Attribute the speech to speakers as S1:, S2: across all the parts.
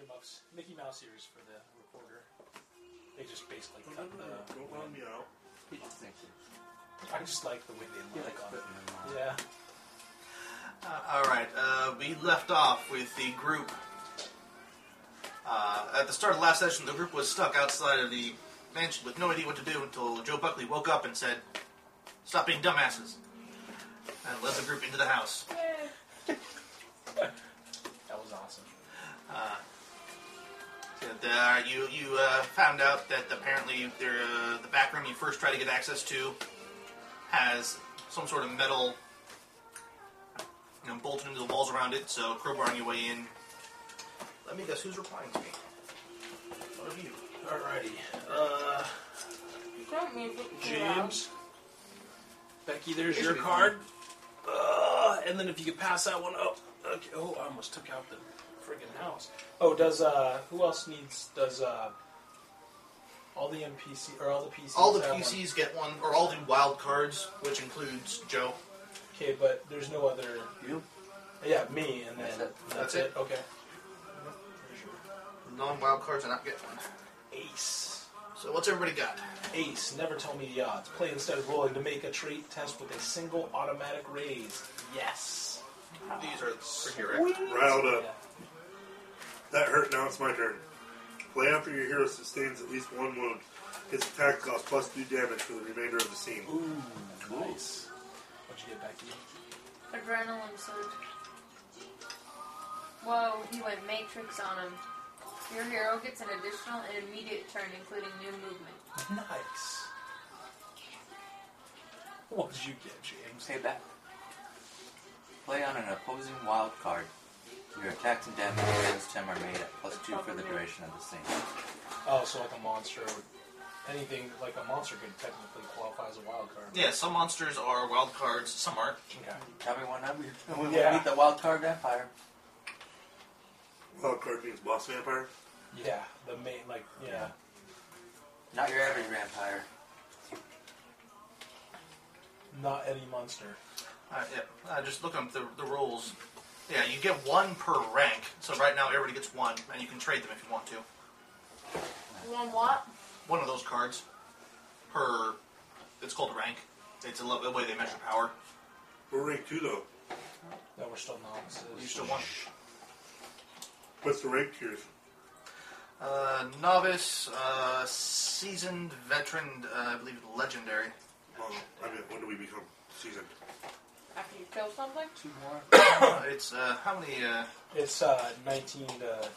S1: earmuffs, Mickey Mouse ears for the recorder. They just basically
S2: No,
S1: cut
S2: no, no,
S1: the.
S2: Don't run me out.
S1: I just like the way they look on. it. Yeah.
S3: All right, uh, we left off with the group. Uh, at the start of the last session, the group was stuck outside of the mansion with no idea what to do until Joe Buckley woke up and said, "Stop being dumbasses," and led the group into the house.
S1: That was awesome.
S3: That, uh, you you uh, found out that apparently there, uh, the back room you first tried to get access to has some sort of metal you know, bolted into the walls around it, so crowbarring your way in. Let me guess who's replying to me. What of you?
S1: Alrighty. Uh,
S4: Don't move it
S1: James. Becky, there's
S3: Excuse
S1: your
S3: me.
S1: card. Uh, and then if you could pass that one up. Okay. Oh, I almost took out the friggin' house. Oh, does uh, who else needs? Does uh, all the NPC or all the PCs?
S3: All the
S1: have one?
S3: PCs get one, or all the wild cards, which includes Joe.
S1: Okay, but there's no other.
S2: You?
S1: Yeah, me, and then
S5: That's it.
S3: That's it.
S1: Okay.
S3: Non-wild cards do not get one.
S1: Ace.
S3: So what's everybody got?
S1: Ace. Never tell me the odds. Play instead of rolling to make a trait test with a single automatic raise. Yes.
S3: These are for here. right?
S2: Riled
S1: Yeah.
S2: up. That hurt. Now it's my turn. Play after your hero sustains at least one wound. His attack costs plus two damage for the remainder of the scene.
S1: Ooh, nice. What'd you get, Becky?
S4: Adrenaline surge. Whoa, he went Matrix on him. Your hero gets an additional and immediate turn, including new movement.
S1: Nice. What did you get, James?
S5: Pay back. Play on an opposing wild card. Your attacks and damage against him are made at plus two for the duration of the scene.
S1: Oh, so like a monster, would- anything like a monster could technically qualify as a wild card.
S3: Yeah, some monsters are wild cards, some aren't.
S1: Okay.
S5: Tell me one number. We will
S1: Yeah.
S5: beat the wild card vampire.
S2: Wild card means boss vampire.
S1: Yeah, the main like yeah.
S5: Not your average vampire.
S1: Not any monster.
S3: Uh, yeah, uh, just look up the, the rules. Yeah, you get one per rank. So right now everybody gets one, and you can trade them if you want to.
S4: One what?
S3: One of those cards per. It's called a rank. It's a lo- the way they measure power.
S2: We're rank two though.
S1: No, we're still novices.
S3: You still one.
S2: What's the rank tiers?
S3: Uh, novice, uh, seasoned, veteran, uh, I believe legendary.
S2: Oh, I mean, when do we become seasoned?
S4: After you kill something?
S5: Two more.
S3: Uh, it's uh, how many? Uh,
S1: It's uh, 19 to 25,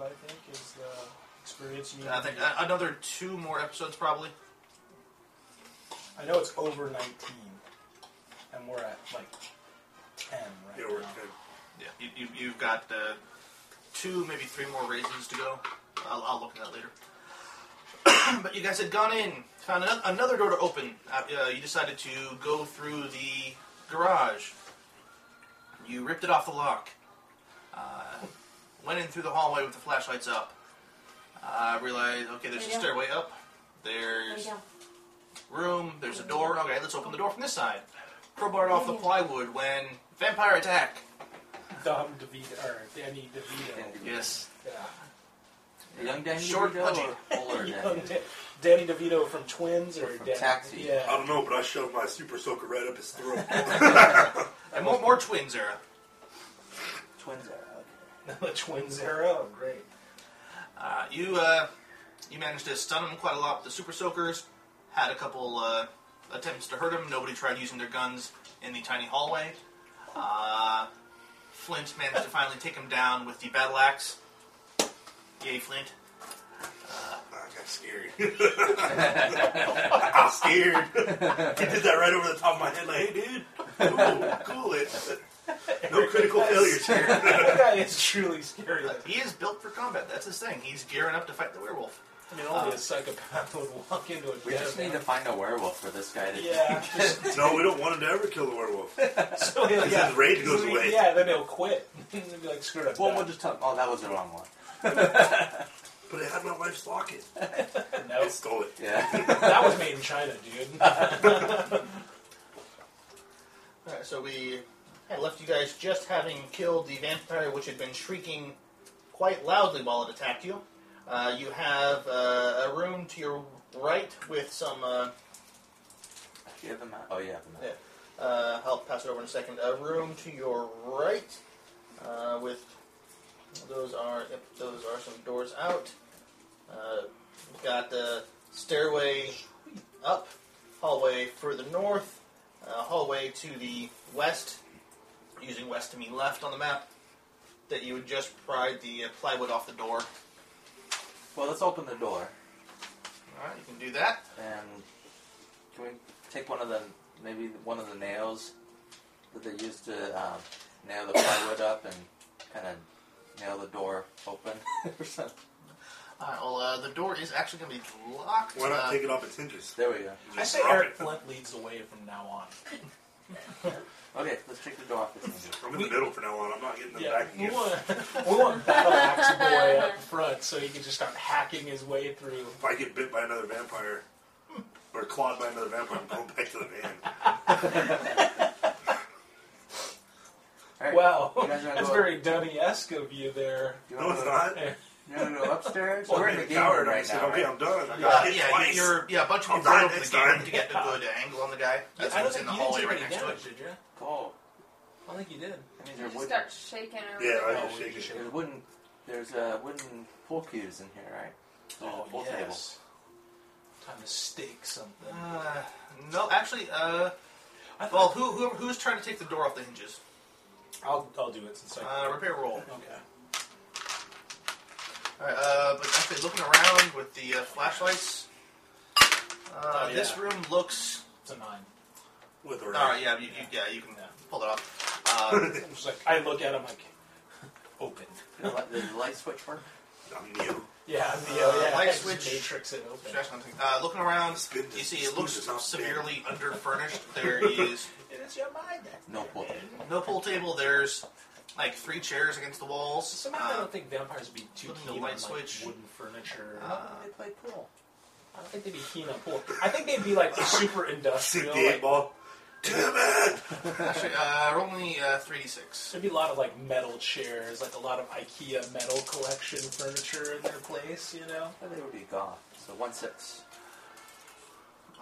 S1: I think, is the experience you need.
S3: I think uh, another two more episodes probably.
S1: I know it's over 19, and we're at like 10 right
S2: Yeah, we're
S1: now.
S2: at ten.
S3: Yeah, you, you, you've got uh, two, maybe three more raisins to go. I'll, I'll look at that later. but you guys had gone in, found ano- another door to open. Uh, uh, you decided to go through the garage. You ripped it off the lock. Uh, went in through the hallway with the flashlights up. I realized, okay, there's a
S4: Yeah.
S3: stairway up. There's
S4: Yeah.
S3: room. There's a door. Okay, let's open the door from this side. Crowbarred off the plywood when vampire attack.
S1: Dom DeVito, or Danny DeVito.
S3: Yes,
S1: Yeah.
S5: The young Danny
S3: Short,
S5: DeVito or older
S1: Young
S5: Danny?
S1: Da- Danny DeVito from Twins or
S5: from
S1: Dan-
S5: Taxi.
S2: I
S1: Yeah.
S2: don't know, but I shoved my super soaker right up his throat.
S3: and more, more twins era.
S5: Twins are okay.
S2: Um,
S1: the Twins era. Oh, great.
S3: Uh, you uh, you managed to stun him quite a lot with the super soakers. Had a couple uh, attempts to hurt him. Nobody tried using their guns in the tiny hallway. Uh, Flint managed to finally take him down with the battle axe. Yay, Flint!
S2: I got scared. I got scared. he did that right over the top of my head, like, hey, dude, cool, cool it. No critical failures here.
S1: that guy is truly scary. Like,
S3: He is built for combat. That's his thing. He's gearing up to fight the werewolf.
S1: I mean, only a uh, psychopath would walk into a
S5: We
S1: dead
S5: just need to
S1: man.
S5: find a werewolf for this guy to.
S1: Yeah. just-
S2: No, we don't want him to ever kill the werewolf.
S1: so he'll- yeah.
S2: his rage goes
S1: So he-
S2: away.
S1: Yeah, then he'll quit. He'll be like, screw it.
S5: Well, we'll just tell. Oh, that was the wrong one.
S2: But it had my wife's locket.
S1: no,
S2: I stole it.
S5: Yeah.
S1: that was made in China, dude.
S3: Alright, so we had left you guys just having killed the vampire, which had been shrieking quite loudly while it attacked you. Uh, you have uh, a room to your right with some. Uh,
S5: Do you have a map? Oh, you have a map.
S3: Yeah. uh, I'll pass it over in a second. A room to your right uh, with those are yep, those are some doors out. Uh, we've got the stairway up, hallway further north, uh, hallway to the west. Using west to mean left on the map. That you would just pry the uh, plywood off the door.
S5: Well, let's open the door.
S3: All right, you can do that.
S5: And can we take one of the maybe one of the nails that they used to um, nail the plywood up and kind of nail the door open or something?
S3: All right, well, uh, the door is actually going to be locked.
S2: Why not
S3: uh,
S2: take it off its hinges?
S5: There we go.
S1: I say Eric Flint leads the way from now on.
S5: Okay, let's take the door off this one.
S2: I'm in the middle from now on. I'm not getting the
S1: Yeah,
S2: back.
S1: we want, we want Battle Axe Boy up front so he can just start hacking his way through.
S2: If I get bit by another vampire or clawed by another vampire, I'm going back to the van.
S5: All right.
S1: Wow,
S5: You guys wanna
S1: that's
S5: go-
S1: very Dunny-esque of you there.
S5: you
S2: No,
S5: wanna
S2: it's
S5: go-
S2: not.
S1: Eh,
S5: You want to go upstairs?
S2: Well,
S5: We're
S2: I'm
S5: in the game
S2: coward.
S5: room
S2: I
S5: right
S2: said,
S5: now.
S2: okay,
S5: right?
S2: I'm done. I got
S3: Uh,
S2: hit
S3: yeah,
S2: twice.
S3: you- you're, yeah, a bunch of
S2: I'll
S3: people
S2: die
S3: up the
S2: next
S3: game
S2: time.
S3: to get the good angle on the guy. That's
S1: I don't
S3: what's
S1: think
S3: in the
S1: you didn't
S3: hallway
S1: take
S3: right
S1: any
S3: next to it.
S1: damage, did you? I
S5: Cool.
S1: don't think you did.
S5: That means
S4: You
S5: there's
S4: just
S5: wooden,
S4: got shaken or
S2: Yeah, I
S5: Oh,
S4: whatever.
S2: was shaking.
S5: there's wooden, there's uh, wooden pool cues in here, right? There's
S1: Oh,
S5: a pool table.
S1: Time to stake something.
S3: Uh, no, actually, uh,
S1: I thought-
S3: well, who, who, who's trying to take the door off the hinges?
S1: I'll, I'll do it since I.
S3: Uh, repair roll.
S1: okay.
S3: Alright, uh, but actually, looking around with the uh, flashlights, uh,
S1: Oh, yeah.
S3: this room looks.
S1: It's a nine.
S2: With or
S3: Alright, yeah, you, you, yeah, you can pull it off. Uh,
S1: I'm just like, I look at him like, open.
S5: Does the light- Does the light switch work?
S2: I'm new.
S1: Yeah, the
S3: Uh,
S1: uh, yeah,
S3: light
S1: just
S3: switch.
S1: Matrix it open.
S3: uh, looking around,
S2: Spin
S3: you
S2: this-
S3: see it
S2: spin
S3: looks
S2: this off, man.
S3: severely underfurnished. There is
S1: It is your mind. that's
S5: No
S1: the
S5: pool.
S1: thing.
S3: no pool table. There's like three chairs against the walls.
S1: Somehow I
S3: Uh,
S1: don't think vampires would be too
S3: putting the
S1: keen on
S3: light
S1: like,
S3: switch.
S1: wooden furniture.
S3: Uh,
S5: They play pool.
S1: I don't think they'd be keen on pool. I think they'd be like super
S2: Sick
S1: industrial.
S2: the eight
S1: Like,
S2: ball. Damn it!
S3: Actually, uh, roll me uh, 3d6.
S1: there'd be a lot of like metal chairs, like a lot of IKEA metal collection furniture in their place. You know.
S5: Well, they would be gone. So one six.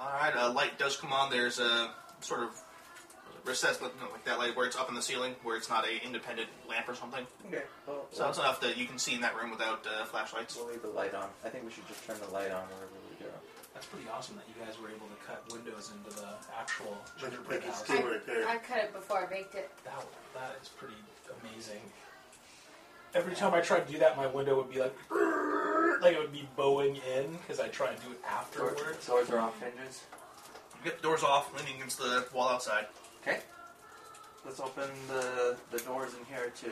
S3: Alright, uh, light does come on. There's a sort of recess, but no, like that light where it's up in the ceiling, where it's not a independent lamp or something.
S5: Okay. Well,
S3: So it's enough that you can see in that room without uh, flashlights.
S5: we'll leave the light on. I think we should just turn the light on wherever we go.
S1: That's pretty awesome that you guys were able to cut windows into the actual gingerbread
S2: Gingerbread
S1: house.
S2: kid right there.
S4: I cut it before I baked it.
S1: That, that is pretty amazing. Every time I tried to do that, my window would be like, like it would be bowing in because I tried to do it
S5: Door-
S1: afterwards.
S5: Doors are off hinges.
S3: Yep, doors off, leaning against the wall outside.
S5: Okay. Let's open the the doors in here to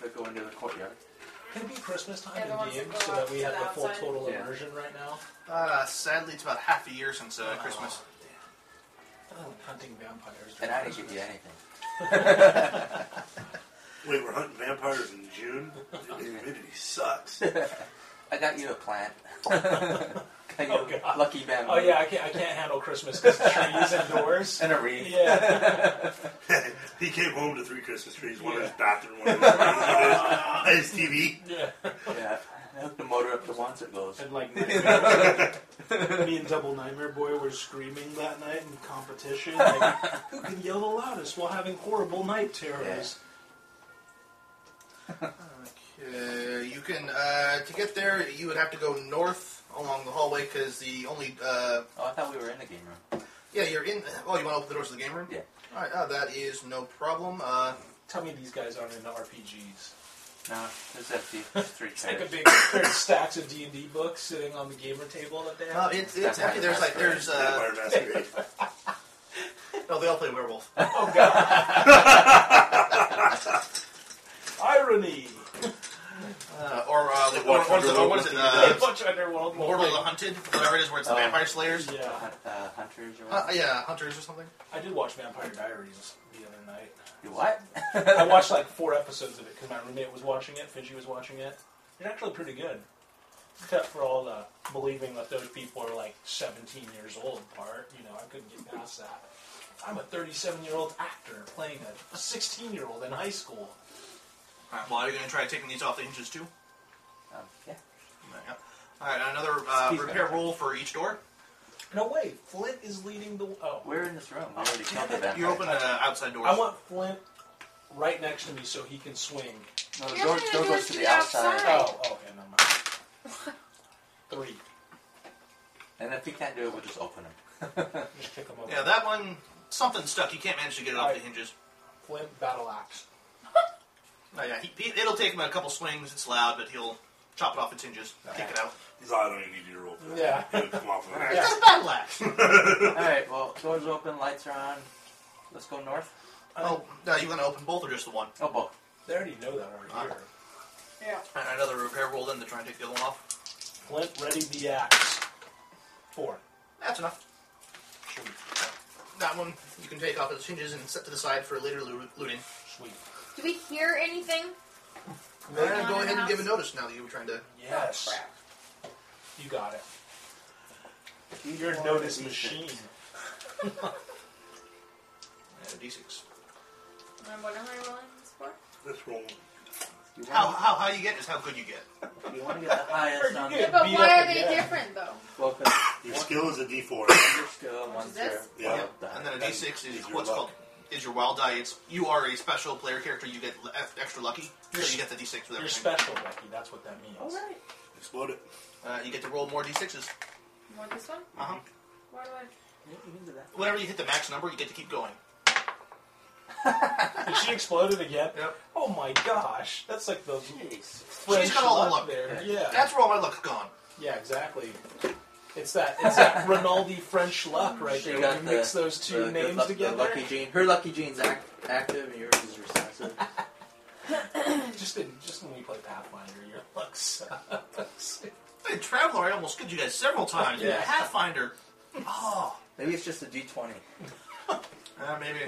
S5: that go into the courtyard.
S1: Can it be Christmas time
S4: Yeah, the
S1: in
S4: ones
S1: game
S4: that go
S1: so that
S4: up
S1: we
S4: to
S1: have
S4: the
S1: the full
S4: outside?
S1: total
S5: Yeah.
S1: immersion right now?
S3: Uh, sadly, it's about half a year since uh, Christmas.
S1: Oh, damn. Oh, hunting vampires.
S5: And
S1: during
S5: I didn't give
S1: Christmas.
S5: you anything.
S2: Wait, we're hunting vampires in June? The humidity sucks.
S5: I got you a plant. got you
S1: Oh,
S5: a
S1: God.
S5: lucky bamboo.
S1: Oh yeah, I can't. I can't handle Christmas because trees indoors.
S5: And a wreath.
S1: Yeah.
S2: he came home to three Christmas trees, one in his
S1: Yeah.
S2: bathroom, one in his, one in his TV.
S1: Yeah.
S5: Yeah. I hooked the motor up to once it goes.
S1: And like Nightmare- me and Double Nightmare Boy were screaming that night in competition, like who can yell the loudest while having horrible night terrors.
S3: Uh, you can uh, to get there, you would have to go north along the hallway because the only uh,
S5: Oh, I thought we were in the game room.
S3: yeah you're in. Oh, you want to open the doors to the game room?
S5: Yeah.
S3: All right, uh, that is no problem. Uh,
S1: Tell me these guys aren't into RPGs.
S5: No, it's empty. There's three
S1: It's like a
S5: chairs.
S1: big pair of stacks of D and D books sitting on the gamer table that they
S3: no,
S1: have.
S3: it's it's actually there's like there's uh,
S2: Vampire masquerade.
S3: no, they all play werewolf.
S1: Oh god! Irony.
S3: Uh, or, uh,
S2: Like
S3: or,
S2: Watch
S3: or, or what is it? Uh,
S1: Bunch of underworld
S3: Mortal of the Hunted, whatever it is, where it's the
S5: Oh.
S3: vampire slayers.
S1: Yeah,
S5: Hunt, uh, hunters or
S3: Uh,
S5: what?
S3: yeah, hunters or something.
S1: I did watch Vampire Diaries the other night.
S5: You what?
S1: I watched like four episodes of it because my roommate was watching it, Fiji was watching it. It's actually pretty good, except for all the believing that those people are like 17 years old part. You know, I couldn't get past that. I'm a 37 year old actor playing a 16 year old in high school.
S3: Alright, well, are you going to try taking these off the hinges too?
S5: Um, yeah.
S3: Yeah. Alright, another uh,
S5: Excuse me.
S3: repair roll for each door.
S1: No way. Flint is leading the. Oh,
S5: We're in this room. I already killed the vampire.
S3: You open the outside doors.
S1: I want Flint right next to me so he can swing.
S5: No, the
S4: You're
S5: door,
S4: gonna
S5: door
S4: do
S5: goes
S4: it to
S5: to the
S4: the
S5: outside.
S4: outside.
S1: Oh, oh, okay, no, mind. Three.
S5: And if he can't do it, we'll just open him.
S1: Just kick him over.
S3: Yeah, that one, something stuck. You can't manage to get it off the
S1: Alright.
S3: hinges.
S1: Flint battle axe.
S3: Oh, yeah, he, he- it'll take him a couple swings. It's loud, but he'll chop it off its hinges, take it out.
S2: He's like, I don't even need you to roll for that.
S1: Yeah.
S2: It'll come off of
S1: Yeah.
S2: that.
S3: That's a battle axe.
S5: Alright, well, doors open, lights are on. Let's go north.
S3: oh, uh, you want to open both or just the one?
S5: Oh, both.
S1: They already know that already. Here.
S4: Yeah.
S3: And another repair roll in to try and take the other one off.
S1: Flint ready the axe. Four.
S3: That's enough.
S1: Shoot.
S3: That one you can take off its hinges and set to the side for later loo- looting.
S1: Sweet.
S4: Do we hear anything?
S3: I'm
S4: Going
S3: gonna
S4: on
S3: go Oh,
S4: in
S3: ahead
S4: the
S3: and give a
S4: house?
S3: notice now that you were trying to.
S1: Yes.
S4: Crap.
S1: You got it.
S5: Each
S1: You're a
S5: one
S1: notice
S5: is
S1: machine.
S5: decent.
S3: Uh, D6.
S4: And what am I rolling this for?
S2: Let's roll.
S5: You
S3: How,
S5: want,
S3: how high you get is how good you get.
S5: you want to get the highest on
S1: Yeah,
S4: Yeah, but
S1: beat
S4: why
S1: up
S4: are they
S1: again.
S4: different though?
S5: Well, 'cause
S2: Your
S5: one-
S2: skill is a D4.
S5: your skill,
S4: Which
S5: one's
S4: is
S5: your.
S4: this?
S2: Yeah.
S5: wild die.
S3: And then a
S2: That
S3: D6 is
S2: is your
S3: what's
S2: luck.
S3: called is your wild die. It's you are a special player character. You get l- eff- extra lucky, so you get the D6 with
S1: You're
S3: everything.
S1: special, Becky. That's what that means.
S3: Oh,
S5: Alright.
S2: Explode it.
S3: Uh, you get to roll more D6s.
S4: You want this one?
S3: Uh huh.
S2: Mm-hmm.
S4: Why do I?
S5: Yeah, you can do that.
S3: Whenever you hit the max number, you get to keep going.
S1: Did she explode it again?
S3: Yep.
S1: Oh my gosh. That's like the
S5: Jeez.
S1: French
S3: got all the
S1: luck
S3: luck.
S1: there.
S5: Yeah.
S1: Yeah.
S3: That's where all my luck's gone.
S1: Yeah, exactly. It's that it's that Rinaldi French luck right
S5: She
S1: there.
S5: got
S1: When you mix
S5: the-
S1: those two
S5: the- the
S1: names
S5: luck- the
S1: together,
S5: lucky gene. Her lucky gene's act, active and yours is recessive.
S1: just in, just when we play Pathfinder, your luck sucks.
S3: Hey, Traveler, I almost killed you guys several times.
S5: Yeah.
S3: Pathfinder. Oh.
S5: Maybe it's just a d20.
S3: Uh, maybe.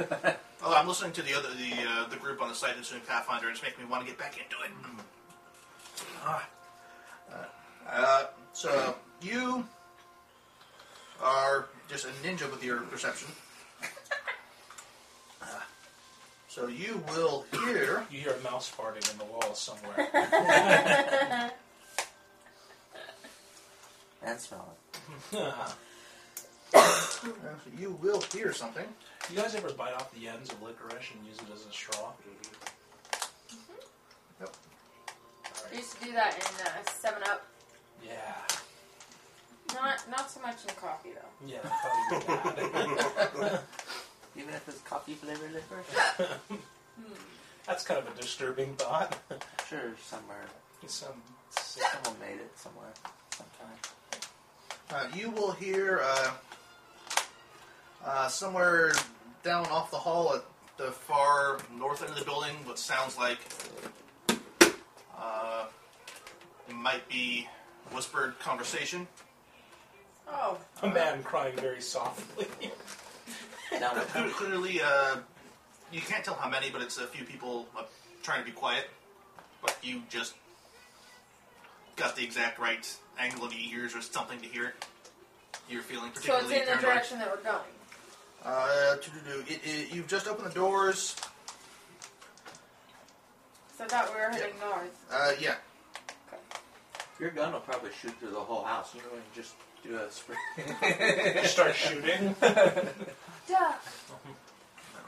S3: oh, I'm listening to the other the uh, the group on the site that's doing Pathfinder. It's making me want to get back into it. Ah. Uh, so you are just a ninja with your perception. Ah. So you will hear.
S1: You hear a mouse farting in the wall somewhere.
S5: And smell it.
S1: you
S3: uh, You will hear something.
S1: guys ever bite off the ends of licorice and use it as a straw?
S4: I used to do that in uh, Seven Up.
S1: Yeah,
S4: Not not so much in coffee though.
S1: yeah. Probably bad.
S5: Even if it's coffee flavored liquor?
S4: Hmm.
S1: That's kind of a disturbing thought.
S5: Sure, somewhere.
S1: Some
S5: Someone made it somewhere. Sometime.
S3: Uh, you will hear uh, uh, somewhere down off the hall at the far north end of the building what sounds like uh, it might be whispered conversation.
S4: Oh,
S1: a man crying very softly.
S3: But
S5: Down with
S3: cle- Clearly, uh, you can't tell how many, but it's a few people uh, trying to be quiet. But you just got the exact right angle of your ears or something to hear it. You're feeling
S4: so
S3: particularly
S4: it's in the
S3: paranoid.
S4: direction that we're going.
S3: Uh, to-do-do. It, it, you've just opened the doors.
S4: So I thought we were heading north.
S3: Uh, yeah.
S5: Your gun will probably shoot through the whole house. You know, and just do a spray.
S1: Just start shooting.
S4: Duck.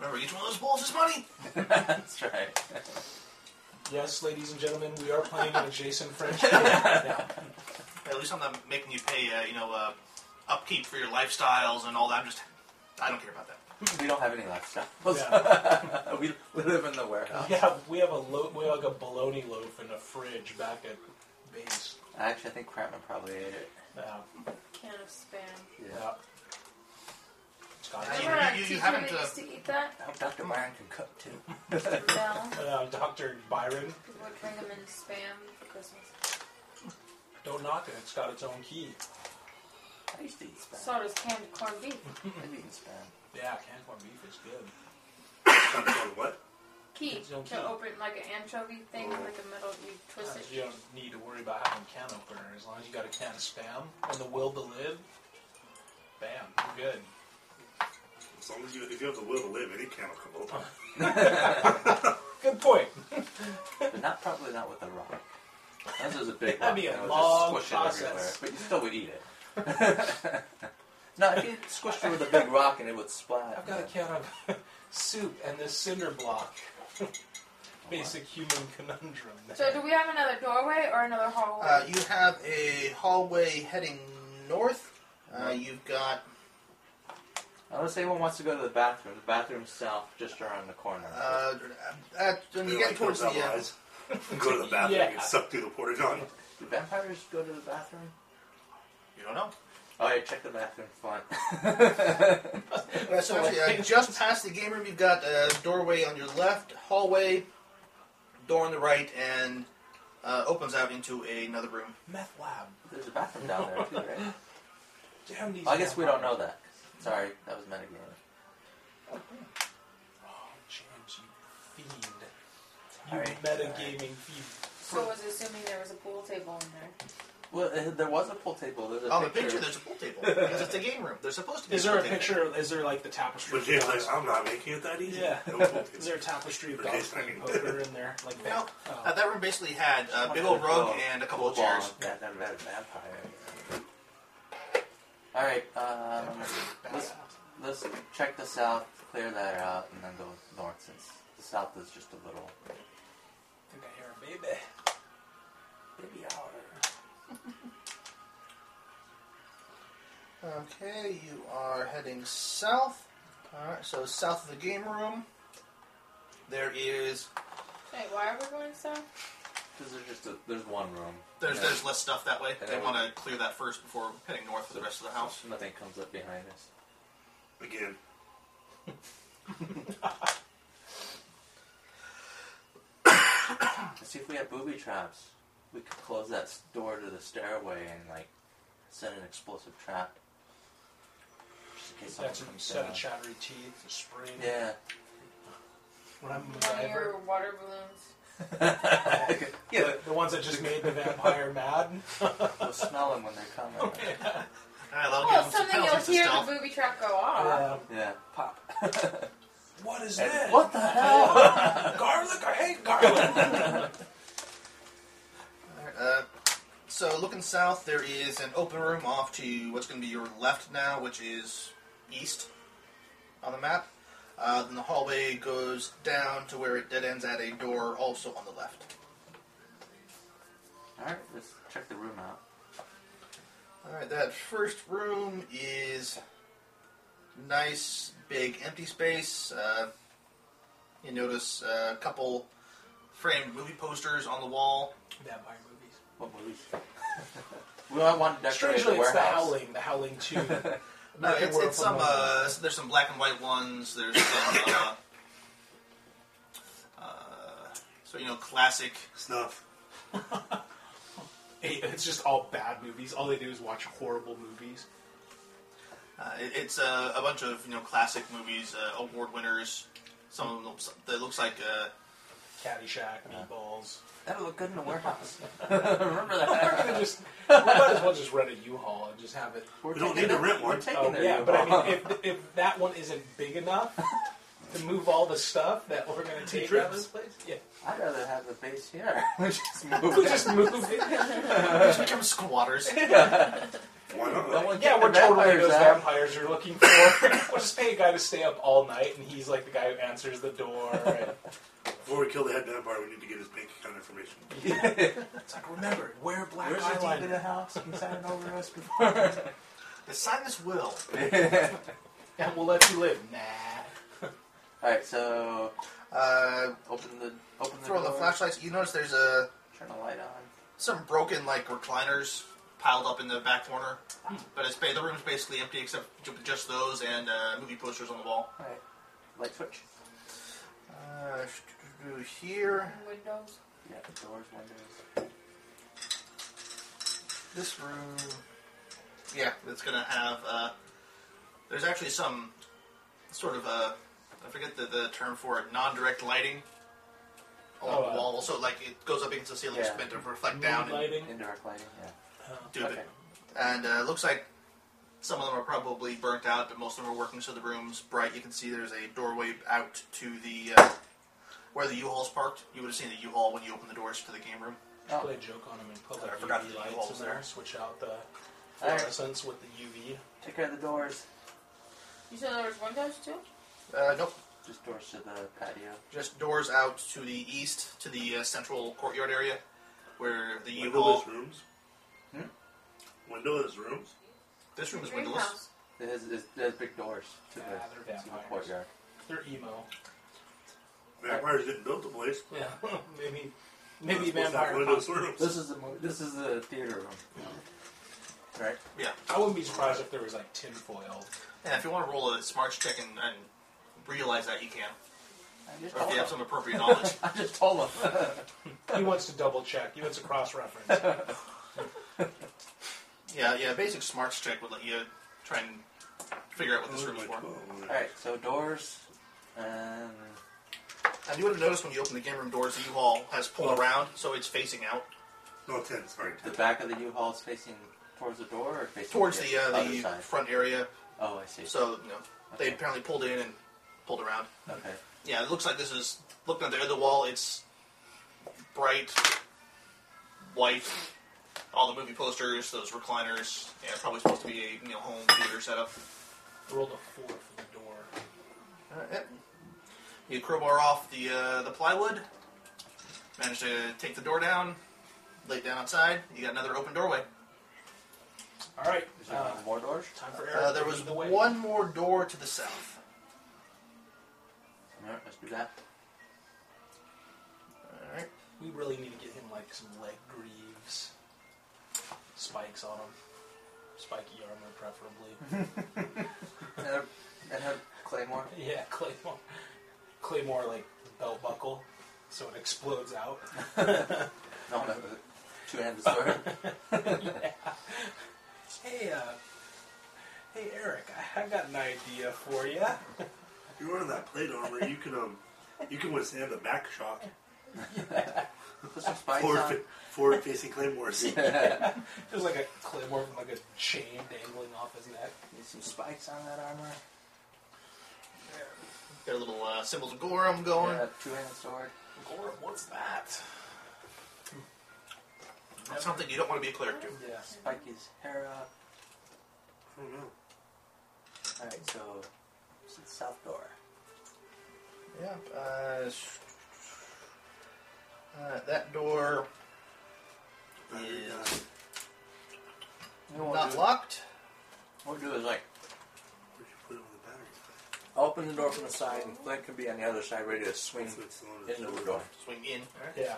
S3: Remember, each one of those balls is money.
S5: That's right.
S1: Yes, ladies and gentlemen, we are playing an adjacent French. yeah.
S3: At least I'm not making you pay, uh, you know, uh, upkeep for your lifestyles and all that. I'm just, I don't care about that.
S5: We don't have any lifestyle. we, we live in the warehouse.
S1: We have we have a loaf, we have like a bologna loaf in a fridge back at base.
S5: Actually, I think Crapman probably ate it.
S1: Yeah,
S4: Can of spam.
S1: yeah. It's got
S3: You-
S4: Remember our
S3: you- you
S4: teacher
S3: haven't,
S4: that
S3: uh,
S4: used to eat that?
S5: I hope Dr. Byron can cook too.
S4: Bell.
S1: uh, Doctor Byron.
S4: People would bring them in spam for Christmas.
S1: Don't knock it. It's got its own key.
S5: I used to eat spam.
S4: So does canned corned beef.
S5: I've eaten spam.
S1: Yeah, canned corned beef is good.
S2: what?
S4: Key
S1: It's on
S4: to
S1: key.
S4: open like an anchovy thing
S2: Oh.
S4: like the middle. You twist
S1: You
S4: it.
S1: don't need to worry about having can opener as long as you got a can of spam and the will to live. Bam, you're good.
S2: As long as you, if you have the will to live, any can will come open.
S1: Good point.
S5: but not probably not with a rock. This is a
S1: That'd
S5: big rock.
S1: be a
S5: and I would
S1: long
S5: just squish
S1: process.
S5: it everywhere, but you still would eat it. no, if you squished it with a big rock and it would splat.
S1: I've got a can of soup and this cinder block. Basic human conundrum.
S4: So do we have another doorway or another hallway?
S3: Uh, you have a hallway heading north. Uh, you've got
S5: I would Uh, say one wants to go to the bathroom. The bathroom's south, just around the corner.
S3: uh, at, when you
S2: They're
S3: get
S2: like
S3: towards the
S2: those
S3: uh,
S2: allies. Go to the bathroom
S1: Yeah.
S2: and suck through the porta john.
S5: Do vampires go to the bathroom?
S3: you don't know.
S5: Oh, yeah, check the bathroom front.
S3: Uh, so actually, uh, just past the game room, you've got a doorway on your left, hallway, door on the right, and uh, opens out into another room.
S1: Meth lab.
S5: There's a bathroom down there too, right?
S1: Damn these
S5: Well, I guess we don't know that. Sorry, that was metagaming.
S1: Oh, James, you fiend. You
S5: Alright,
S1: metagaming fiend.
S4: so I was assuming there was a pool table in there.
S5: Well, uh, there was a pool table. There's a
S3: On Oh, the
S5: picture.
S3: picture, there's a pool table because it's a game room. There's supposed to be.
S1: Is there a
S3: pool table.
S1: picture? Is there like the tapestry?
S2: But
S1: of
S2: James
S1: dogs?
S2: like, I'm not making it that easy.
S1: Yeah.
S2: No, we'll do
S1: Is there a tapestry of
S2: But
S1: dogs
S2: it's
S1: playing
S2: not-
S1: poker in there? Like
S3: No.
S1: that? Oh.
S3: Uh, that room basically had a
S5: Like
S3: big old
S5: a
S3: rug
S5: ball-
S3: and a couple of
S5: ball
S3: chairs.
S5: That, that, that vampire. All right, um, let's let's check the south, clear that out, and then go north since the south is just a little.
S1: I think I hear a baby. Baby hour.
S3: Okay, you are heading south. Alright, so south of the game room, there is.
S4: Wait, why are we going south?
S3: Mm,
S5: Because there's just a, there's one room.
S3: There's,
S5: Yeah.
S3: there's less stuff that way.
S5: Yeah.
S3: They want to clear that first before heading north for the rest of the house.
S5: Nothing comes up behind us.
S2: it. Again.
S5: Let's see if we have booby traps. We could close that s- door to the stairway and like set an explosive trap. Just in case
S1: That's a
S5: someone comes
S1: set
S5: down.
S1: of chattery teeth, a spring.
S5: Yeah.
S1: When I'm
S4: One of
S1: MacGyver.
S4: your water balloons.
S5: yeah.
S1: The ones that just made the vampire mad.
S5: We'll smell them when they're coming.
S3: Alright, that'll give them
S4: Well,
S3: some
S4: something you'll
S3: penalties to
S4: hear
S3: stealth.
S4: the booby trap go off.
S1: Uh,
S5: Yeah. Pop.
S1: what is
S5: And-
S1: that?
S5: what the hell?
S1: Garlic? I hate garlic.
S3: Alright, uh, so looking south, there is an open room off to what's going to be your left now, which is east on the map. Uh, then the hallway goes down to where it dead ends at a door also on the left.
S5: Alright, let's check the room out.
S3: All right, that first room is nice, big, empty space. Uh, you notice uh, a couple framed movie posters on the wall.
S1: vampire movies.
S5: What movies? well, I want to decorate
S1: Strangely,
S5: the
S1: it's the
S5: warehouse.
S1: Howling, the Howling 2.
S3: No,
S1: Another
S3: it's,
S1: world
S3: it's
S1: from
S3: some.
S1: the-
S3: Uh, there's some black and white ones. There's some. Uh, uh, so you know, classic.
S2: Snuff.
S1: Hey, It's just all bad movies. All they do is watch horrible movies.
S3: Uh, it, it's uh, a bunch of you know classic movies, uh, award winners. Some of them looks, that looks like uh,
S1: Caddyshack,
S5: Uh-huh.
S1: Meatballs.
S5: That'll look good in the warehouse. Remember that.
S1: We're gonna just, we might as well just rent a U-Haul and just have it.
S5: We're
S2: We don't
S5: taking
S2: need to
S5: it-
S2: rent one.
S5: We're taking
S1: Oh
S5: it.
S1: yeah, but I mean, if, if that one isn't big enough to move all the stuff that we're gonna take out of this place, yeah,
S5: I'd rather have the base here. we just move.
S1: we'll
S5: it.
S1: just move it.
S3: just become squatters.
S2: Why not?
S5: No one
S1: Yeah,
S5: kicked
S1: we're
S5: the
S1: totally
S5: vampires
S1: those
S5: out.
S1: vampires you're looking for. we'll just pay a guy to stay up all night, and he's like the guy who answers the door. And
S2: Before we kill the head vampire, we need to get his bank account information.
S1: it's like, remember, wear black
S5: Where's the deep in the
S1: eyeliner.
S5: house? Can sign it over us before.
S3: Sign this will.
S1: and we'll let you live. Nah.
S5: Alright, so
S3: Uh,
S5: open the open the
S3: Throw
S5: door,
S3: the flashlights. You notice there's a
S5: Turn the light on.
S3: some broken like recliners piled up in the back corner, but it's ba- the room's basically empty except ju- just those and uh, movie posters on the wall.
S5: Alright. Light switch.
S3: Uh, sh- do- do here,
S4: Windows.
S5: Yeah, doors, windows.
S3: this room. Yeah, it's gonna have. Uh, there's actually some sort of uh, I forget the, the term for it. Non-direct lighting along
S1: Oh, uh,
S3: the wall, so like it goes up against the ceiling,
S5: yeah.
S3: it's meant to reflect down and
S1: lighting.
S5: Indirect lighting, yeah.
S3: do it.
S5: okay.
S3: And uh, it looks like some of them are probably burnt out, but most of them are working, so the room's bright. You can see there's a doorway out to the uh, where the U-Haul's parked. You would have seen the U-Haul when you opened the doors to the game room.
S5: Oh,
S1: Play a joke on him and put
S3: I
S1: like
S3: forgot
S1: UV
S3: the U-Haul
S1: lights
S3: was
S1: in there.
S3: there.
S1: Switch out the
S5: Alright.
S1: fluorescence with the UV.
S5: take care of the doors.
S4: You said there was windows too?
S3: Uh, nope.
S5: Just doors to the patio.
S3: Just doors out to the east, to the uh, central courtyard area, where the U-Haul.
S2: Windowless rooms.
S5: Hmm?
S2: Windowless rooms.
S3: This room is
S4: Dream
S3: windowless.
S4: house.
S5: There's, there's, there's big doors to the,
S1: Nah, they're
S5: to the
S1: vampires.
S5: courtyard.
S1: They're emo.
S2: Vampires didn't build the place.
S1: Yeah, maybe maybe
S2: They're supposed to have
S1: vampire.
S2: Windows
S1: conquerors.
S2: rooms.
S5: This is the mo- this is the theater room, right?
S1: I wouldn't be surprised if there was like tinfoil.
S3: Yeah, if you want to roll a smarts check and, and realize that, you can.
S5: I just
S3: Or if
S5: told
S3: you have
S5: him.
S3: some appropriate knowledge.
S5: I just told him.
S1: He wants to double check. He wants to cross reference.
S3: yeah, yeah, a basic smarts check would let you try and figure out what
S2: Oh
S3: this room is for.
S5: All right, so doors, and
S3: And you would have noticed when you open the game room doors, the U-Haul has pulled around, so it's facing out
S2: No, 10, sorry.
S5: the back of the U-Haul is facing towards the door or facing
S3: towards the uh,
S5: other
S3: the
S5: side?
S3: front area.
S5: Oh, I see.
S3: So you know they apparently pulled in and pulled around.
S5: okay,
S3: Yeah, it looks like this is looking at the other wall. It's bright white. All the movie posters, those recliners. Yeah, it's probably supposed to be a you know home theater setup.
S1: Rolled a four for the door.
S3: Alright. You crowbar off the uh, the plywood. Manage to take the door down. Lay it down outside. You got another open doorway.
S1: All right,
S5: is there
S1: uh,
S5: more doors?
S1: time for Eric.
S3: Uh, there
S1: to
S3: was
S1: lead the way.
S3: one more door to the south.
S5: All right, let's do that.
S3: All right.
S1: We really need to get him like some leg greaves, spikes on him, spiky armor preferably.
S5: And a, and a claymore.
S1: yeah, claymore, claymore like belt buckle, so it explodes out.
S5: No, no, the two-handed sword.
S1: Hey, uh, hey Eric, I, I got an idea for you.
S2: You're wearing that plate armor. You can, um, you can withstand the back shock.
S5: Put some spice
S2: Forward,
S5: on.
S2: fa- forward facing claymores.
S1: There's like a claymore from like a chain dangling off his neck.
S5: Need some spikes on that armor.
S3: Got a little uh, symbols of Gorum going.
S5: Yeah, two-handed sword.
S1: Gorm, what's that?
S3: That's something you don't want to be a cleric to.
S1: Yeah.
S5: Spike his hair up.
S2: I don't know.
S5: All right, so it's the south door.
S3: Yeah. Uh, uh, that door
S2: Battery
S3: Yeah.
S2: died.
S5: You know what
S3: not
S5: we'll do-
S3: locked.
S5: What we'll do is like
S2: Where'd you put it on the battery?
S5: open the door from the side, and Flint can be on the other side, ready to swing
S2: So it's on
S5: into the door.
S3: Swing in. All right.
S1: Yeah.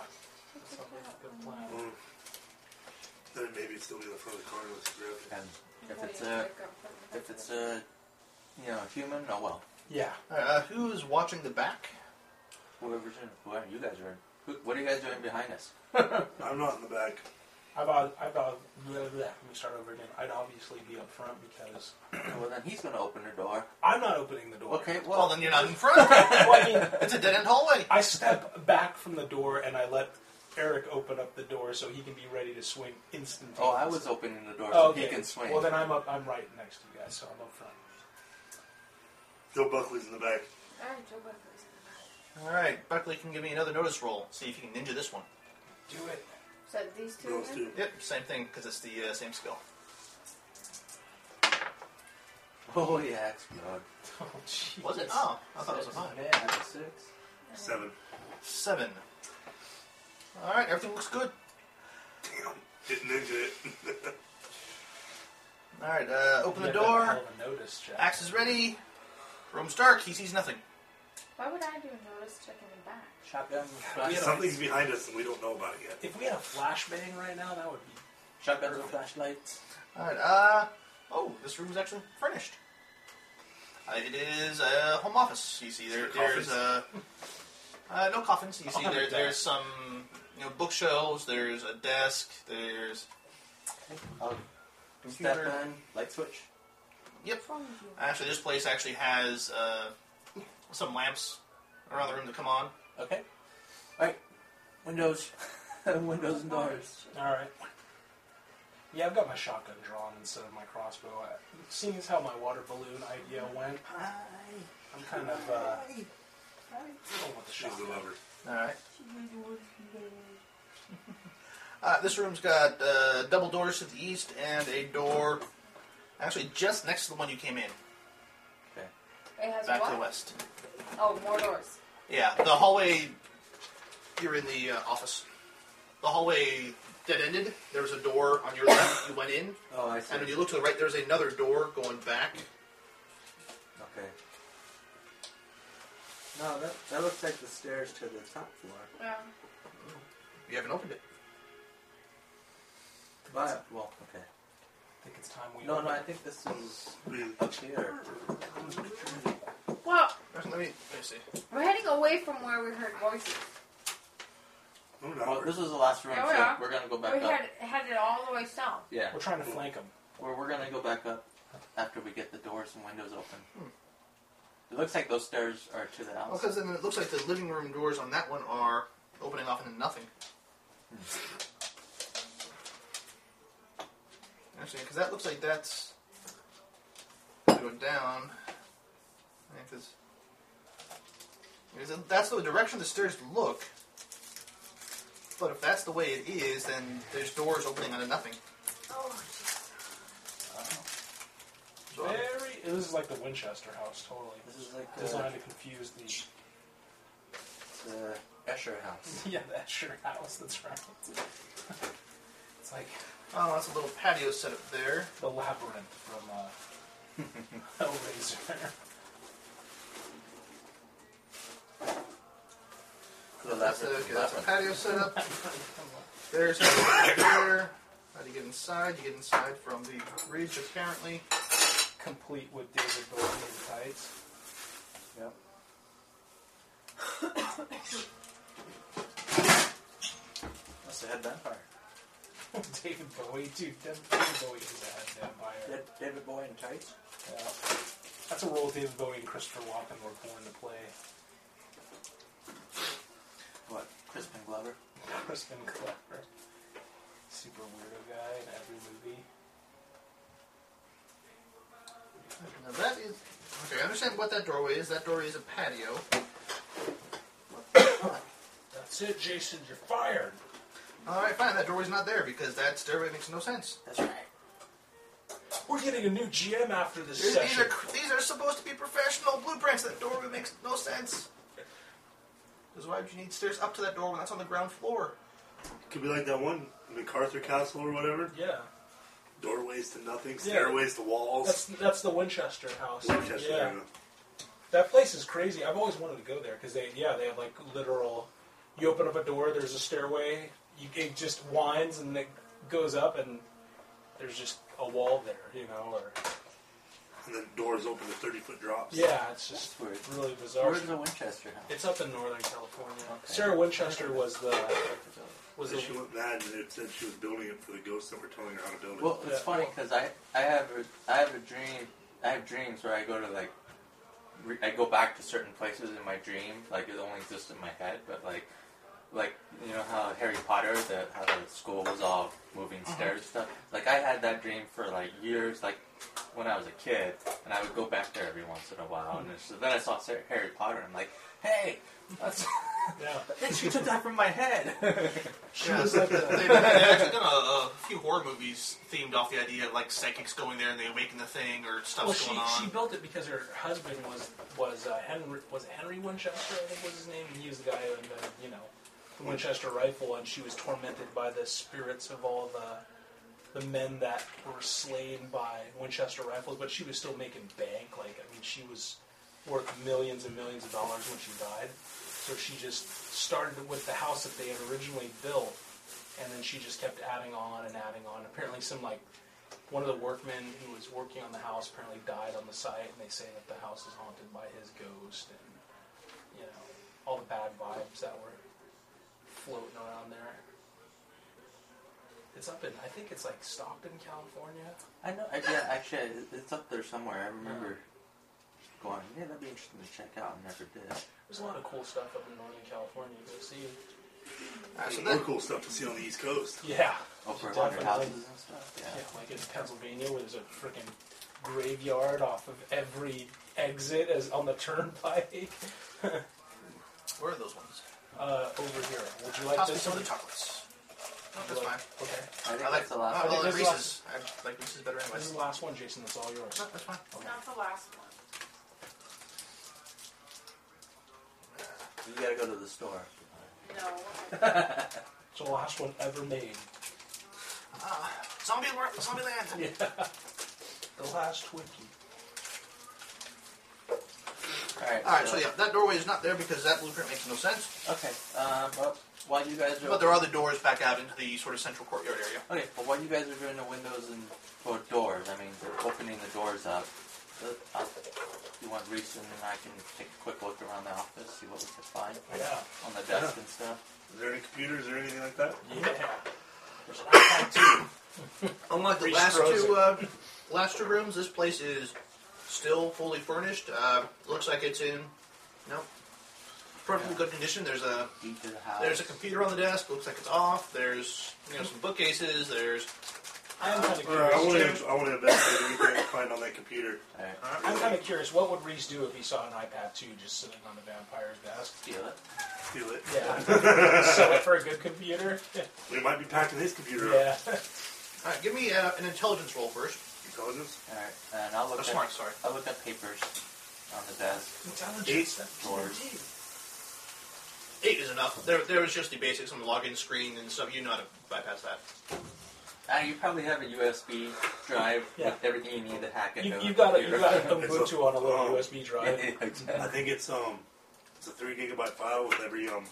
S1: That sounds like a good plan.
S2: Oh. Then maybe it's still in the front of the car unless you grab it.
S5: And if it's a if it's a you know human, oh well.
S1: Yeah.
S3: All right, uh, who's watching the back?
S5: Whoever's in, whoever you guys are in. Who, what are you guys doing behind us?
S2: I'm not in the back.
S1: I've ob- I've ob- blah, blah, blah. let me start over again. I'd obviously be up front because
S5: well, then he's going to open the door.
S1: I'm not opening the door.
S5: Okay,
S3: Well,
S5: well
S3: then you're not in front.
S1: Well, I mean,
S3: it's a dead end hallway.
S1: I step back from the door and I let Eric open up the door so he can be ready to swing instantaneously.
S5: Oh, I was opening the door so
S1: Oh, okay.
S5: he can swing.
S1: Well, then I'm up. I'm right next to you guys, so I'm up front.
S2: Joe Buckley's in the back.
S4: Alright, Joe Buckley's.
S3: All right, Buckley can give me another notice roll. See if you can ninja this one.
S1: Do it.
S4: Is that these two?
S2: Those
S4: again?
S2: two.
S3: Yep, same thing because it's the uh, same skill.
S5: oh yeah, explode.
S1: Oh, jeez.
S3: Was it? Oh, I thought it was a five.
S5: Man, that's a six.
S2: Seven.
S3: Seven. All right, everything looks good.
S2: Damn. Didn't ninja it.
S3: All right, uh, open the
S1: You have that
S3: door.
S1: hell of a Notice, Jack.
S3: Axe is ready. Room's dark. He sees nothing.
S4: Why would I do a notice check in the back?
S1: You
S5: Shotgun.
S1: know-
S5: Flash,
S2: Something's behind us and we don't know about it yet.
S1: if we had a flashbang right now, that would be.
S5: shotguns and flashlights.
S3: All right. Uh, oh, this room's actually furnished. Uh, it is a home office. You see, there,
S2: Coffins?
S3: there's uh, uh, no coffins. You see,
S1: Oh,
S3: there,
S1: yeah.
S3: there's some you know bookshelves. There's a desk. There's
S5: I'll step
S3: computer.
S5: in. Um, Light switch.
S3: Yep.
S4: What's wrong with you?
S3: Actually, this place actually has uh, some lamps around the room to come on.
S5: Okay. All right. Windows. Windows and doors.
S1: All right. Yeah, I've got my shotgun drawn instead of my crossbow. I, seeing as how my water balloon idea went, I'm kind of uh,
S2: I don't want the sugar lover.
S3: All right. Uh, this room's got uh, double doors to the east and a door, actually just next to the one you came in,
S4: It has
S3: back
S4: what?
S3: to the west.
S4: Oh, more doors.
S3: Yeah, the hallway. You're in the uh, office. The hallway dead ended. There was a door on your left. You went in,
S5: Oh, I see.
S3: and when you look to the right, there's another door going back.
S5: Okay. No, that, that looks like the stairs to the top floor.
S4: Yeah.
S3: You haven't opened it.
S5: But, well, okay.
S1: I think it's time we.
S5: No, no, I think this is up here.
S4: Well,
S3: Let me, let me see.
S4: we're heading away from where we heard voices.
S2: No,
S5: Well,
S2: no.
S5: this is the last room,
S4: Oh,
S5: so
S4: yeah.
S5: we're gonna go
S4: We
S5: back up.
S4: had headed all the way south.
S5: Yeah,
S1: We're trying to flank them.
S5: we're, we're gonna go back up after we get the doors and windows open.
S3: Hmm.
S5: It looks like those stairs are to the
S3: Well,
S5: house.
S3: because Oh, then it looks like the living room doors on that one are opening off into nothing. Actually, because that looks like that's going down. I think this. because if That's the direction the stairs look. But if that's the way it is, then there's doors opening onto nothing.
S4: Oh,
S3: So I'm-
S1: Very. This is like the Winchester house, totally.
S5: This is like
S1: Designed
S5: the,
S1: to confuse the.
S5: the Escher house.
S1: Yeah, that sure house. That's right. It's like
S3: oh, that's a little patio set up there.
S1: the labyrinth from uh, Hellraiser.
S5: The
S3: That's a,
S5: labyrinth-
S3: okay, that's a
S5: labyrinth.
S3: patio set up. There's a door. How do you get inside? You get inside from the ridge, apparently.
S1: Complete with David Bowie in tights.
S5: Yep. Must have had vampire.
S1: David Bowie, dude. David Bowie is a head vampire.
S5: Dead- David Boy in tights.
S1: Yeah. That's a role David Bowie and Christopher Walken were born to play.
S5: What? Crispin Glover.
S1: Crispin Glover. Super weirdo guy in every movie.
S3: Now that is okay. I understand what that doorway is. That doorway is a patio.
S1: That's it, Jason. You're fired.
S3: All right, fine. That doorway's not there because that stairway makes no sense.
S5: That's right.
S1: We're getting a new GM after this
S3: These, these
S1: session.
S3: are these are supposed to be professional blueprints. That doorway makes no sense. Because why would you need stairs up to that door when that's on the ground floor?
S2: Could be like that one MacArthur Castle or whatever.
S1: Yeah,
S2: Doorways to nothing, stairways to
S1: that's
S2: walls.
S1: that's the Winchester house.
S2: Winchester.
S1: yeah, that place is crazy. I've always wanted to go there because they, yeah, they have like literal. You open up a door, there's a stairway. You, it just winds and it goes up, and there's just a wall there, you know. Or
S2: And then doors open to 30 foot drops.
S1: yeah, it's just
S5: That's weird.
S1: really bizarre.
S5: Where's the Winchester house?
S1: It's up in Northern California.
S5: Okay.
S1: Sarah Winchester was the was
S2: So
S1: the
S2: she went mad and it said she was building it for the ghosts that were telling her how to build it.
S5: Well,
S1: Yeah.
S5: it's funny 'cause funny because I I have a, I have a dream. I have dreams where I go to like re- I go back to certain places in my dream. Like it only exists in my head, but like like you know how Harry Potter the how the school was all moving stairs and stuff. Like I had that dream for like years. Like when I was a kid, and I would go back there every once in a while. And so then I saw Sar- Harry Potter, and I'm like, hey. That's,
S1: yeah.
S5: she took that from my head.
S1: She was like the,
S3: They've, they've actually done a, a few horror movies themed off the idea of like psychics going there and they awaken the thing or stuff's
S1: well, she,
S3: going on.
S1: she built it because her husband was was uh, Henry was it Henry Winchester I think was his name, and he was the guy who invented you know
S3: Hmm.
S1: the Winchester rifle, and she was tormented by the spirits of all the the men that were slain by Winchester rifles, but she was still making bank. Like I mean, she was worth millions and millions of dollars when she died. So she just started with the house that they had originally built, and then she just kept adding on and adding on. Apparently, some like one of the workmen who was working on the house apparently died on the site, and they say that the house is haunted by his ghost, and you know all the bad vibes that were floating around there. It's up in, I think it's like Stockton, California.
S5: I know. I, yeah, actually, it- it's up there somewhere. I remember going. Yeah, that'd be interesting to check out. I never did.
S1: There's a lot of cool stuff up in Northern California. You go see.
S3: Alright, so
S2: Some
S3: that-
S2: more cool stuff to see on the East Coast.
S1: Yeah.
S5: Over
S1: There's
S5: 100
S1: definitely-
S5: Oh, houses and stuff. Yeah.
S1: Yeah, like in Pennsylvania, where there's a freaking graveyard off of every exit as on the turnpike.
S3: Where are those ones?
S1: Uh, over here. Would you like
S3: Toss me
S1: this
S3: some of
S1: one?
S3: the chocolates. No,
S1: Would you
S3: that's
S1: like-
S3: fine.
S1: Okay.
S5: I think
S3: I like Oh,
S5: that's the last
S3: I
S1: one.
S3: like
S1: This is the
S3: Reese's. I like Reese's better
S1: This is
S3: anyways.
S1: the last one, Jason. It's all yours.
S3: No, that's fine.
S6: Not the last one.
S5: You gotta go to the store.
S6: No.
S1: It's the last one ever made.
S3: Ah, zombie, wor- zombie land.
S1: Yeah. The last wiki.
S5: Alright,
S3: All right, so yeah, that doorway is not there because that blueprint makes no sense.
S5: Okay, um, well, while you guys are.
S3: But there are the doors back out into the sort of central courtyard area.
S5: Okay, but while you guys are doing the windows and or doors, I mean, they're opening the doors up. Uh, I'll- you want Reese and I can take a quick look around the office, see what we can find
S1: Yeah.
S5: on the desk and stuff.
S2: Is there any computers or anything like that?
S1: Yeah.
S3: Unlike the
S1: Reese
S3: last
S1: throws
S3: two, uh, last two rooms, this place is still fully furnished. Uh, looks like it's in, no, perfectly
S5: Yeah.
S3: good condition. There's a
S5: Deep to the house.
S3: there's a computer on the desk. Looks like it's off. There's you know some bookcases. There's
S1: I'm kind of
S2: All right, I want
S1: curious.
S2: to. I want to investigate anything I can find on that computer.
S5: Alright,
S1: I'm kind of curious. What would Reese do if he saw an iPad 2 just sitting on the vampire's desk?
S5: feel it.
S2: Feel it.
S1: Yeah. Sell it for a good computer?
S2: We might be packing his computer up.
S1: yeah.
S3: all right. Give me uh, an intelligence roll first.
S2: Intelligence.
S5: Alright, and I'll
S3: Or
S5: look at
S3: smart, sorry.
S5: I'll look at papers on the desk.
S2: Eight.
S5: Doors.
S3: Eight is enough. There, there was just the basics on the login screen and stuff. You know how to bypass that.
S5: Ah, you probably have a USB drive
S1: Yeah.
S5: with everything you need to hack into.
S1: You,
S5: a
S1: you've got it.
S5: computer.
S1: You've got it
S2: It's
S1: Ubuntu
S2: a-
S1: on a little
S2: um,
S1: USB drive.
S2: I
S5: Exactly.
S2: think it's um, it's a three gigabyte file with every um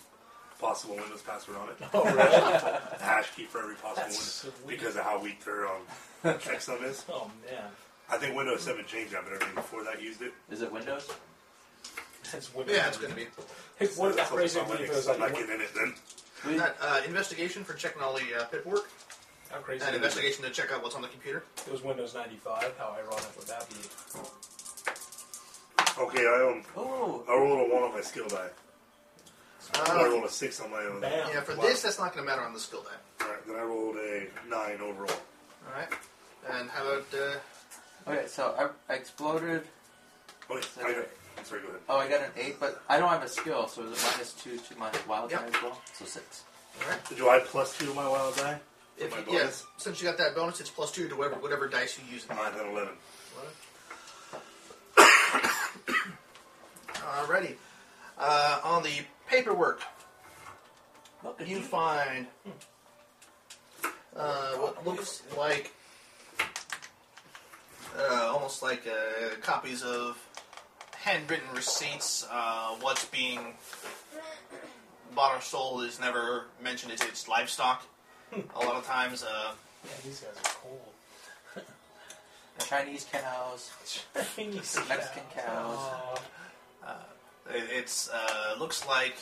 S2: possible Windows password on it.
S1: Oh, really?
S2: The hash key for every possible
S1: That's
S2: Windows
S1: sweet.
S2: because of how weak their um checksum is.
S1: Oh man,
S2: I think Windows 7 changed that, but everything before that used it.
S5: Is it Windows?
S1: that's women.
S3: Yeah, it's going to be.
S1: It
S2: So
S1: would
S2: that's
S1: crazy if
S2: what I'm
S1: it was
S2: I'm
S1: like
S2: not getting in it then.
S5: We-
S3: That, uh, investigation for checking all the uh, paperwork.
S1: how crazy
S3: And
S1: it was.
S3: investigation to check out what's on the computer.
S1: It was Windows 95. How ironic would that be?
S2: Okay, I um,
S5: Oh,
S2: I rolled a one on my skill die.
S3: Uh,
S2: I rolled a six on my own.
S1: Bam.
S3: Um, yeah, for
S2: Wow.
S3: this, that's not going to matter on the skill die.
S2: All right, then I rolled a nine overall.
S3: All right. And how about uh,
S5: okay. So I, I exploded.
S2: Okay, I know. I'm sorry. Go ahead.
S5: Oh, I got an eight, but I don't have a skill, so is it minus two to my wild
S3: Yep.
S5: die as well? So six.
S3: all right?
S2: Do I plus two to my wild die? For
S3: If
S2: my
S3: you, yeah,
S2: bonus?
S3: since you got that bonus, it's plus two to whatever, whatever dice you use. in the
S2: All right,
S3: end.
S2: then eleven.
S3: Alrighty. Uh, on the paperwork,
S5: Look
S3: you find uh, what looks like uh, almost like uh, copies of handwritten receipts. Uh, what's being bought or sold is never mentioned. It's, it's livestock. A lot of times, uh,
S1: Yeah, these guys are cool.
S5: Chinese cows.
S1: Chinese
S5: Mexican cows.
S1: Aw.
S3: it, it's uh, looks like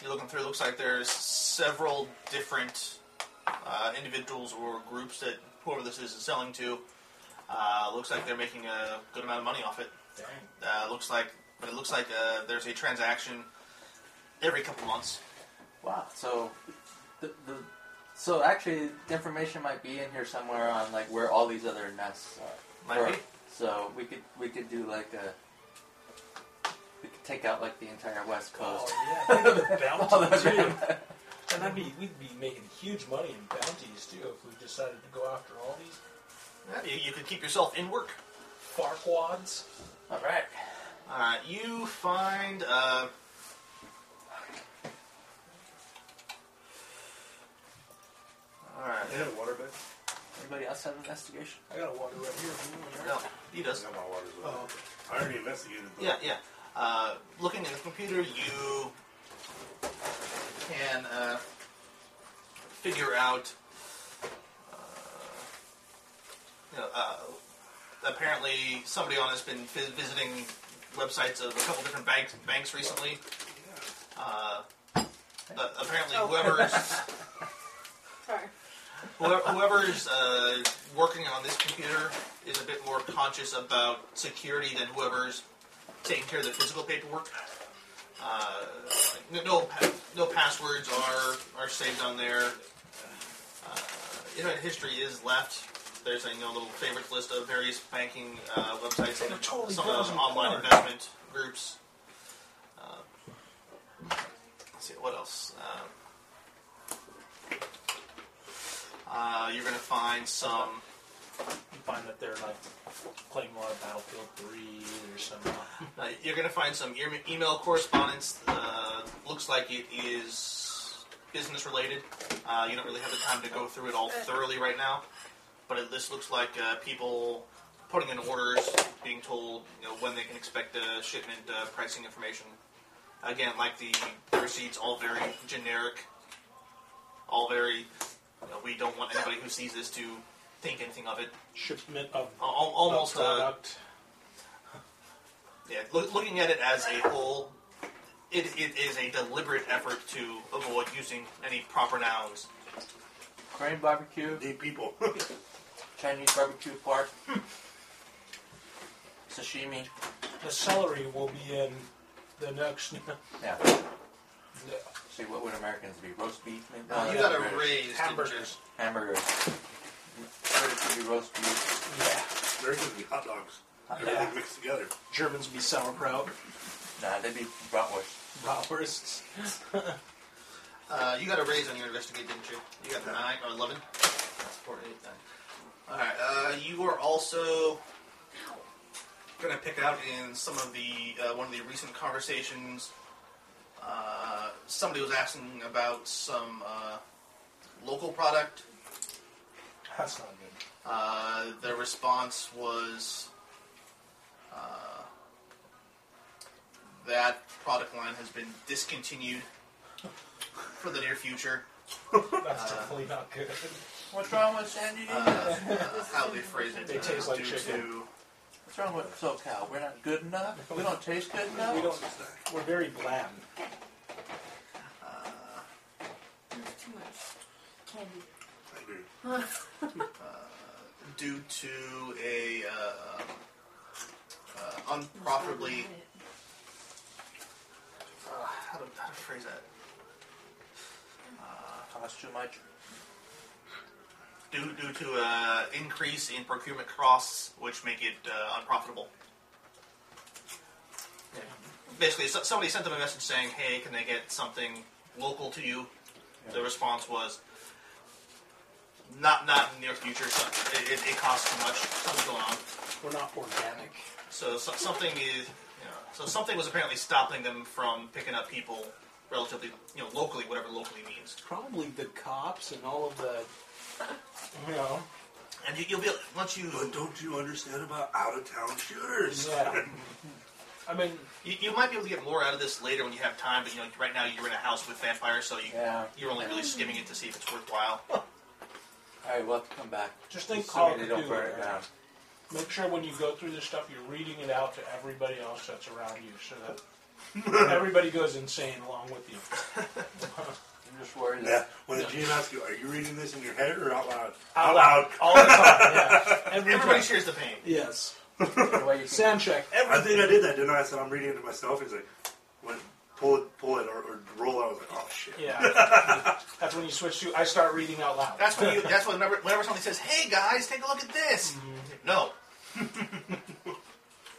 S3: you're looking through. Looks like there's several different uh, individuals or groups that whoever this is is selling to. Uh, looks like they're making a good amount of money off it.
S1: Dang.
S3: Uh, looks like, but it looks like uh, there's a transaction every couple months.
S5: Wow. So the, the so actually the information might be in here somewhere on like where all these other nests are.
S3: Might
S5: Or-
S3: be.
S5: So we could we could do like a we could take out like the entire west coast.
S1: Oh yeah, think of the bounty too. And I'd be, we'd be making huge money in bounties too if we decided to go after all these
S3: Yeah, You, you could keep yourself in work.
S1: farquads.
S5: all right.
S3: Uh, you find uh, all right.
S2: I have a water bed.
S5: Anybody else have an investigation?
S1: I got a water right here. if you want it.
S3: No, he
S2: I
S3: does.
S2: got my water as well.
S1: Oh,
S2: I already investigated. the-
S3: Yeah, yeah. Uh, looking at the computer, you can uh, figure out. Uh, you know, uh, apparently, somebody on has been vi- visiting websites of a couple different banks banks recently. Uh, uh, apparently,
S6: Oh.
S3: whoever's
S6: Sorry.
S3: whoever, whoever's uh, working on this computer is a bit more conscious about security than whoever's taking care of the physical paperwork. Uh, like, no, no, no passwords are are saved on there. Uh, internet history is left. There's a you know, little favorites list of various banking uh, websites and
S1: It totally
S3: some of
S1: blows
S3: those
S1: my
S3: online
S1: mind.
S3: investment groups. Uh, Let's see what else. Um, uh, you're gonna find some.
S1: You find that they're like playing a lot of Battlefield 3 or some. uh,
S3: Uh, you're going to find some e- email correspondence. Uh, looks like it is business related. Uh, you don't really have the time to go through it all thoroughly right now, but it, this looks like uh, people putting in orders, being told you know, when they can expect uh, shipment, uh, pricing information. Again, like the, the receipts, all very generic, all very. You know, we don't want anybody who sees this to think anything of it.
S1: Shipment of
S3: Al- al- Almost
S1: of
S3: uh,
S1: product.
S3: Yeah, look, looking at it as a whole, it, it is a deliberate effort to avoid using any proper nouns.
S5: Korean barbecue,
S2: Deep people.
S5: Chinese barbecue pork, hmm. sashimi.
S1: the celery will be in the next.
S5: Yeah.
S1: Yeah.
S5: See, what would Americans be? Roast beef, maybe?
S1: Uh,
S3: you got
S5: that's
S3: a
S5: British.
S3: raise. didn't
S1: Hamburgers.
S5: Hamburger. British would be roast beef.
S1: yeah.
S2: There's gonna be hot dogs. Everything
S1: Yeah.
S2: mixed together.
S1: Germans be sauerkraut.
S5: Nah, they'd be bratwurst.
S1: Bratwursts.
S3: you? Uh, you got a raise on your investigate, didn't you? You got a nine or eleven. Four, eight, nine. All right. Uh, you are also going to pick out in some of the uh, one of the recent conversations. Uh, somebody was asking about some uh, local product.
S1: That's not good.
S3: Uh, the response was uh, that product line has been discontinued for the near future.
S1: That's
S3: Uh,
S1: definitely not good.
S5: What's wrong with San Diego?
S3: Uh, uh, how they phrase it.
S1: They
S3: uh,
S1: taste like
S3: due
S1: chicken.
S5: What's wrong with SoCal? We're not good enough? We don't taste good enough?
S1: We don't. We're very bland.
S3: To, uh,
S4: There's too much candy.
S2: I agree.
S3: due to a uh, uh, unprofitably. Uh, how, to, how to phrase that?
S5: Cost too much.
S3: Due, due to uh, increase in procurement costs, which make it uh, unprofitable. basically so- somebody sent them a message saying, "Hey, can they get something local to you?" The response was, "Not, not in the near future. So it, it, it costs too much. Something's going on."
S1: We're not organic.
S3: So, so something is, you know, so something was apparently stopping them from picking up people relatively, you know, locally, whatever locally means.
S1: Probably the cops and all of the. You know.
S3: And you, you'll be once you,
S2: But don't you understand about out of town shooters?
S1: Yeah. I mean,
S3: you you might be able to get more out of this later when you have time. But you know, right now you're in a house with vampires, so you
S5: Yeah.
S3: you're only really skimming it to see if it's worthwhile.
S5: Alright, we'll have to come back.
S1: just think
S5: Assuming
S1: Call of
S5: they don't
S1: Cthulhu,
S5: burn it
S1: right?
S5: down.
S1: Make sure when you go through this stuff, you're reading it out to everybody else that's around you, so that everybody goes insane along with you.
S5: I'm just worried
S2: Yeah.
S5: that
S2: When the GM asks you, are you reading this in your head or out loud?
S1: Out loud, all the time. Yeah. Every
S3: Everybody
S1: time.
S3: shares the pain.
S1: Yes.
S5: the way you can
S1: Sound check.
S2: I
S1: Every.
S2: think I did that, didn't I? I said I'm reading it to myself. He's like, when pull it, pull it, or, or roll. it." I was like, oh shit.
S1: Yeah. That's when you switch to. I start reading out loud.
S3: That's when you. That's when whenever, whenever somebody says, "Hey guys, take a look at this." No,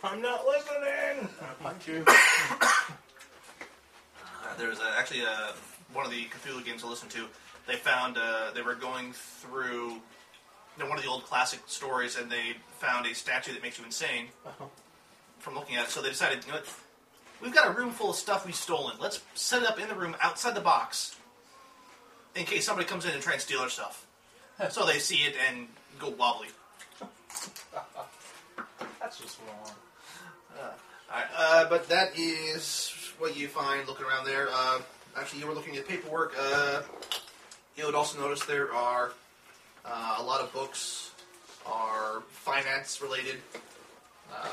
S1: I'm not listening.
S5: punch you.
S3: uh, there was uh actually uh one of the Cthulhu games I listened to. They found uh, they were going through you know, one of the old classic stories, and they found a statue that makes you insane from looking at it. So they decided, you know, what? we've got a room full of stuff we've stolen. Let's set it up in the room outside the box, in case somebody comes in and tries to steal our stuff. so they see it and go wobbly.
S1: That's just wrong.
S3: Alright, uh, but that is what you find looking around there. Uh, actually, you were looking at paperwork. Uh, you would also notice there are uh, a lot of books are finance related. Uh,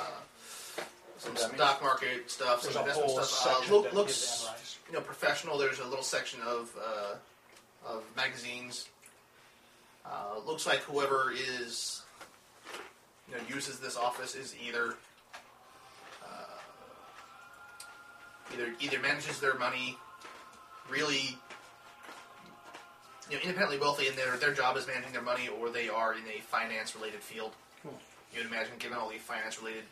S3: some
S5: That means-
S3: stock market stuff,
S1: There's
S3: some
S1: a
S3: investment
S1: whole
S3: stuff. Uh,
S1: section
S3: loo-
S1: that
S3: looks,
S1: gives analyze.
S3: you know, professional. There's a little section of uh, of magazines. Uh, looks like whoever is you know uses this office is either uh, either either manages their money really you know independently wealthy and their their job is managing their money or they are in a finance related field. You'd imagine given all the finance related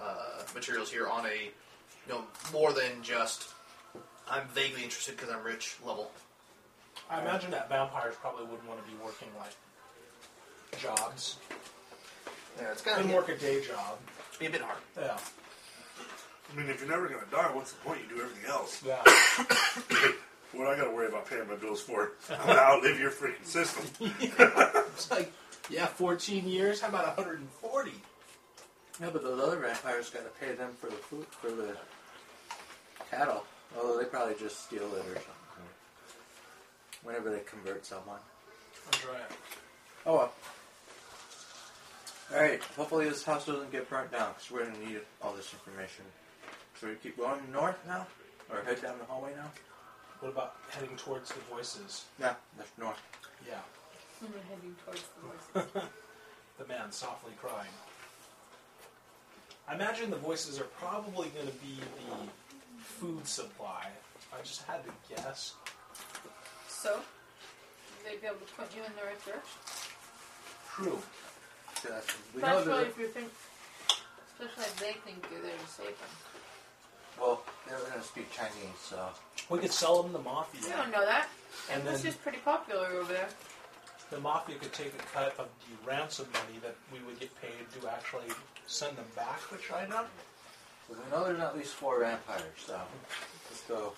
S3: uh, materials here on a you know more than just I'm vaguely interested because I'm rich level.
S1: I imagine that vampires probably wouldn't want to be working like jobs.
S3: Yeah, it's
S1: Couldn't
S3: gonna
S1: work a day job.
S3: be a bit hard.
S1: Yeah,
S2: I mean, if you're never gonna die, what's the point? You do everything else.
S1: yeah.
S2: What I gotta worry about paying my bills for? I'm gonna outlive your freaking system.
S1: it's like, yeah, 14 years. How about 140?
S5: Yeah, but those other vampires got to pay them for the food for the cattle. Although they probably just steal it or something. Whenever they convert someone.
S1: That's right.
S5: Oh well. All right. Hopefully this house doesn't get burnt down because we're gonna need all this information. Should we keep going north now, or head down the hallway now?
S1: What about heading towards the voices?
S5: Yeah, that's north.
S1: Yeah,
S4: I'm heading towards the voices.
S1: the man softly crying. I imagine the voices are probably going to be the food supply. If I just had to guess.
S4: so, they'd be able to point you in the right direction.
S1: True.
S5: So that's- we know
S6: Especially
S5: that.
S6: if you think
S4: Especially if they think you're there to save them.
S5: Well, they're gonna speak Chinese, so
S1: We could sell them the
S4: You
S1: mafia,
S4: don't know that.
S1: and
S4: This
S1: then
S4: is pretty popular over there.
S1: the mafia could take a cut of the ransom money that we would get paid to actually send them back to China.
S5: we know there's at least four vampires. So let's go.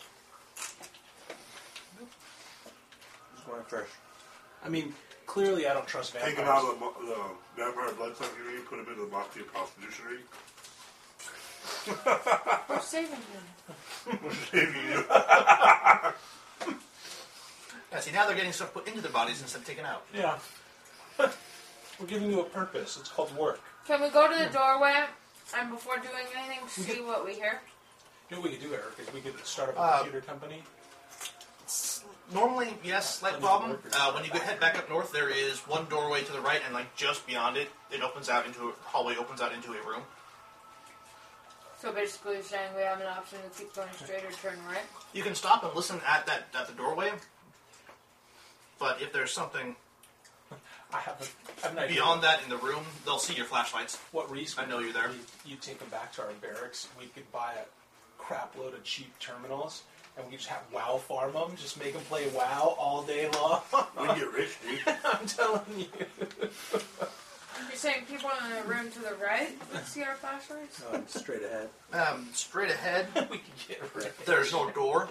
S5: Who's going first?
S1: I mean, clearly, I don't trust vampires.
S2: Take them out of the, mo- the vampire blood sucking ring, put them into the mafia prostitution ring.
S4: We're saving them.
S2: If you-
S3: Yeah, see, now they're getting stuff put into their bodies instead of taken out.
S1: Yeah. We're giving you a purpose. It's called work.
S4: Can we go to the doorway and before doing anything, see what we hear?
S1: You know what we could do, Eric, is we could start up a
S3: Uh,
S1: computer company.
S3: Normally, yes, slight
S1: Some
S3: problem.
S1: workers-
S3: Uh, when you head back up north, there is one doorway to the right, and like just beyond it, it opens out into a hallway, opens out into a room.
S4: So basically, you're saying we have an option to keep going straight or turn right.
S3: You can stop and listen at that at the doorway. But if there's something
S1: I have, a, I have an idea.
S3: beyond that in the room, they'll see your flashlights.
S1: what reason?
S3: I know you're there.
S1: We, you take them back to our barracks. We could buy a crap load of cheap terminals, and we just have WoW farm them. Just make them play WoW all day long.
S2: we get rich, dude.
S1: I'm telling you.
S4: You're saying people in the room to the right would see our flashlights?
S5: No, it's straight ahead.
S3: Um, straight ahead,
S1: we could get rid of
S3: there's no door.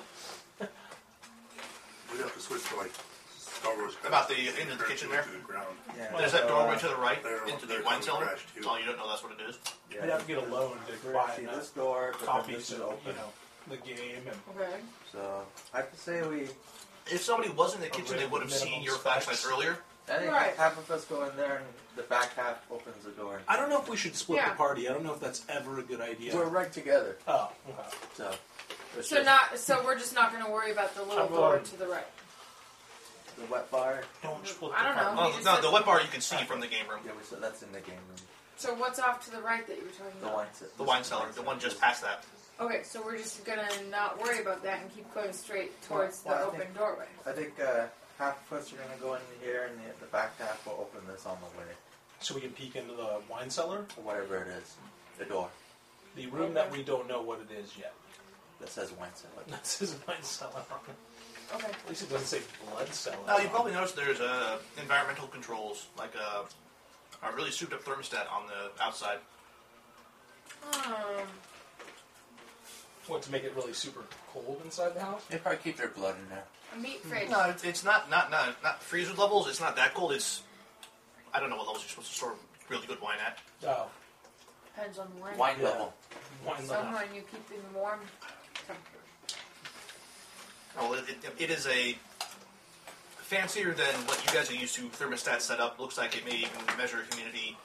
S2: We'd have to switch to like Star Wars.
S3: About the end of the kitchen there?
S2: To the ground.
S5: Yeah. uh,
S3: There's that doorway to the right
S2: They're-
S3: into the
S2: they're
S3: wine
S2: coming
S3: cellar.
S2: crashed, too.
S3: Oh, you don't know that's what it is.
S5: Yeah,
S1: We'd have to get a loan to
S5: we're
S1: buy
S5: gonna see
S1: enough
S5: this door, but then
S1: copies
S5: this
S1: of
S5: is
S1: you
S5: open.
S1: know the game and.
S4: Okay.
S5: So I have to say we.
S3: If somebody was in the
S1: A
S3: kitchen, they would
S1: minimum
S3: have seen your
S1: specs.
S3: flashlights earlier.
S5: I think
S4: Right.
S5: half of us go in there, and the back half opens the door.
S1: I don't know if we should split
S4: Yeah.
S1: the party. I don't know if that's ever a good idea.
S5: We're right together,
S1: oh, okay.
S5: so. it's
S4: So
S5: just
S4: not. So we're just not going to worry about the little
S1: I'm
S4: door
S1: going-
S4: to the right.
S5: the wet bar.
S1: Don't split
S4: I
S1: the party.
S4: don't know.
S3: Oh,
S4: just
S3: no,
S4: said-
S3: the wet bar you can see from the game room.
S5: Yeah, we said that's in the game room.
S4: So what's off to the right that you were talking
S5: The
S4: about?
S5: wine. ce-
S3: The wine cellar, the one just past that.
S4: Okay, so we're just gonna not worry about that and keep going straight towards
S5: Well,
S4: the
S5: I
S4: open
S5: think-
S4: doorway.
S5: I think uh, half of us are gonna go in here, and the, the back half will open this on the way,
S1: So we can peek into the wine cellar,
S5: or whatever it is, the door
S1: the room that we don't know what it is yet.
S5: that says wine cellar.
S1: That says wine cellar. on it.
S4: Okay.
S1: At least it doesn't say blood cellar.
S3: Now, Oh, you
S1: on
S3: probably
S1: it.
S3: noticed there's uh, environmental controls, like a, a really souped up thermostat on the outside.
S4: Um,
S1: what to make it really super cold inside the house.
S5: They probably keep their blood in there.
S4: a meat fridge.
S3: No, it's, it's not, not not not freezer levels. It's not that cold. It's I don't know what levels you're supposed to store really good wine at.
S1: Oh,
S4: Depends on where.
S5: Wine
S1: Yeah.
S5: level.
S1: wine cellar.
S4: Someone you keep in warm temperature.
S3: Well, it, it, it is a fancier than what you guys are used to thermostat setup. Looks like it may even measure humidity,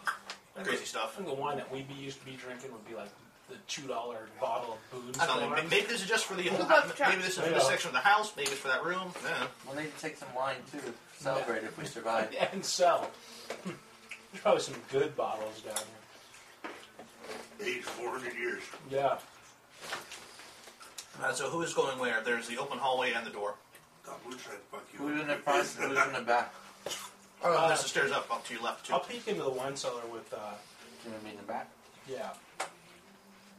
S3: crazy
S1: I
S3: stuff.
S1: think the wine that we be used to be drinking would be like the two dollar bottle of booze.
S3: I don't
S1: or
S3: know. may-
S1: whatever.
S3: Maybe this is just for the whole.
S4: about
S3: Maybe this is for
S1: Yeah.
S3: this section of the house. Maybe it's for that room. Yeah.
S5: We'll need to take some wine too. Celebrate if we survive.
S1: and sell. There's probably some good bottles down here.
S2: Age 400 years.
S1: Yeah.
S3: Uh, so who is going where? There's the open hallway and the door.
S2: God, we're trying to fuck you.
S5: Who's in the
S2: up.
S5: front? Who's in the back?
S3: Oh,
S1: Uh,
S3: there's the stairs up up to your left too.
S1: I'll peek into the wine cellar with, uh,
S5: Do you want me in the back?
S1: yeah.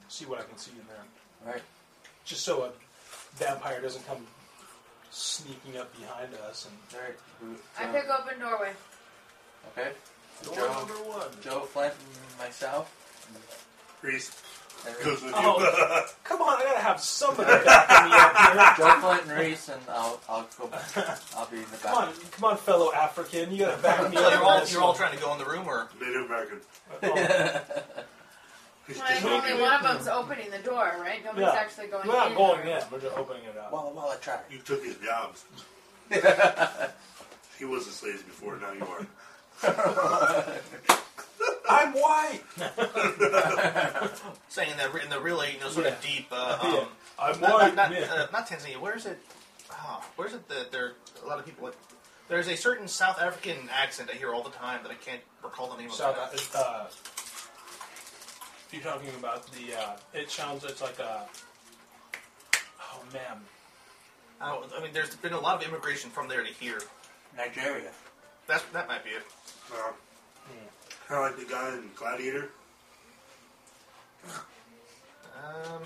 S1: See what I can see in there.
S5: All right.
S1: Just so a vampire doesn't come sneaking up behind us. And
S5: All right. who-
S4: I
S5: Joe-
S4: pick open doorway.
S5: Okay.
S2: Door
S5: Joe.
S2: number one.
S5: Joe, Flint, and myself.
S2: Reese
S5: and
S2: goes with
S1: Oh. come on, I gotta have somebody backing me up here.
S5: Joe, Flint, and Reese, and I'll, I'll go. I'll be in the back.
S1: Come on, come on, fellow African, you gotta back me
S3: So
S1: up.
S3: you're
S1: on
S3: all
S1: this
S3: you're all
S1: one.
S3: trying to go in the room, or
S2: you. Native American. He's
S4: Like,
S2: just
S4: only
S2: opening
S4: one
S2: it.
S4: of them's opening the door, right? Nobody's
S1: Yeah.
S4: actually going
S1: We're not
S4: in.
S1: going
S4: or-
S1: in. We're just opening it up.
S5: Walla Walla Track.
S2: You took his jobs. he was a slave before, now you are.
S1: I'm white.
S3: saying in the in the really you know sort of
S1: Yeah.
S3: deep. Uh,
S1: Yeah.
S3: um,
S1: I'm
S3: not,
S1: white.
S3: not, not,
S1: man.
S3: uh, not Tanzania. Where is it? Oh, where is it that there a lot of people? Like, there's a certain South African accent I hear all the time that I can't recall the name
S1: South,
S3: of. it.
S1: uh, you're talking about the. Uh, it sounds. It's like a. Oh man.
S3: I, Oh, I mean, there's been a lot of immigration from there to here.
S5: Nigeria.
S3: That's that might be it.
S2: Uh, kind of like the guy in Gladiator.
S3: Um,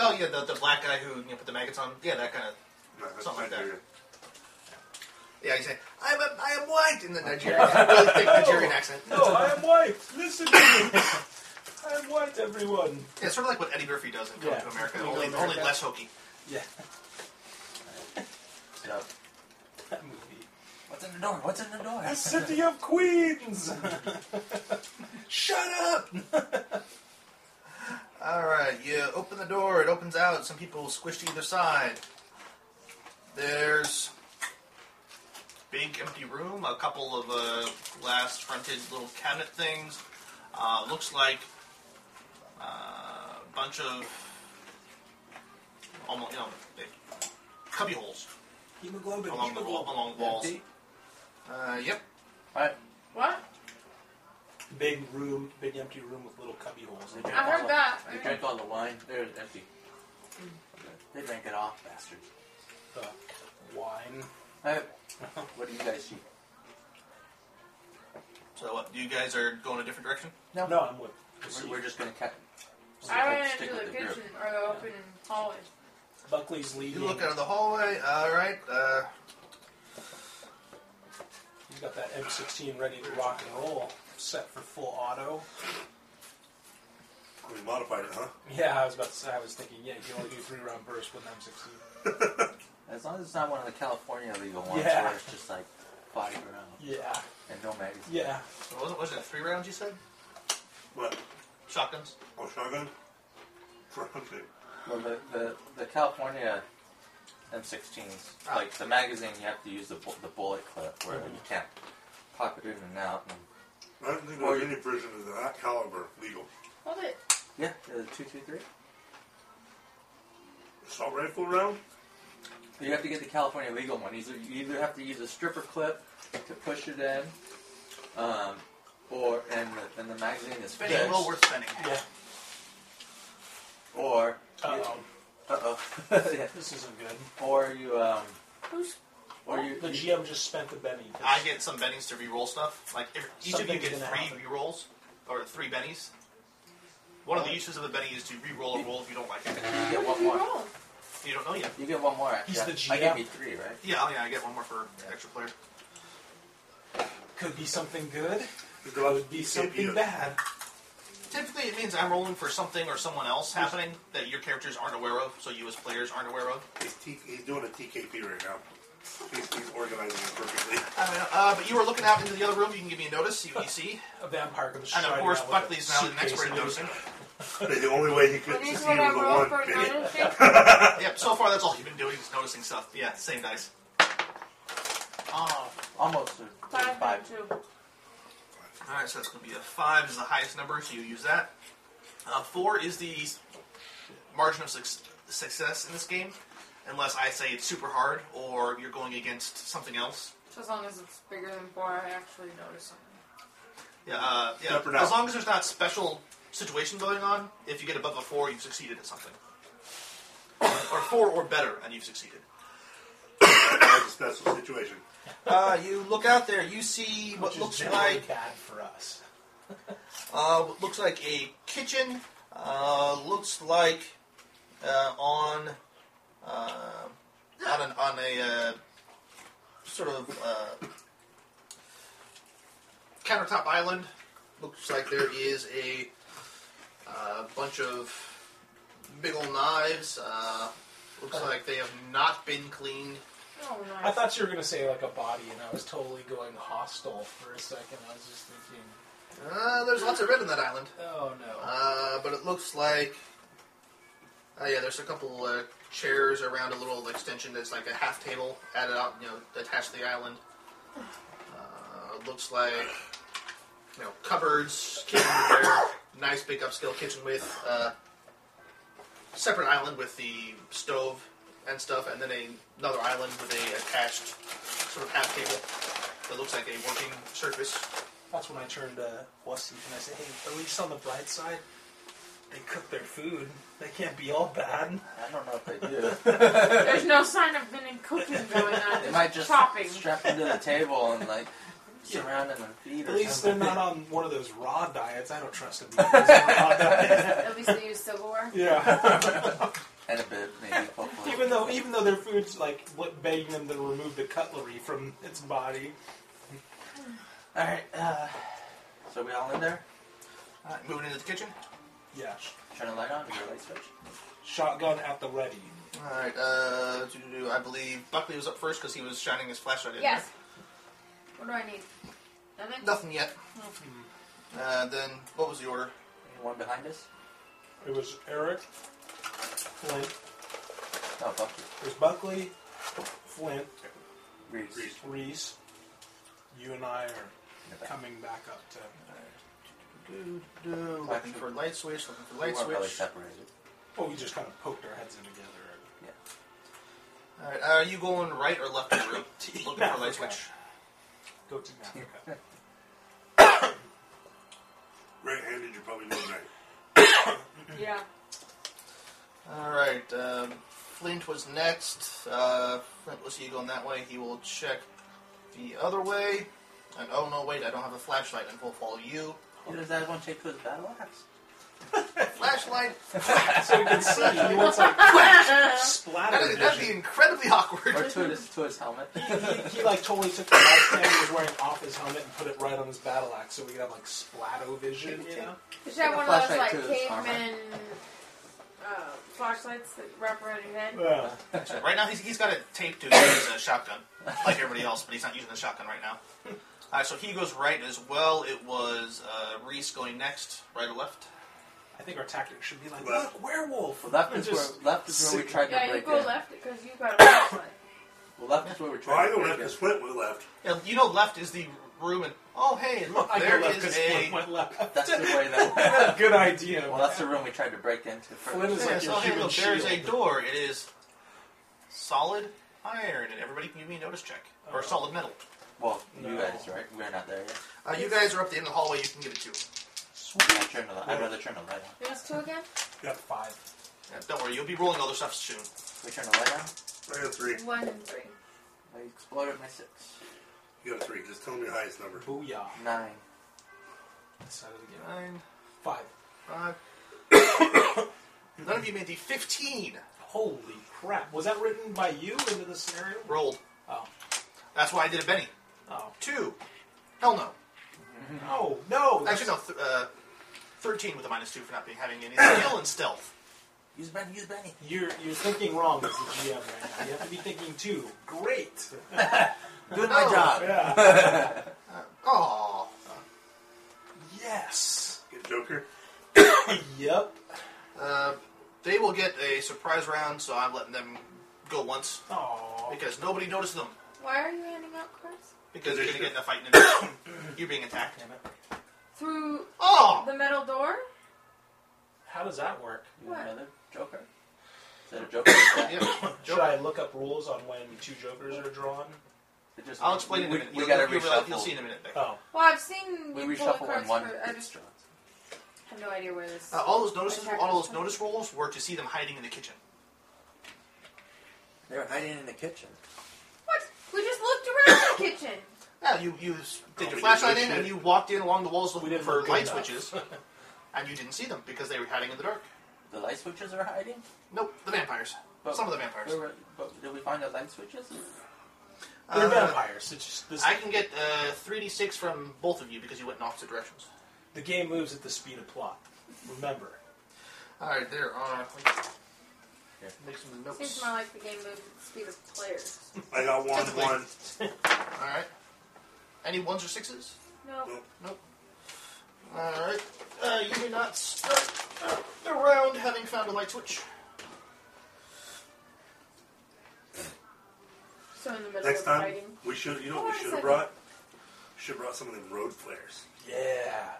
S3: oh yeah, the, the black guy who you know, put the maggots on. Yeah, that kind of.
S2: No, that's
S3: Something like that.
S2: Nigeria.
S3: Yeah, he's saying I'm a, I am white in the Nigerian, really thick Nigerian accent.
S1: No, I am white. Listen to me. I am white, everyone.
S3: Yeah, it's sort of like what Eddie Murphy does in Coming
S1: Yeah.
S3: to America,
S1: Coming to
S3: only only
S1: America.
S3: less hokey.
S1: Yeah.
S5: So,
S1: That movie.
S5: what's in the door? What's in the door?
S1: The city of Queens.
S3: Shut up! Alright, you open the door, it opens out, some people squish to either side. There's big empty room, a couple of uh, glass fronted little cabinet things. Uh, looks like uh, a bunch of almost, you know, big cubby holes
S1: Hemoglobin.
S3: along the wall, along the walls.
S5: Empty?
S3: Uh, yep.
S5: Alright.
S4: What?
S1: Big room, big empty room with little cubby holes.
S5: They
S1: in
S5: drank
S4: I heard
S5: all the-
S4: that.
S5: They drank all the wine. They're empty. They drank it off, bastards.
S1: The Uh, wine.
S5: Alright. What do you guys see?
S3: So what, you guys are going a different direction?
S1: No, no I'm with.
S5: We're, we're just gonna cut.
S4: I ran
S5: stick
S4: into the
S5: with the group.
S4: kitchen or the open hallway.
S1: Buckley's
S3: You
S1: leading.
S3: look out of the hallway, alright, uh,
S1: He's got that M16 ready to rock and roll, set for full auto.
S2: We modified it, huh?
S1: Yeah, I was about to say. I was thinking, yeah, you can only do three round bursts with an M16.
S5: As long as it's not one of the California legal ones
S1: Yeah.
S5: where it's just like five rounds
S1: Yeah,
S5: and no magazine.
S1: yeah.
S3: What was it? Was it three rounds? You said
S2: What?
S3: shotguns.
S2: Oh, shotgun? Shotgun.
S5: Well, the, the, the California M16s,
S3: Ah.
S5: like the magazine, you have to use the, bu- the bullet clip where you can't pop it in and out. And,
S2: I don't think
S5: Or
S2: there's any prison of that caliber legal.
S4: Hold it.
S5: yeah, the two two three.
S2: Assault rifle round?
S5: You have to get the California legal one. Either, you either have to use a stripper clip to push it in, um, or and the, and the magazine is
S3: Spending
S5: fixed,
S3: well worth spending.
S1: Yeah.
S5: or
S1: Uh-oh.
S5: oh, yeah.
S1: This isn't good.
S5: or you um,
S4: Who's
S5: or you,
S1: The
S5: you
S1: GM just spent the Benny. 'cause-
S3: I get some bennies to re-roll stuff. Like if, each of you
S1: Something's
S3: get
S1: gonna
S3: three
S1: happen.
S3: re-rolls or three bennies. One of the uses of a benny is to re-roll a roll if you don't like it.
S5: you
S4: what
S5: get
S4: did
S5: one
S4: you
S5: more.
S4: roll?
S3: You don't know yet.
S5: You get one more. Actually.
S1: He's the
S5: I
S1: GM.
S5: gave you three, right?
S3: Yeah, oh yeah, I get one more for extra player.
S1: Could be something good.
S2: It's
S1: That would be something bad.
S3: Typically, it means I'm rolling for something or someone else happening that your characters aren't aware of, so you as players aren't aware of.
S2: He's, t- he's doing a TKP right now. He's, he's organizing it perfectly.
S3: I don't know. Uh, but you were looking out into the other room. You can give me a notice. See what you see.
S1: A vampire comes
S3: And of
S1: striding
S3: course,
S1: out with a
S3: Buckley's now the next
S1: suitcase
S3: person
S1: and
S3: noticing.
S2: the only way he could
S4: What is
S2: succeed
S4: what I
S2: was a
S4: roll
S2: one.
S4: for
S2: Benny.
S4: noticing?
S3: Yep. So far, that's all you've been doing is noticing stuff. Yeah, same dice.
S1: Um,
S5: Oh, almost a-
S4: Five
S5: five.
S4: and two.
S3: All right, so that's going to be a five is the highest number, so you use that. Uh, four is the margin of suc success in this game, unless I say it's super hard or you're going against something else.
S4: So as long as it's bigger than four, I actually notice something.
S3: Yeah, uh, yeah.
S2: Up or down?
S3: As long as there's not special situation going on, if you get above a four, you've succeeded at something, or four or better, and you've succeeded.
S2: That was a special situation.
S3: Uh, you look out there, you see
S1: Which
S3: what
S1: is
S3: looks
S1: generally
S3: like
S1: bad for us.
S3: Uh, what looks like a kitchen. Uh, looks like uh, on uh, on an, on a uh, sort of uh, countertop island. Looks like there is a uh, bunch of big old knives. Uh, looks like they have not been cleaned.
S6: Oh, nice.
S1: I thought you were gonna say like a body, and I was totally going hostile for a second. I was just thinking,
S3: Uh, there's lots of red on that island.
S1: oh no.
S3: Uh, but it looks like. Oh yeah, there's a couple uh, chairs around a little extension that's like a half table added out, you know, attached to the island. Uh, looks like, you know, cupboards, kitchenware, nice big upscale kitchen with uh, separate island with the stove and stuff, and then a, another island with a attached sort of half table that looks like a working surface.
S1: That's when I turned to Westy and I said, hey, at least on the bright side, they cook their food. They can't be all bad.
S5: I don't know if they do.
S6: There's no sign of any cooking going on.
S5: they might just
S6: chopping.
S5: strap them to the table and like surround them and feed
S1: At
S5: or
S1: least they're
S5: something.
S1: not on one of those raw diets. I don't trust them. Raw diets.
S4: At least they use silverware.
S1: yeah.
S5: and a bit maybe hopefully.
S1: even though, even though their food's like what begging them to remove the cutlery from its body.
S5: All right. Uh, so we all in there?
S3: All right, uh, moving into the kitchen.
S1: Yeah.
S5: Turn the light on. Is there a light switch?
S1: Shotgun at the ready.
S3: Alright, uh, doo-doo-doo, I believe Buckley was up first because he was shining his flashlight in
S4: Yes. What do I need? Nothing?
S3: there. Nothing yet. Uh, then, what was the order?
S5: Anyone behind us?
S1: It was Eric, Flint, it
S5: No, fuck you.
S1: was Buckley, Flint,
S5: Reese.
S1: Reese. You and I are coming back up to.
S3: Doo-doo-doo, Looking for light switch, looking for
S5: We
S3: light
S5: weren't really
S3: switch.
S5: separated.
S1: Well, we just kind of poked our heads in together.
S3: Alright, uh, are you going right or left of the room? Looking for
S1: Africa.
S3: light switch.
S1: Go to Africa.
S2: Right-handed, you're probably doing right.
S6: Yeah.
S3: Alright, um, Flint was next. Uh, Flint was he going that way. He will check the other way. And oh no, wait, I don't have a flashlight and will follow you.
S5: Who does that one take to his battle axe?
S3: Flashlight?
S1: so we can see. He wants like splatter
S3: That'd, that'd be
S1: vision.
S3: incredibly awkward.
S5: Or to his, to his helmet?
S1: He, he like totally took the last hand he was wearing off his helmet and put it right on his battle axe, so we could have like splatto vision. You know?
S4: You should have
S5: a
S4: one of those
S5: flashlight
S4: like
S5: to this armor.
S4: caveman uh, flashlights that wrap around your head.
S1: Yeah.
S3: Right now, he's, he's got it taped to his uh, shotgun, like everybody else, but he's not using the shotgun right now. Alright, so he goes right as well. It was uh, Reese going next, right or left?
S1: I think our tactic should be like,
S2: Well-
S1: look, werewolf.
S5: Well, left
S1: And
S5: is where left is where we
S1: sit-
S5: tried to
S4: Yeah, you
S5: break
S4: go
S5: in.
S4: left because you got a flashlight.
S5: Well, left is where we
S2: Well, I
S5: tried
S2: go
S5: to
S2: left
S5: break
S2: because
S5: in.
S2: Flint went left.
S3: Yeah, you know, left is the room, and oh, hey, and look,
S1: I
S3: there
S1: go left
S3: is
S1: because
S3: a.
S1: Flint went left.
S5: That's the way that.
S1: Good idea.
S5: Well, that's the room we tried to break into.
S1: Flint
S5: First.
S1: is like
S3: Yes,
S1: your
S3: oh, hey,
S1: human
S3: look, there is a
S1: shield.
S3: door. It is solid iron, and everybody can give me a notice check. Or
S1: Oh.
S3: solid metal.
S5: Well, you
S1: No.
S5: guys, right? We're not there yet.
S3: Uh, you guys are up the end of the hallway, you can get it too.
S5: I turn the, I'd rather turn the light on.
S4: It was two again?
S1: Got five.
S3: Yeah, don't worry, you'll be rolling other stuff soon.
S5: We turn the light on.
S2: I got three.
S4: One and three.
S5: I exploded my six.
S2: You got three. Just tell me your highest number.
S1: Booyah.
S5: Nine.
S1: Let's try it again.
S3: Nine,
S1: Five.
S3: five. None of you made the 15
S1: Holy crap. Was that written by you into the scenario?
S3: rolled.
S1: Oh.
S3: That's why I did a Benny.
S1: Oh.
S3: Two. Hell no.
S1: No, no.
S3: Actually, no. Th- uh, Thirteen with a minus two for not being having any skill and stealth.
S5: Use Benny. Use Benny.
S1: You're you're thinking wrong as the GM right now. You have to be thinking two. Great.
S5: Doing my
S3: No.
S5: job.
S1: Yeah.
S3: Oh.
S1: yes.
S2: Get Joker.
S1: Yep.
S3: Uh, they will get a surprise round, so I'm letting them go once
S1: Oh.
S3: because nobody noticed them
S4: Why are you handing out cards?
S3: because they're gonna get in a fight and you're being attacked.
S1: Damn it.
S4: Through
S3: Oh.
S4: the metal door?
S1: How does that work?
S5: You want
S4: What?
S5: another Joker? Is that a Joker? Is that-
S3: Yeah.
S1: Should I look up rules on when two jokers are drawn?
S5: it just-
S3: I'll explain in a
S5: we,
S3: minute.
S5: We,
S3: you'll,
S5: gotta
S3: you'll, realize- you'll
S5: reshuffle.
S3: see in a minute. Vic.
S1: Oh.
S4: Well, I've seen
S5: we
S4: you pull the
S5: reshuffle
S4: cards
S5: when one
S4: for. I
S5: gets
S4: just
S5: drawn.
S4: have no idea where this.
S3: Uh, all those notices,
S4: Attack
S3: all
S4: this
S3: those
S4: one.
S3: notice rolls were to see them hiding in the kitchen.
S5: They're hiding in the kitchen.
S4: What? We just looked around the kitchen.
S3: Yeah, you you s- did
S2: Oh,
S3: your
S2: we
S3: flashlight
S2: didn't
S3: in
S2: see
S3: and
S2: it.
S3: you walked in along the walls
S1: We
S3: looking
S1: didn't
S3: for
S1: look good
S3: light
S1: enough.
S3: switches, and you didn't see them because they were hiding in the dark.
S5: The light switches are hiding.
S3: Nope, the vampires.
S5: But
S3: Some of the vampires.
S5: we were- but did we find the light switches?
S1: They're
S3: Uh,
S1: vampires. It's just this,
S3: I can get uh, 3d6 from both of you because you went in opposite directions.
S1: the game moves at the speed of plot. Remember,
S3: Alright, there are. Make some
S4: Seems
S3: notes.
S4: more like the game moves at the speed of players.
S2: I got one
S3: Typically.
S2: one.
S3: Alright. Any ones or sixes?
S4: No.
S3: Alright. Uh, you do not start uh, the round having found a light switch.
S6: So in the middle
S2: Next
S6: of
S2: time
S6: fighting.
S2: we should. You know
S4: Hold
S2: what
S4: on a
S2: we should have
S4: second.
S2: brought? Should have brought some of them road flares.
S1: yeah.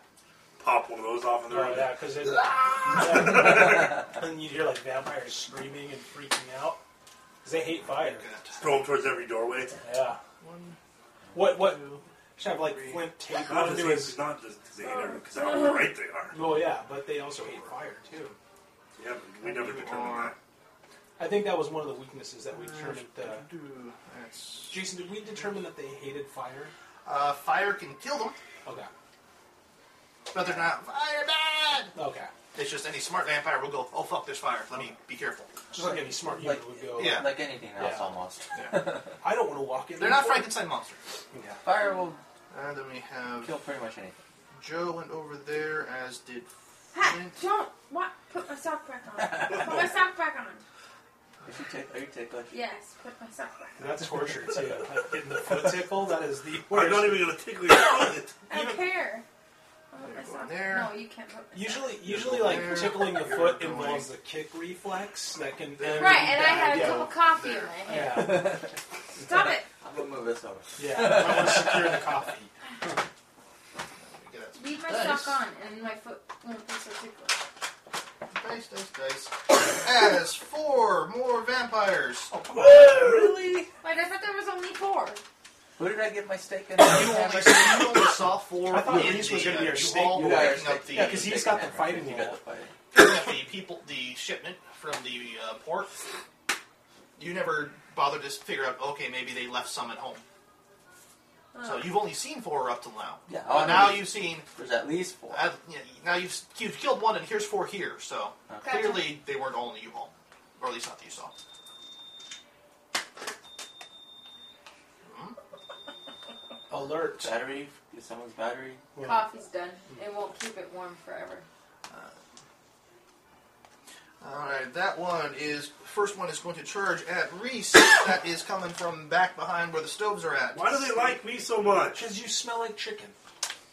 S2: Pop one of those off in the
S1: Oh,
S2: road.
S1: yeah, because it. Yeah. and you hear like vampires screaming and freaking out because they hate fire.
S2: Throw them towards every doorway.
S1: Yeah.
S3: One,
S1: What? What?
S3: two.
S1: Should have like
S3: Three.
S1: flint tape
S2: Not
S1: onto his.
S2: just because not just 'cause they hate everyone, because how right they are.
S1: Well, yeah, but they also hate fire too.
S2: Yeah, but we never
S3: You
S2: determined
S3: are-
S2: that.
S1: I think that was one of the weaknesses that we determined. That,
S3: Do- Uh, that's-
S1: Jason, did we determine that they hated fire?
S3: Uh, fire can kill them,
S1: Okay.
S3: but they're not fire bad.
S1: Okay.
S3: It's just any smart vampire will go, oh fuck, there's fire. Let me be careful.
S1: Just like any smart human would go.
S3: Yeah.
S5: Like anything else,
S1: Yeah.
S5: almost.
S1: I don't want to walk in.
S3: They're
S1: there."
S3: not Frankenstein monsters.
S5: Fire will
S3: And Uh, then we have
S5: kill pretty much anything.
S3: Joe went over there, as did
S6: Ha!
S3: Flint.
S6: Don't what? Put my sock back on. Put my sock back on.
S5: If you take, are you ticklish?
S6: Yes, put my sock back.
S1: That's torture too. Like getting the foot tickle. That is the worst.
S2: I'm not even going to tickle your foot.
S6: I don't care. I want my
S3: There you go
S6: sock.
S3: in there.
S4: No, you can't put my sock.
S1: Usually, usually like tickling the foot
S3: You're
S1: involves the kick reflex that can.
S4: Right, and I had a
S1: yeah.
S4: cup of coffee in my hand.
S1: Yeah,
S6: Stop it.
S5: I'm gonna move this over.
S1: yeah. I want to secure the coffee.
S3: Get that
S4: Leave my
S3: Nice.
S4: sock on, and my foot won't be so ticklish.
S3: Dice, dice, dice. As four more vampires.
S1: Oh, Really?
S4: Like, I thought there was only four.
S5: Who did I get my steak in?
S3: You only, you only saw four
S1: I thought
S3: in
S1: Reese
S3: the,
S1: was gonna be
S3: uh,
S1: our
S3: U-Haul
S1: snake guy.
S5: You got your
S3: picking up
S5: steak.
S3: the,
S1: Yeah, 'cause he's got the fighting
S5: You got
S1: wall.
S5: the fighting.
S3: picking up the people, the shipment from the uh, port. You never bothered to figure out. Okay, maybe they left some at home. So
S4: Oh.
S3: you've only seen four up till now.
S5: Yeah,
S3: Well,
S5: I
S3: now
S5: know.
S3: you've seen.
S5: There's at least four.
S3: Uh, yeah, now you've you've killed one, and here's four here. So
S4: Oh,
S5: Okay.
S3: clearly they weren't all in the U-Haul, or at least not that you saw.
S1: Alert.
S5: Battery? Is someone's battery?
S4: Coffee's done. It won't keep it warm forever.
S3: All right, that one is first one is going to charge at Reese. that is coming from back behind where the stoves are at.
S2: Why do they like me so much?
S1: Because you smell like chicken.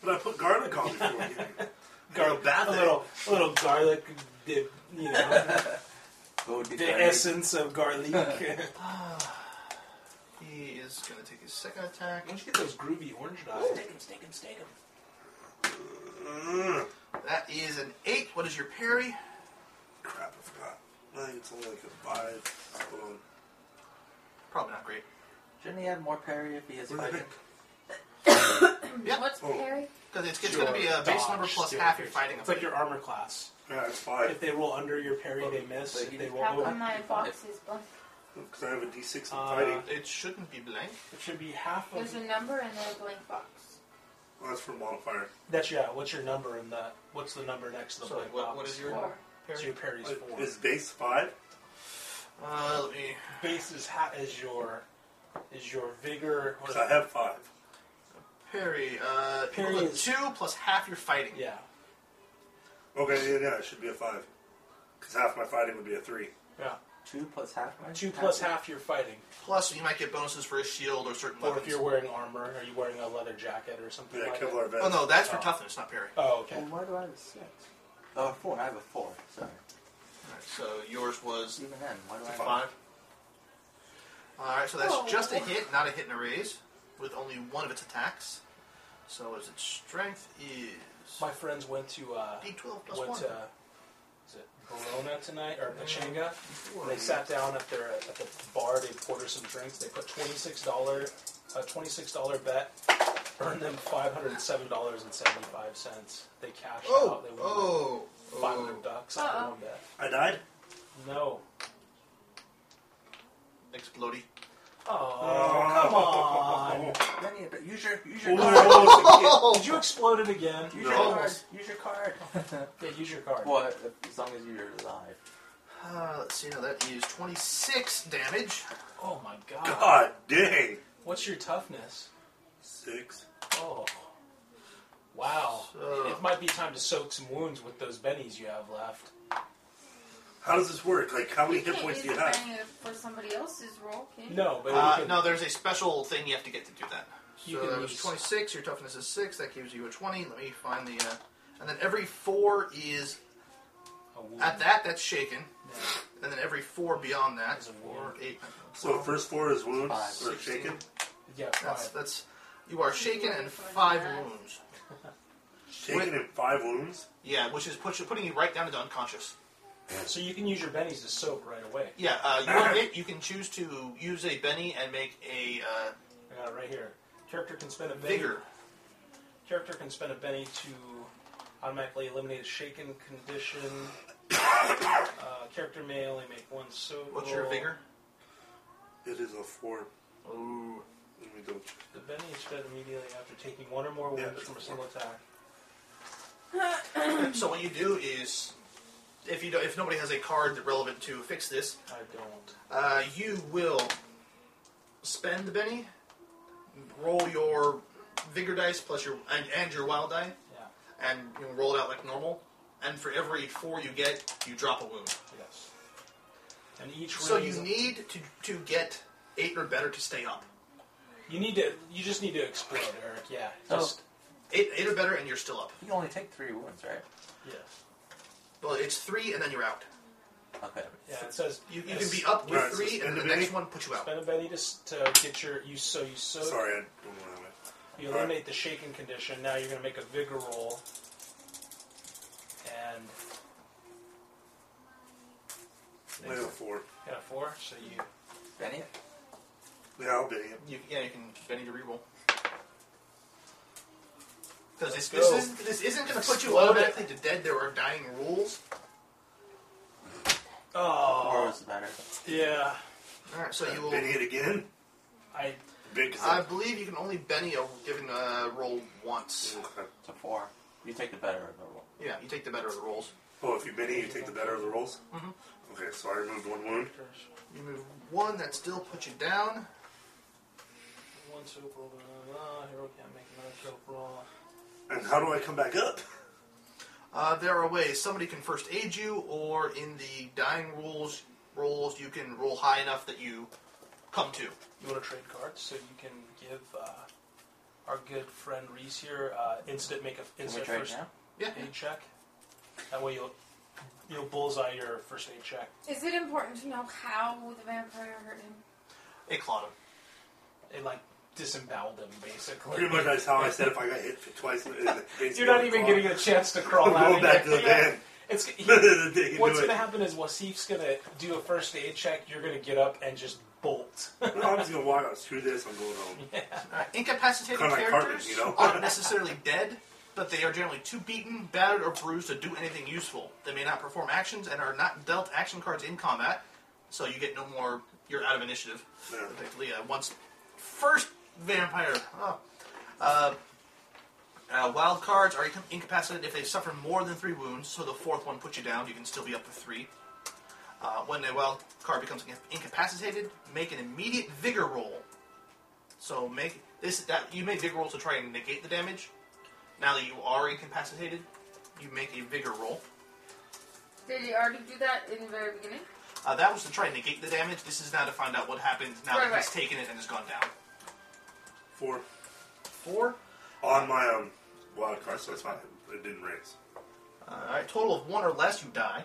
S2: But I put garlic on before we did.
S1: Garlic,
S2: bath
S1: a little, a little garlic dip. You know,
S5: Go to
S1: the essence of garlic. Why
S3: He is going to take his second attack.
S1: don't you get those groovy orange knives? Steak 'em, steak 'em, steak 'em.
S2: Mm,
S3: That is an eight. What is your parry?
S2: crap, I forgot. I think it's only like a five. Hold on.
S3: Probably not great.
S5: Shouldn't he have more parry if he is
S2: Where's my
S5: fighting?
S2: pick?
S3: Yeah.
S4: What's
S2: Oh.
S4: Perry?
S3: Because it's, it's going to be a
S1: Sure,
S3: base
S1: dodge,
S3: number plus
S1: steal.
S3: half your fighting.
S1: It's like your armor class.
S2: Yeah, it's
S1: If
S2: five.
S1: they roll under your parry, they miss. If they roll
S4: How
S1: over,
S4: come my box is blank?
S2: Because I have a d6 in
S1: Uh,
S2: fighting.
S3: It shouldn't be blank.
S1: it should be half
S4: There's
S1: of.
S4: a number and then a blank box.
S2: Well, that's for modifier.
S1: That's yeah. What's your number in the? What's the number next to the
S3: Sorry,
S1: black
S3: what-
S1: box?
S3: what is your-
S4: Four.
S1: So your parry's
S2: Like,
S1: four.
S2: Is base five?
S3: Uh, let me
S1: base is ha- is your is your vigor. What is
S2: Because I have five.
S3: parry. Uh,
S1: Parry
S3: equal to
S1: is-
S3: two plus half your fighting.
S1: Yeah.
S2: Okay, yeah, yeah, it should be a five. Because half my fighting would be a three.
S1: Yeah.
S5: Two plus half? my-
S1: Two plus half your fighting.
S3: Plus, you might get bonuses for his shield or certain
S1: Or if
S3: weapons.
S1: you're wearing armor, are you wearing a leather jacket or something
S2: Yeah,
S1: like that?
S2: Kevlar vest.
S3: Oh no, that's for
S1: Oh.
S3: toughness, not parry.
S1: Oh, okay.
S5: Well, why do I have a six? Oh, a four. I have a four. Sorry.
S3: Alright, so yours was
S1: Mm,
S5: Even then, why do I have
S3: five. All right, so that's
S4: Oh.
S3: just a hit, not a hit and a raise, with only one of its attacks. So its its strength is
S1: My friends went to uh,
S3: D12 plus
S1: went
S3: one.
S1: to is it Verona tonight or Pachanga?
S3: Four.
S1: And they sat down at their at the bar. They poured her some drinks. They put twenty six dollar a twenty six dollar bet. Earned them five hundred and seven dollars and seventy five cents. They cashed
S3: Oh,
S1: out. They won
S3: oh, oh.
S1: five hundred bucks on
S4: Uh-oh.
S1: one bet.
S2: I died?
S1: No.
S3: Explodey.
S1: Oh, come on.
S5: five? Then you have to- Use your, use your card.
S2: Oh,
S1: Did you explode it again?
S5: Use your
S2: No.
S5: card. Use your card.
S1: Yeah, use your card.
S5: well, as long as you're alive.
S3: Uh, let's see. Now that is 26 damage.
S1: Oh my god.
S2: God dang.
S1: What's your toughness?
S2: Six.
S1: Oh. Wow.
S3: So-
S1: It might be time to soak some wounds with those bennies you have left.
S2: How does this work? Like, how many
S4: You
S2: hit
S4: can't
S2: points
S4: use
S2: do you
S4: the
S2: have?
S4: thing for somebody else's roll, can you?
S1: No, but
S3: Uh,
S1: you can,
S3: no, there's a special thing you have to get to do that.
S1: You
S3: so
S1: can
S3: that was
S1: use-
S3: 26. Your toughness is six. That gives you a 20. Let me find the. Uh, and then every four is
S1: a wound.
S3: at that. That's shaken.
S1: No.
S3: And then every four beyond that
S1: Is
S3: is
S1: a
S3: a
S1: wound.
S3: eight.
S2: So first four is wounds
S5: Five,
S2: or
S3: sixteen.
S2: shaken.
S1: Yeah,
S3: That's
S1: five.
S3: that's you are shaken and five wounds.
S2: Shaken and five wounds.
S3: Yeah, which is push, putting you right down into unconscious.
S1: So you can use your bennies to soak right away.
S3: Yeah, uh, you, are it, you can choose to use a Benny and make a uh,
S1: I got it right here. Character can spend a benny.
S3: Vigor.
S1: Character can spend a benny to automatically eliminate a shaken condition. uh, character may only make one soak.
S3: What's your
S1: roll.
S3: Vigor?
S2: It is a four.
S3: Ooh.
S2: Let me go.
S1: The benny is fed immediately after taking one or more
S2: Yeah,
S1: wounds
S2: that's
S1: from a
S2: a
S1: single attack.
S3: So what you do is, if you do, if nobody has a card that relevant to fix this,
S1: I don't.
S3: uh, you will spend the Benny, roll your Vigor dice plus your and, and your Wild die,
S1: Yeah.
S3: and you roll it out like normal. And for every four you get, you drop a wound.
S1: Yes. And each
S3: So
S1: raise-
S3: you need to, to get eight or better to stay up.
S1: you need to you just need to explode, Eric. Yeah.
S5: So-
S1: Just
S3: Eight, eight or better, and you're still up.
S5: You can only take three wounds, right?
S1: yeah.
S3: Well, it's three, and then you're out.
S5: Okay.
S1: Yeah. It says
S3: You, you
S1: yes.
S3: can be up with
S2: Right, so
S3: three, and
S2: spend
S3: then
S2: a
S3: the next
S2: Benny.
S3: one puts you out.
S1: Spend a benny to, s- to get your you so you soak.
S2: Sorry, I don't know how it.
S1: You eliminate the shaken condition. Now you're going to make a vigor roll. And
S2: I have a four.
S1: got a four, so you
S5: Benny?
S2: Yeah, I'll be in.
S3: You, yeah, you can Benny to reroll. Because this,
S1: Let's
S3: this,
S1: go.
S3: is, this isn't going to put you
S1: Explode it.
S3: automatically to dead. There are dying rules.
S5: Four
S1: oh
S5: was better.
S1: yeah.
S3: All right, so you will.
S2: Uh, Benny it again.
S1: I
S2: Big. as
S3: I
S2: a-
S3: believe you can only Benny a given uh, roll once.
S2: Okay.
S5: So four. You take the better of the roll.
S3: Yeah, you take the better of the rolls.
S2: Oh, if you Benny, you take the better of the rolls.
S3: Mhm.
S1: Mm-hmm.
S2: Okay, so I removed one wound.
S3: You move one, that still puts you down.
S1: one soap roll. Blah, blah, blah. Hero can't make another soap roll.
S2: And how do I come back up?
S3: Uh, there are ways. Somebody can first aid you, or in the dying rules rolls, you can roll high enough that you come to.
S1: You want to trade cards, so you can give uh, our good friend Reese here uh, instant make a
S5: Can we
S1: instant
S5: trade
S1: first
S5: now?
S3: Yeah.
S2: Mm-hmm.
S1: aid check. That way you'll you'll bullseye your first aid check.
S6: Is it important to know how the vampire hurt him?
S3: It clawed him.
S1: It like disemboweled him basically.
S2: Pretty much that's how I said if I got hit twice. You're
S1: You're not even getting a chance to crawl out.
S2: I'm going back to the
S1: Yeah.
S2: van.
S1: It's
S2: The day you
S1: what's going
S2: do it.
S1: to happen is Wasif's going to do a first aid check. You're going to get up and just bolt.
S2: No, I'm just gonna walk out. Screw this. I'm going home.
S3: Uh, incapacitated
S2: Kinda like
S3: characters
S2: Cartman, you know?
S3: aren't necessarily dead, but they are generally too beaten, battered, or bruised to do anything useful. They may not perform actions and are not dealt action cards in combat, so you get no more. You're out of initiative.
S2: Yeah.
S3: Effectively, uh, once first vampire. Oh. Uh, uh, wild cards are inca- incapacitated if they suffer more than three wounds, so the fourth one puts you down. You can still be up to three. Uh, when a wild card becomes inca- incapacitated, make an immediate vigor roll. So make this that you make vigor rolls to try and negate the damage. Now that you are incapacitated, you make a vigor roll.
S4: Did he already do that in the very beginning?
S3: Uh, that was to try and negate the damage. This is now to find out what happens now
S4: Right,
S3: that he's
S4: right.
S3: taken it and has gone down.
S2: Four
S3: Four.
S2: on my um wild card, so it's fine. It didn't raise.
S3: All right. Total of one or less, you die.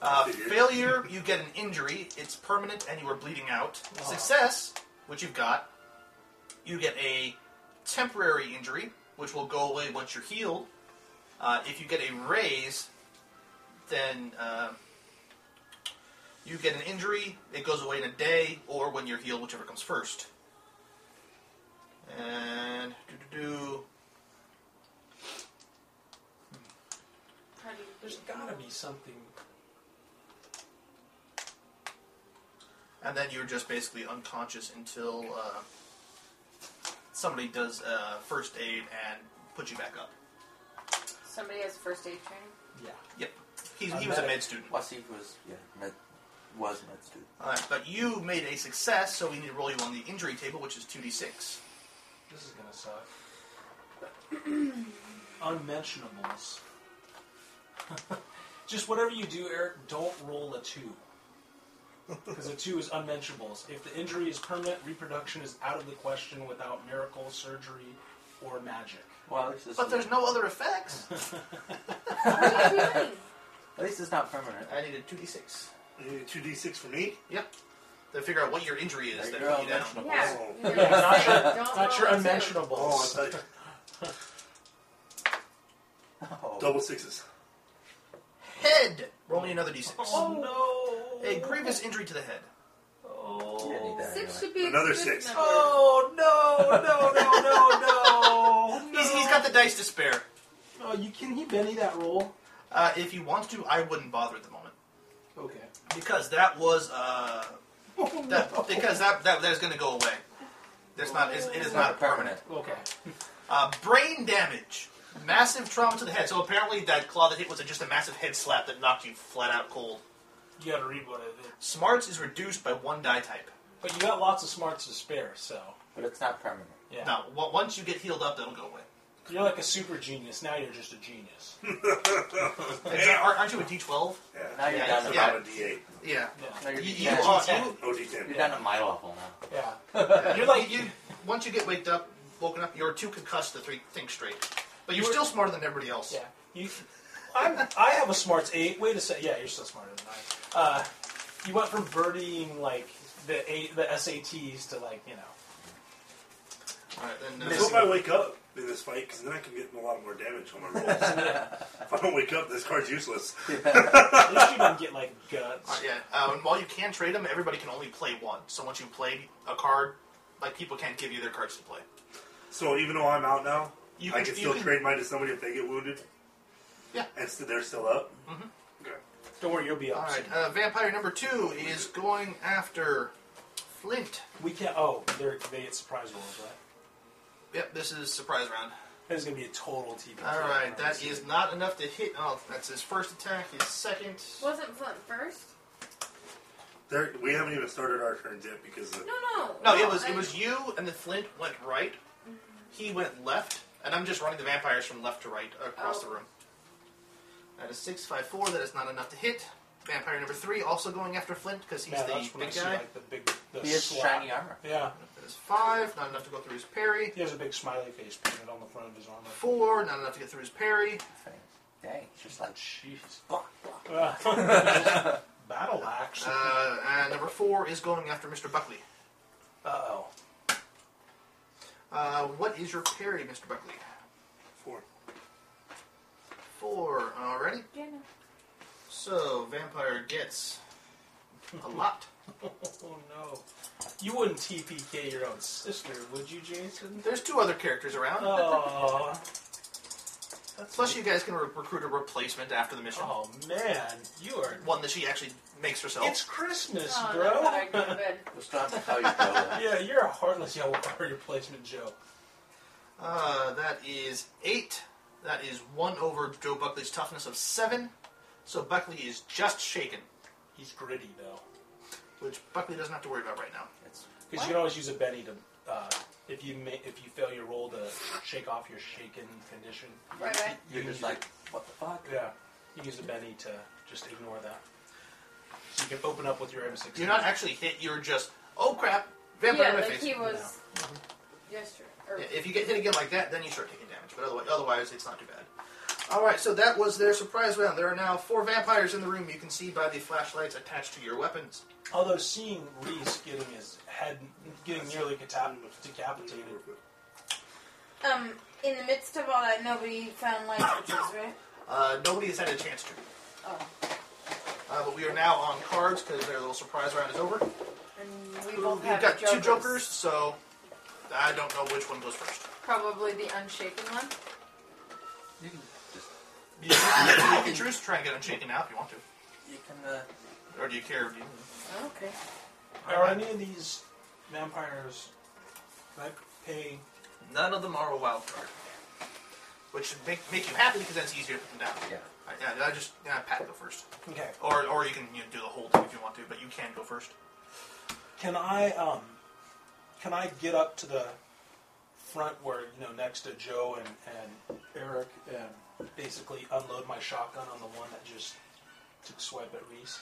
S3: Uh,
S2: Figured.
S3: failure, you get an injury. It's permanent, and you are bleeding out.
S1: Aw.
S3: Success, which you've got, you get a temporary injury, which will go away once you're healed. Uh, if you get a raise, then uh, you get an injury. It goes away in a day, or when you're healed, whichever comes first. And do do do.
S4: How do you
S1: There's got to be something.
S3: and then you're just basically unconscious until uh, somebody does uh, first aid and puts you back up.
S4: Somebody has first aid training.
S1: Yeah.
S3: Yep. He's,
S1: A
S3: he was a
S1: medic.
S3: med student.
S5: Well, see, was yeah, med, was med student.
S3: All right, but you made a success, so we need to roll you on the injury table, which is 2d6.
S1: This is gonna suck. Unmentionables. Just whatever you do, Eric, don't roll a two. Because a two is unmentionables. If the injury is permanent, reproduction is out of the question without miracle, surgery, or magic.
S5: Well, at least, it's,
S3: But there's no other effects.
S4: What are you doing?
S5: at least it's not permanent.
S3: I needed 2d6.
S2: Two d six for me.
S3: Yep. To figure out what your injury is that
S5: There you go,
S3: put you down.
S5: unmentionable.
S4: Yeah.
S2: Oh.
S4: you're
S1: Not your,
S4: saying
S1: not
S4: don't
S1: your
S4: roll a two.
S1: unmentionables.
S2: Oh, I thought
S5: Oh.
S2: double sixes.
S3: Head! Roll me another d6.
S1: Oh, no!
S3: A grievous injury to the head.
S5: You didn't need
S1: Oh,
S5: that
S4: Six should
S5: anyway.
S4: be a
S2: Another
S4: good
S2: six.
S4: number.
S1: oh no! No! No! No! No!
S3: He's, he's got the dice to spare.
S1: Oh, you can he Benny that roll?
S3: Uh, if he wants to, I wouldn't bother at the moment.
S1: Okay.
S3: Because that was, uh,
S1: Oh,
S3: that, because that, that, that is going to go away. There's not, it's, it is
S5: It's
S3: not
S5: not
S3: permanent.
S5: permanent.
S1: Okay.
S3: Uh, brain damage. Massive trauma to the head. So apparently that claw that hit was just a massive head slap that knocked you flat out cold.
S1: You gotta read what it is.
S3: Smarts is reduced by one die type.
S1: But you got lots of smarts to spare, so.
S5: But it's not permanent.
S1: Yeah.
S3: Now, w- once you get healed up, that'll go away.
S1: You're like a super genius. Now you're just a genius.
S3: Exa- aren't- Aren't you a D12?
S5: Now
S2: Yeah.
S3: Yeah,
S5: you're down
S2: So
S5: to
S3: yeah.
S2: I'm a D eight.
S3: Yeah.
S1: Yeah.
S5: now you're,
S3: You, you
S5: down,
S3: are,
S1: Yeah.
S3: you,
S2: No D ten.
S5: you're down to my level now.
S1: yeah.
S3: you're like you. Once you get waked up, woken up, you're too concussed to three, think straight. But you're
S1: You're-
S3: still smarter than everybody else.
S1: Yeah. You, I'm, I have a smarts eight. Wait a sec. Yeah, you're still smarter than I. Uh, you went from birdieing like the a, the SATs to like you know.
S3: All right, then,
S2: I
S3: uh,
S2: hope I wake up in this fight because then I can get a lot more damage on my rolls. if I don't wake up, this card's useless.
S1: At least you didn't get like
S3: all right,
S1: guts.
S3: yeah. Uh, and while you can trade them, everybody can only play one. So once you play a card, like people can't give you their cards to play.
S2: So even though I'm out now,
S3: You
S2: I can
S3: you
S2: still trade mine to somebody if they get wounded.
S3: Yeah.
S2: And so they're still up. Okay.
S1: Don't worry, you'll be
S3: All
S1: up.
S3: right,
S1: soon.
S3: uh, vampire number two is going after Flint.
S1: We can't. Oh, they're, they get surprise rolls, right?
S3: Yep, this is surprise round.
S1: That is gonna be a total TP.
S3: All right, that is not enough to hit. Oh, that's his first attack. His second.
S4: Wasn't Flint first?
S2: They're, we haven't even started our turns yet because of,
S4: No, no.
S3: No, it was
S4: I-
S3: it was you and the Flint went right. He went left, and I'm just running the vampires from left to right across the
S4: Oh.
S3: room. That is six five four. That is not enough to hit. Vampire number three also going after Flint because he's
S1: Yeah, that's
S3: the
S1: when I
S3: big
S1: see
S3: guy.
S1: like the big. The
S5: He has
S1: slap.
S5: shiny armor.
S1: Yeah.
S3: That is five. Not enough to go through his parry.
S1: He has a big smiley face painted on the front of his armor.
S3: Four. Not enough to get through his parry.
S5: Dang, it's just like
S1: Jeez.
S5: block, block.
S1: Battle axe. Uh
S3: Uh, and number four is going after Mr. Buckley.
S1: oh.
S3: Uh, what is your parry, Mr. Buckley?
S2: four.
S3: Four. Already.
S6: Yeah, no.
S3: So vampire gets a lot.
S1: Oh no. You wouldn't TPK your own sister, would you, Jason?
S3: There's two other characters around.
S1: Oh.
S3: Plus, you guys can re- recruit a replacement after the mission.
S1: Oh man, you are.
S3: One that she actually makes herself.
S1: It's Christmas,
S4: Oh, no, but I
S1: bro.
S4: go to bed.
S5: We'll stop how you go. there.
S1: yeah, you're a heartless young replacement Joe.
S3: Uh, that is eight. That is one over Joe Buckley's toughness of seven. So Buckley is just shaken,
S1: He's gritty though,
S3: which Buckley doesn't have to worry about right now.
S5: It's
S1: because you can always use a Benny to. Uh, if you ma- if you fail your roll to shake off your shaken condition,
S4: Right, right.
S5: You're just like, what the fuck?
S1: Yeah, you use a Benny to just ignore that. So you can open up with your M16.
S3: You're not actually hit. You're just oh crap, vampire
S4: Yeah,
S3: in my
S4: like
S3: face.
S4: he was yesterday. Or
S3: Yeah, if you get hit again like that, then you start taking damage. But otherwise, otherwise, it's not too bad. All right, so that was their surprise round. There are now four vampires in the room. You can see by the flashlights attached to your weapons.
S1: Although seeing Reese getting his head, getting nearly cata- decapitated.
S4: Um, in the midst of all that, nobody found light switches, right?
S3: Uh, nobody has had a chance to.
S4: Oh,
S3: Uh, but we are now on cards because their little surprise round is over.
S4: and we both
S3: We've
S4: have
S3: got
S4: jokers.
S3: two jokers, so I don't know which one goes first.
S4: Probably the unshaken one.
S5: You can just,
S3: You can you can choose to try and get them shaken out if you want to,
S5: you can, uh,
S3: or do you care? Do you-
S4: Oh, Okay.
S1: Are any of these vampires like paying?
S3: None of them are a wild card, which should make make you happy because that's easier to put them down.
S5: yeah.
S3: I, yeah, I just yeah, Pat go first,
S1: Okay.
S3: or or you can you know, do the whole thing if you want to, but you can go first.
S1: Can I um, can I get up to the front where you know next to Joe and, and Eric and basically unload my shotgun on the one that just took swipe at Reese?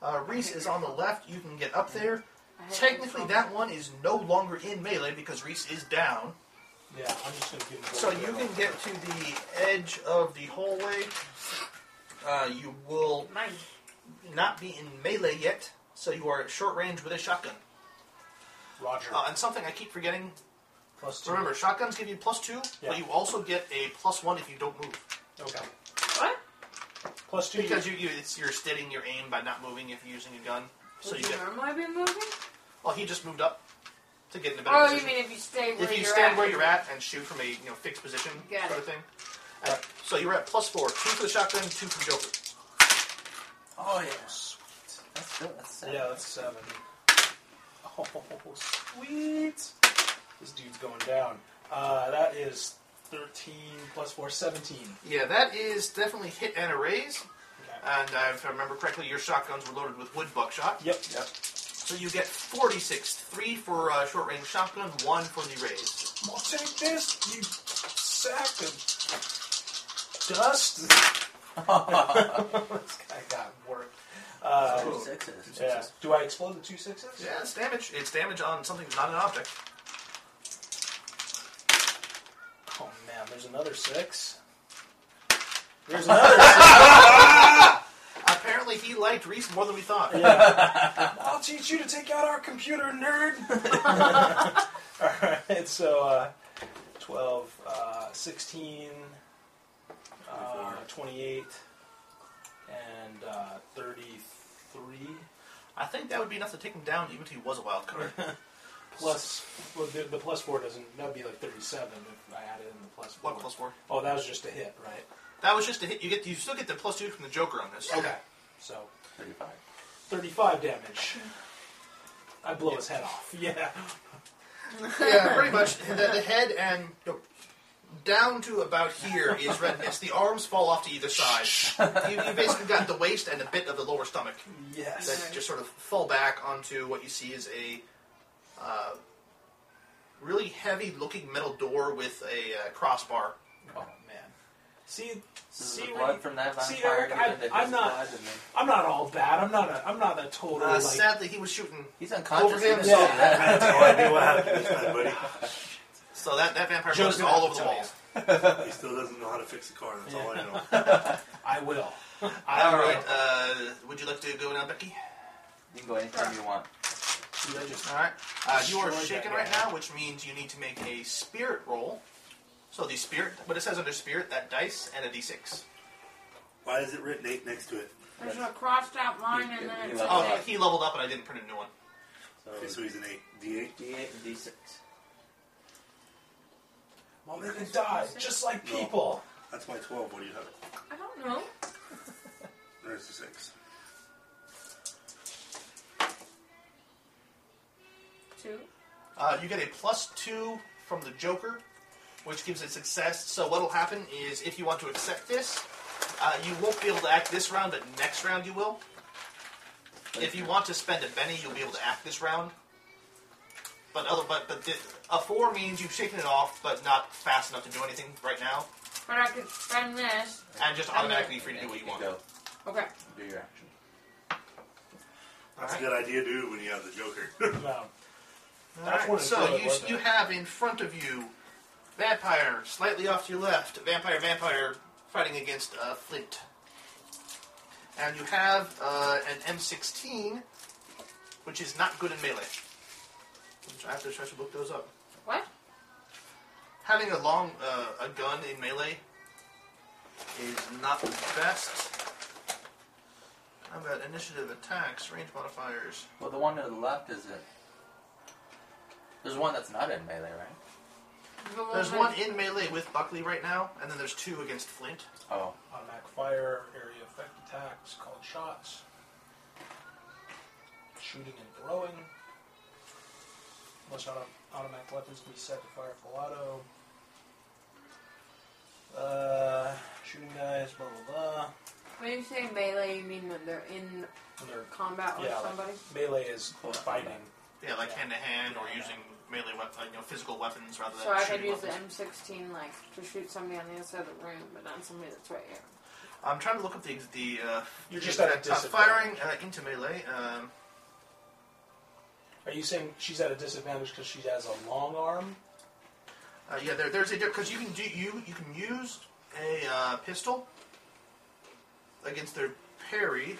S3: Uh, Reese is on the left. You can get up there. Technically, that one is no longer in melee because Reese is down.
S1: Yeah, I'm just gonna give him.
S3: So you can get to the edge of the hallway. Uh, you will
S4: Mine.
S3: not be in melee yet, so you are at short range with a shotgun.
S1: Roger.
S3: Uh, and something I keep forgetting.
S1: Plus two.
S3: Remember, shotguns give you plus two,
S1: Yeah.
S3: but you also get a plus one if you don't move.
S1: Okay.
S4: What?
S1: Plus two.
S3: Because you, you it's, you're steadying your aim by not moving if you're using a gun. So
S4: Would
S3: you get.
S4: normally be moving?
S3: Well, he just moved up to get in a better
S4: Oh, you
S3: position.
S4: mean if you stay where
S3: if you
S4: you're
S3: stand
S4: at?
S3: where you're at and shoot from a you know fixed position
S4: Got
S3: sort
S4: it.
S3: of thing. Uh, so you're at plus four, two for the shotgun, two for Joker.
S5: Oh yes. That's good. That's sad.
S1: Yeah, that's seven. Oh, sweet. This dude's going down. Uh, that is 13 plus 4, 17.
S3: Yeah, that is definitely hit and a raise.
S1: Okay.
S3: And uh, if I remember correctly, your shotguns were loaded with wood buckshot.
S1: Yep.
S5: Yep.
S3: So you get 46. Three for uh, short range shotgun, one for the raise.
S1: I'll take this, you sack of dust. this guy got work. Uh,
S5: Two sixes.
S1: yeah. Do I explode the two sixes?
S3: Yeah, it's damage. It's damage on something that's not an object.
S1: Oh man, there's another six. There's another six.
S3: Apparently, he liked Reese more than we thought.
S1: Yeah. I'll teach you to take out our computer, nerd. Alright, so uh, 12, uh, 16, uh, 28, and uh, 33.
S3: I think that would be enough to take him down, even if he was a wild card.
S1: Plus, well, the, the plus four doesn't, that'd be like 37 if I added in the plus four.
S3: What plus four?
S1: Oh, that was just a hit, right?
S3: That was just a hit. You get you still get the plus two from the Joker on this.
S1: Okay, so
S5: Thirty-five.
S1: 35 damage. I blow his head off. Yeah.
S3: yeah, pretty much. The, the head and no, down to about here is redness. The arms fall off to either side. You, you basically got the waist and a bit of the lower stomach
S1: Yes.
S3: that just sort of fall back onto what you see is a uh, really heavy-looking metal door with a uh, crossbar.
S1: Oh man. See,
S5: This is
S1: see,
S5: the
S1: when
S5: blood
S1: you-
S5: from that
S1: see,
S5: vampire.
S1: Eric,
S5: and
S1: I-
S5: into his
S1: I'm not-
S5: blood and then-
S1: I'm not all bad. I'm not a. I'm not a total
S3: Uh,
S1: like.
S3: sadly, he was shooting,
S5: He's unconscious.
S3: Over
S5: he
S3: him,
S5: didn't
S1: yeah.
S5: see that.
S2: That's all I knew what happened this time, buddy.
S3: so that that vampire
S1: Joe's
S3: was
S1: gonna
S3: all
S1: have
S3: over
S1: to
S3: the
S1: tell
S3: walls.
S2: He still doesn't know how to fix a car. That's all I know.
S1: I will. I
S3: All
S1: will.
S3: right, uh, would you like to go now, Becky?
S5: You can go anytime you want.
S1: Dude, I just-
S3: All right. Uh, you are
S1: Destroyed
S3: shaken
S1: that
S3: right
S1: guy.
S3: now, which means you need to make a spirit roll. So the spirit, what it says under spirit, that dice and a d6.
S2: Why is it written eight next to it?
S4: There's a crossed out line and then it's
S5: Yeah.
S3: Oh,
S4: a
S3: he leveled up, and I didn't print a new one.
S2: Okay, so he's an eight. D eight.
S5: D8 and D6.
S1: Well, they can die just like
S2: No.
S1: people.
S2: That's my twelve. What do you have?
S4: I don't know.
S2: There's the six.
S4: Two.
S3: Uh, you get a plus two from the Joker, which gives it success. So what'll happen is, if you want to accept this, uh, you won't be able to act this round, but next round you will. If you want to spend a penny, you'll be able to act this round. But other, but but the, a four means you've shaken it off, but not fast enough to do anything right now.
S4: But I could spend this.
S3: and just automatically free to do
S5: And
S3: what you
S5: can
S3: want.
S5: Go
S4: Okay.
S5: do your action.
S2: That's a
S3: Alright.
S2: good idea, dude. When you have the Joker.
S1: No. That's
S3: Alright,
S1: one of the
S3: so
S1: good,
S3: you
S1: wasn't
S3: you
S1: it?
S3: have in front of you vampire slightly off to your left, vampire vampire fighting against uh, Flint, and you have uh, an M16, which is not good in melee. Which I have to try to look those up.
S4: What?
S3: Having a long uh, a gun in melee is not the best. How about initiative attacks, range modifiers?
S5: Well, the one to the left is it. There's one that's not in melee, right?
S4: The
S3: There's
S4: that-
S3: one in melee with Buckley right now, and then there's two against Flint.
S5: Oh,
S1: Automatic fire, area effect attacks, called shots, shooting and throwing. Most auto- automatic weapons can be set to fire full auto. Uh, shooting guys, blah blah blah.
S4: When you say melee, you mean when they're in
S1: And they're
S4: combat with
S1: Yeah, like-
S4: somebody?
S1: melee is fighting.
S3: Yeah, like
S1: Yeah.
S3: hand to hand or using melee weapon, you know, physical weapons rather than
S4: so I could
S3: shooting
S4: use the
S3: weapons.
S4: M16 like to shoot somebody on the other side of the room, but not somebody that's right here.
S3: I'm trying to look up the the. Uh,
S1: You're
S3: the
S1: just at a
S3: exact- uh, firing uh, into melee. Um,
S1: Are you saying she's at a disadvantage because she has a long arm?
S3: uh, yeah, there, there's a because you can do you you can use a uh, pistol against their parry.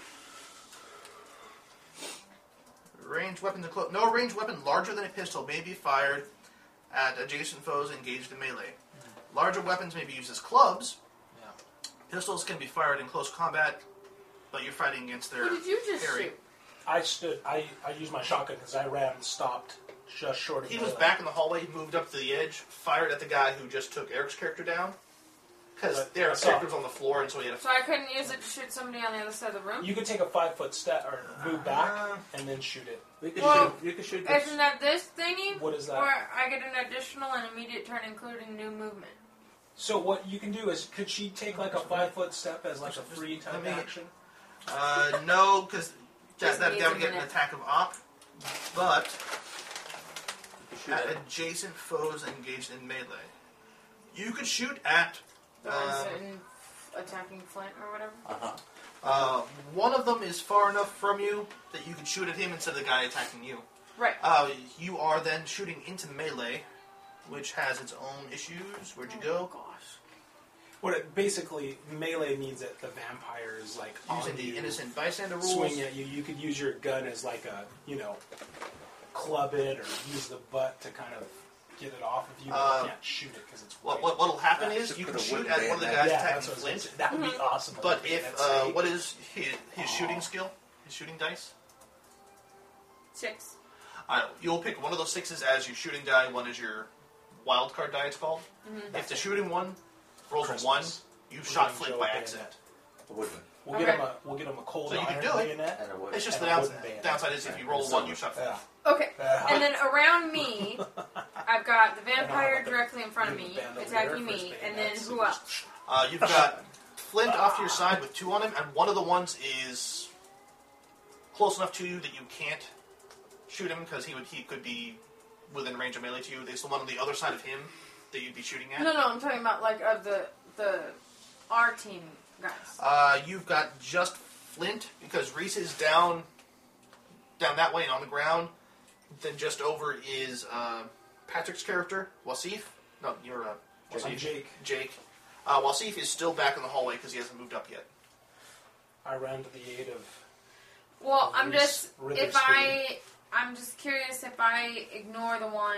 S3: Range weapons and close. No range weapon larger than a pistol may be fired at adjacent foes engaged in melee. Larger weapons may be used as clubs.
S1: Yeah.
S3: Pistols can be fired in close combat, but you're fighting against their.
S4: Who did you just
S3: parry.
S4: shoot?
S1: I stood. I, I used my shotgun because I ran and stopped just short of.
S3: He was
S1: melee.
S3: back in the hallway, he moved up to the edge, fired at the guy who just took Eric's character down. Because
S1: But-
S3: their
S1: I saw.
S3: character was on the floor, and so he had a.
S4: So I couldn't use it to shoot somebody on the other side of the room?
S1: You could take a five foot step or move back
S3: Uh,
S1: and then shoot it.
S5: We could
S4: Well,
S5: shoot. You could shoot this.
S4: Isn't that this thingy?
S1: What is that?
S4: Or I get an additional and immediate turn, including new movement.
S1: So what you can do is, could she take like a five foot step as like a free type
S3: Let me-
S1: action?
S3: Uh, no, because that,
S4: Just
S3: that
S4: needs
S3: guy
S4: a
S3: would get an
S4: minute.
S3: attack of op. But
S5: You could shoot
S3: at
S5: it.
S3: adjacent foes engaged in melee. You could shoot at.
S4: The ones
S3: Um,
S4: that in attacking Flint or whatever.
S5: Uh-huh.
S3: Uh, one of them is far enough from you that you could shoot at him instead of the guy attacking you.
S4: Right.
S3: Uh, you are then shooting into melee, which has its own issues. Where'd you Oh, go?
S4: gosh.
S1: What it basically melee means that the vampire is like
S3: Using
S1: on
S3: the
S1: you,
S3: innocent bystander rules.
S1: swing at you. You could use your gun as like a you know club it or use the butt to kind of get it off of you. But
S3: Uh,
S1: you can't shoot it because it's
S3: What,
S1: weight.
S3: what what'll happen
S5: Yeah,
S3: is
S5: just
S3: you
S5: put
S3: can
S5: a
S3: shoot
S5: wooden
S3: at one of the
S5: bayonet.
S3: guys
S1: yeah, that's
S3: attacking
S1: what I was gonna
S3: Flint,
S1: say. That would be awesome.
S3: Mm-hmm. but if
S1: That's
S3: uh,
S1: great.
S3: what is his, his shooting skill, his shooting dice,
S4: Six.
S3: I don't, you'll pick one of those sixes as your shooting die. One is your wild card die. It's called. If the shooting one rolls
S1: Christmas.
S3: a one, you
S1: We're
S3: shot
S1: gonna
S3: Flint
S1: go
S3: by
S1: bayonet.
S3: accident.
S5: A wooden
S1: We'll
S4: Okay.
S1: get him a we'll get him a cold
S3: So you can
S1: iron
S3: do it.
S1: bayonet.
S5: and a wooden.
S3: It's just the
S1: And a
S3: downside.
S1: wooden bayonet.
S3: downside is if you roll a one, you shot Flint.
S1: Yeah.
S4: Okay.
S1: Yeah.
S4: And then around me, I've got the vampire
S1: like a-
S4: directly in front of me,
S1: Band over
S4: attacking
S1: there, first
S4: me,
S1: bayonet,
S4: and then
S1: so
S4: who
S1: you
S4: else?
S1: just-
S3: Uh, you've got Flint off to your side with two on him, and one of the ones is close enough to you that you can't shoot him because he would he could be within range of melee to you. There's the one on the other side of him that you'd be shooting at.
S4: No, no, I'm talking about like of the the our team guys.
S3: Uh, you've got just Flint because Reese is down down that way and on the ground. Then just over is uh, Patrick's character Wasif. No, you're uh,
S1: I'm
S3: Wasif.
S1: Jake.
S3: Jake. Uh, Wasif is still back in the hallway because he hasn't moved up yet.
S1: I ran to the aid of.
S4: Well, I'm
S1: Reese
S4: just if
S1: Witherspoon.
S4: I I'm just curious if I ignore the one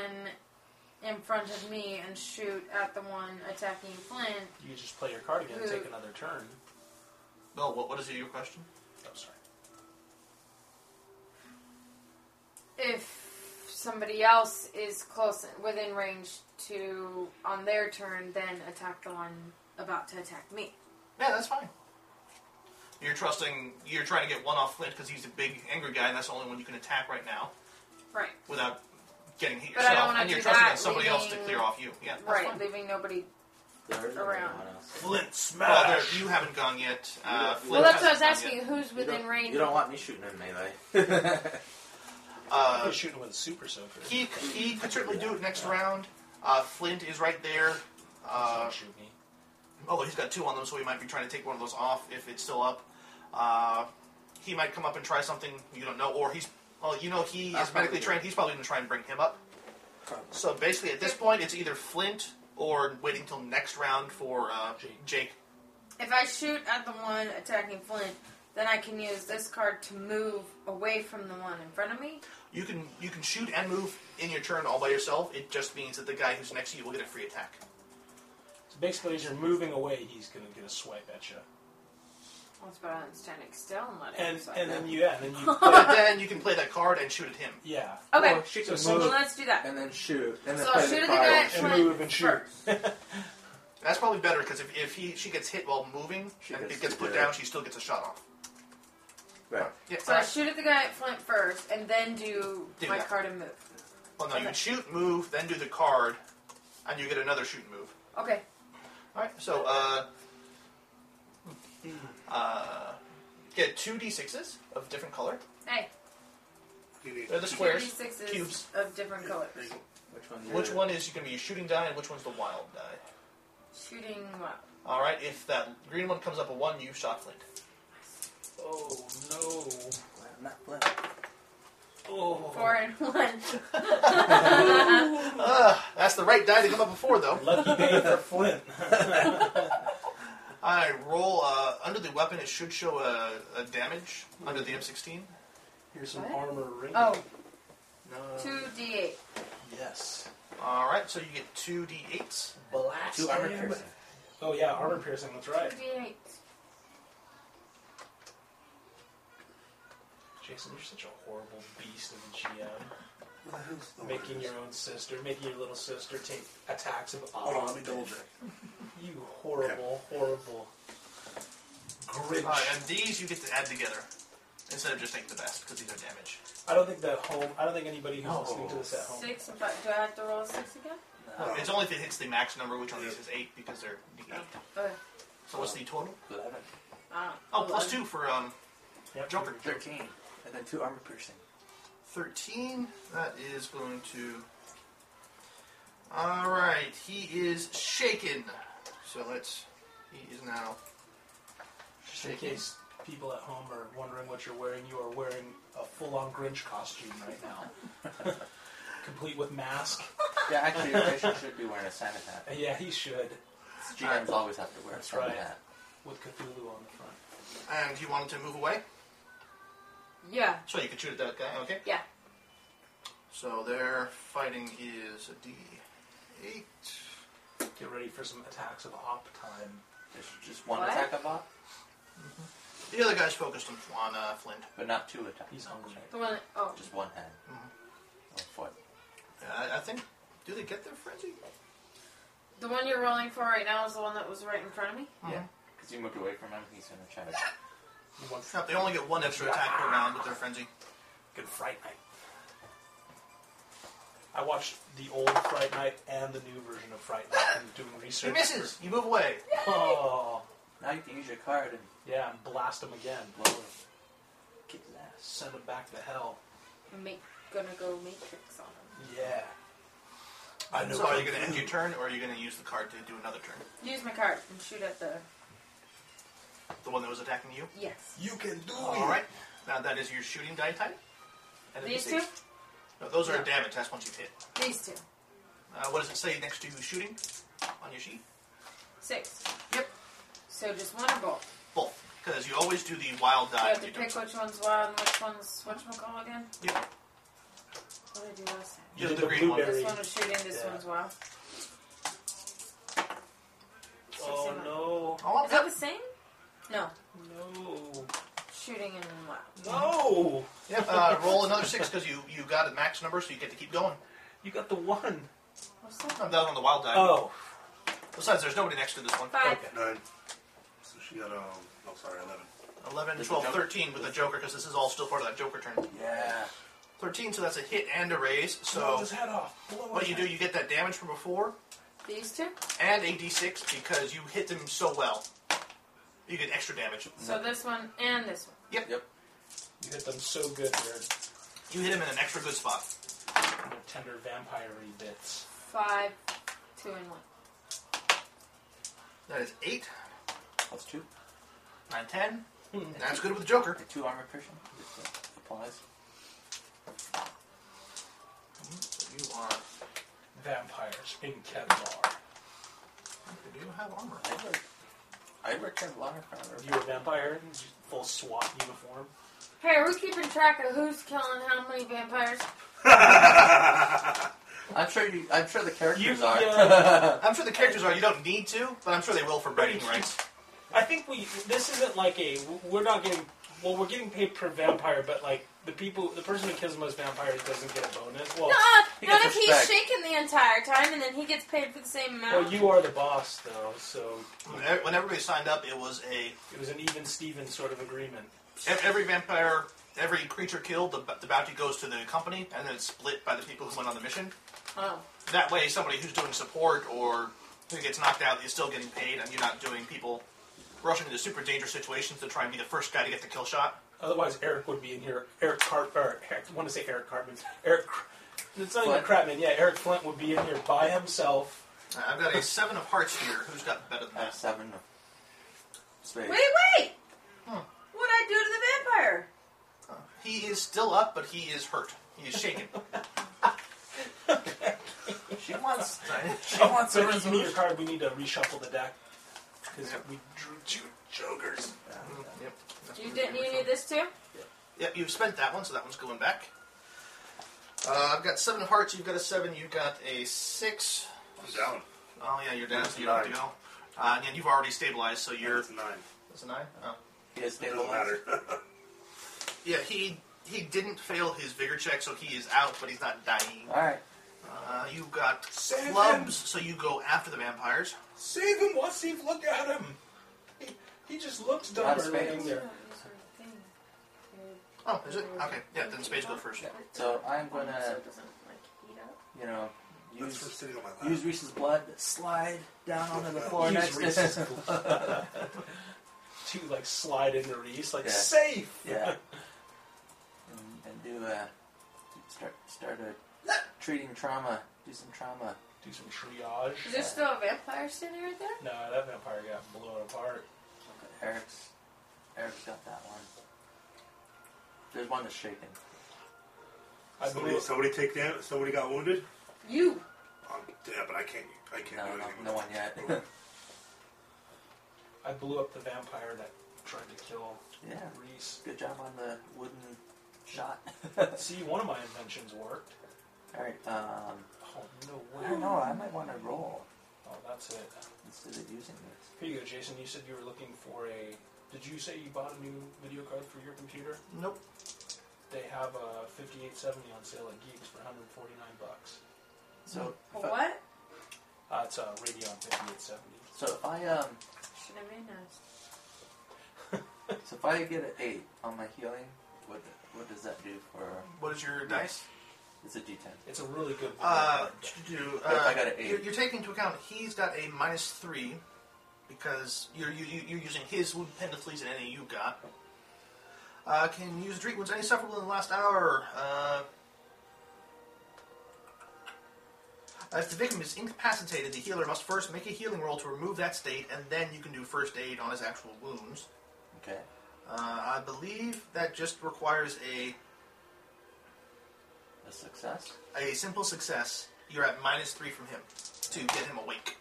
S4: in front of me and shoot at the one attacking Flint.
S1: You just play your card again and
S4: Who-
S1: take another turn.
S3: No, what, what is your question?
S1: Oh, sorry.
S4: If somebody else is close within range to on their turn, then attack the one about to attack me.
S3: Yeah, that's fine. You're trusting. You're trying to get one off Flint because he's a big angry guy, and that's the only one you can attack right now
S4: Right.
S3: without getting hit
S4: But I
S3: yourself.
S4: don't wanna
S3: and you're
S4: do
S3: trusting
S4: that,
S3: on somebody else to
S4: leaving-
S3: clear off you. Yeah, that's
S4: Right.
S3: fine.
S4: Leaving nobody.
S5: There isn't
S4: Around.
S5: anyone else.
S2: Flint
S3: Well, there,
S2: smash.
S3: you haven't gone yet. Uh,
S5: Well,
S4: Well,
S3: Flint
S4: that's what I
S3: hasn't
S4: was
S3: gone
S4: asking. Who's
S5: You
S4: within
S5: don't-
S4: range?
S5: You don't want me shooting in melee.
S3: yet. Uh,
S1: You're shooting with a super soaker.
S3: he he could certainly do it next round. Uh, Flint is right there. Uh,
S1: shoot me.
S3: oh, he's got two on them, so he might be trying to take one of those off if it's still up. Uh, he might come up and try something you don't know, or he's well, you know, he
S5: That's
S3: is medically
S5: probably-
S3: trained. He's probably going to try and bring him up. So basically, at this point, it's either Flint or waiting till next round for uh,
S1: Jake.
S3: Jake.
S4: If I shoot at the one attacking Flint, then I can use this card to move away from the one in front of me.
S3: You can you can shoot and move in your turn all by yourself. It just means that the guy who's next to you will get a free attack.
S1: So basically, as you're moving away, he's going to get a swipe at you.
S4: That's better than standing still and letting
S1: And
S4: him swipe.
S1: and then you yeah, and then you
S3: But then you can play that card and shoot at him.
S1: yeah.
S4: Okay,
S5: Or she
S1: So
S5: can
S1: some-
S4: well,
S5: move
S4: let's do that.
S5: and then shoot. And then
S4: So
S5: play
S4: I'll shoot at the
S5: card.
S4: guy at
S1: And
S4: Flint
S1: move and shoot.
S4: first.
S3: That's probably better because if, if he she gets hit while moving
S5: She
S3: and
S5: gets
S3: it gets
S5: to
S3: put
S5: do
S3: down,
S5: it.
S3: she still gets a shot off.
S5: Right.
S3: Yeah.
S4: So I shoot at the guy at Flint first, and then do,
S3: Do
S4: my
S3: that.
S4: card and move.
S3: Well, no, Oh, you shoot, move, then do the card, and you get another shoot and move.
S4: Okay.
S3: All right. So uh, hmm, Uh, get two d6s of different color.
S4: Hey,
S2: You need-
S3: They're the squares.
S4: sixes
S3: Cubes.
S4: of different colors.
S5: Which one?
S3: Which one is going to be your shooting die, and which one's the wild die?
S4: Shooting what?
S3: All right. If that green one comes up a one, you shot Flint.
S1: Oh no.
S5: Not flip.
S1: Oh.
S4: Four and one.
S3: Ah, that's the right die to come up a four, though.
S1: Lucky day for Flint.
S3: I roll uh, under the weapon. It should show a, a damage under the M16.
S1: Here's some
S4: What?
S1: armor ring.
S4: Oh,
S3: No.
S4: two d8.
S1: Yes.
S3: All right. So you get two d8s.
S1: Blast.
S5: Two armor
S1: him.
S5: piercing.
S1: Oh yeah, armor piercing. That's right.
S4: Two d8.
S1: Jason, you're such a horrible beast of a
S2: Who's the
S1: GM. Making your own sister, making your little sister take attacks of
S2: Hold on, let me
S1: odd.
S2: double check.
S1: You horrible, horrible. Grinch.
S3: All right, and these you get to add together instead of just take the best because these are damage.
S1: I don't think that home. I don't think anybody
S2: Oh.
S1: who's
S5: No.
S1: listening to this at home.
S4: Six and five. Do I have to roll a six again?
S5: No.
S3: It's only if it hits the max number, which on these is eight because they're the eight.
S4: Okay.
S3: So what's the total?
S5: Eleven.
S4: Uh,
S3: Oh, plus
S4: eleven.
S3: two for um,
S1: Yep.
S3: Joker.
S5: Thirteen. And then two armor piercing.
S3: Thirteen. That is going to. All right, he is shaken. So let's. He is now.
S1: Just in case people at home are wondering what you're wearing, you are wearing a full-on Grinch costume right now, complete with mask.
S5: Yeah, actually, your patient should be wearing a Santa hat.
S1: Uh, Yeah, he should
S5: GMs always have to wear a
S1: That's
S5: Santa
S1: right.
S5: hat.
S1: with Cthulhu on the front.
S3: And you wanted to move away,
S4: Yeah.
S3: so you could shoot at that guy. Okay.
S4: Yeah.
S3: So their fighting is a D eight.
S1: Get ready for some attacks of op time.
S5: There's just one
S4: What?
S5: attack a bot,
S3: The other guy's focused on, on uh, Flint.
S5: but not two attacks.
S1: He's hungry.
S4: The one. Oh.
S5: Just one Oh, hand.
S3: Mhm.
S5: Or foot.
S3: I, I think. Do they get their frenzy?
S4: The one you're rolling for right now is the one that was right in front of me.
S5: Yeah. Because you moved away from him, he's going to try to.
S1: He wants
S3: No, they only get one extra attack per round with their frenzy.
S1: good Fright Night. I watched the old Fright Night and the new version of Fright Night and doing research.
S3: He misses. You move away.
S1: Oh,
S5: Now you can use your card and
S1: yeah, and blast him again.
S5: blow him. Kick his ass.
S1: Send him back to hell.
S4: Make gonna go matrix on him.
S1: Yeah.
S2: I know.
S3: So are you
S2: I'm
S3: going to end
S2: blue.
S3: your turn, or are you going to use the card to do another turn?
S4: Use my card and shoot at the.
S3: The one that was attacking you.
S4: Yes.
S2: You can do it.
S3: All right. Now that is your shooting die type. And a
S4: These two.
S3: D6. No, those are
S4: No.
S3: damage. That's once you've hit.
S4: These two.
S3: Uh, what does it say next to shooting on your sheet?
S4: Six. Yep. So just one or both.
S3: Both, because you always do the wild
S4: Do I
S3: die.
S4: have
S3: when
S4: to
S3: you do
S4: pick which one's wild and which one's whatchamacall again?
S3: Yeah.
S4: What did I do last time?
S1: You
S3: Yeah,
S1: did
S3: the green one.
S1: blueberry.
S4: This one was shooting, this
S1: Yeah.
S4: one's wild.
S1: Oh no.
S3: Oh,
S4: Is that the same? No.
S1: No.
S4: Shooting and wild.
S1: No!
S3: Yep. Uh, roll another six because you you got a max number, so you get to keep going.
S1: You got the one.
S4: What's that?
S3: No, that on the wild die.
S1: Oh.
S3: Besides, there's nobody next to this one.
S4: Five.
S2: Nine. So she got um. Oh, sorry, eleven.
S3: 11,
S5: Does
S3: 12,
S5: the joker-
S3: 13 with the Joker, because this is all still part of that Joker turn.
S5: Yeah.
S3: 13, so that's a hit and a raise.
S1: Blow
S3: So
S1: his head off. Blow
S3: what
S1: his
S3: you do,
S1: head.
S3: you get that damage from before
S4: These two?
S3: and a d6 because you hit them so well. You get extra damage.
S4: So this one and this one.
S5: Yep.
S1: You hit them so good, they're
S3: You hit them in an extra good spot.
S1: they're tender vampire bits.
S4: Five, two, and one.
S3: That is 8,
S5: Plus two.
S3: 9, 10. That's good with the Joker.
S5: The two armor piercing. Just uh, applies.
S3: You are.
S1: Vampires in Kevlar.
S3: You do have armor.
S5: I wear, I wear Kevlar armor.
S1: You a vampire in full SWAT uniform?
S4: Hey, are we keeping track of who's killing how many vampires?
S5: I'm sure you. I'm sure the characters
S1: You-
S5: are.
S1: yeah.
S3: I'm sure the characters are. You don't need to, but I'm sure they will for breaking rights.
S1: I think we. This isn't like a. We're not getting. Well, we're getting paid per vampire, but like the people, the person who kills the most vampires doesn't get a bonus. Well,
S4: No,
S5: He
S4: not if
S5: gets
S4: he's
S5: respect.
S4: shaking the entire time and then he gets paid for the same amount.
S1: well, you are the boss though, so
S3: When e- when everybody signed up, it was a
S1: it was an even Steven sort of agreement.
S3: ev- every vampire, every creature killed, the, b- the bounty goes to the company, and then it's split by the people who went on the mission.
S4: oh,
S3: That way, somebody who's doing support or who gets knocked out is still getting paid, and you're not doing people rushing into super dangerous situations to try and be the first guy to get the kill shot.
S1: Otherwise, Eric would be in here. Eric Cart, or Eric, I want to say Eric Cartman. Eric, Cr- it's not even
S5: Flint?
S1: Crapman. Yeah, Eric Flint would be in here by himself.
S3: Uh, I've got a seven of hearts here. Who's got better than
S5: I have
S3: that?
S5: seven of spades.
S4: Wait, wait! What'd I do to the vampire?
S3: He is still up, but he is hurt. He is shaken.
S5: She wants. She
S1: Oh,
S5: wants a
S1: so if you need your
S5: resolution.
S1: card. We need to reshuffle the deck because
S3: Yeah.
S1: we drew two.
S2: Jokers.
S3: yep. That's
S4: You
S3: what
S4: didn't.
S3: we're
S4: You
S3: doing.
S4: need this too.
S3: Yep, you've spent that one, so that one's going back. Uh, I've got seven of hearts. You've got a seven. You've got a six.
S2: I'm down.
S3: Oh yeah, you're down.
S2: That's
S3: So you don't have to
S2: nine.
S3: go. Uh, and you've already stabilized, so you're.
S2: It's nine.
S3: That's a nine. Oh.
S5: He is
S2: It
S5: stable.
S2: doesn't matter.
S3: Yeah, he he didn't fail his vigor check, so he is out, but he's not dying.
S5: All right.
S3: Uh, you've got
S1: Save
S3: clubs,
S1: him.
S3: so you go after the vampires.
S1: Save him, Wasif. Look at him. He, he just looks
S5: Not
S1: dumber laying
S5: spades.
S1: there.
S3: Oh, is it? Okay, yeah. Then Spades go first.
S5: Yeah. So uh, I'm gonna, you know,
S2: That's from
S5: use
S2: sitting on my lap.
S5: use Reese's blood, slide down onto the floor
S1: Use
S5: next
S1: Reese's
S5: to
S1: To like slide into Reese, like
S5: Yeah.
S1: safe.
S5: Yeah. And, and do a start start a treating trauma. Do some trauma.
S1: Do some triage.
S4: Is there still a vampire standing right there?
S1: No, that vampire got blown apart.
S5: Eric's Eric's got that one. There's one that's shaking.
S1: I
S2: Somebody,
S1: believe.
S2: somebody take down. Somebody got wounded.
S4: You.
S2: Um, yeah, but I can't. I can't do
S5: No, no,
S2: anything. with
S5: no
S2: it.
S5: one yet.
S1: I blew up the vampire that tried to kill
S5: yeah.
S1: Reese.
S5: Good job on the wooden shot.
S1: See, one of my inventions worked.
S5: All right. Um,
S1: Oh no
S5: I
S1: way!
S5: don't know. I might want to roll
S1: Oh, that's it.
S5: instead of using this.
S1: Here you go, Jason. You said you were looking for a. Did you say you bought a new video card for your computer?
S3: Nope.
S1: They have a 5870 on sale at Geeks for 149 bucks.
S5: So
S4: For
S5: if I-
S4: what?
S1: Uh, it's a Radeon 5870.
S5: so if I um
S4: Should have been asked.
S5: so if I get an eight on my healing, what what does that do for?
S3: What is your dice?
S5: It's a D10.
S1: It's a really good. video
S3: Uh,
S1: card.
S3: to do,
S5: If I
S3: uh,
S5: got an eight.
S3: You're, you're taking into account he's got a minus three because you're you, you- you're using his wound penalties and any you got. Uh, can use treat wounds any suffered within the last hour. Uh, if the victim is incapacitated, the healer must first make a healing roll to remove that state, and then you can do first aid on his actual wounds.
S5: Okay.
S3: Uh, I believe that just requires a
S5: A success.
S3: a simple success. You're at minus three from him to get him awake.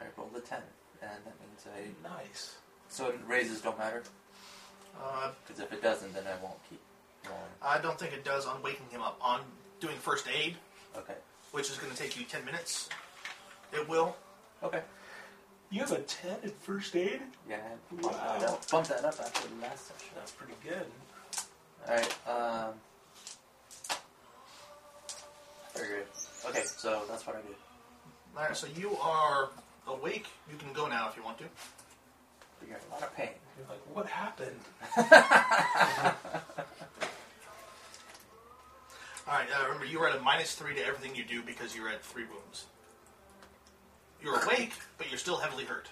S5: I rolled a ten, and that means I.
S1: nice.
S5: So raises don't matter
S3: Uh,
S5: because if it doesn't, then I won't keep rolling.
S3: I don't think it does on waking him up. On doing first aid,
S5: Okay.
S3: which is going to take you 10 minutes, it will.
S5: Okay.
S1: You have a 10 in first aid.
S5: Yeah, bump that
S1: Wow.
S5: up. Bump that up after the last session.
S1: That's pretty good.
S5: All right. Um. Very good. Okay, so that's what I do.
S3: Alright, so you are awake. You can go now if you want to.
S5: But you're in a lot of pain.
S1: You're like, what happened?
S3: Alright, uh, remember, you were at a minus three to everything you do because you're at three wounds. You're awake, but you're still heavily hurt.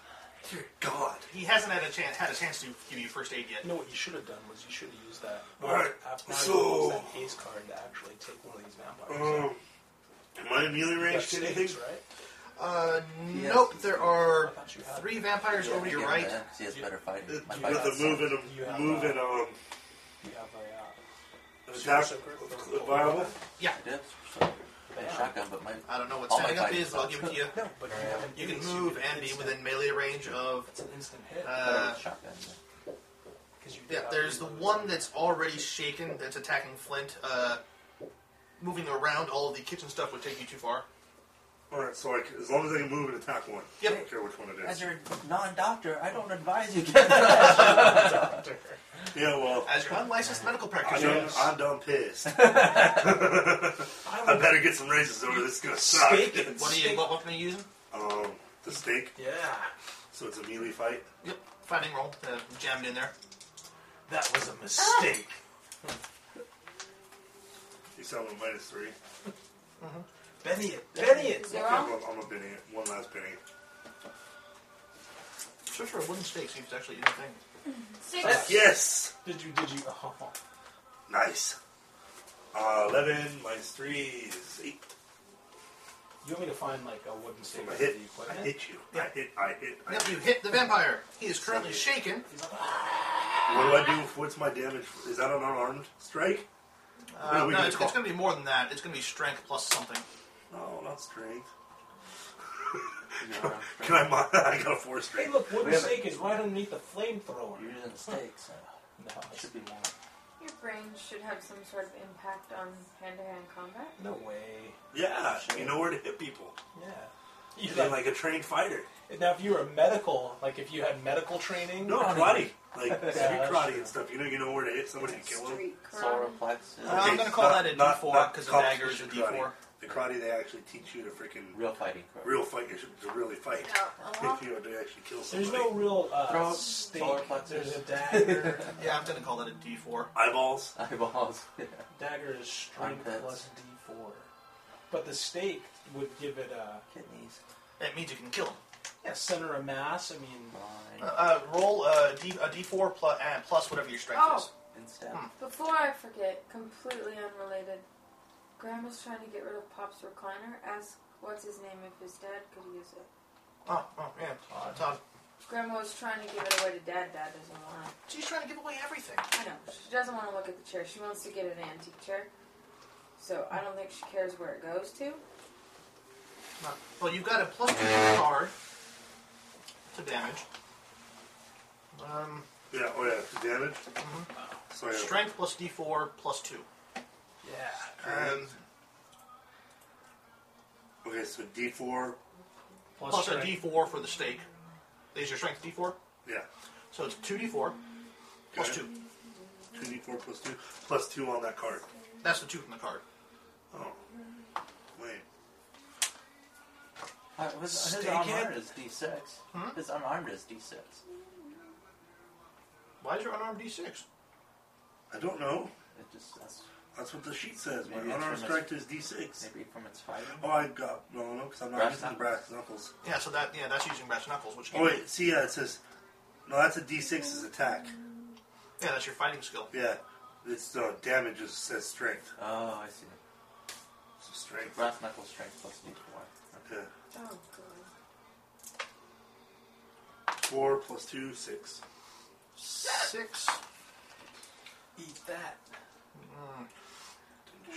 S2: Dear God.
S3: He hasn't had a chance had a chance to give you first aid yet.
S1: You know what you should have done was you should have used that.
S2: Alright,
S1: After
S2: so-
S1: that ace card to actually take one of these
S3: Mm,
S1: vampires.
S2: Um, am I in melee
S1: You got
S2: range to
S1: saves,
S2: anything?
S1: right?
S3: Uh,
S5: Yes.
S3: nope. There
S1: I
S3: are
S1: thought you had-
S3: three vampires over to your
S5: Yeah,
S3: right.
S5: yeah, 'cause He has
S1: You-
S5: better fighting.
S2: Uh, You
S5: My
S2: got the
S5: fighting's
S2: move
S5: solid.
S1: You have,
S2: and move
S5: uh,
S2: and um
S1: You have a. Uh,
S2: attack
S1: Secret with a-
S2: viable.
S5: I did. So, I had a shotgun, but my
S3: I don't know what
S5: All my
S3: standing up
S5: fighting
S3: is, but I'll give it to you.
S1: No, but you have an
S3: You can
S1: ace,
S3: move
S1: get an
S3: and be
S1: instant-
S3: within melee range of
S1: It's an instant hit.
S3: Uh,
S5: shotgun.
S1: Because you did
S3: Yeah,
S1: have
S3: there's
S1: to
S3: the
S1: lose.
S3: one that's already shaken that's attacking Flint. Uh, moving around all of the kitchen stuff would take you too far.
S2: Alright, so I can, as long as I can move and attack one.
S3: Yep.
S2: I don't care which one it
S5: As
S2: is.
S5: your non-doctor, I don't advise you get that.
S2: Yeah, well,
S3: As your unlicensed medical
S2: I
S3: practitioner,
S2: done,
S1: Yes.
S2: I done pissed.
S1: I
S2: I
S1: would
S2: better get some raises over this is gonna suck.
S1: stake it.
S3: what are you? What weapon are you using?
S2: Um, the stake,
S1: Yeah,
S2: so it's a melee fight.
S3: Yep, fighting roll. Uh, jammed in there.
S1: that
S5: Ah.
S1: was a mistake.
S2: You saw a minus three.
S1: Benny it. Benny it.
S4: Zero.
S2: I'm, a, I'm a Benny. One last Benny.
S3: Search for a wooden stake. See if it's actually in the thing.
S4: Six.
S2: Yes.
S1: Did you? Did you? Oh,
S2: Nice. Uh, Eleven minus three is eight.
S1: you want me to find like a wooden
S2: So
S1: stake
S2: I
S1: with
S2: hit.
S1: the
S2: I
S1: equipment?
S2: hit you. I hit. I hit. I
S3: Yep,
S2: hit.
S3: you hit the vampire. He is currently shaken.
S2: What do I do? What's my damage? Is that an unarmed strike?
S3: Uh,
S2: What do we
S3: no,
S2: do
S3: it's,
S2: to
S3: it's
S2: call-
S3: going to be more than that. It's going to be strength plus something.
S2: No, not strength.
S5: You're,
S2: Can I? Mod- I got a four
S1: Hey,
S2: strength.
S1: look, wooden
S5: We have a-
S1: stake is right underneath the flamethrower.
S5: you're using steak, so
S1: No,
S5: it
S1: it's-
S5: should be more.
S4: Your brain should have some sort of impact on hand-to-hand combat.
S1: no way.
S2: Yeah, you know where to hit people.
S1: Yeah.
S2: You're
S1: You
S2: like,
S1: like,
S2: a trained fighter.
S1: now, if you were medical, like if you had medical training,
S2: No, karate. Like street
S1: that's
S2: karate
S1: true.
S2: and stuff. You know, you know where to hit somebody and kill them.
S4: Street
S5: Solar
S4: karate.
S5: plexus.
S3: Uh, I'm gonna call
S2: not-
S3: that a
S2: not-
S3: D4,
S2: not
S3: 'cause the dagger is a
S2: competition
S3: D4.
S2: Karate. The karate they actually teach you to freaking
S5: Real fighting.
S2: real fight. You should- to really fight.
S4: No,
S2: If you know to actually kill somebody.
S1: there's no real uh,
S5: Throat,
S1: stake.
S5: solar plexus.
S1: There's a dagger.
S3: Yeah, I'm going to call that a D4.
S2: eyeballs.
S5: Eyeballs. Yeah.
S1: dagger is strength
S5: Armpits.
S1: plus D4, but the stake would give it a
S5: Kidneys.
S3: That means you can kill him.
S1: yeah, center of mass. I mean,
S3: Uh,
S5: Mind.
S3: uh, roll a, D, a D4 plus, uh, plus whatever your strength is.
S5: And step.
S3: Hmm.
S4: Before I forget, completely unrelated. Grandma's trying to get rid of Pop's recliner. Ask what's his name if his dad could use it.
S3: Oh, oh yeah. Uh, Todd.
S4: Grandma was trying to give it away to dad. Dad doesn't want it.
S3: She's trying to give away everything.
S4: I know. She doesn't want to look at the chair. She wants to get an antique chair. So I don't think she cares where it goes to. Oh,
S3: Uh, Well, you've got a plus two card to damage. Um,
S2: Yeah, oh yeah, the damage.
S1: Mm-hmm.
S2: So yeah.
S3: strength plus D4 plus two.
S1: yeah,
S3: Um,
S2: Okay, so D4.
S1: plus,
S3: plus a
S1: strength.
S3: D4 for the stake. Is your strength D4?
S2: Yeah.
S3: So it's two D4 plus
S2: Okay.
S3: two.
S2: Two D4 plus two. Plus two on that card.
S3: That's the two from the card.
S2: Oh. Wait.
S5: Uh, his, his
S1: Steak
S5: unarmed
S1: it?
S5: is D6.
S3: Hmm?
S5: His unarmed is D6.
S3: Why is your unarmed D6?
S2: I don't know.
S5: It just that's
S2: That's what the sheet says. My
S5: Maybe it's
S2: unarmed
S5: from
S2: strength is D6.
S5: maybe from its fighting.
S2: Oh, I got. No, no, because I'm not
S5: Brass
S2: using the brass knuckles.
S3: Yeah, so that yeah, that's using brass knuckles, which
S2: Oh, wait. See, yeah, it says. No, that's a D6 is attack.
S3: yeah, that's your fighting skill.
S2: Yeah. It's uh, damage is, says strength.
S5: Oh, I see.
S2: So strength.
S5: Brass knuckle strength plus D4.
S2: Yeah.
S4: Oh, God.
S2: 4 plus 2, 6.
S3: Six.
S1: Eat that.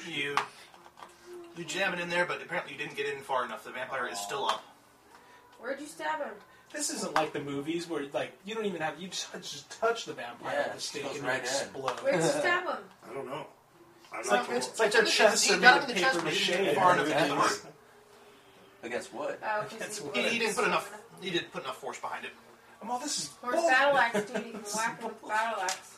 S3: You you jam it in there, but apparently you didn't get in far enough. The vampire is still up.
S4: Where'd you stab him?
S1: This isn't like the movies where like you don't even have you just, just touch the vampire
S5: Yeah,
S1: with the
S5: it
S1: stake
S5: goes
S1: and it
S5: right in.
S1: explode.
S4: Where'd you stab him?
S2: I don't know. I'm
S1: It's
S2: not
S1: like
S2: cool.
S1: it's, it's like their
S3: Look,
S1: chests
S3: he
S1: are made
S3: got him
S1: of
S3: in the chest,
S1: paper
S3: but he
S1: mache.
S3: didn't get far
S1: and
S3: enough
S1: everything.
S3: to hurt.
S5: Against wood.
S4: Oh, because
S1: That's
S4: he,
S1: what
S3: He,
S4: was-
S3: he didn't put enough. He didn't put enough force behind it.
S1: I'm all this is
S4: Or
S1: bull-
S4: battle axe, dude. You can whack him with battle axe.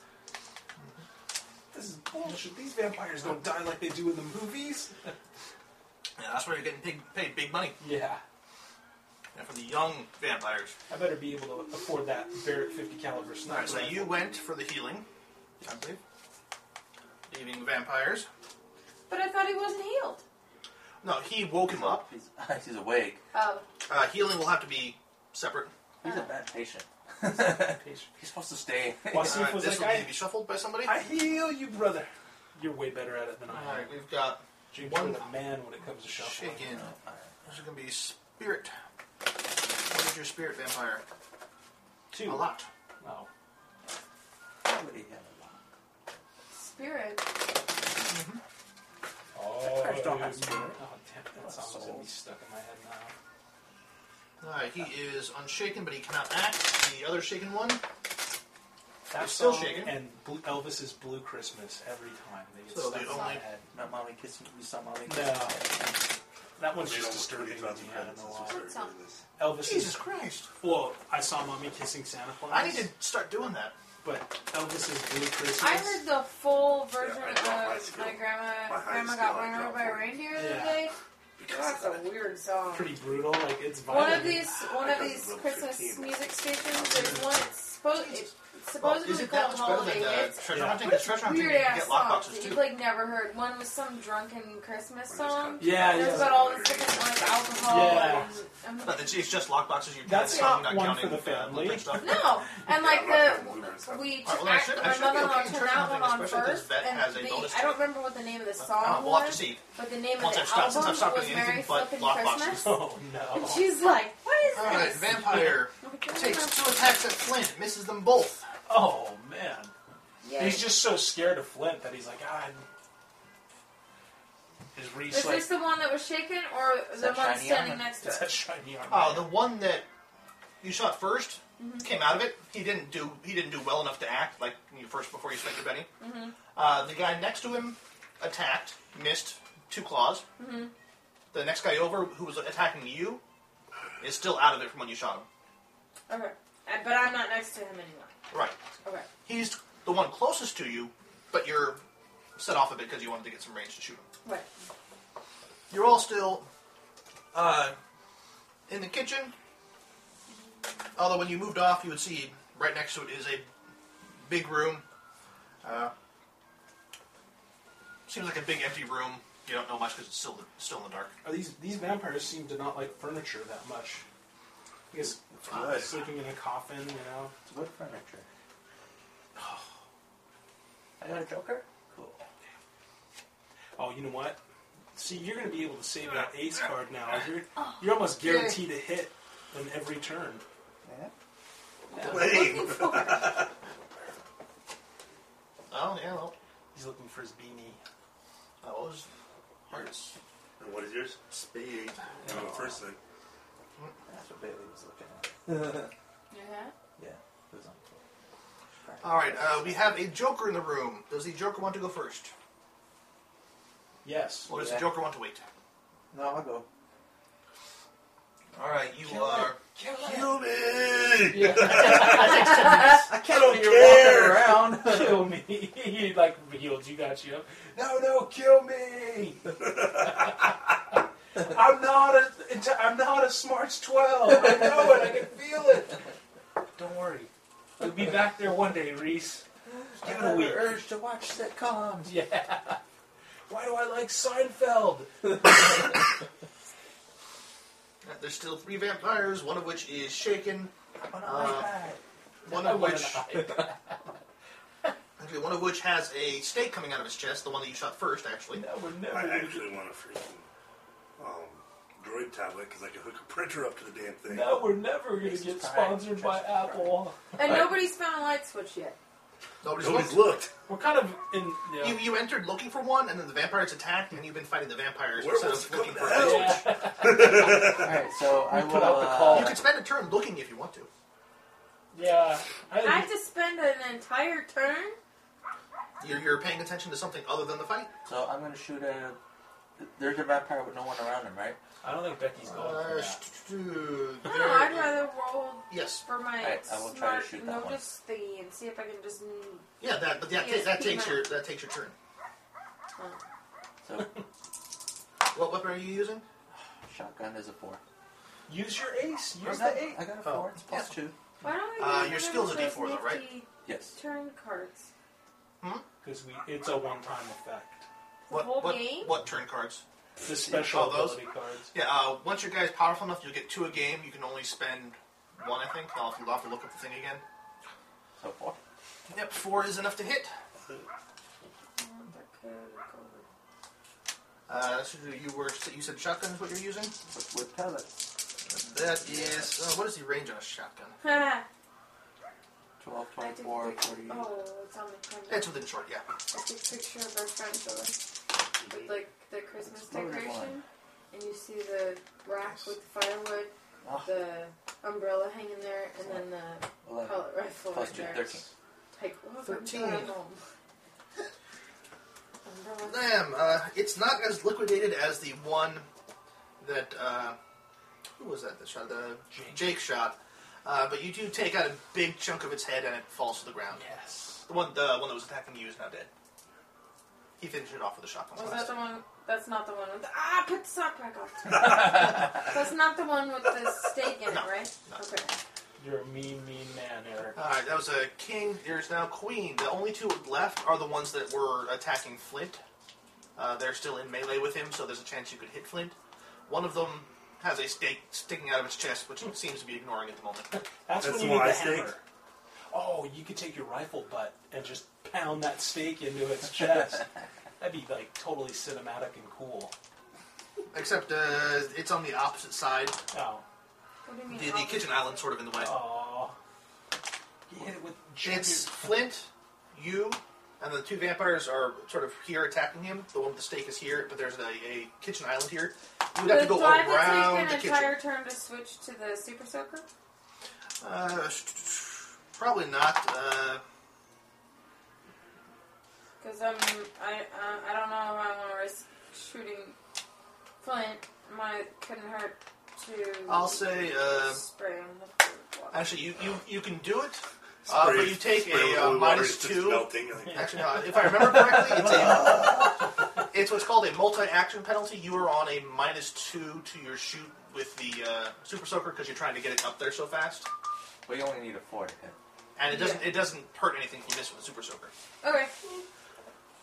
S1: This is bullshit. These vampires don't die like they do in the movies.
S3: Yeah, that's where you're getting paid, paid big money
S1: yeah,
S3: yeah, for the young vampires.
S1: I better be able to afford that Barrett 50 caliber
S3: All
S1: sniper.
S3: right, so you went for the healing, I believe. Leaving vampires.
S4: But I thought he wasn't healed.
S3: No, he woke him up.
S5: He's, he's awake.
S4: Oh,
S3: Uh, healing will have to be separate.
S5: He's a
S3: Ah.
S5: bad patient.
S1: Patient.
S5: he's supposed to stay.
S1: What's-
S3: Alright,
S1: was
S3: Uh, this
S1: like,
S3: will
S1: I-
S3: need to be shuffled by somebody.
S1: I heal you, brother. You're way better at it than I am.
S3: Alright, we've got
S1: James,
S3: One-
S1: you're the man when it comes to shuffling.
S3: shaken. This is gonna be spirit. What is your spirit vampire?
S1: Two. Oh,
S3: A lot.
S1: No.
S5: Probably had a lot.
S4: spirit.
S1: Oh,
S5: Vampires don't have
S1: mm,
S5: spirit.
S1: Oh, damn, that song's going to be
S5: Souls.
S1: stuck in my head now.
S3: Alright, he is unshaken, but he cannot act. The other shaken one.
S1: That
S3: still
S1: song
S3: shaking.
S1: And Blue, Elvis's Blue Christmas every time. They get
S3: So
S1: stuck
S3: the
S1: in my
S3: only-
S1: head.
S5: Not mommy kissing you saw mommy
S1: No.
S5: kissing
S1: That one's
S2: They
S1: just disturbing
S2: don't-
S1: to me.
S2: they don't-
S1: I don't know why.
S4: What song?
S1: Elvis
S3: Jesus
S1: is.
S3: Christ.
S1: Well, I saw Mommy kissing Santa Claus.
S3: I need to start doing that.
S1: But Elvis's Blue Christmas.
S4: I heard the full version
S2: Yeah, I got my
S4: of
S2: skill.
S4: my grandma.
S2: My
S4: grandma
S2: highest
S4: got
S2: skill I
S4: run over
S2: dropped
S4: by a
S2: for it.
S4: reindeer the
S1: Yeah.
S4: other day.
S2: Because
S4: That's
S2: of that.
S4: a weird song.
S1: pretty brutal. Like it's violent.
S4: One of these, one
S2: I
S4: of
S2: got
S4: these
S2: the little
S4: Christmas
S2: 15.
S4: music stations. There's one. It's supposed. It's
S3: is
S4: supposedly
S3: it that
S4: called
S3: much better
S4: Holiday
S3: than the
S4: Hits.
S3: treasure
S1: Yeah.
S3: hunting? Because treasure hunting you
S4: Weird
S3: can
S4: ass
S3: get lockboxes
S4: songs that
S3: too.
S4: you've like never heard. One was some drunken Christmas
S2: Or just
S4: song.
S2: cut.
S1: Yeah,
S4: It was
S1: yeah.
S4: about all this different like alcohol
S1: Yeah.
S4: and, um, I'm-
S3: Not that she's just lockboxes. You
S1: That's
S3: so I'm
S1: not one for the
S3: counting, uh,
S1: family.
S3: blueprint Stuff.
S4: No, and
S2: Yeah,
S4: like
S2: I'm
S4: the
S2: not gonna move
S4: we took
S3: All right, well, I
S4: act,
S3: should- I
S4: my
S3: should be okay
S4: mother-in-law
S3: in
S4: turned
S3: terms
S4: that
S3: of
S4: one
S3: things,
S4: on
S3: especially if
S4: first,
S3: this vet
S4: and
S3: has a
S4: the,
S3: bonus
S4: I don't
S3: too.
S4: remember what the name of the song
S3: Uh,
S4: was.
S3: we'll have to see.
S4: But the name
S3: Once I've
S4: of the
S3: stopped-
S4: album
S3: since I've stopped
S4: was
S3: doing
S4: Merry
S3: anything but
S4: Flippin'
S3: lockboxes.
S4: Christmas.
S1: Oh
S4: And
S1: no.
S4: she's like, what is
S3: All right,
S4: this?
S3: vampire takes two attacks at Flint, misses them both.
S1: Oh man.
S4: Yeah.
S1: He's just so scared of Flint that he's like, ah. His
S4: Is
S1: reach like
S4: this the one that was shaken, or
S5: Is
S4: the
S5: that
S4: one
S5: shiny
S4: standing
S5: armor?
S4: next to
S1: is
S4: it?
S1: that shiny armor.
S4: Oh,
S3: Uh, the one that you shot 1st came out of it. He didn't do he didn't do well enough to act like when you first before you spent your Betty.
S4: Mm-hmm.
S3: Uh, the guy next to him attacked, missed two claws.
S4: Mm-hmm.
S3: The next guy over who was attacking you is still out of it from when you shot him.
S4: Okay, Uh, but I'm not next to him anymore.
S3: Right.
S4: Okay.
S3: He's the one closest to you, but you're set off a bit because you wanted to get some range to shoot him.
S4: Right.
S3: You're all still uh, in the kitchen. Although when you moved off, you would see right next to it is a big room. Uh, seems like a big empty room. You don't know much because it's still still in the dark.
S1: Are these these vampires seem to not like furniture that much. I guess
S5: wood.
S1: sleeping in a coffin, you know.
S5: It's wood furniture. I got a joker? Cool.
S1: Oh, you know what? See, you're going to be able to save that ace card now. You're you're almost guaranteed to hit on every turn.
S5: Yeah?
S2: Lame.
S3: Oh yeah, well,
S1: He's looking for his beanie.
S3: that was hearts.
S2: And what is yours? Spade. You went first thing.
S5: That's what Bailey was looking at.
S4: Yeah.
S5: Yeah. It was on
S3: All right, uh, we have a joker in the room. Does the joker want to go first,
S1: Yes.
S3: or does
S5: Yeah.
S3: the joker want to wait?
S5: No, I'll go.
S3: All right, you are.
S2: Kill me!
S5: I
S2: don't
S5: you're
S2: care.
S5: walking around.
S1: Kill me. he like healed you, got you. No, no, kill me. I'm not a I'm not a smarts twelve. I know it. I can feel it. Don't worry. We'll be back there one day, Reese. Give it a
S5: Another
S1: week.
S5: urge to watch sitcoms.
S1: Yeah. Why do I like Seinfeld?
S3: There's still three vampires, one of which is shaken,
S5: I'm an
S3: Uh,
S5: iPad.
S3: one
S1: I
S3: of
S1: want an
S3: which
S1: eye.
S3: Actually, one of which has a stake coming out of his chest, the one that you shot first, actually.
S1: That would never
S2: I
S1: be-
S2: actually want a freaking um, droid tablet because I can hook a printer up to the damn thing.
S1: Now we're never going to
S5: This
S1: get
S5: is pride.
S1: sponsored by
S5: Trust pride.
S1: Apple.
S4: And
S5: Right.
S4: nobody's found a light switch yet.
S3: Nobody's
S2: Nobody's
S3: looked.
S2: looked.
S1: We're kind of in. Yeah.
S3: You, you entered looking for one, and then the vampires attacked, and you've been fighting the vampires
S2: Where
S3: instead
S2: was
S3: of
S2: it
S3: looking
S2: coming
S3: for
S2: out?
S3: a
S1: Yeah.
S5: Alright, so I
S1: put
S5: will.
S1: out the
S5: uh,
S1: call.
S3: You could spend a turn looking if you want to.
S1: yeah.
S4: I have to spend an entire turn.
S3: You're, you're paying attention to something other than the fight.
S5: So I'm gonna shoot a. There's a vampire with no one around him, right?
S1: I don't think
S2: Oh,
S1: Becky's going for
S3: Uh,
S1: that.
S4: No, I'd rather roll
S3: Yes.
S4: for my
S5: Alright, I
S4: smart
S5: will try to shoot that one.
S4: notice thingy and see if I can just. mm,
S3: Yeah, that but that,
S4: Yes,
S3: that
S4: he
S3: takes
S4: might.
S3: your that takes your turn.
S4: oh.
S5: So
S3: What weapon are you using?
S5: shotgun is a four.
S1: Use your ace. Use
S5: I
S1: the eight.
S5: got a
S3: Oh.
S5: four. It's plus two.
S4: Why don't we?
S3: Uh,
S4: use
S3: your
S4: one
S3: skill's
S4: of
S3: a
S4: those
S3: D4 though, right?
S4: nifty
S5: Yes.
S4: Turn cards.
S1: Because we, it's a one-time effect.
S3: What
S4: whole
S3: what,
S4: game?
S3: what turn cards?
S1: The special
S3: Oh, those?
S1: ability cards.
S3: Yeah, uh, once your guy's powerful enough, you'll get two a game. You can only spend one, I think. I'll have to- I'll have to look up the thing again.
S5: So four.
S3: Yep, four is enough to hit.
S4: Um, that could go with-
S3: Uh, so you were you said shotgun is what you're using.
S5: With, with pellets.
S3: That is uh, what is the range on a shotgun?
S4: Ah,
S5: 12,
S4: I took a
S5: 24,
S4: pic-
S5: 40.
S4: Oh, it's on the corner.
S3: It's within short, yeah.
S4: I took a picture of our front door with like the Christmas
S5: It's loaded
S4: decoration,
S5: one.
S4: and you see the rack with the firewood,
S5: Ah.
S4: the umbrella hanging there, and then the
S5: 11.
S4: pellet rifle
S5: Plus
S4: right
S5: two,
S4: there.
S5: 13.
S4: Like, what if I'm
S3: Thirteen.
S4: going home? Umbrella.
S3: Damn, uh, it's not as liquidated as the one that uh, who was that? The shot, the
S1: Jake.
S3: Jake shot. Uh, but you do take out a big chunk of its head and it falls to the ground.
S1: Yes.
S3: The one, the one that was attacking you is now dead. He finished it off with a shotgun
S4: Was that
S3: blast.
S4: the one? That's not the one with the. Ah, put the sock back on. that's not the one with the steak in it,
S3: No,
S4: right?
S3: no.
S4: Okay.
S1: You're a mean, mean man, Eric.
S3: All right, that was a king. There's now queen. The only two left are the ones that were attacking Flint. Uh, they're still in melee with him, so there's a chance you could hit Flint. One of them has a stake sticking out of its chest, which it seems to be ignoring at the moment.
S1: That's,
S2: That's
S1: when you
S2: the
S1: need
S2: one
S1: the
S2: I stake?
S1: hammer. Oh, you could take your rifle butt and just pound that stake into its chest. That'd be like totally cinematic and cool.
S3: Except uh, it's on the opposite side.
S1: Oh,
S4: What do you
S3: The,
S4: mean?
S3: the kitchen island sort of in the way.
S1: oh. You hit it with
S3: It's
S1: chance.
S3: Flint, you, and the two vampires are sort of here attacking him. The one with the stake is here, but there's a, a kitchen island here. You would have to go
S4: do I have to
S3: around
S4: take
S3: the
S4: an
S3: kitchen.
S4: entire turn to switch to the super soaker?
S3: Uh, sh- sh- sh- probably not. Uh,
S4: Because I'm I uh, I don't know if I want to risk shooting Flint. My couldn't hurt to.
S3: I'll say. Uh,
S4: spray him with water.
S3: actually, you, you, you can do it, uh, but you take
S2: spray with
S3: a uh,
S2: holy water,
S3: minus
S2: it's just
S3: two.
S2: melting. Like,
S3: Actually, no, if I remember correctly, it's a it's what's called a multi-action penalty. You are on a minus two to your shoot with the uh, super soaker because you're trying to get it up there so fast,
S5: We only need a four to hit.
S3: and it doesn't it doesn't hurt anything if you miss with the super soaker.
S4: Okay.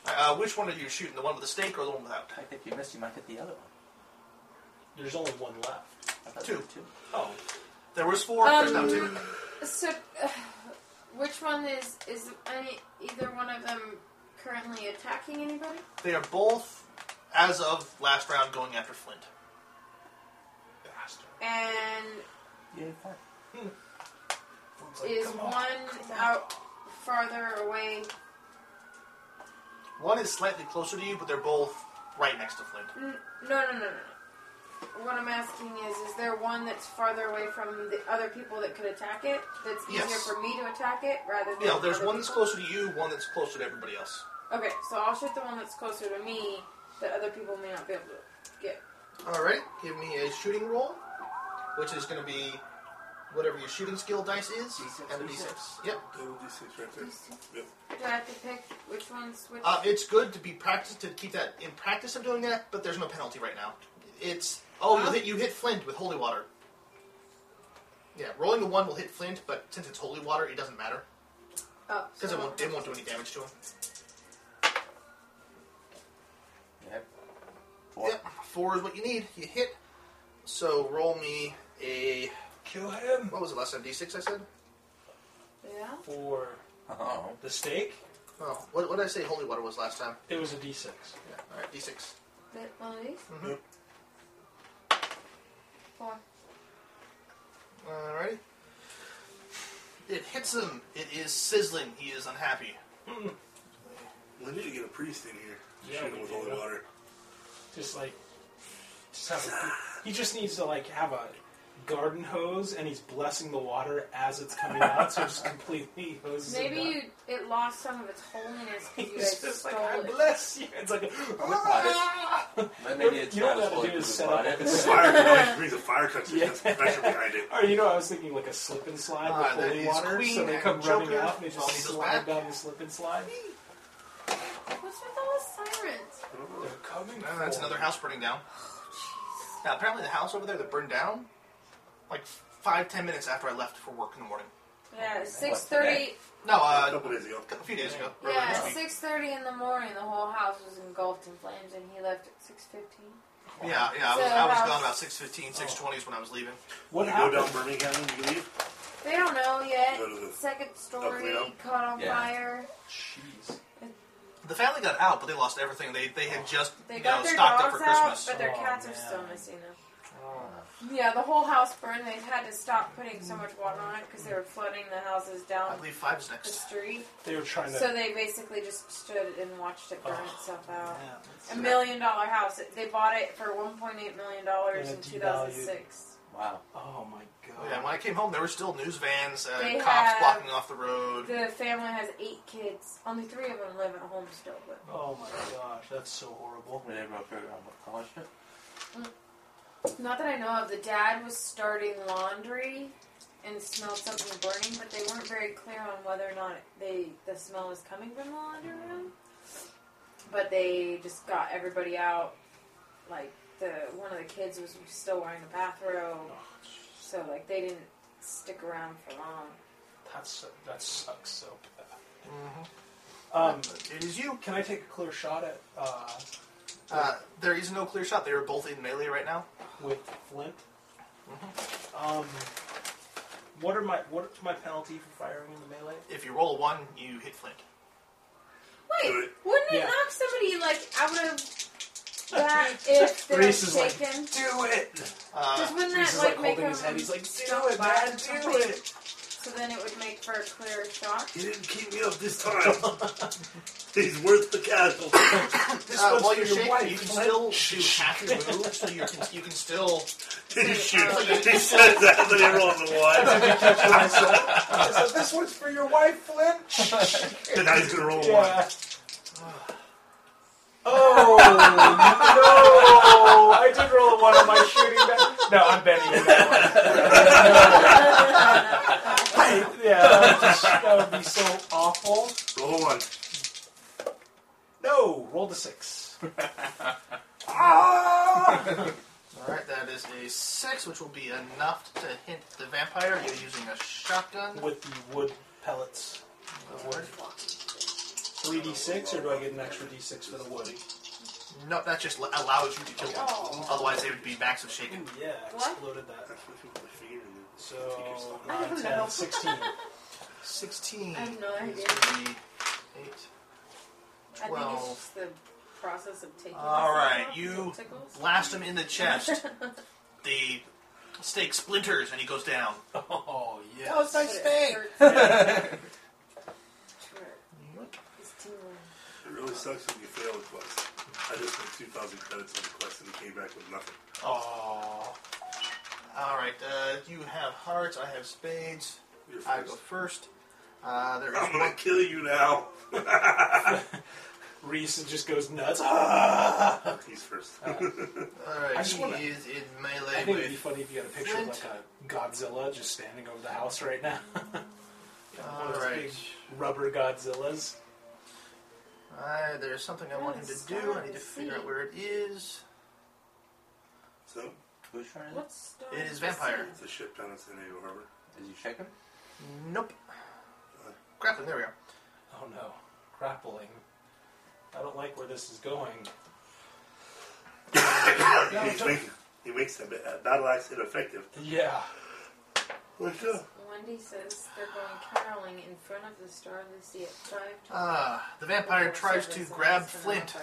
S3: Uh, which one are you shooting? The one with the stake or the one without?
S5: I think you missed. You might get the other one.
S1: There's only one left.
S5: I thought
S3: Two.
S5: there were two.
S1: Oh,
S3: There was four. there's now two.
S4: Um, So, uh, which one is is any either one of them currently attacking anybody?
S3: They are both, as of last round, going after Flint.
S1: bastard.
S4: And
S5: You did fine.
S2: it's like,
S4: is
S2: come on.
S4: one out farther away?
S3: One is slightly closer to you, but they're both right next to Flint.
S4: N- No, no, no, no. no. What I'm asking is, is there one that's farther away from the other people that could attack it? That's easier
S3: Yes.
S4: for me to attack it rather than.
S3: Yeah, there's
S4: other
S3: one that's
S4: people?
S3: closer to you, one that's closer to everybody else.
S4: Okay, so I'll shoot the one that's closer to me that other people may not be able to get.
S3: All right, give me a shooting roll, which is going to be whatever your shooting skill dice is,
S5: D6,
S3: and the
S5: D6.
S3: d6. Yep.
S2: Double D6 right there. Yep.
S4: Do I have to pick which one's which?
S3: Uh, it's good to be practiced to keep that in practice of doing that, but there's no penalty right now. It's oh, you hit you hit Flint with holy water. Yeah, rolling a one will hit Flint, but since it's holy water, it doesn't matter
S4: oh,
S3: because
S4: so-
S3: it won't it won't do any damage to him.
S5: Yep. Four.
S3: Yep, four is what you need. You hit. So roll me a
S1: Kill him
S3: what was it last time? D6 I said.
S4: Yeah.
S1: for
S5: Oh.
S1: the stake.
S3: Oh, what, what did I say? Holy water was last time.
S1: It was a D6.
S3: Yeah, all right, D6.
S4: That one of these?
S3: Mhm.
S4: Four.
S3: Alrighty. It hits him. It is sizzling. He is unhappy.
S2: We need to get a priest in here.
S1: Yeah,
S2: Shoot
S1: we
S2: him with
S1: do.
S2: holy water.
S1: Just like, just have a, he just needs to like have a garden hose, and he's blessing the water as it's coming out, so it just completely hoses. it
S4: Maybe
S1: down.
S4: you it lost some of its holiness because you
S1: He's
S4: guys
S1: just
S4: stole
S1: like, I
S4: it.
S1: bless you. It's like,
S5: bought But maybe it's
S1: You know
S5: not
S1: what
S5: as
S1: I
S5: holy
S1: do is
S5: because we
S1: set
S5: bought
S1: up
S5: it.
S1: a
S5: It's
S2: Fire can always brings a fire cuts
S1: Yeah.
S2: That's pressure behind it.
S1: Or oh, you know, I was thinking like a slip and slide
S3: Ah,
S1: with
S3: that
S1: holy
S3: is
S1: water, so
S3: Queen
S1: they
S3: and
S1: come running
S3: Joker.
S1: out and they just
S3: Well, he does
S1: slide
S3: that.
S1: down the slip and slide.
S4: What's with all the sirens?
S1: They're coming.
S3: Uh, that's
S1: for
S3: another
S1: me.
S3: house burning down. Now, apparently, the house over there that burned down, like five, ten minutes after I left for work in the morning.
S4: Yeah, six thirty.
S5: today?
S3: No,
S2: a
S3: uh,
S2: couple days ago.
S3: a few days ago. earlier
S4: Yeah,
S3: this week.
S4: six thirty in the morning. The whole house was engulfed in flames, and he left at six fifteen.
S3: Yeah, yeah. I was,
S4: So
S3: I was
S4: about-
S3: gone about 6.15, 6.20 is when I was leaving.
S1: What
S2: You go
S1: happened?
S2: down Birmingham and you leave.
S4: They don't know yet.
S2: Go to the-
S4: Second story
S2: Up, you know?
S4: caught on
S5: Yeah.
S4: fire.
S1: Jeez.
S3: The family got out, but they lost everything. They they had just
S4: They
S3: you know,
S4: got their
S3: stocked up for
S4: dogs out,
S3: Christmas.
S4: but their
S1: Oh,
S4: cats are
S1: man.
S4: still missing them. Yeah, the whole house burned. They had to stop putting so much water on it because they were flooding the houses
S3: I
S4: down
S3: believe five is
S4: the
S3: next.
S4: street.
S1: They were trying to.
S4: So they basically just stood and watched it burn
S1: Oh,
S4: itself out.
S1: Yeah,
S4: A million dollar house. It- They bought it for 1.8 million dollars
S1: Yeah,
S4: in
S1: devalued.
S4: 2006.
S5: Wow.
S1: oh my god.
S3: Yeah, when I came home, there were still news vans, uh,
S4: They
S3: cops
S4: have-
S3: blocking off the road.
S4: The family has eight kids. Only three of them live at home still. But
S1: oh my gosh, that's so horrible.
S5: We didn't broker around with how much it.
S4: not that I know of. The dad was starting laundry and smelled something burning, but they weren't very clear on whether or not they the smell was coming from the laundry room. But they just got everybody out. Like the one of the kids was still wearing a bathrobe, so like they didn't stick around for long.
S1: That's so, that sucks so bad.
S3: Mhm.
S1: Um,
S3: it is you.
S1: can I take a clear shot at uh,
S3: Uh, there is no clear shot. They are both in melee right now.
S1: with Flint? Um, what are my what's my penalty for firing in the melee?
S3: If you roll one, you hit Flint.
S2: Do
S4: Wait,
S2: it.
S4: wouldn't it
S1: Yeah.
S4: knock somebody like out of that if they're
S1: Reese is like,
S4: shaken?
S1: Do it.
S3: Uh,
S4: Just wouldn't
S1: Reese
S4: that
S1: is
S4: like,
S1: like
S4: make
S1: holding
S4: him
S1: his head. He's like, do
S4: stop
S1: it,
S4: by
S1: man,
S4: or
S1: do
S4: something?
S1: it.
S4: So then it would make for a clearer shot.
S2: He didn't keep me up this time. He's worth the casualty.
S1: This
S3: uh,
S1: one's for
S3: while you're
S1: your
S3: shaking,
S1: wife,
S3: you can
S1: Flint.
S3: still do half your move, so you can, you can still.
S2: he
S3: uh,
S2: shoots. He says that and then he rolls a one.
S1: I said, this one's for your wife, Flint.
S2: And now he's gonna roll a one.
S1: Yeah. Oh no! I did roll a one on my shooting. Back. No, I'm betting you that one. yeah, that would, just, that would be so awful.
S2: Roll a one.
S1: No, roll the six.
S3: Alright, that is a six, which will be enough to hit the vampire. You're using a shotgun.
S1: With the wood pellets.
S3: Wood.
S1: Three d six, or do I get an extra d six for the wood?
S3: No, that just l- allows you to kill them.
S1: Oh.
S3: Otherwise, they would be backs of shaken.
S1: Yeah, I
S4: What?
S1: exploded that. So
S4: I don't
S1: 9, 10,
S4: know.
S1: 16.
S3: 16.
S4: I have no
S3: is
S4: idea.
S3: gonna be Eight.
S4: I think it's
S3: Twelve.
S4: just the process of taking.
S3: All right,
S4: something
S3: you-
S4: off that tickles.
S3: Blast him in the chest. the stake splinters and he goes down.
S1: Oh yeah.
S3: was
S4: But it hurts. It's tingling.
S2: It really sucks when you fail a quest. I just spent 2,000 credits on the quest and he came back with nothing.
S1: Oh.
S3: Alright, uh, you have hearts, I have spades.
S2: You're
S3: I go
S2: first.
S3: first. Uh, there
S2: I'm
S3: is
S2: gonna
S3: one.
S2: kill you now.
S1: Reese just goes nuts. Ah!
S2: He's first.
S3: Alright,
S1: I just
S3: he
S1: wanna-
S3: is in
S1: I
S3: melee
S1: think it'd be
S3: with.
S1: funny if you had a picture of like a Godzilla just standing over the house right now. One of those
S3: Alright.
S1: big rubber Godzillas.
S3: Uh, there's something I want him to do. I need to figure out where it is.
S2: so,
S5: Who's trying to?
S4: What's the-
S3: It is vampire.
S2: it's a ship down in San Diego Harbor.
S5: Is he shaking?
S3: Nope. Grappling, there we go.
S1: Oh no. Grappling. I don't like where this is going. No,
S2: He's
S1: don't-
S2: making, he makes the ba- uh, battle axe ineffective.
S1: Yeah.
S2: Let's go.
S4: Wendy says they're going caroling in front of the Star of the Sea at five.
S3: Ah, the vampire tries to grab Flint.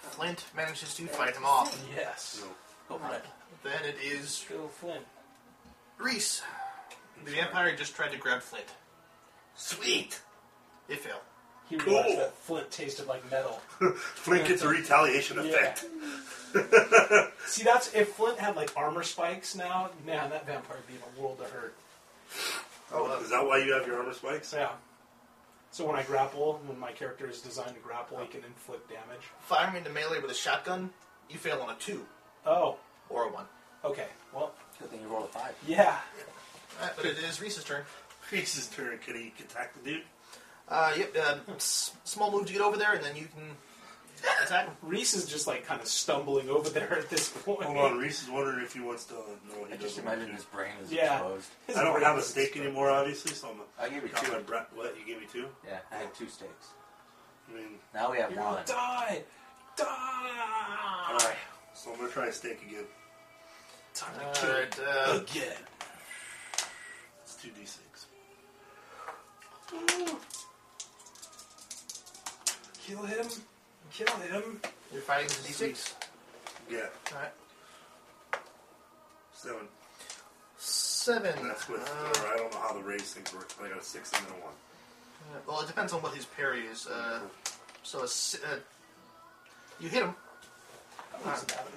S3: Flint manages to fight him off.
S1: Yes.
S2: No.
S5: Go for it.
S3: Then it is
S1: Go Flint.
S3: Reese. The vampire just tried to grab Flint.
S2: Sweet!
S3: It failed.
S1: He realized
S2: Cool.
S1: that Flint tasted like metal.
S2: Flint gets a retaliation effect.
S1: See, that's if Flint had like armor spikes now. Man, that vampire would be in a world of hurt.
S3: Oh, uh,
S2: Is that why you have your armor spikes?
S1: So yeah. So when I grapple, when my character is designed to grapple, he can inflict damage.
S3: firing into melee with a shotgun, you fail on a two
S1: Oh,
S3: or a one.
S1: okay. Well,
S5: Good thing you rolled a five.
S1: yeah.
S3: Alright, but it is Reese's turn.
S2: Reese's turn. Can he attack the dude?
S3: Uh, yep, uh, s- small move to get over there, and then you can attack him.
S1: Reese is just like kind of stumbling over there at this point.
S2: Hold on, Reese is wondering if he wants to. uh, No, he
S5: I just
S2: doesn't.
S5: imagine
S2: want
S5: his brain is
S1: Yeah.
S5: exposed.
S1: His
S2: to. I don't
S1: brain
S2: have a
S1: is-
S2: stake anymore, obviously, so I'm
S5: I gave you
S2: got my
S5: two.
S2: breath. What? You gave me two?
S5: Yeah, I had two stakes.
S2: I mean,
S5: Now we have
S1: You're
S5: one.
S1: gonna die. Die.
S2: alright. So I'm gonna try a stake again.
S1: Time to kill
S3: Alright, uh,
S1: again.
S2: It's 2d6.
S1: Kill him. Kill him.
S3: you're fighting with a d6.
S2: Yeah,
S3: Alright.
S2: 7.
S3: Seven.
S2: And that's with.
S3: Uh,
S2: or I don't know how the raise things work. I got a 6 and then a 1.
S3: well, it depends on what his parry is. Uh, so a, s- uh, you hit him.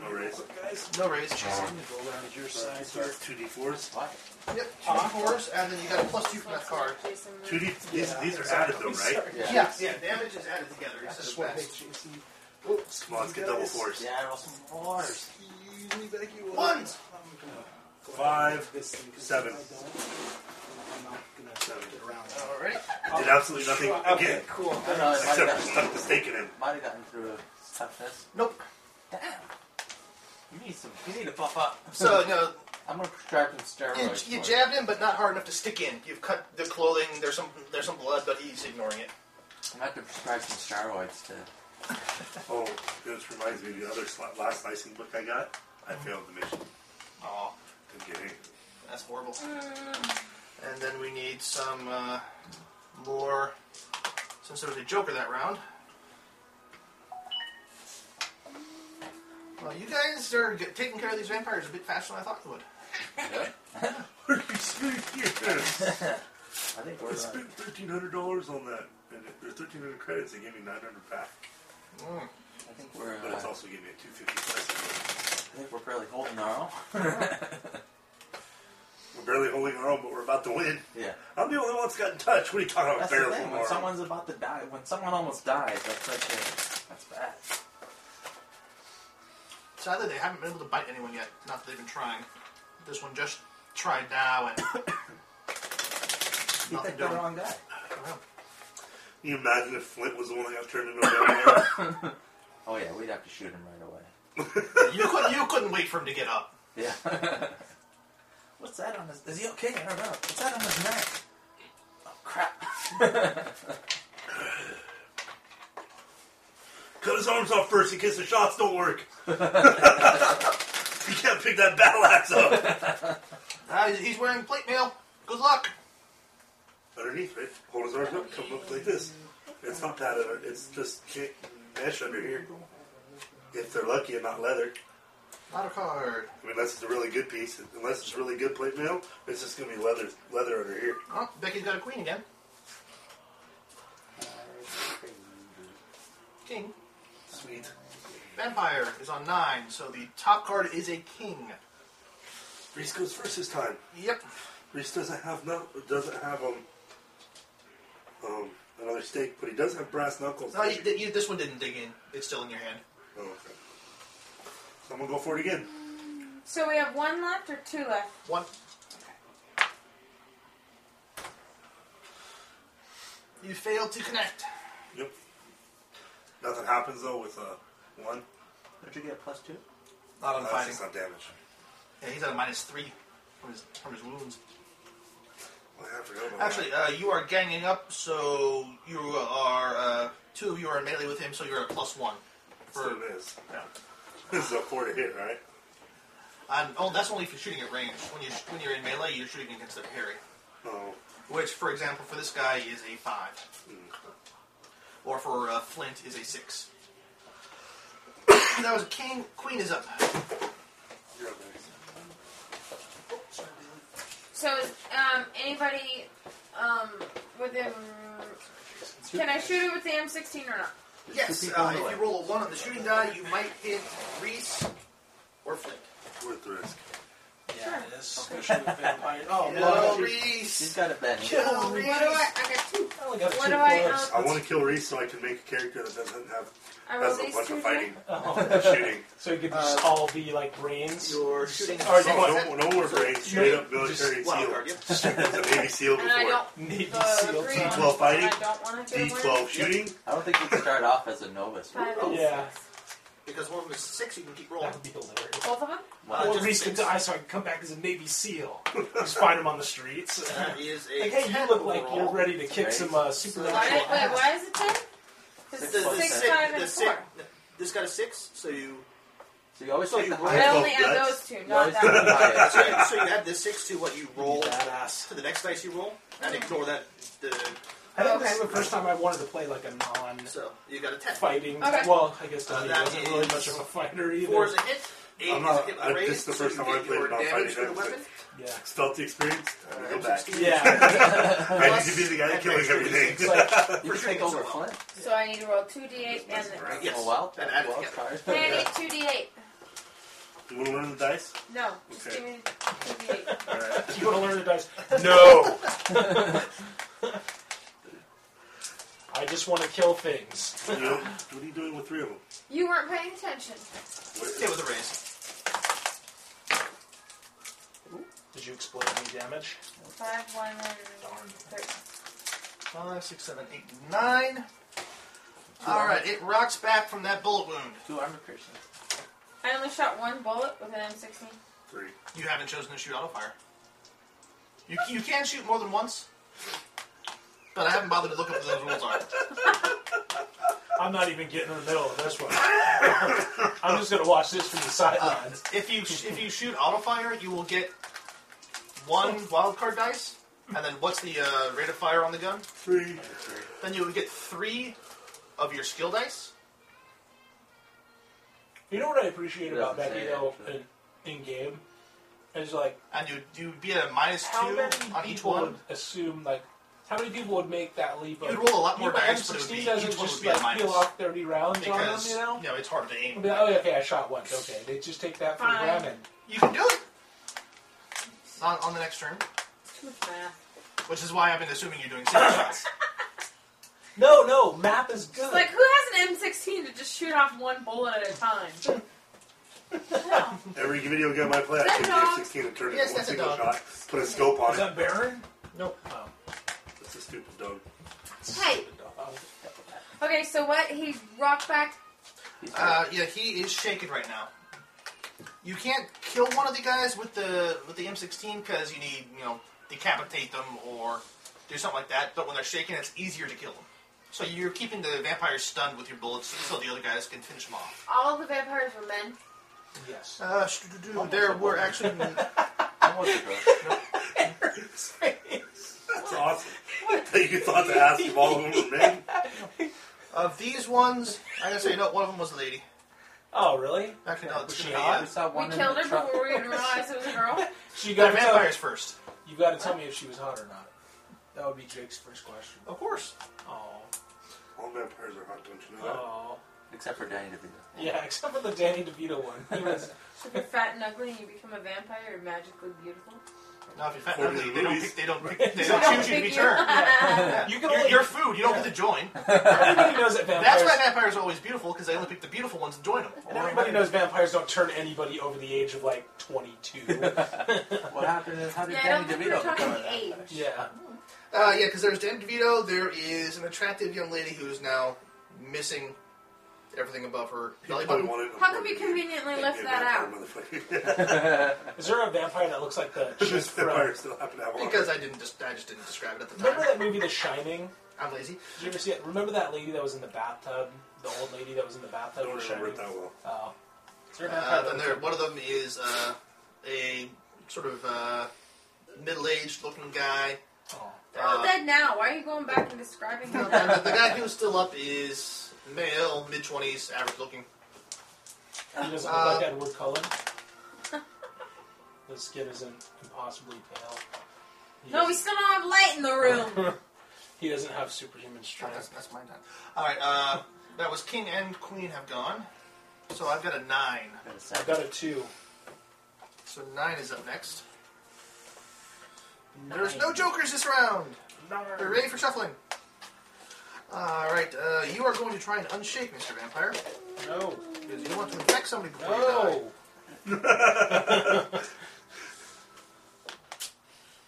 S2: No raise.
S1: Guys,
S3: No raise.
S1: I'm gonna go around to your side
S2: These are
S1: here.
S2: 2d4s.
S5: What?
S3: Yep, two fours, and then you got a plus two from that card.
S4: Jason
S2: 2d. These,
S1: Yeah,
S2: these are
S1: exactly.
S2: added, though, right?
S1: Sorry.
S5: Yeah.
S3: yeah, damage is added together.
S1: I
S3: instead
S1: just
S3: of
S1: want to make
S3: best.
S1: Jason.
S2: Come on, let's get double fours.
S5: Yeah, I rolled some fours.
S1: Excuse me, Becky. well,
S3: Ones.
S1: I'm gonna go
S2: Five,
S1: with this thing 'cause
S2: seven.
S1: if I don't, I'm not gonna get around that.
S3: Alright.
S2: Did absolutely nothing again.
S1: Okay, cool.
S5: I don't know, it might have
S2: Except
S5: gotten,
S2: stuck the stake in him.
S5: might have gotten through toughness.
S3: Nope.
S5: Damn. You need some. You need to buff up.
S3: So, no,
S5: I'm gonna prescribe some
S3: you,
S5: steroids.
S3: you
S5: for
S3: jabbed him, but not hard enough to stick in. You've cut the clothing. There's some there's some blood, but he's ignoring it.
S5: I'm gonna have to prescribe some steroids to.
S2: Oh, this reminds me of the other sli- last slicing book I got. I failed the mission.
S3: Oh,
S2: Didn't get any.
S3: That's horrible.
S6: Mm,
S3: And then we need some uh, more. Since there was a Joker that round. Well, you guys are g- taking care of these vampires a bit faster than I thought you would.
S5: Yeah.
S2: What are you saying? Yes.
S5: I think
S2: I
S5: we're
S2: spent
S5: done.
S2: thirteen hundred dollars on that, and if there's thirteen hundred credits. They gave me nine hundred back,
S3: Mm.
S5: I think we're.
S2: but it's
S5: Uh,
S2: also gave me a two fifty price.
S5: I think we're fairly holding our own.
S2: We're barely holding our own, but we're about to win.
S5: yeah.
S2: I'm the only one that's got in touch. What are you talking about?
S5: That's
S2: barely
S5: the thing. When
S2: holding our own?
S5: someone's about to die, when someone almost dies, that's like a, that's bad.
S3: Sadly, they haven't been able to bite anyone yet. Not that they've been trying. This one just tried now and.
S5: You
S3: nothing
S5: think they're the
S3: doing.
S5: wrong guy?
S2: Can you imagine if Flint was the one that got turned into a vampire?
S5: Oh yeah, we'd have to shoot him right away.
S3: You couldn't, you couldn't wait for him to get up.
S5: Yeah. What's that on his? Is he okay? I don't know. What's that on his neck? Oh crap!
S2: Cut his arms off first in case the shots don't work. you can't pick that battle axe up.
S3: Ah, he's, he's wearing plate mail. Good luck.
S2: Underneath, right? Hold his arms up, come up like this. It's not that, uh, it's just can't mesh under here. If they're lucky and not leather.
S3: Not a card.
S2: I mean, unless it's a really good piece, unless it's really good plate mail, it's just gonna be leather, leather under here.
S3: Oh, Becky's got a queen again. King.
S2: Sweet.
S3: Vampire is on nine, so the top card is a king.
S2: Reese goes first this time.
S3: Yep.
S2: Reese doesn't have no, doesn't have um, um, another stake, but he does have brass knuckles.
S3: No, Uh, you, you, this one didn't dig in. It's still in your hand.
S2: Oh, okay. So I'm gonna go for it again.
S4: So we have one left or two left?
S3: One. You failed to connect.
S2: Yep. Nothing happens though with uh, one.
S5: Did you get plus two?
S3: Not on
S2: Uh, it's
S3: fighting.
S2: just not damage.
S3: Yeah, he's at a minus three from his from his wounds.
S2: Well, I forgot about
S3: Actually,
S2: that.
S3: uh, you are ganging up, so you are uh, two of you are in melee with him, so you're at plus one.
S2: so
S3: For,
S2: it is.
S3: yeah.
S2: This is a four to hit, right?
S3: And, oh, that's only if you're shooting at range. When you sh- when you're in melee, you're shooting against their parry,
S2: Oh,
S3: which, for example, for this guy is a five, or for uh, Flint is a six. that was king. Queen is up.
S2: you're up next.
S4: So is um, anybody um, within. Can I shoot it with the M16 or not?
S5: There's two
S3: Yes.
S5: people
S3: Uh,
S5: in the
S3: if
S5: way.
S3: you roll a one on the shooting die, you might hit Reese or Flint.
S2: Worth the risk.
S1: Yeah, it is. Especially with vampires. Oh,
S3: Kill
S1: well,
S5: She's
S3: Reese.
S5: got a Benny.
S3: Kill
S4: What do
S3: Reese.
S4: I. I got two.
S1: I only got
S4: What
S1: two
S4: do I, um,
S1: bullets.
S2: I want to kill Reese so I can make a character that doesn't have
S4: I
S2: has
S4: rolled
S2: a
S4: these
S2: bunch
S4: two.
S2: of
S4: together?
S2: fighting,
S1: Oh.
S2: and shooting.
S1: So it could just all be like brains.
S3: You're shooting.
S1: Or
S2: So
S1: you want
S2: no, no more brains. Straight up military
S3: wild
S2: seal.
S3: card, yep.
S2: It was a Navy seal
S4: And I
S2: before.
S4: don't. uh,
S1: Navy
S4: The
S1: SEAL
S4: green
S1: team.
S4: ones,
S2: D12 fighting.
S4: I don't want to do
S2: D12 shooting.
S5: I don't think you can start off as a novice.
S4: Five
S5: Oh,
S4: and
S1: Yeah.
S4: six.
S3: Because one of them is six, you can keep rolling.
S1: That would be hilarious.
S4: Both of them?
S5: wow.
S3: Uh,
S1: or
S3: just
S1: Reese could
S3: six.
S1: die so I can come back as a Navy SEAL. just find him on the streets.
S3: That is a
S1: Like, hey, you
S3: ten
S1: look like
S3: overall.
S1: you're ready to kick
S5: Right.
S1: some uh,
S4: Why,
S1: supernatural
S4: wait,
S1: ass.
S4: why is it 10?
S5: Six
S3: The- the
S5: plus
S4: six,
S5: six.
S4: five, and
S3: the
S4: a
S3: six-
S4: four.
S3: This got a six, so you
S5: So you always
S3: So
S5: take
S3: you
S5: the
S3: roll-
S4: I
S5: highest.
S2: Well,
S4: only had
S2: that's-
S4: those two,
S5: You
S4: not
S5: always
S4: that
S5: take the
S4: one.
S5: highest.
S3: so, you, so you add this six to what you roll
S1: Badass.
S3: to the next dice you roll, and ignore that. The
S1: I think
S4: Okay.
S1: this is the first time I wanted to play like a non-fighting.
S3: so you got a ten.
S4: Okay.
S1: Well, I guess
S3: Uh,
S1: Donnie
S3: that
S1: wasn't really
S3: is-
S1: much of a fighter either.
S3: Four is a hit. Eight
S2: I'm
S3: is a
S2: not-
S3: hit
S2: I-
S3: with raise.
S2: this is the first
S3: so
S2: time I
S3: you get
S2: played
S3: your
S2: non-fighting
S3: damage for the
S2: guns.
S3: weapon.
S1: yeah.
S2: Stealth experience. I go back.
S1: Yeah.
S2: I need to be the guy killing everything.
S1: It's like,
S5: You can take over Flint.
S4: So I need to roll 2d8 and
S2: Right.
S3: Yes.
S5: Oh well.
S3: And add it
S5: Well,
S3: together.
S5: it's
S4: Can
S5: hard.
S4: I need 2d8?
S2: You want to learn the dice?
S4: No. Just
S2: Okay.
S4: give me 2d8.
S2: All right.
S1: you want to learn the dice?
S2: No.
S1: I just want to kill things.
S2: You know, what are you doing with three of them?
S4: You weren't paying attention.
S3: Stay with a raise.
S1: Did you explode any damage?
S4: 5, 1, and
S1: Darn.
S4: 3.
S3: Five, six, seven, eight, nine. All right, it rocks back from that bullet wound.
S5: Two armor piercing.
S4: I only shot one bullet with an M16.
S2: Three.
S3: You haven't chosen to shoot auto fire. You, you can shoot more than once, but I haven't bothered to look up what those rules are.
S1: I'm not even getting in the middle of this one. I'm just gonna watch this from the
S3: Uh,
S1: sidelines.
S3: if you sh- if you shoot auto fire, you will get one wild card dice, and then what's the uh, rate of fire on the gun?
S2: Three.
S3: Then you would get three of your skill dice.
S1: You know what I appreciate about
S5: Doesn't
S1: Becky
S5: say
S1: though
S5: actually.
S1: in, in game is like
S3: And you you would be at a minus
S1: how
S3: two
S1: many
S3: on each
S1: people would
S3: one.
S1: assume like how many people would make that leap?
S3: You'd
S1: of,
S3: roll a lot more
S1: You know,
S3: dice, but it
S1: M16
S3: would be,
S1: doesn't
S3: each one
S1: just
S3: would be a
S1: like peel
S3: minus.
S1: off thirty rounds
S3: Because,
S1: on them, you know.
S3: no, it's hard to aim.
S1: I'd be like, oh, okay, I shot once. Okay, they just take that for
S6: Fine.
S1: granted.
S3: You can do it on, on the next turn,
S4: Too much math.
S3: which is why I've been assuming you're doing single shots.
S1: No, no, map is good.
S6: It's like, who has an M16 to just shoot off one bullet at a time? No.
S2: Every video game I play, I
S6: Is that
S2: take the
S6: dog?
S2: F-16 and turn it
S3: Yes,
S2: into one
S3: that's a
S2: single
S3: dog.
S2: shot. Put a scope on
S1: is
S2: it.
S1: that Baron? Nope. Oh,
S2: That's a stupid dog.
S4: Hey.
S1: oh.
S4: Okay, so what? He rocked back.
S3: Uh, yeah, he is shaken right now. You can't kill one of the guys with the with the M16 because you need you know decapitate them or do something like that. But when they're shaken, it's easier to kill them. So you're keeping the vampires stunned with your bullets, so the other guys can finish them off.
S4: All the vampires were men.
S1: Yes.
S3: Uh, sh- do- do- there were actually
S5: I want to go.
S2: That's awesome. you thought to ask if all of them were men?
S3: of these ones. I gotta say, no, one of them was a lady.
S1: Oh, really?
S3: Actually, no, it's
S1: Was she
S3: gonna be,
S1: hot?
S5: We saw
S4: We
S5: one in
S4: killed
S5: the
S4: her
S5: truck.
S4: before we even realized it was a girl.
S1: She
S3: uh,
S1: got
S3: the
S1: to tell
S3: vampires first,
S1: you. Got to tell me if she was hot or not. That would be Jake's first question.
S3: of course.
S1: Oh,
S2: All vampires are hot, don't you know that?
S1: oh,
S5: Except for Danny DeVito.
S1: yeah. Except for the Danny DeVito one. He was.
S4: So if you're fat and ugly and you become a vampire, you're magically beautiful.
S3: Now, if you fat
S2: According
S3: ugly,
S2: to
S3: they don't
S2: movies.
S3: pick, they don't pick, they
S1: They
S3: don't
S1: don't
S3: choose you to
S4: pick
S3: be
S4: you.
S3: turned.
S1: yeah. You
S3: You
S1: can
S3: are
S1: only.
S3: you're food. You don't get to join.
S1: everybody knows that vampires.
S3: That's why vampires are always beautiful because they only pick the beautiful ones and join them.
S1: and everybody knows vampires don't turn anybody over the age of like 22.
S5: What happened? is- How did
S4: Yeah, I don't
S5: Danny
S4: think we were
S5: DeVito
S4: talking
S5: become
S4: age.
S5: a
S1: yeah.
S3: Uh, yeah, because there's Dan DeVito. There is an attractive young lady who's now missing everything above her
S2: Probably
S3: belly button.
S2: wanted
S4: How come
S2: to-
S4: you conveniently
S2: Yeah,
S4: left
S2: yeah,
S4: that out?
S2: motherfucker.
S1: Is there a vampire that looks like the chick
S2: This vampire
S1: from?
S2: still happen to have one.
S3: Because I didn't just I just didn't describe it at the
S1: Remember that
S3: time.
S1: movie The Shining?
S3: I'm lazy.
S1: Did you ever see it? Remember that lady that was in the bathtub? The old lady that was in the bathtub.
S2: I don't
S1: in The
S2: remember it
S1: Shining?
S2: that well.
S1: Oh. Is there a vampire
S3: Uh,
S1: that
S3: then
S1: looks
S3: there,
S1: like-
S3: one of them is uh, a sort of uh, middle-aged looking guy.
S1: Oh.
S4: They're all
S3: Uh,
S4: dead now. Why are you going back and describing how
S3: And
S4: that
S3: the, the guy who's still up is male, mid twenties, average looking.
S1: He doesn't look
S3: Uh,
S1: like Edward Cullen. The skin isn't impossibly pale. He
S4: No, we still don't have light in the room.
S1: doesn't, he doesn't have superhuman
S3: That's,
S1: strength.
S3: that's my time. All right, uh, that was king and queen have gone. So I've got a nine.
S1: I've got a two.
S3: So nine is up next. There's no jokers this round. Are you ready for shuffling? All right, uh, you are going to try and unshake Mr. Vampire
S1: No.
S3: because you want to infect somebody before you die.
S1: No.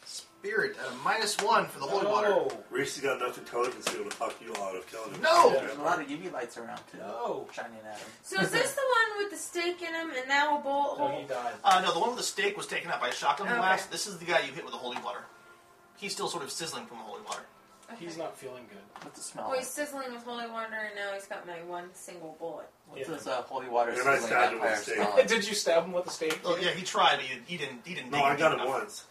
S3: Spirit at a minus one for the holy water.
S1: No.
S2: Reese's got enough intelligence to be able to fuck you all out of killing him.
S3: No!
S5: There's a lot of UV lights around too.
S1: No.
S5: Shining at him.
S4: So is this the one with the stake in him and now a bullet
S1: No, he
S4: hole?
S1: died.
S3: Uh, no, the one with the stake was taken out by a shotgun
S4: Okay.
S3: blast. This is the guy you hit with the holy water. He's still sort of sizzling from the holy water.
S1: He's not feeling good.
S5: What's the smell?
S4: Oh, he's
S5: What's
S4: sizzling with holy water and now he's got my one single bullet.
S1: Yeah.
S5: this uh, holy water
S2: You're not
S5: sizzling
S2: stabbed
S5: vampire
S2: with a
S5: smell?
S1: Hey, Did you stab him with a stake?
S3: Oh yeah, he tried, but he, he didn't. He didn't.
S2: No,
S3: dig
S2: I
S3: deep
S2: got him
S3: enough.
S2: once.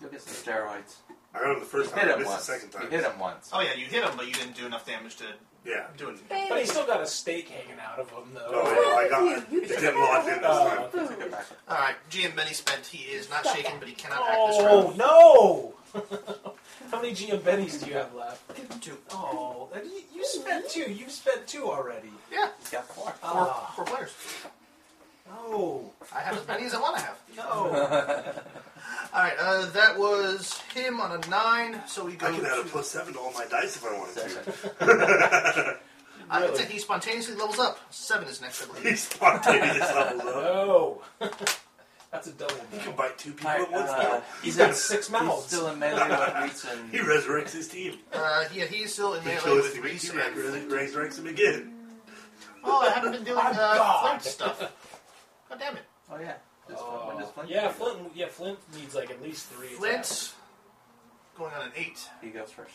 S5: You'll get some steroids.
S2: I got him the first
S5: You
S2: time.
S5: hit
S2: I
S5: him
S2: missed the
S5: once.
S2: second time.
S5: You hit him once.
S3: Oh yeah, you hit him, but you didn't do enough damage to
S2: Yeah.
S3: do anything.
S1: But
S4: Babe,
S1: he's still got a stake hanging out of him,
S2: No,
S1: though.
S2: I,
S3: Oh,
S2: know, I got
S4: You- you
S2: it.
S4: took
S2: didn't lodge in this
S1: out
S2: time.
S1: of
S5: Let's get back.
S3: All right, GM Benny spent. He is not shaken, but he cannot act this
S1: Oh
S3: round.
S1: no! How many GM Bennies do you have left?
S3: Two.
S1: Oh, and you, you spent two. You've spent two already.
S3: Yeah,
S5: He's got four.
S3: four,
S1: Ah.
S3: four players.
S1: No,
S3: I have as many as I want to have.
S1: no.
S3: All right, uh, that was him on a nine. So we go.
S2: I can add a
S3: to-
S2: plus seven to all my dice if I wanted to.
S5: Seven.
S3: I can
S1: Really?
S3: say uh, he spontaneously levels up. Seven is next, I believe.
S2: He's spontaneous levels up.
S1: no. That's a double.
S2: He can
S1: now.
S2: bite two people
S5: All
S2: at
S5: right,
S2: once
S5: uh,
S2: now.
S1: He's
S5: in-
S1: got six
S5: He's
S1: mouths.
S5: still in melee with Reese and
S2: He resurrects his team.
S3: Uh, yeah, he's still in
S2: He
S3: melee
S2: kills
S3: with
S2: the Reese
S3: Reese. and-
S2: and resurrects him again.
S3: Oh, I haven't been doing
S1: I'm
S3: uh,
S1: God.
S3: flint stuff. God damn it,
S5: Oh yeah. Does Flint- when does
S1: Oh.
S5: Flint
S1: yeah,
S5: go?
S1: Flint. Yeah, Flint needs like at least three. attacks.
S3: Flint. Going on an eight.
S5: He goes first.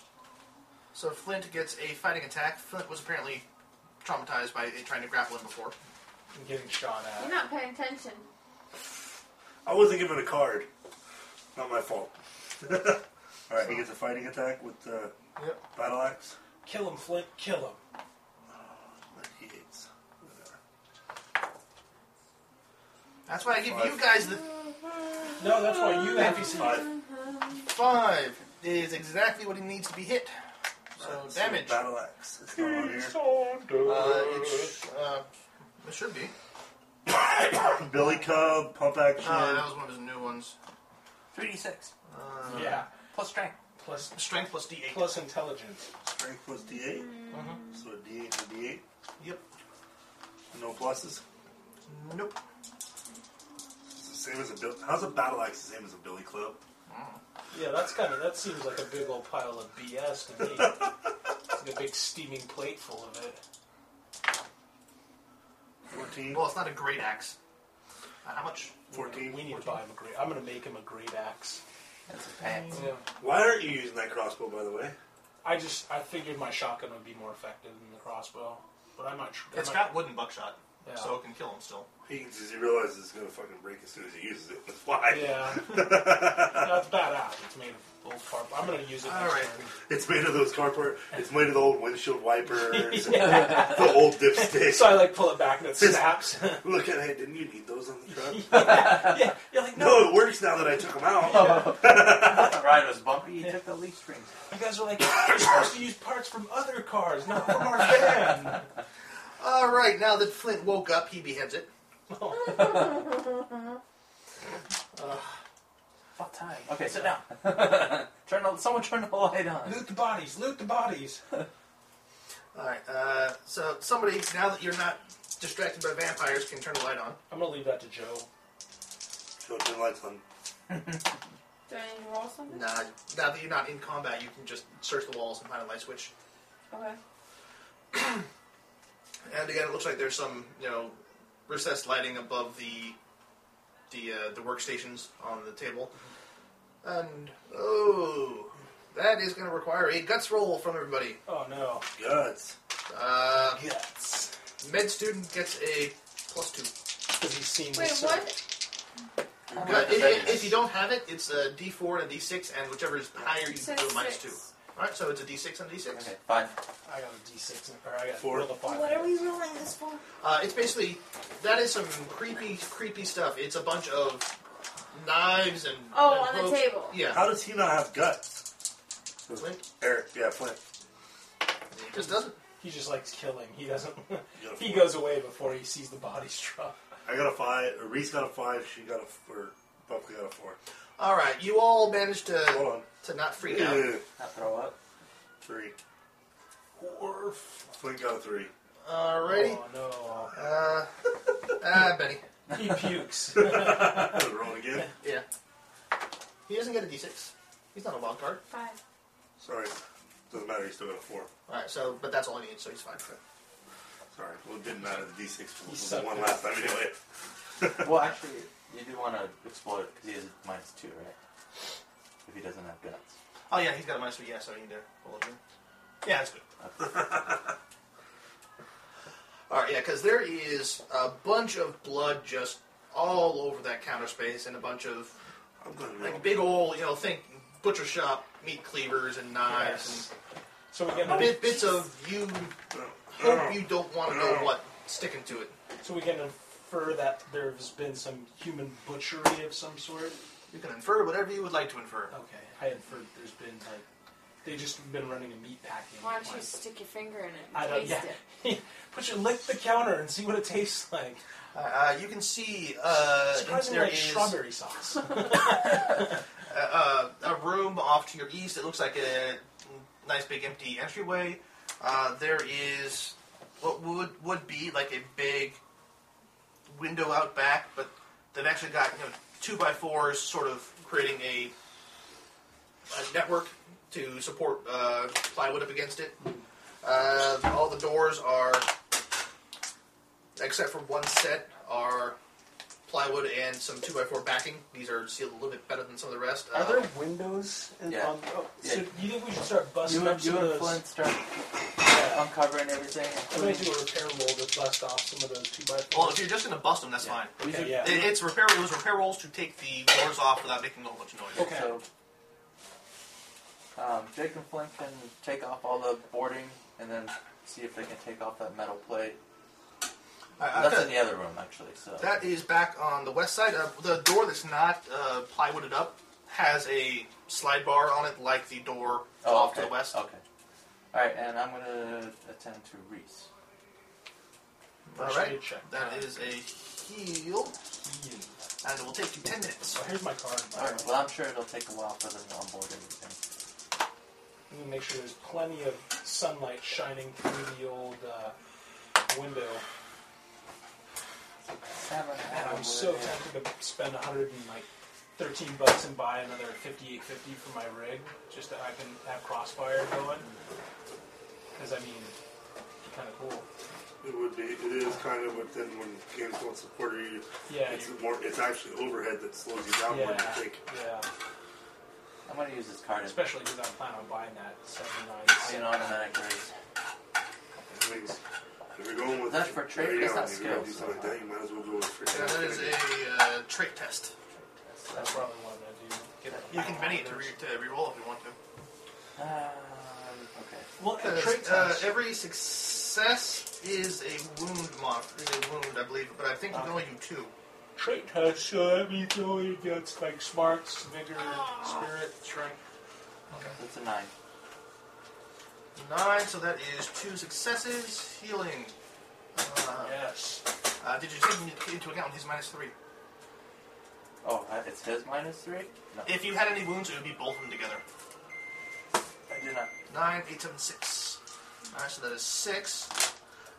S3: So Flint gets a fighting attack. Flint was apparently traumatized by it trying to grapple him before.
S1: I'm getting shot
S4: You're
S1: at.
S4: not paying attention.
S2: I wasn't given a card. Not my fault. All right, he gets a fighting attack with the
S3: Yep.
S2: battle axe.
S1: Kill him, Flint. Kill him.
S2: But he hits. Whatever.
S3: That's why I give you
S2: Five.
S3: guys the
S1: No, that's why you have to see.
S2: Five.
S3: five is exactly what he needs to be hit. So
S2: Alright,
S3: damage. Uh,
S2: Battle axe. It's not on here.
S3: it, sh- uh, it should be.
S2: Billy Cub, pump action.
S3: Uh, that was one of his new ones.
S5: 3d6.
S3: Uh,
S1: Yeah.
S5: Plus strength.
S1: Plus,
S3: Strength plus D8.
S1: plus intelligence.
S2: Strength plus D8.
S3: Mm.
S1: Mhm.
S2: So a D8 to D8.
S3: Yep.
S2: No pluses.
S3: Nope.
S2: It's the same as a bill. How's a battle axe the same as a Billy Club?
S1: Yeah, that's kind of that seems like a big old pile of BS to me. It's like a big steaming plate full of it.
S2: 14.
S3: Well, it's not a great axe. Uh, how much?
S2: 14.
S1: We need to buy him a great. I'm gonna make him a great axe.
S5: That's a pack.
S1: Yeah.
S2: Why aren't you using that crossbow, by the way?
S1: I just I figured my shotgun would be more effective than the crossbow, but I might. tr- I
S3: It's
S1: might-
S3: got wooden buckshot,
S1: Yeah.
S3: so it can kill him still.
S2: He, he realizes it's going to fucking break as soon as he uses it. That's why.
S1: Yeah, that's badass. It's made of old carp. I'm gonna use it.
S3: All
S1: next
S3: right.
S1: turn.
S2: It's made of those cardboard. It's made of the old windshield wipers, the old dipsticks.
S1: So I like pull it back and it snaps.
S2: Look at it. Didn't you need those on the truck?
S1: yeah, you're like, no.
S2: No, it works now that I took them out.
S5: That ride was bumpy. You took the leaf spring.
S1: You guys are like, you're supposed to use parts from other cars, not from our van.
S3: All right, now that Flint woke up, he beheads it.
S5: About time. Okay, sit down. turn the, someone turn the light on.
S1: loot the bodies, loot the bodies.
S3: All right. Uh, so somebody, now that you're not distracted by vampires, can turn the light on.
S1: I'm gonna leave that to Joe.
S2: Show the lights on.
S4: Do I need to roll something?
S3: Nah, now that you're not in combat, you can just search the walls and find a light switch.
S4: Okay.
S3: And again, it looks like there's some, you know, recessed lighting above the the uh, the workstations on the table. And oh, that is going to require a guts roll from everybody.
S1: Oh no.
S2: Guts.
S3: Uh,
S1: Guts.
S3: med student gets a plus two.
S1: Because he's seen
S4: Wait,
S1: this.
S4: what?
S1: Oh,
S3: Gut- if, if- if you don't have it, it's a D4 and a D6, and whichever is higher, you
S4: So
S3: can do a minus two.
S4: six.
S3: All right, so it's a D6 and a D6.
S5: Okay, five.
S1: I got a D6 or I got
S2: Four.
S1: roll the five.
S4: What are we rolling this for?
S3: Uh, it's basically that is some creepy, creepy stuff. It's a bunch of knives and
S4: Oh,
S3: and
S4: on the
S3: ropes.
S4: table.
S3: Yeah,
S2: How does he not have guts?
S3: Flint.
S2: Eric, yeah, Flint.
S3: He just doesn't.
S1: He just likes killing. He doesn't.
S2: You got a
S1: he
S2: four.
S1: goes away before he sees the bodies drop.
S2: I got a five. or Reese got a five. She got a four. Buckley got a four.
S3: All right, you all managed
S2: Hold
S3: to
S2: on.
S3: to not freak out.
S2: Ugh,
S5: Not throw up.
S2: Three.
S1: Or
S2: Flint got a three.
S3: Alrighty,
S1: Oh
S3: uh, ah, Benny.
S1: no. He pukes.
S2: Gotta Roll again.
S3: Yeah, he doesn't get a D6. He's not a wild card.
S4: Five.
S2: Sorry. Doesn't matter. He still got a four.
S3: All right, so but that's all he needs, so he's fine.
S2: Sorry. Well, it didn't matter. The D6 was the
S1: sucked
S2: one
S1: it.
S2: last time anyway.
S5: Well, actually, you do want to explode it because he is minus two, right? If he doesn't have guts.
S3: Oh yeah, he's got a minus three. Yeah, so he can do bullet him. Yeah, that's good. all right, yeah, because there is a bunch of blood just all over that counter space, and a bunch of
S2: I'm going to roll.
S3: like big old, you know, think butcher shop meat cleavers and knives
S1: Yes. So we get
S3: and
S1: an,
S3: bit, bits of you hope you don't want to know what sticking to it.
S1: so we can infer that there's been some human butchery of some sort.
S3: You can infer whatever you would like to infer.
S1: Okay, I inferred there's been like they just been running a meat packing.
S4: Why don't you stick your finger in it and
S1: I don't.
S4: taste
S1: Yeah.
S4: it?
S1: Put your lick the counter and see what it tastes like.
S3: Uh, you can see uh,
S1: Surprisingly,
S3: there
S1: like
S3: is-
S1: strawberry sauce.
S3: uh, a room off to your east. It looks like a nice big empty entryway. Uh, there is what would would be like a big window out back, but they've actually got you know two by fours, sort of creating a, a network to support uh, plywood up against it. Uh, all the doors are, except for one set, are plywood and some two by four backing. These are sealed a little bit better than some of the rest.
S1: Are
S3: Uh,
S1: there windows? In,
S5: Yeah.
S1: on, oh,
S5: Yeah.
S1: So you think we should start busting
S5: You
S1: up
S5: and, Uh,
S1: some
S5: you
S1: of
S5: and
S1: those?
S5: Flint start
S1: Yeah.
S5: uncovering everything,
S1: I'm going to
S5: including.
S1: do a repair roll to bust off some of those 2 by 4s
S3: Well, if you're just gonna bust them, that's
S5: Yeah.
S3: fine.
S1: Okay, yeah.
S3: It, it's repair. It was repair rolls to take the doors off without making a whole bunch of noise.
S1: Okay.
S5: So, um, Jake and Flint can take off all the boarding and then see if they can take off that metal plate.
S3: I- I-
S5: That's
S3: that-
S5: in the other room, actually. So
S3: that is back on the west side. Uh, the door that's not uh, plywooded up has a slide bar on it, like the door off to the west.
S5: Oh, Okay. All right, and I'm gonna attend to Reese.
S3: All
S1: First
S3: right.
S1: aid check.
S3: That is a heal, and it will take you ten minutes.
S1: Oh, here's my card.
S5: All right. Well, I'm sure it'll take a while for them to onboard everything.
S1: I'm gonna make sure there's plenty of sunlight shining through the old uh, window.
S5: Seven
S1: And I'm
S5: hours.
S1: so tempted to spend 113 bucks and buy another 58.50 for my rig, just that I can have crossfire going. Because I mean, kind of cool.
S2: It would be. It is kind of within when games won't support you.
S1: Yeah,
S2: It's
S1: you-
S2: more. It's actually overhead that slows you down more than
S1: yeah,
S2: you think.
S1: yeah.
S5: I'm gonna use this card. It's
S1: Especially because I plan on buying that 79.
S5: an automatic raise.
S2: I mean, if you're going with
S5: That's for trait,
S2: right
S5: it's
S2: now,
S5: not
S2: if you're gonna do
S5: skills,
S2: something like that, you might as well go with for
S3: Yeah, that is a uh, trait test.
S5: So
S1: That's
S5: that's
S1: probably what I'm gonna do. Get a
S3: You can many to, re-
S1: backwards.
S3: to reroll if you want to.
S5: um, okay.
S1: Well, a trait
S3: Because, uh,
S1: test.
S3: every success is a wound mod. Is a wound, I believe, but I think you can only do two.
S1: trait test, uh, so that means it only gets like smarts, vigor, spirit, strength.
S5: That's a nine.
S3: Nine, so that is two successes. Healing. Uh,
S1: Yes.
S3: uh, did you take into account his minus three?
S5: Oh, uh, it's his minus three. No,
S3: If you had any wounds, it would be both of them together.
S5: I do not.
S3: Nine, eight, seven, six. All right, so that is six.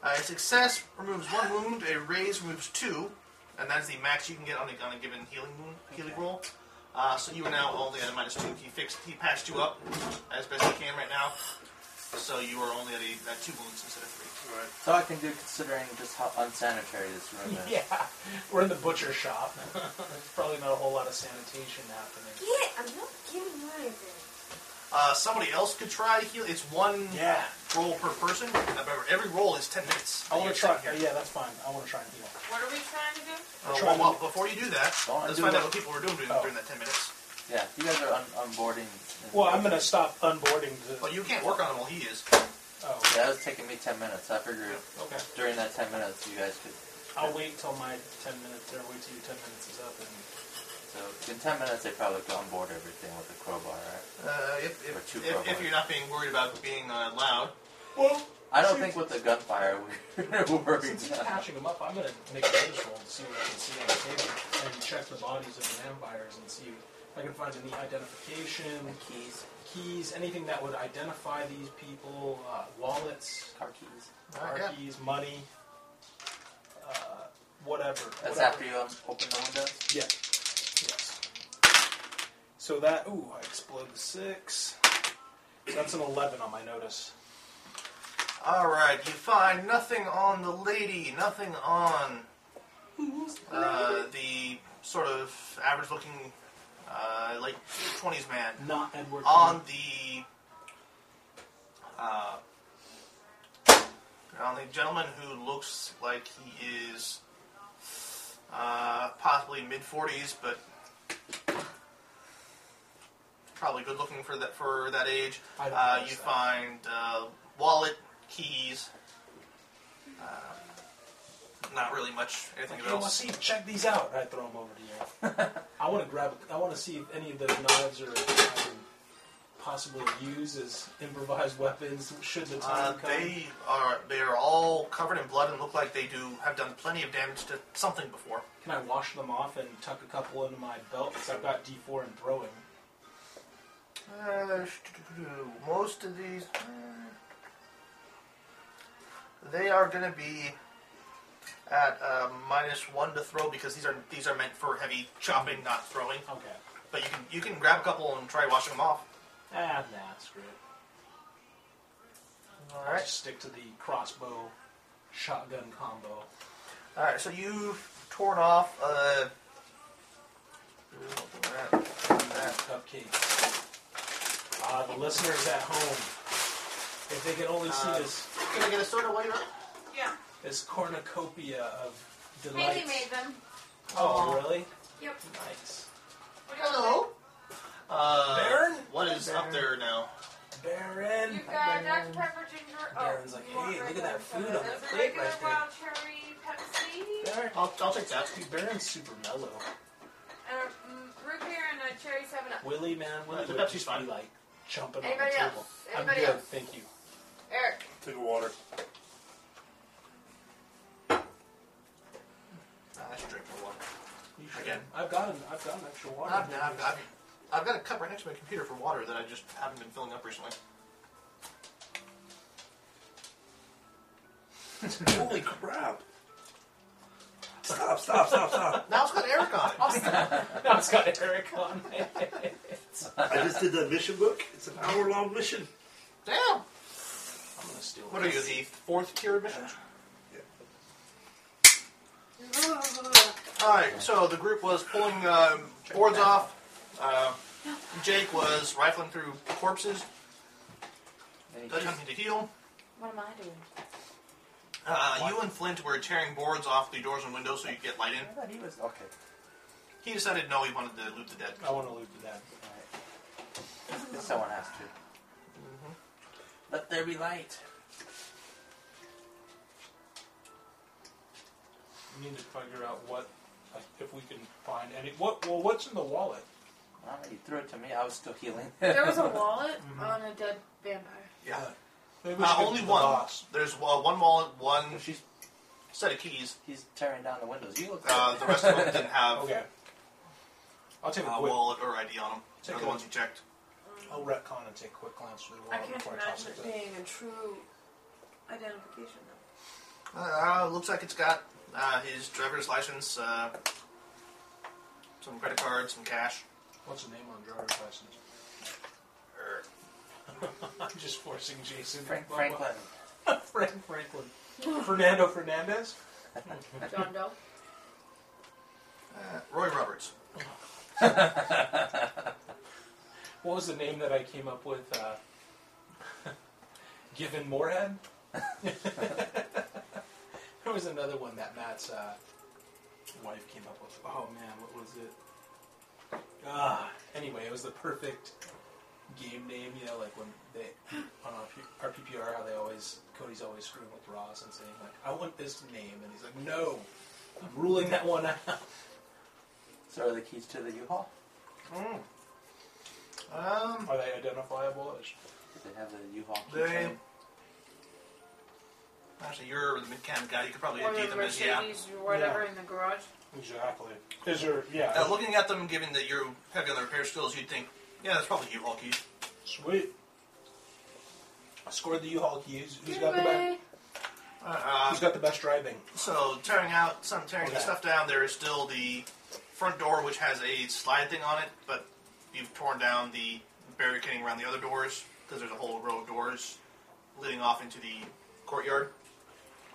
S3: Uh, a success removes one wound. A raise removes two, and that's the max you can get on a, on a given healing wound, healing roll. Uh, so you are now only at a minus two. He fixed, he patched you up as best he can right now. So you are only at, a, at two wounds instead of three.
S5: So I can do considering just how unsanitary this room is.
S1: Yeah, we're in the butcher shop. There's probably not a whole lot of sanitation happening.
S4: Yeah, I'm not giving away anything.
S3: Uh, somebody else could try heal. It's one
S1: Yeah,
S3: roll per person. Remember, every roll is ten minutes.
S1: I want
S3: You're
S1: to try.
S3: sitting
S1: Yeah,
S3: here.
S1: that's fine. I want to try and heal.
S6: What are we trying to do?
S3: Uh,
S1: Try to-
S3: well, well, before you do that,
S5: Don't
S3: let's
S5: do
S3: find
S5: it.
S3: out what people were doing during,
S1: Oh.
S3: during that ten minutes.
S5: Yeah, you guys are un- onboarding. and-
S1: Well, I'm gonna stop unboarding the.
S3: But you can't work on him while he is.
S1: Oh,
S5: Yeah, that was taking me ten minutes. I figured
S1: okay.
S5: during that ten minutes you guys could.
S1: I'll wait till my ten minutes, or wait till your ten minutes is up, and
S5: So in ten minutes they probably could onboard everything with the crowbar. Right?
S3: Uh, if,
S5: Or
S3: if,
S5: two
S3: if, if
S5: probably.
S3: you're not being worried about being uh, loud,
S5: I don't think with the gunfire we're worried.
S1: since he's patching them up, I'm gonna make a bonus roll to see what I can see on the table and check the bodies of the vampires and see if I can find any identification,
S5: Keys,
S1: keys, anything that would identify these people, uh, wallets,
S5: car keys.
S3: Uh, yeah.
S1: RPs, money, uh, whatever.
S5: That's
S1: whatever.
S5: after you um, open the windows.
S1: Yeah. Yes. So that ooh, I explode the six. So that's an eleven on my notice.
S3: all right, you find nothing on the lady, nothing on uh, the sort of average-looking, uh, like twenties man.
S1: Not Edward.
S3: On the uh, on the gentleman who looks like he is uh, possibly mid forties, but probably good looking for that for that age.
S1: I don't
S3: Uh,
S1: notice
S3: you
S1: that.
S3: find uh, wallet, keys. Um, not really much anything
S1: Like, hey, well,
S3: else.
S1: see, check these out. I throw them over to you. I want to grab. I want to see if any of those knives are I can possibly use as improvised weapons should the
S3: Uh,
S1: time come.
S3: they are they are all covered in blood and look like they do have done plenty of damage to something before.
S1: Can I wash them off and tuck a couple into my belt because I've got D4 and throwing.
S3: Uh, most of these, uh, they are going to be at uh, minus one to throw because these are these are meant for heavy chopping, not throwing.
S1: Okay.
S3: But you can you can grab a couple and try washing them off.
S1: Ah, nah, screw it.
S3: All
S1: I'll
S3: right.
S1: just stick to the crossbow shotgun combo.
S3: All right, so you've torn off. Uh,
S1: Cupcakes. Ah, the listeners at home. If they can only see
S3: Uh,
S1: this,
S3: Can I get a soda while you're up?
S6: Yeah.
S1: this cornucopia of delights.
S4: Haley made them.
S1: Oh, really?
S4: Yep.
S1: Nice.
S6: What do you want?
S3: Hello. Uh,
S1: Baron?
S3: What is up
S1: Baron.
S3: there now?
S1: Baron.
S4: You've got Dr. Pepper ginger. Oh,
S1: Darren's like,
S4: you want
S1: "Hey, look at
S4: regular
S1: that food on
S4: soda.
S1: that
S4: Those are
S1: plate
S4: regular
S1: right there."
S4: wild cherry Pepsi.
S1: Baron.
S3: I'll, I'll take that.
S1: Dude, Baron's super mellow.
S4: And a mm, root beer and a cherry 7 Up.
S1: Willie, man, Willie
S3: The
S1: would
S3: Pepsi's
S1: just
S3: fine.
S1: be like jumping
S4: Anybody
S1: on the
S4: else?
S1: table.
S4: Anybody
S1: I'm good,
S4: else?
S1: thank you.
S4: Eric.
S2: Took a water.
S3: I should Ah, drink more water.
S1: You should-
S3: Again.
S1: I've got an, I've got an extra water.
S3: I've, I've, I've, I've got a cup right next to my computer for water that I just haven't been filling up recently.
S2: Holy crap. Stop, stop, stop, stop.
S3: Now it's got Eric on it.
S1: No, it's got Eric on it.
S2: I just did the mission book. It's an hour long mission.
S3: Damn.
S1: I'm gonna steal.
S3: What are you, the fourth tier mission? Alright, so the group was pulling um, boards off. Uh, Jake was rifling through corpses,
S5: Any
S3: Dutch hunting to heal.
S4: What am I doing?
S3: Uh, you and Flint were tearing boards off the doors and windows so you could get light in.
S5: I thought he was okay.
S3: He decided no, he wanted to loot the dead.
S1: I want to leave to that.
S5: All right. Someone has to.
S3: Mm-hmm.
S5: Let there be light.
S1: We need to figure out what, like, if we can find any. What? Well, what's in the wallet?
S5: Well, you threw it to me. I was still healing.
S4: There was a wallet
S1: Mhm.
S4: on a dead vampire.
S3: Yeah.
S1: Maybe we
S3: Uh,
S1: should go
S3: only
S1: to the
S3: one.
S1: boss.
S3: There's uh, one wallet, one
S5: If she's
S3: set of keys.
S5: he's tearing down the windows. You look.
S3: Uh, the rest of them didn't have
S1: Okay. I'll take a
S3: uh,
S1: quick.
S3: wallet or ID on them.
S1: Take
S3: They're the
S1: a-
S3: ones you checked.
S1: I'll retcon and take a quick glance through the
S4: I
S1: wallet
S4: can't
S1: before I
S4: imagine
S1: toss
S4: it
S1: it. to-
S4: being a true identification, though.
S3: Uh, looks like it's got uh, his driver's license, uh, some credit cards, some cash.
S1: What's the name on driver's license?
S3: Er,
S1: I'm just forcing Jason.
S5: Frank
S1: Blah,
S5: Franklin.
S1: blah. Frank Franklin. Fernando Fernandez.
S4: John Doe.
S3: uh, Roy Roberts.
S1: What was the name that I came up with? Uh, Given Moorhead? there was another one that Matt's uh, wife came up with. Oh man, what was it? Ah, anyway, it was the perfect game name, you know, like when they, on our P- RPPR, how they always, Cody's always screwing with Ross and saying, like, I want this name. And he's like, no, I'm ruling that one out.
S5: So are the keys to the U-Haul?
S3: Um,
S1: Are they identifiable as
S5: Did they have the U-Haul key
S3: they.
S5: chain?
S3: Actually, you're the mechanic guy. You could probably
S4: Or
S3: ID
S4: the
S3: them as yeah.
S4: Mercedes or whatever in the garage.
S1: Exactly. Is there? Yeah.
S3: Uh, looking at them, given that you have other repair skills, you'd think, yeah, that's probably you, Hulky.
S1: Sweet. I scored the U-Haul keys. Who's
S4: Get
S1: got the best?
S4: away.
S3: Uh,
S1: Who's got the best driving?
S3: So tearing out some tearing
S1: Okay.
S3: the stuff down, there is still the front door which has a slide thing on it, but you've torn down the barricading around the other doors because there's a whole row of doors leading off into the courtyard.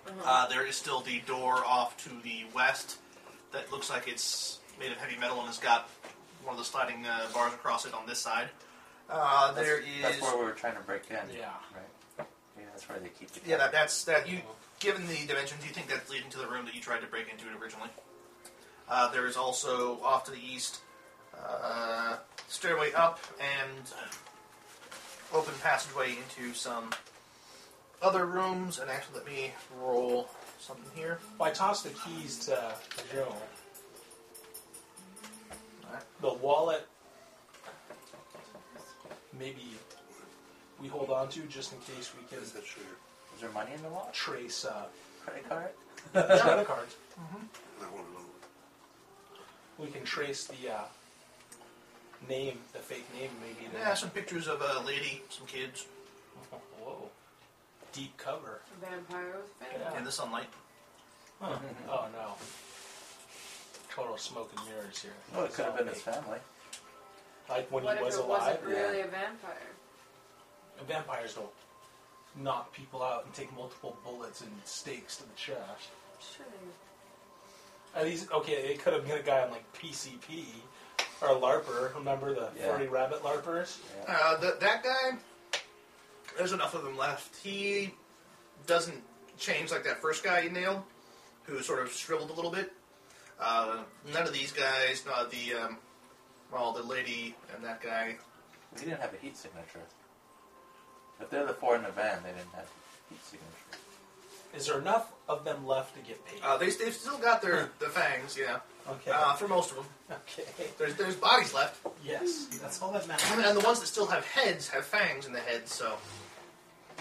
S5: Mm-hmm.
S3: Uh, there is still the door off to the west that looks like it's made of heavy metal and has got one of the sliding uh, bars across it on this side. Uh,
S5: That's,
S3: there
S5: That's
S3: is
S5: where we were trying to break in.
S1: Yeah.
S5: Right. Yeah, that's where they keep the.
S3: yeah that, that's that you Given the dimensions, you think that's leading to the room that you tried to break into originally. Uh, there is also off to the east uh, stairway up and open passageway into some other rooms. And actually, let me roll something here.
S1: Well, I tossed the keys to to Joe.
S3: Alright.
S1: The wallet. Maybe we hold on to just in case we can
S2: What is that sugar?
S5: Is there money in the wallet?
S1: trace uh,
S5: Credit card?
S1: credit cards.
S2: I want a little.
S1: We can trace the uh, name, the fake name, maybe. to-
S3: Yeah, some pictures of a lady, some kids,
S1: Whoa. Deep cover.
S4: Vampire with vampire.
S1: Yeah.
S3: in the sunlight.
S1: Oh no. Total smoke and mirrors here.
S5: Well, it could have been his family.
S1: Like when
S4: What
S1: he
S4: if
S1: was
S4: it
S1: alive.
S4: wasn't really a vampire?
S1: Vampires don't knock people out and take multiple bullets and stakes to the chest.
S4: Sure.
S1: At least, okay, it could have been a guy on like PCP or a LARPer. Remember the
S5: Yeah.
S1: furry rabbit LARPers?
S5: Yeah.
S3: Uh, th- that guy, There's enough of them left. He doesn't change like that first guy you nailed, who sort of shriveled a little bit. Uh, none of these guys, not the, um, well, the lady and that guy.
S5: He didn't have a heat signature. If they're the four in the van, they didn't have heat signature.
S1: Is there enough of them left to get paid?
S3: Uh, they, they've still got their the fangs, yeah.
S1: okay.
S3: Uh, for most of them.
S1: okay.
S3: There's, there's bodies left.
S1: Yes, that's all that matters.
S3: And the ones that still have heads have fangs in the head, so.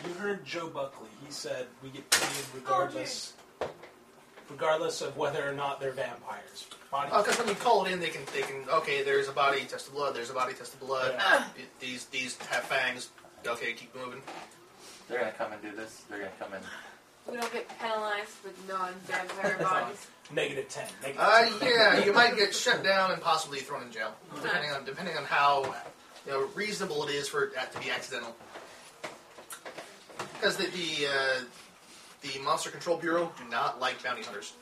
S1: You heard Joe Buckley. He said we get paid regardless, regardless of whether or not they're vampires. Body
S3: Because Uh, when you call it in, they can they can okay. There's a body, test the blood. There's a body, test the blood.
S1: Yeah.
S3: Th- These these have fangs. Okay, keep moving.
S5: They're gonna come and do this. They're gonna come and
S4: We don't get penalized with non-vampire bodies.
S1: negative ten. Negative 10.
S3: Uh, yeah, you might get shut down and possibly thrown in jail, depending on depending on how you know, reasonable it is for that to be accidental. Because the the, uh, the Monster Control Bureau do not like bounty hunters.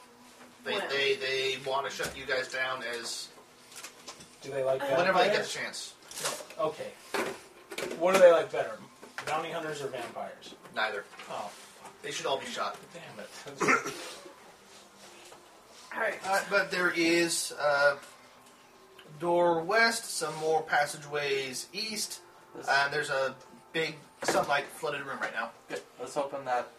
S3: They
S4: Well.
S3: they, they want to shut you guys down as
S1: Do they like
S3: whenever they get the
S1: vampires?
S3: chance.
S1: Okay. What do they like better, bounty hunters or vampires?
S3: Neither.
S1: Oh,
S3: They should all be shot.
S1: damn it!
S4: All right.
S3: Uh, but there is uh, door west, some more passageways east,
S5: this.
S1: Uh,
S3: and there's a big sunlight flooded room right now.
S5: Good. Let's open that.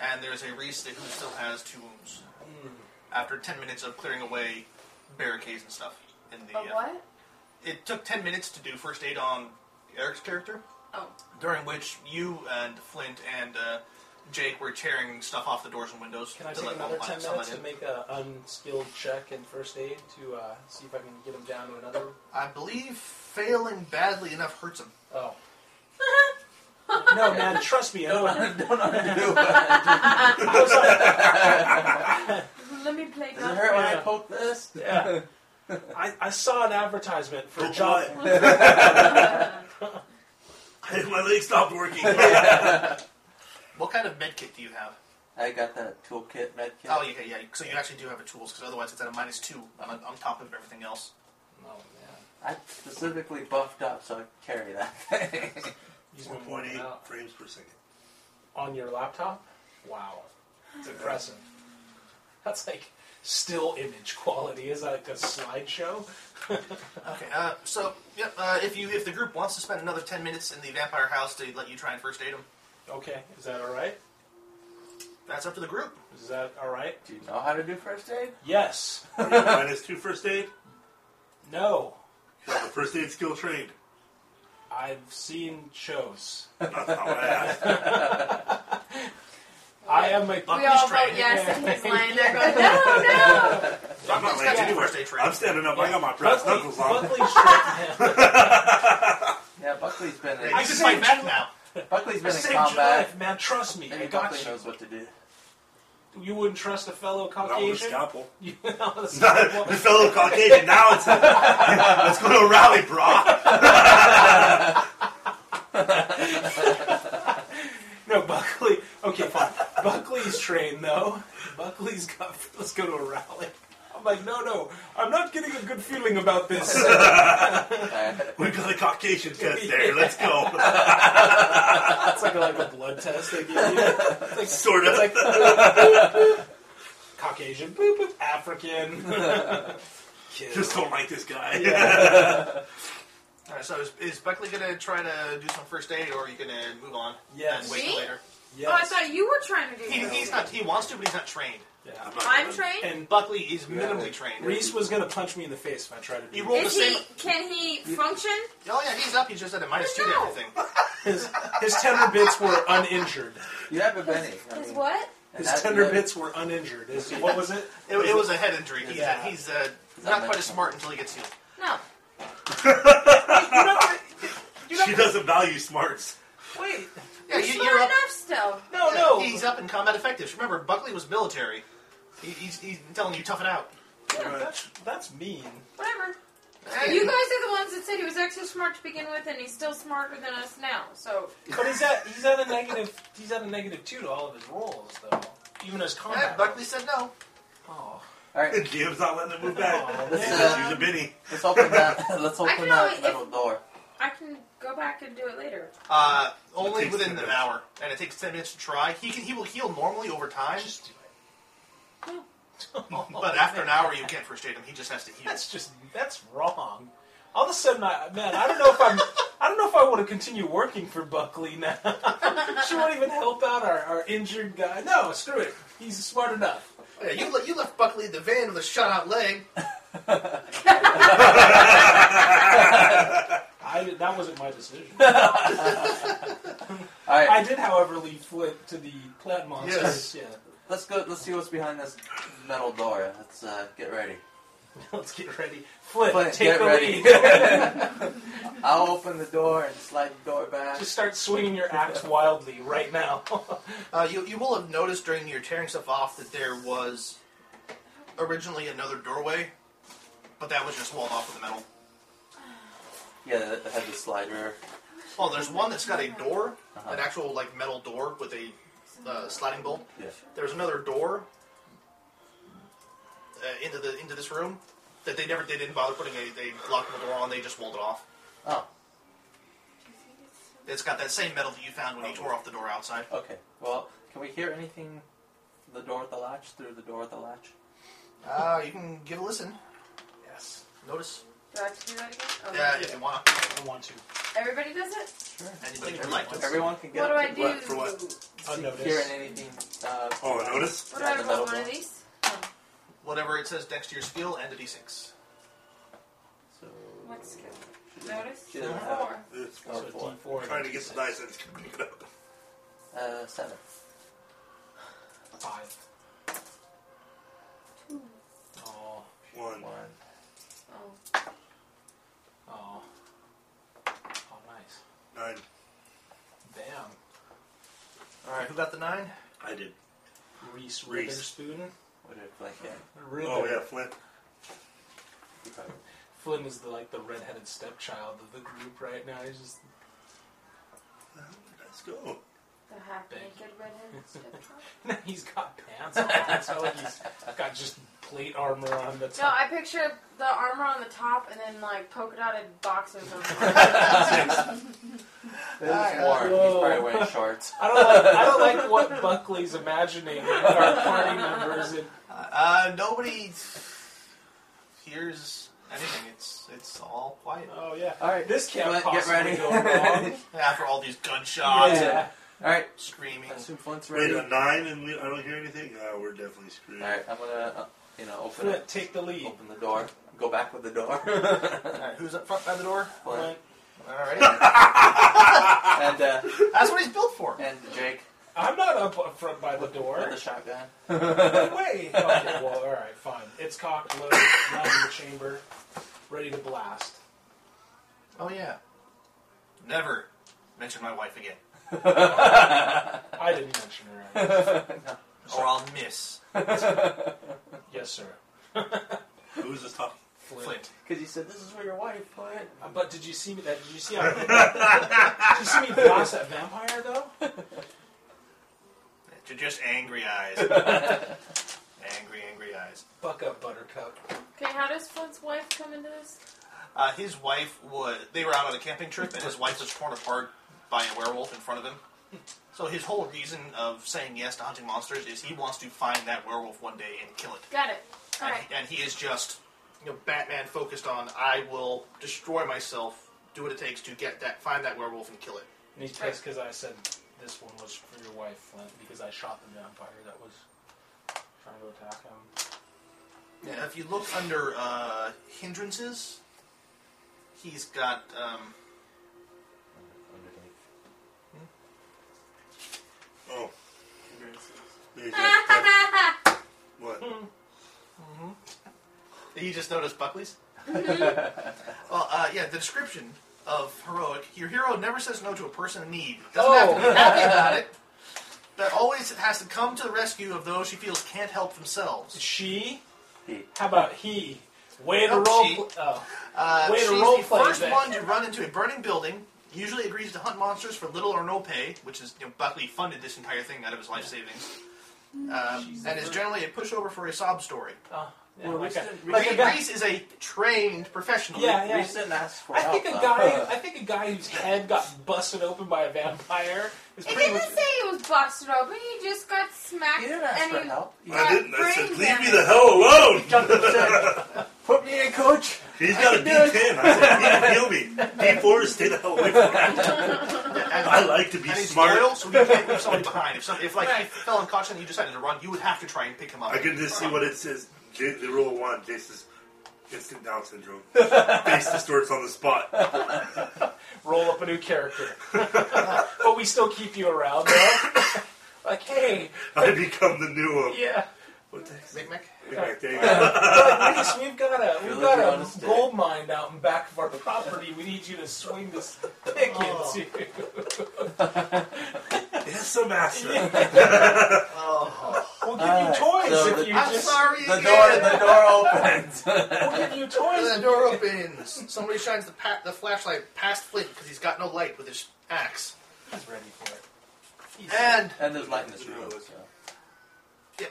S3: And there's a Reese who still has two wounds
S1: Hmm.
S3: after 10 minutes of clearing away barricades and stuff. In the,
S4: A
S3: uh,
S4: what?
S3: It took 10 minutes to do first aid on Eric's character,
S4: Oh.
S3: during which you and Flint and uh, Jake were tearing stuff off the doors and windows
S1: Can I
S3: to
S1: take
S3: let
S1: another
S3: sunlight
S1: ten minutes to
S3: in.
S1: make an unskilled check in first aid to uh, see if I can get him down to another?
S3: I believe failing badly enough hurts him.
S1: Oh. No, man, trust me. I know. I
S5: don't undo what I
S1: was like,
S4: Oh. Let me play
S5: do. Does it hurt when I
S1: Yeah.
S5: poke this?
S1: Yeah. I, I saw an advertisement for
S2: Don't
S1: job.
S2: lie.
S4: God.
S2: My leg stopped working.
S1: Oh,
S3: What kind of med kit do you have?
S5: I got that toolkit med kit.
S3: Oh, yeah, yeah. So you actually do have a tools, because otherwise it's at a minus two on, on top of everything else.
S1: Oh man,
S5: I specifically buffed up so I could carry that thing.
S1: he's been working
S2: 1.8
S1: out.
S2: frames per second.
S1: on your laptop. Wow, it's impressive. That's like still image quality. Is that like a slideshow?
S3: Okay, uh, so, yep, uh, if you if the group wants to spend another ten minutes in the vampire house to let you try and first aid them,
S1: Okay, is that all right?
S3: that's up to the group.
S1: Is that all right?
S5: do you know how to do first aid?
S1: Yes.
S2: Are you minus two first aid?
S1: No.
S2: You have a first aid skill trained.
S1: I've seen shows.
S2: That's not what I asked.
S1: I am a.
S4: we
S3: Buckley's
S4: all vote
S3: training.
S4: yes, and he's lying there going, no, no.
S2: I'm not
S3: Buckley's
S2: laying
S3: got
S2: anywhere.
S3: first aid training.
S2: I'm standing up. I got my brass
S1: Buckley,
S2: knuckles on.
S1: Buckley's trained him.
S5: Yeah, Buckley's been
S3: Hey,
S5: in,
S3: you
S1: I
S3: can
S1: saved
S3: fight back
S1: you.
S3: now.
S5: Buckley's
S1: I
S5: been in
S1: saved your
S5: combat.
S1: life, man. Trust me. I
S5: Maybe
S1: got
S5: Buckley
S1: you.
S5: knows what to do.
S1: You wouldn't trust a fellow
S2: Not with a
S1: Caucasian.
S2: scalpel.
S1: You know, that's
S2: Not
S1: not
S2: the
S1: what-
S2: fellow Caucasian. Now it's let's go to a rally, brah.
S1: no, Buckley. Okay, fine. Buckley's trained though. Buckley's got. Let's go to a rally. I'm like, no, no. I'm not getting a good feeling about this.
S5: Alright.
S2: We've got a Caucasian test there. Let's go.
S1: it's like a, like a blood test they give you. It's like
S2: Sort of.
S1: It's like boop, boop, boop. Caucasian, boop, boop, African. Kid.
S2: Just don't like this guy.
S3: All right, so is, is Buckley gonna try to do some first aid, or are you gonna move on
S1: Yes.
S3: and wait till
S4: Me?
S3: later?
S4: Oh, I
S1: yes.
S4: thought you were trying to do
S3: He, he's not. He wants to, but he's not trained.
S1: Yeah.
S2: I'm not
S4: I'm
S2: gonna-
S4: trained.
S3: And Buckley is minimally
S5: Yeah.
S3: trained.
S1: Reese was gonna punch me in the face if I tried to do
S3: You
S1: that.
S3: rolled
S4: Is
S3: the
S4: he?
S3: same.
S4: Can he function?
S3: Oh yeah, he's up. He's just at a minus two to
S4: No.
S3: everything.
S1: His, his tender bits were uninjured.
S5: You have a Benny. I
S4: His
S5: mean,
S4: what?
S5: and
S1: His
S5: that-
S1: tender
S5: that-
S1: bits were uninjured. His, what was it?
S3: It, it was a head injury. He's,
S1: Yeah.
S3: he's uh,
S5: that
S3: not quite
S5: mental?
S3: as smart until he gets healed.
S4: No.
S1: You're not- you're
S2: She
S1: not-
S2: doesn't value smarts.
S1: wait.
S3: Yeah,
S4: You're
S3: you,
S4: smart
S3: you're up.
S4: enough still.
S1: No,
S3: Yeah,
S1: no.
S3: He's up in combat effectives. Remember, Buckley was military. He, he's, he's telling you tough it out.
S1: That's, that's mean.
S4: Whatever.
S3: Hey,
S4: You guys are the ones that said he was extra smart to begin with, and he's still smarter than us now. So
S1: But he's at he's at a negative he's at a negative two to all of his rolls though. Even his
S3: yeah,
S1: combat.
S3: Buckley said no.
S1: Oh.
S5: Alright,
S2: GM's not letting him move back.
S1: Aw,
S5: This
S1: man.
S5: is-
S2: She's a Benny.
S5: let's open that. Let's open
S4: can
S5: that
S4: only-
S5: metal door.
S4: I can go back and do it later.
S3: Uh, only
S2: takes
S3: within
S2: 10
S3: an
S2: minutes.
S3: hour, and it takes ten minutes to try. He can he will heal normally over time,
S1: Just do it.
S3: but after an hour you can't first aid him. He just has to heal.
S1: That's just that's wrong. All of a sudden, I, man, I don't know if I'm. I don't know if I want to continue working for Buckley now. she won't even help out our, our injured guy. No, screw it. He's smart enough.
S3: Yeah, you le- you left Buckley in the van with a shot out leg.
S1: I did- that wasn't my decision.
S5: All right,
S1: I did, however, leave Flint to the plant monsters. Yeah.
S5: let's go. Let's see what's behind this metal door. Let's uh, get ready.
S1: Let's get ready. Flint,
S5: Flint,
S1: take
S5: get
S1: the
S5: ready.
S1: lead.
S5: I'll open the door and slide the door back.
S1: Just start swinging your axe wildly right now.
S3: Uh, you you will have noticed during your tearing stuff off that there was originally another doorway, but that was just walled off with metal.
S5: yeah, that that had the slider.
S3: Well, Oh, there's one that's got a door,
S5: Uh-huh.
S3: an actual like metal door with a uh, sliding bolt.
S5: Yeah.
S3: There's another door uh, into the into this room that they never they didn't bother putting a, a lockable door on. They just walled it off.
S5: Oh,
S3: It's got that same metal that you found when you tore off the door outside.
S5: okay. Well, can we hear anything? The door with the latch through the door with the latch.
S3: Uh, you can give a listen.
S1: yes,
S3: Notice.
S4: Do I have to do that again? Okay.
S3: Yeah, if you want. to.
S1: I want to.
S4: Everybody does it?
S5: Sure.
S3: Anybody would like to.
S5: Everyone can get.
S4: What do I do?
S2: what- for what?
S1: Unnoticed.
S5: Hearing anything? Uh,
S2: Oh, notice?
S4: What do I
S5: Yeah, the
S4: roll?
S5: metal
S4: One of
S5: door.
S4: these?
S3: Whatever it says next to your skill and a d6.
S5: So
S4: What skill?
S5: she doesn't-
S4: Notice?
S5: She doesn't have
S4: Four.
S2: It's
S5: Oh,
S1: So
S5: four.
S1: D4.
S2: trying to get the dice and it's coming up.
S5: Uh, seven.
S1: Five. Oh,
S2: One.
S5: One.
S4: Oh.
S1: oh, oh, nice.
S2: Nine.
S1: Damn.
S3: All right, who got the nine?
S2: I did.
S1: Reese
S2: Reese.
S1: Witherspoon.
S5: What did Blake get?
S1: Ritter.
S2: Oh, yeah, Flint.
S5: You probably-
S1: Flynn is the like the redheaded stepchild of the group right now. He's just
S2: Let's go.
S4: The half
S1: Thank
S4: naked redhead stepchild.
S1: he's got pants on. It's not like he's got just plate armor on. That's
S4: No, I picture the armor on the top and then like polka dotted boxers on the
S5: It was
S3: uh,
S5: warm. He's
S1: whoa.
S5: probably wearing shorts.
S1: I don't like. I don't like what Buckley's imagining with our party members. And
S3: Uh, nobody hears anything. It's it's all quiet
S1: oh yeah,
S5: All right.
S1: this can't
S5: Flint, get
S1: possibly
S5: ready. Oh,
S1: go wrong.
S3: after all these gunshots and
S1: Yeah.
S5: All right.
S3: screaming.
S5: I assume Flint's
S2: Wait,
S5: ready.
S2: a nine and we, I don't hear anything? Ah, we're definitely screwed.
S5: All right. I'm gonna, uh, you know, open
S1: Flint,
S5: it.
S1: take the lead.
S5: Open the door. Go back with the door.
S3: All right, who's up front by the door?
S5: Flint.
S1: Flint,
S3: All right,
S5: and uh,
S3: that's what he's built for.
S5: and Jake
S1: I'm not up front by the
S5: with
S1: door.
S5: the shotgun.
S1: No way. Okay, well, all right, fine. It's cocked, loaded, not in the chamber, ready to blast.
S3: Oh yeah. Never mention my wife again,
S1: I didn't mention her.
S3: or I'll miss
S1: Yes, sir.
S2: Who was this talking?
S3: Flint.
S5: Because you said this is for your wife, Flint.
S1: Uh, But did you see me? That did you see? How, did you see me blast that vampire though?
S3: Ju- Just angry eyes. angry, angry eyes.
S1: Buck up, Buttercup.
S4: Okay, how does Flint's wife come into this?
S3: Uh, his wife was. They were out on a camping trip, and his wife was torn apart by a werewolf in front of him. So his whole reason of saying yes to hunting monsters is he wants to find that werewolf one day and kill it.
S4: Got it.
S3: And,
S4: Alright.
S3: and he is just, you know, Batman focused on I will destroy myself, do what it takes to get that, find that werewolf and kill it.
S1: And he's pissed because I said this one was for your wife, Flint, because I shot the vampire that was trying to attack him.
S3: Yeah, if you look under uh, hindrances, he's got. Um,
S5: Underneath.
S2: Oh. Maybe that's- What?
S3: you just noticed Buckley's.
S1: Mm-hmm.
S3: well, uh, yeah, the description of heroic. Your hero never says no to a person in need. Doesn't have
S1: Oh.
S3: to be happy about it. But always has to come to the rescue of those she feels can't help themselves.
S1: She?
S5: He.
S1: How about he? Way to
S3: Oh,
S1: roll.
S3: she.
S1: pl- oh.
S3: Uh,
S1: Way to
S3: she's
S1: role
S3: the
S1: play
S3: first
S1: that.
S3: one to run into a burning building. Usually agrees to hunt monsters for little or no pay, which is you know, Buckley funded this entire thing out of his life savings. Um,
S1: Mm. She's the
S3: and is
S1: first-
S3: generally a pushover for a sob story.
S1: Uh, Yeah,
S5: Well,
S1: like
S5: we
S1: a-
S5: should- we
S1: like
S3: Reese
S1: a guy-
S3: Reese is a trained professional.
S1: Yeah,
S5: We shouldn't ask for
S1: I think a
S5: help,
S1: guy.
S5: though.
S1: I think a guy whose head got busted open by a vampire is
S4: It
S1: pretty
S4: didn't
S1: much.
S4: say he was busted open. He just got smacked.
S5: You didn't ask
S4: and
S5: for
S4: he-
S5: help. You
S2: I didn't. I said,
S4: Brain
S2: leave me
S4: damage.
S2: the hell alone.
S5: jumped and said, "Put me in, coach."
S2: He's got a
S5: I can do it.
S2: D10. I said, heal, heal me. D4 is stay the hell away from me. I like to be
S3: and he's
S2: smart.
S3: loyal, so you can't leave somebody behind. If, some, if like he fell unconscious and you decided to run, you would have to try and pick him up.
S2: I can just see what it says. J- the rule of one, Jason's instant Down syndrome. Face distorts on the spot.
S1: roll up a new character. but we still keep you around, though. like, hey,
S2: I become the new one.
S1: yeah,
S2: What the heck?
S3: Mick, Mick?
S2: Like, there you go.
S1: but Reese, we've got a we've
S5: Really
S1: got
S5: wanna
S1: a
S5: stay.
S1: gold mine out in back of our property. We need you to swing this pick
S3: Oh.
S1: into.
S2: Yes, a master.
S3: Oh.
S1: We'll give
S5: Alright,
S1: you toys
S5: so
S1: if
S5: the-
S1: you
S3: I'm
S1: just.
S3: sorry.
S5: The
S3: again.
S5: door, the door opens.
S1: We'll give you toys.
S3: The door opens. Somebody shines the pa- the flashlight past Flint because he's got no light with his axe.
S1: He's ready for it. He's-
S3: And
S5: and there's light in this room. So.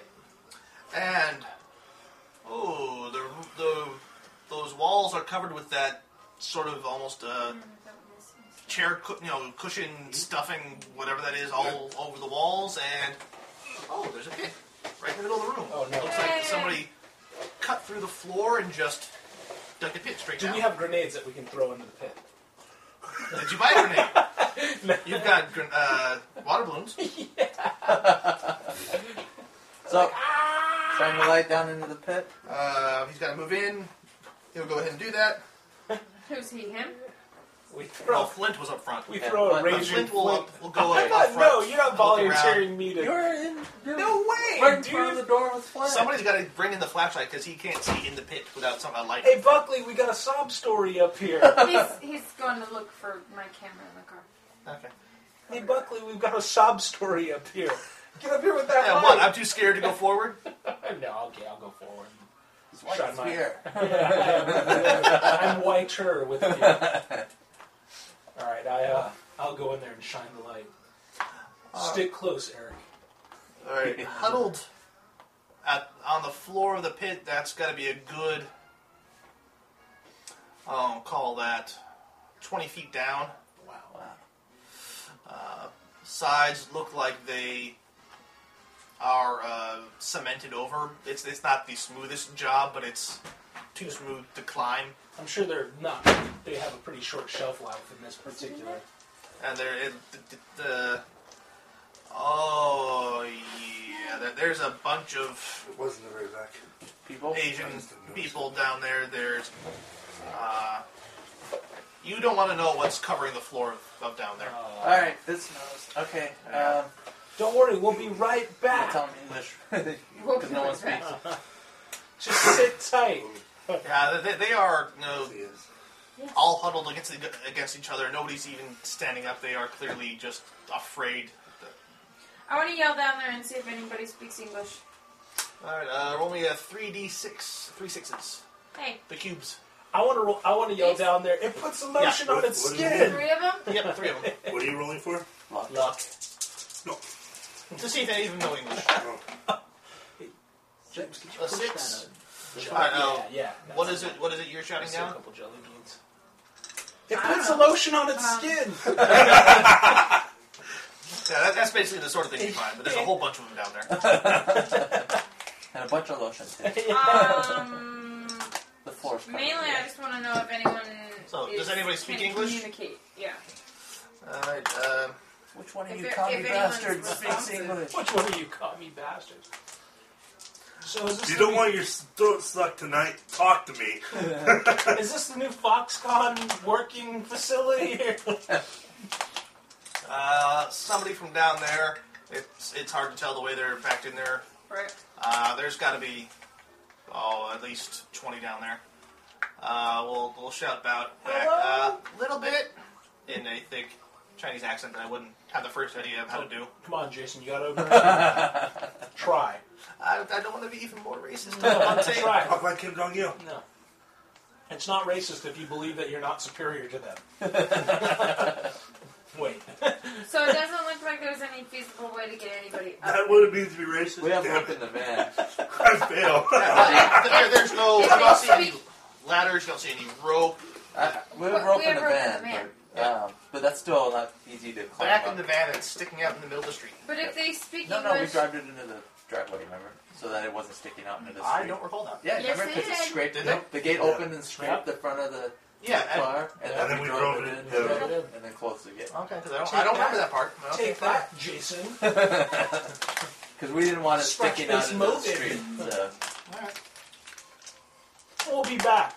S3: and oh, the the those walls are covered with that sort of almost uh, chair, cu- you know, cushion
S1: Mm-hmm.
S3: stuffing, whatever that is, all over the walls. And oh, there's a pit right in the middle of the room.
S1: Oh, no.
S3: Looks like somebody cut through the floor and just dug a pit straight
S1: do
S3: down.
S1: we have grenades that we can throw into the pit?
S3: Did you buy a grenade?
S1: No.
S3: You've got gren- uh, water balloons.
S5: so,
S1: Ah!
S5: shine the light down into the pit.
S3: Uh, he's got to move in. He'll go ahead and do that.
S4: Who's he? Him?
S1: We throw.
S3: Well, Flint was up front. Uh,
S1: We
S5: Yeah,
S1: throw a
S5: but-
S3: Flint,
S1: raging.
S3: will,
S1: flint.
S3: will go
S1: I
S3: up
S1: thought,
S3: front,
S1: no, you're not
S3: look around.
S1: volunteering me to.
S5: You're in.
S1: no way,
S5: Right in
S1: dude.
S5: front of the door with flash.
S3: Somebody's got to bring in the flashlight because he can't see in the pit without somehow lighting.
S1: Hey Buckley, we got a sob story up here.
S4: he's, he's going to look for my camera in the car.
S3: Okay.
S1: hey Buckley, we've got a sob story up here. Get up here with that
S3: Yeah,
S1: light.
S3: what? I'm too scared to go forward.
S1: no, okay, I'll go forward.
S5: It's white
S1: Shine mine.
S5: spear.
S1: I'm whiter with you. All right, I uh, I'll go in there and shine the light.
S3: Uh,
S1: Stick close, Eric.
S3: All right, huddled at, on the floor of the pit. That's got to be a good. Oh, call that twenty feet down.
S5: Wow.
S3: Uh, sides look like they are uh, cemented over. It's it's not the smoothest job, but it's too smooth to climb.
S1: I'm sure they're not. They have a pretty short shelf life in this particular.
S3: And there, it, the, the oh yeah, there, there's a bunch of
S2: It wasn't the very back.
S5: People.
S3: Asian people down there. There's uh, you don't want to know what's covering the floor of, of down there.
S1: Uh,
S5: All right. This. Okay. Um,
S1: Don't worry, we'll be right
S5: I'll
S1: back.
S5: tell 'em English because no one speaks.
S1: Just sit tight.
S3: Yeah, they, they are you know,
S2: He is.
S4: Yes.
S3: all huddled against against each other. Nobody's even standing up. They are clearly just afraid.
S4: I want to yell down there and see if anybody speaks English.
S3: All right, uh, roll me a three d six, three sixes,
S4: Hey,
S3: the cubes.
S1: I want to. roll I want to yell
S4: Yes.
S1: down there. It puts the lotion
S2: Yeah,
S1: on
S2: what-
S1: its
S2: what is
S1: skin.
S2: it?
S4: three of them?
S3: Yep, three of them
S2: What are you rolling for?
S5: Look.
S1: Luck.
S2: No.
S3: to see if they even know English.
S2: Oh.
S5: James, could you
S3: A
S5: push
S3: six.
S5: that up? Just
S3: All right,
S5: like-
S1: yeah,
S3: um,
S1: yeah.
S3: What is it? What is it you're shouting
S1: A
S3: down?
S1: couple jelly beans. Uh-huh. It puts a lotion on its
S4: Um,
S1: skin.
S3: Yeah, that, that's basically the sort of thing you find. But there's a whole bunch of them down there.
S5: And a bunch of lotion too.
S4: Um,
S5: The floor's covered.
S4: mainly I just want to know if anyone.
S3: So,
S4: is,
S3: does anybody speak
S4: can
S3: English?
S4: Communicate. Yeah.
S3: All right. Uh,
S5: Which one of
S4: If
S5: you
S4: there-
S5: commie
S4: if anyone's
S5: bastards speaks
S4: responsive.
S5: English?
S1: Which one of you caught me, bastard? So is this
S2: You
S1: the
S2: don't
S1: new,
S2: want your s- throat sucked tonight. Talk to me.
S1: Is this the new Foxconn working facility? here?
S3: uh, somebody from down there. It's it's hard to tell the way they're packed in there.
S4: Right.
S3: Uh, there's got to be, oh, at least 20 down there. Uh, we'll, we'll shout about back
S1: Hello?
S3: a little bit in a thick Chinese accent that I wouldn't have the first idea of how to do.
S1: Come on, Jason, you got over. Try.
S3: I, I don't want to be even more racist.
S1: Come
S3: on
S1: on,
S3: tape.
S1: try.
S2: Talk like Kim Jong Il.
S1: No. It's not racist if you believe that you're not superior to them. Wait.
S4: So it doesn't look like there's any feasible way to get anybody up.
S2: That would have been to be racist.
S5: We have
S2: Damn
S5: hope
S2: it.
S5: in the van.
S2: I fail.
S3: there, there's no. You don't see any ladders. You don't see any rope.
S5: I, we
S4: But
S5: were up
S4: we
S5: in
S4: have
S5: the
S4: rope in the
S5: van,
S4: van.
S5: but, um, but that's still not easy to climb
S3: Back
S5: up.
S3: in the van, it's sticking out in the middle of the street.
S4: But if they speak
S5: No, no, we
S4: English,
S5: drived it into the driveway, remember? So that it wasn't sticking out into the street.
S3: I don't recall that.
S5: Yeah,
S4: Yes,
S5: remember
S4: they
S5: because it
S4: did.
S5: scraped
S3: Did
S5: it.
S3: they?
S5: The gate
S2: Yeah.
S5: opened and scraped the front of the
S3: Yeah. I,
S5: car, and,
S2: And
S5: then we drove it in,
S2: yeah.
S5: and then- and then closed the gate
S3: okay. 'cause I don't, I don't remember that part. Okay,
S1: Take
S3: fine.
S1: that, Jason.
S5: because we didn't want it
S1: Scratch
S5: sticking out
S1: this
S5: into the
S1: motive.
S5: street. So
S3: All right.
S1: We'll be back.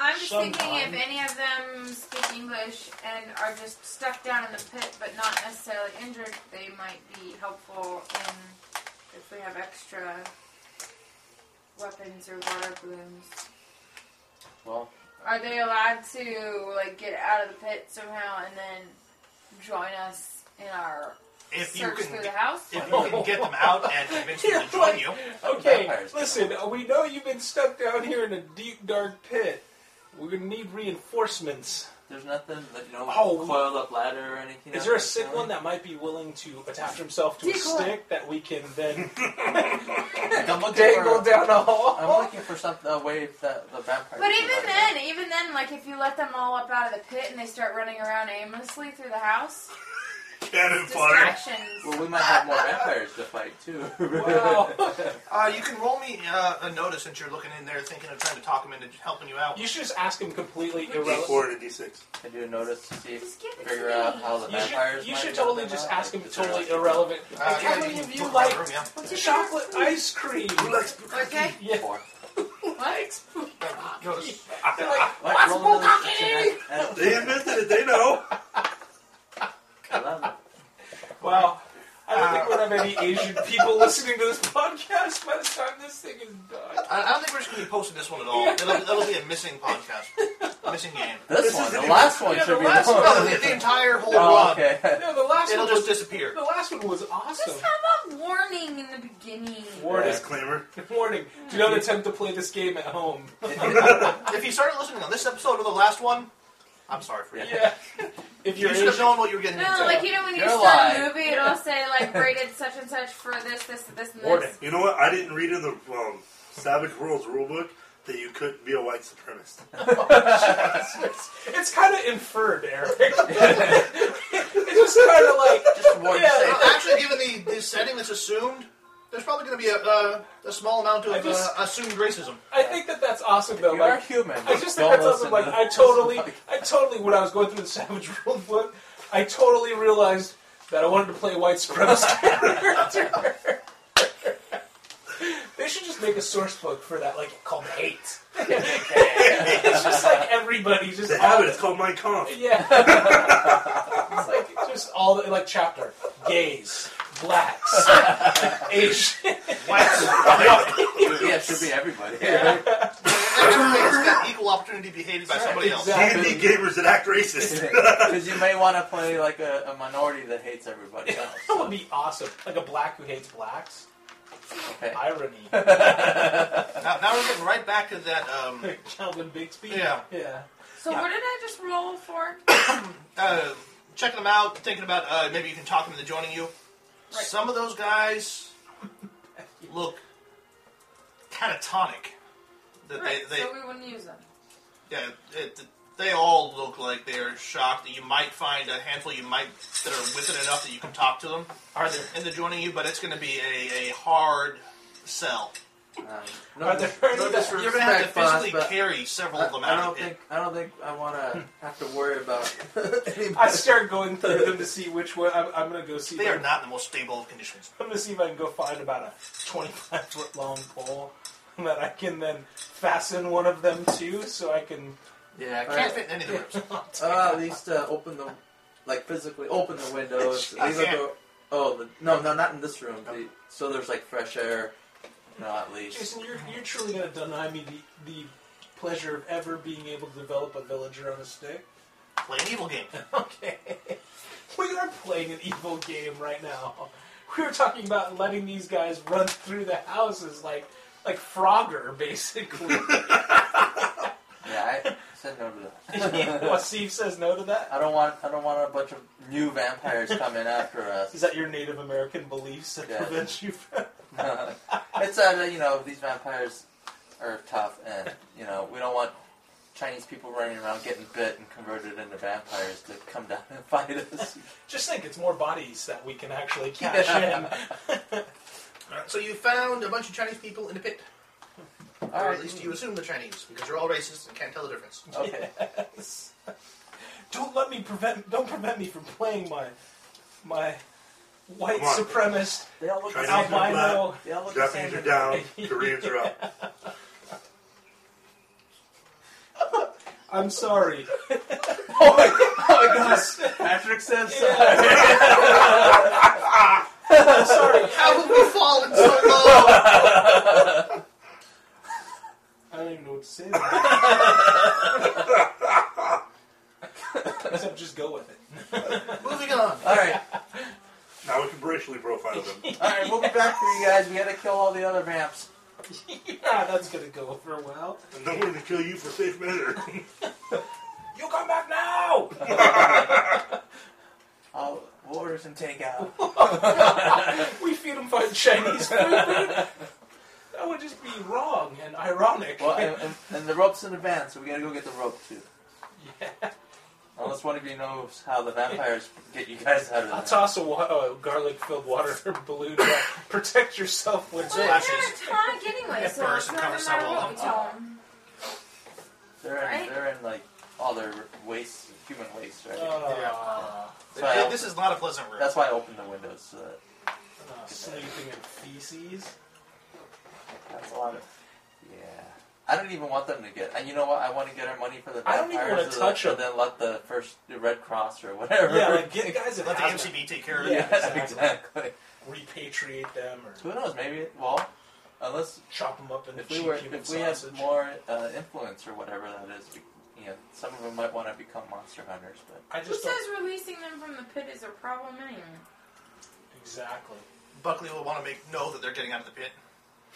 S4: I'm just thinking if
S1: Sometime.
S4: any of them speak English and are just stuck down in the pit but not necessarily injured, they might be helpful in if we have extra weapons or water balloons.
S5: well,
S4: Are they allowed to like get out of the pit somehow and then join us in our
S3: If you
S4: search through
S3: can,
S4: the house?
S3: if you can get them out and convince them to join you,
S1: Okay,
S5: Vampires.
S1: listen, uh, we know you've been stuck down here in a deep, dark pit. We're gonna need reinforcements.
S5: there's nothing that no
S1: Oh.
S5: coiled up ladder or anything.
S1: Is
S5: out
S1: there a
S5: there,
S1: sick
S5: Sally?
S1: one that might be willing to attach himself to a
S4: Decoy.
S1: stick that we can then
S5: I'm looking
S1: dangle
S5: for-
S1: down a hole?
S5: I'm looking for something a way that the vampire.
S4: But even then, even then, like if you let them all up out of the pit and they start running around aimlessly through the house,
S2: Cannon fodder.
S4: distractions.
S5: well, we might have more vampires to fight too.
S1: Wow.
S3: uh, you can roll me uh, a notice since you're looking in there, thinking of trying to talk them into helping you out.
S1: You should just ask him completely irrelevant.
S2: D4 and a D6.
S5: I do a notice to see,
S4: Just give it to
S5: figure
S4: me.
S5: out how the
S1: You
S5: vampires.
S1: should, you
S5: might
S1: should
S5: have
S1: totally
S5: them
S1: just
S5: out,
S1: ask him
S5: like, is there,
S1: totally
S5: like,
S1: irrelevant.
S3: Uh,
S1: Like, how
S3: yeah,
S1: many
S3: you
S1: of
S3: can
S1: you
S3: look
S1: like
S3: around the room, yeah.
S4: What's your
S1: chocolate ice cream?
S2: Who likes
S4: Okay.
S1: Yeah.
S5: Four.
S4: What?
S3: Notice.
S1: They're like,
S5: What?
S1: What's
S5: Roll another
S1: bukkake?
S5: six and add-
S2: They invented it. They know.
S5: add eleven.
S1: Wow. I don't think we'll have any Asian people listening to this podcast by the time this thing is done.
S3: I I don't think we're just going to be posting this one at all. It'll, it'll be a missing podcast, a missing game.
S5: This,
S2: This
S5: one,
S2: isn't
S5: the
S2: even-
S5: last one
S1: yeah,
S5: should
S1: the
S5: be
S1: last
S5: the
S1: one.
S3: No, the, the entire whole
S5: Oh,
S3: run,
S5: okay.
S1: No, the last
S3: it'll
S1: one was
S3: just disappear.
S1: the last one was awesome.
S4: Just have a warning in the beginning.
S1: Warning.
S2: Disclaimer.
S1: Warning. Do not attempt to play this game at home.
S3: If you started listening on this episode or the last one, I'm sorry for you.
S1: yeah. If
S3: You
S1: you're
S3: should have
S1: Asian,
S3: known what you were getting
S4: No,
S3: into.
S4: like you know when you
S5: You're
S4: start
S5: lying.
S4: a movie, it'll say like rated such and such for this, this, this, and
S1: Warning.
S4: this.
S2: You know what? I didn't read in the um, Savage Worlds rulebook that you couldn't be a white supremacist.
S1: it's, kind of inferred, Eric. it's just kind of like
S5: Just one
S1: Yeah.
S5: save.
S3: Uh, Actually, given the, the setting that's assumed, there's probably going to be a, uh, a small amount
S1: I
S3: of
S1: just-
S3: uh, assumed racism.
S1: I think that that's awesome though.
S5: You are
S1: Like
S5: human.
S1: I just think
S5: Don't
S1: that's awesome.
S5: listen
S1: Like
S5: to
S1: I
S5: this.
S1: totally, I totally. When I was going through the Savage World book, I totally realized that I wanted to play a white supremacist character. They should just make a source book for that, like called Hate. it's just like everybody just
S2: The habit. It's called Mein Kampf.
S1: Yeah. it's like just all the like chapter. Gays, blacks, Asian.
S5: Yeah, it should be everybody.
S3: Everybody's got equal opportunity to be hated by
S1: Right,
S3: somebody else.
S1: exactly.
S2: D&D gamers that act racist.
S5: Because you may want to play like a, a minority that hates everybody else.
S1: That would be awesome. Like a black who hates blacks.
S5: Okay.
S1: Irony.
S3: Now, now we're getting right back to that. Um,
S1: Calvin Bixby.
S3: Yeah.
S1: Yeah.
S4: So what did I just roll for?
S3: uh, checking them out, thinking about uh, maybe you can talk them into joining you.
S4: Right.
S3: Some of those guys look catatonic. That
S4: Right,
S3: they, they,
S4: so we wouldn't use them.
S3: yeah, it, they all look like they're shocked. that You might find a handful you might that are with it enough that you can talk to them.
S1: Are there
S3: into joining you, but it's going to be a, a hard sell.
S5: Um,
S1: are there any
S5: no
S1: that,
S5: disrespect,
S3: You're going to have to
S5: boss,
S3: physically
S5: but
S3: carry several
S5: I,
S3: of them
S5: I
S3: out.
S5: don't
S3: It-
S5: think I don't think I want to have to worry about. anybody.
S1: I start going through them to see which one I'm, I'm gonna go see
S3: they
S1: if I-
S3: are not in the most stable of conditions.
S1: I'm gonna see if I can go find about a 25 foot long pole that I can then fasten one of them to so I can
S5: Yeah, I
S3: I can't
S5: can't.
S3: fit in any of the rooms.
S5: Uh, at least uh, open the, like physically open the windows.
S3: I
S5: leave the
S3: can't.
S5: door. Oh the, no, no, not in this room. The- so there's like fresh air. No, at least.
S1: Jason, you're, you're truly going to deny me the, the pleasure of ever being able to develop a villager on a stick?
S3: Play an evil game.
S1: Okay. We are playing an evil game right now. We were talking about letting these guys run through the houses like like Frogger, basically.
S5: Yeah, I said no to that.
S1: Wasif says no to that?
S5: I don't want. I don't want a bunch of new vampires coming after us.
S1: Is that your Native American beliefs that
S5: Yeah.
S1: prevent you from...
S5: I It's that uh, you know these vampires are tough, and you know we don't want Chinese people running around getting bit and converted into vampires to come down and fight us.
S1: Just think, it's more bodies that we can actually cash
S5: Yeah.
S1: in.
S3: Alright, so you found a bunch of Chinese people in a pit.
S5: All
S3: or
S5: right.
S3: at least you assume they're Chinese, because you're all racist and can't tell the difference.
S5: Okay.
S1: Yes. Don't let me prevent. Don't prevent me from playing my my white
S2: Come on.
S1: supremacist
S5: They all look the
S2: Chinese
S5: same.
S2: are black.
S1: albino.
S5: They all look the
S2: Japanese
S5: same.
S2: are down, Koreans are up.
S1: I'm sorry.
S5: Oh my, oh my gosh! Patrick says sorry.
S1: I'm sorry.
S3: How have we fallen so low?
S1: I don't even know what to say. to that. Except just go with it.
S3: Moving on.
S5: All right,
S2: Now we can racially profile them.
S5: all right. We'll be back for you guys. We got to kill all the other vamps.
S1: Yeah, that's gonna go over well.
S2: And then we're going to kill you for safe measure.
S1: You come back now.
S5: I'll we'll order some takeout.
S1: we feed them fucking Chinese food. That would just be wrong and ironic.
S5: Well, and, and, and the rope's in advance, so we gotta go get the rope too.
S1: yeah.
S5: Unless one of you knows how the vampires get you guys out of
S1: I'll
S5: there.
S1: toss a, wa- a garlic-filled water balloon. To protect yourself when
S4: Well, they're
S1: splashes.
S4: tonic anyway,
S3: At
S4: so
S3: first,
S4: it doesn't
S3: covers
S4: matter
S3: up
S4: what
S3: all
S4: we
S3: the-
S4: tell them.
S5: They're in,
S4: Right?
S5: they're in like all their waste, human waste, right?
S1: Uh,
S5: That's why I
S3: This is not a pleasant room.
S5: That's why I opened the windows. So that,
S1: uh, sleeping in feces.
S5: that's a lot of. Yeah. I don't even want them to get. And you know what? I want to get our money for the
S1: I
S5: vampires.
S1: don't even wanna
S5: so that-
S1: touch
S5: so
S1: 'em.
S5: Then let the first the Red Cross or whatever.
S1: Yeah, like get guys that
S3: Let the
S1: have to
S3: MCB take care of
S1: Yeah.
S3: it.
S5: Yeah, exactly.
S1: repatriate them or
S5: Who knows? Maybe. Well, unless
S1: chop them up into
S5: if we
S1: cheap
S5: were,
S1: human
S5: if we had
S1: sausage.
S5: more uh, influence or whatever that is, we, you know, some of them might want to become monster hunters. But
S1: I
S4: Who
S1: just
S4: says
S1: don't
S4: releasing them from the pit is a problem anyway?
S1: exactly.
S3: Buckley will want to make know that they're getting out of the pit.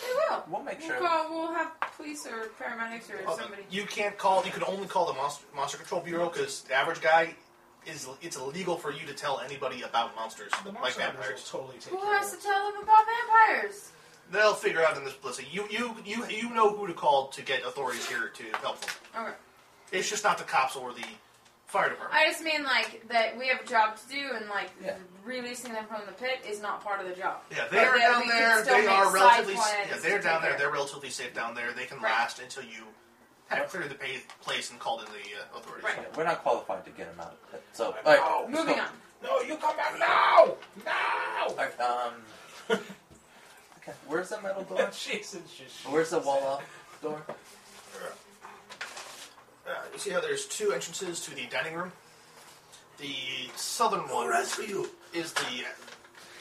S4: They will.
S5: we'll make
S4: We'll,
S5: sure.
S4: call, we'll have police or paramedics or
S1: Oh,
S3: Uh,
S4: somebody.
S3: You can't call. You can only call the monster, monster control bureau because the average guy is. It's illegal for you to tell anybody about monsters
S1: The
S3: like
S1: monster hunters
S3: vampires.
S1: will totally take
S4: Who
S1: care
S4: has
S1: of
S4: to
S1: it.
S4: tell them about vampires?
S3: They'll figure out in this blizzard. You you you you know who to call to get authorities here to help them.
S4: Okay.
S3: It's just not the cops or the fire department.
S4: I just mean like that we have a job to do, and like
S5: Yeah.
S4: releasing them from the pit is not part of the job.
S3: yeah, they are
S4: Yeah,
S3: down
S4: we can
S3: there.
S4: still
S3: They
S4: make
S3: are
S4: side
S3: relatively.
S4: plans
S3: Yeah, they're
S4: to
S3: down
S4: take
S3: there.
S4: care
S3: They're relatively safe down there. They can
S4: Right.
S3: last until you have cleared the pa- place and called in the uh, authorities.
S4: Right.
S5: Yeah, we're not qualified to get them out. But, so, all
S1: I
S5: right,
S1: know.
S5: let's
S4: Moving
S5: go.
S4: on.
S1: No, you come back now! Now!
S5: All right, um, okay, where's the metal door?
S1: Jesus, just
S5: Where's the wall up door?
S3: Uh, you see how there's two entrances to the dining room. The southern
S2: No
S3: one
S2: rest for you.
S3: is the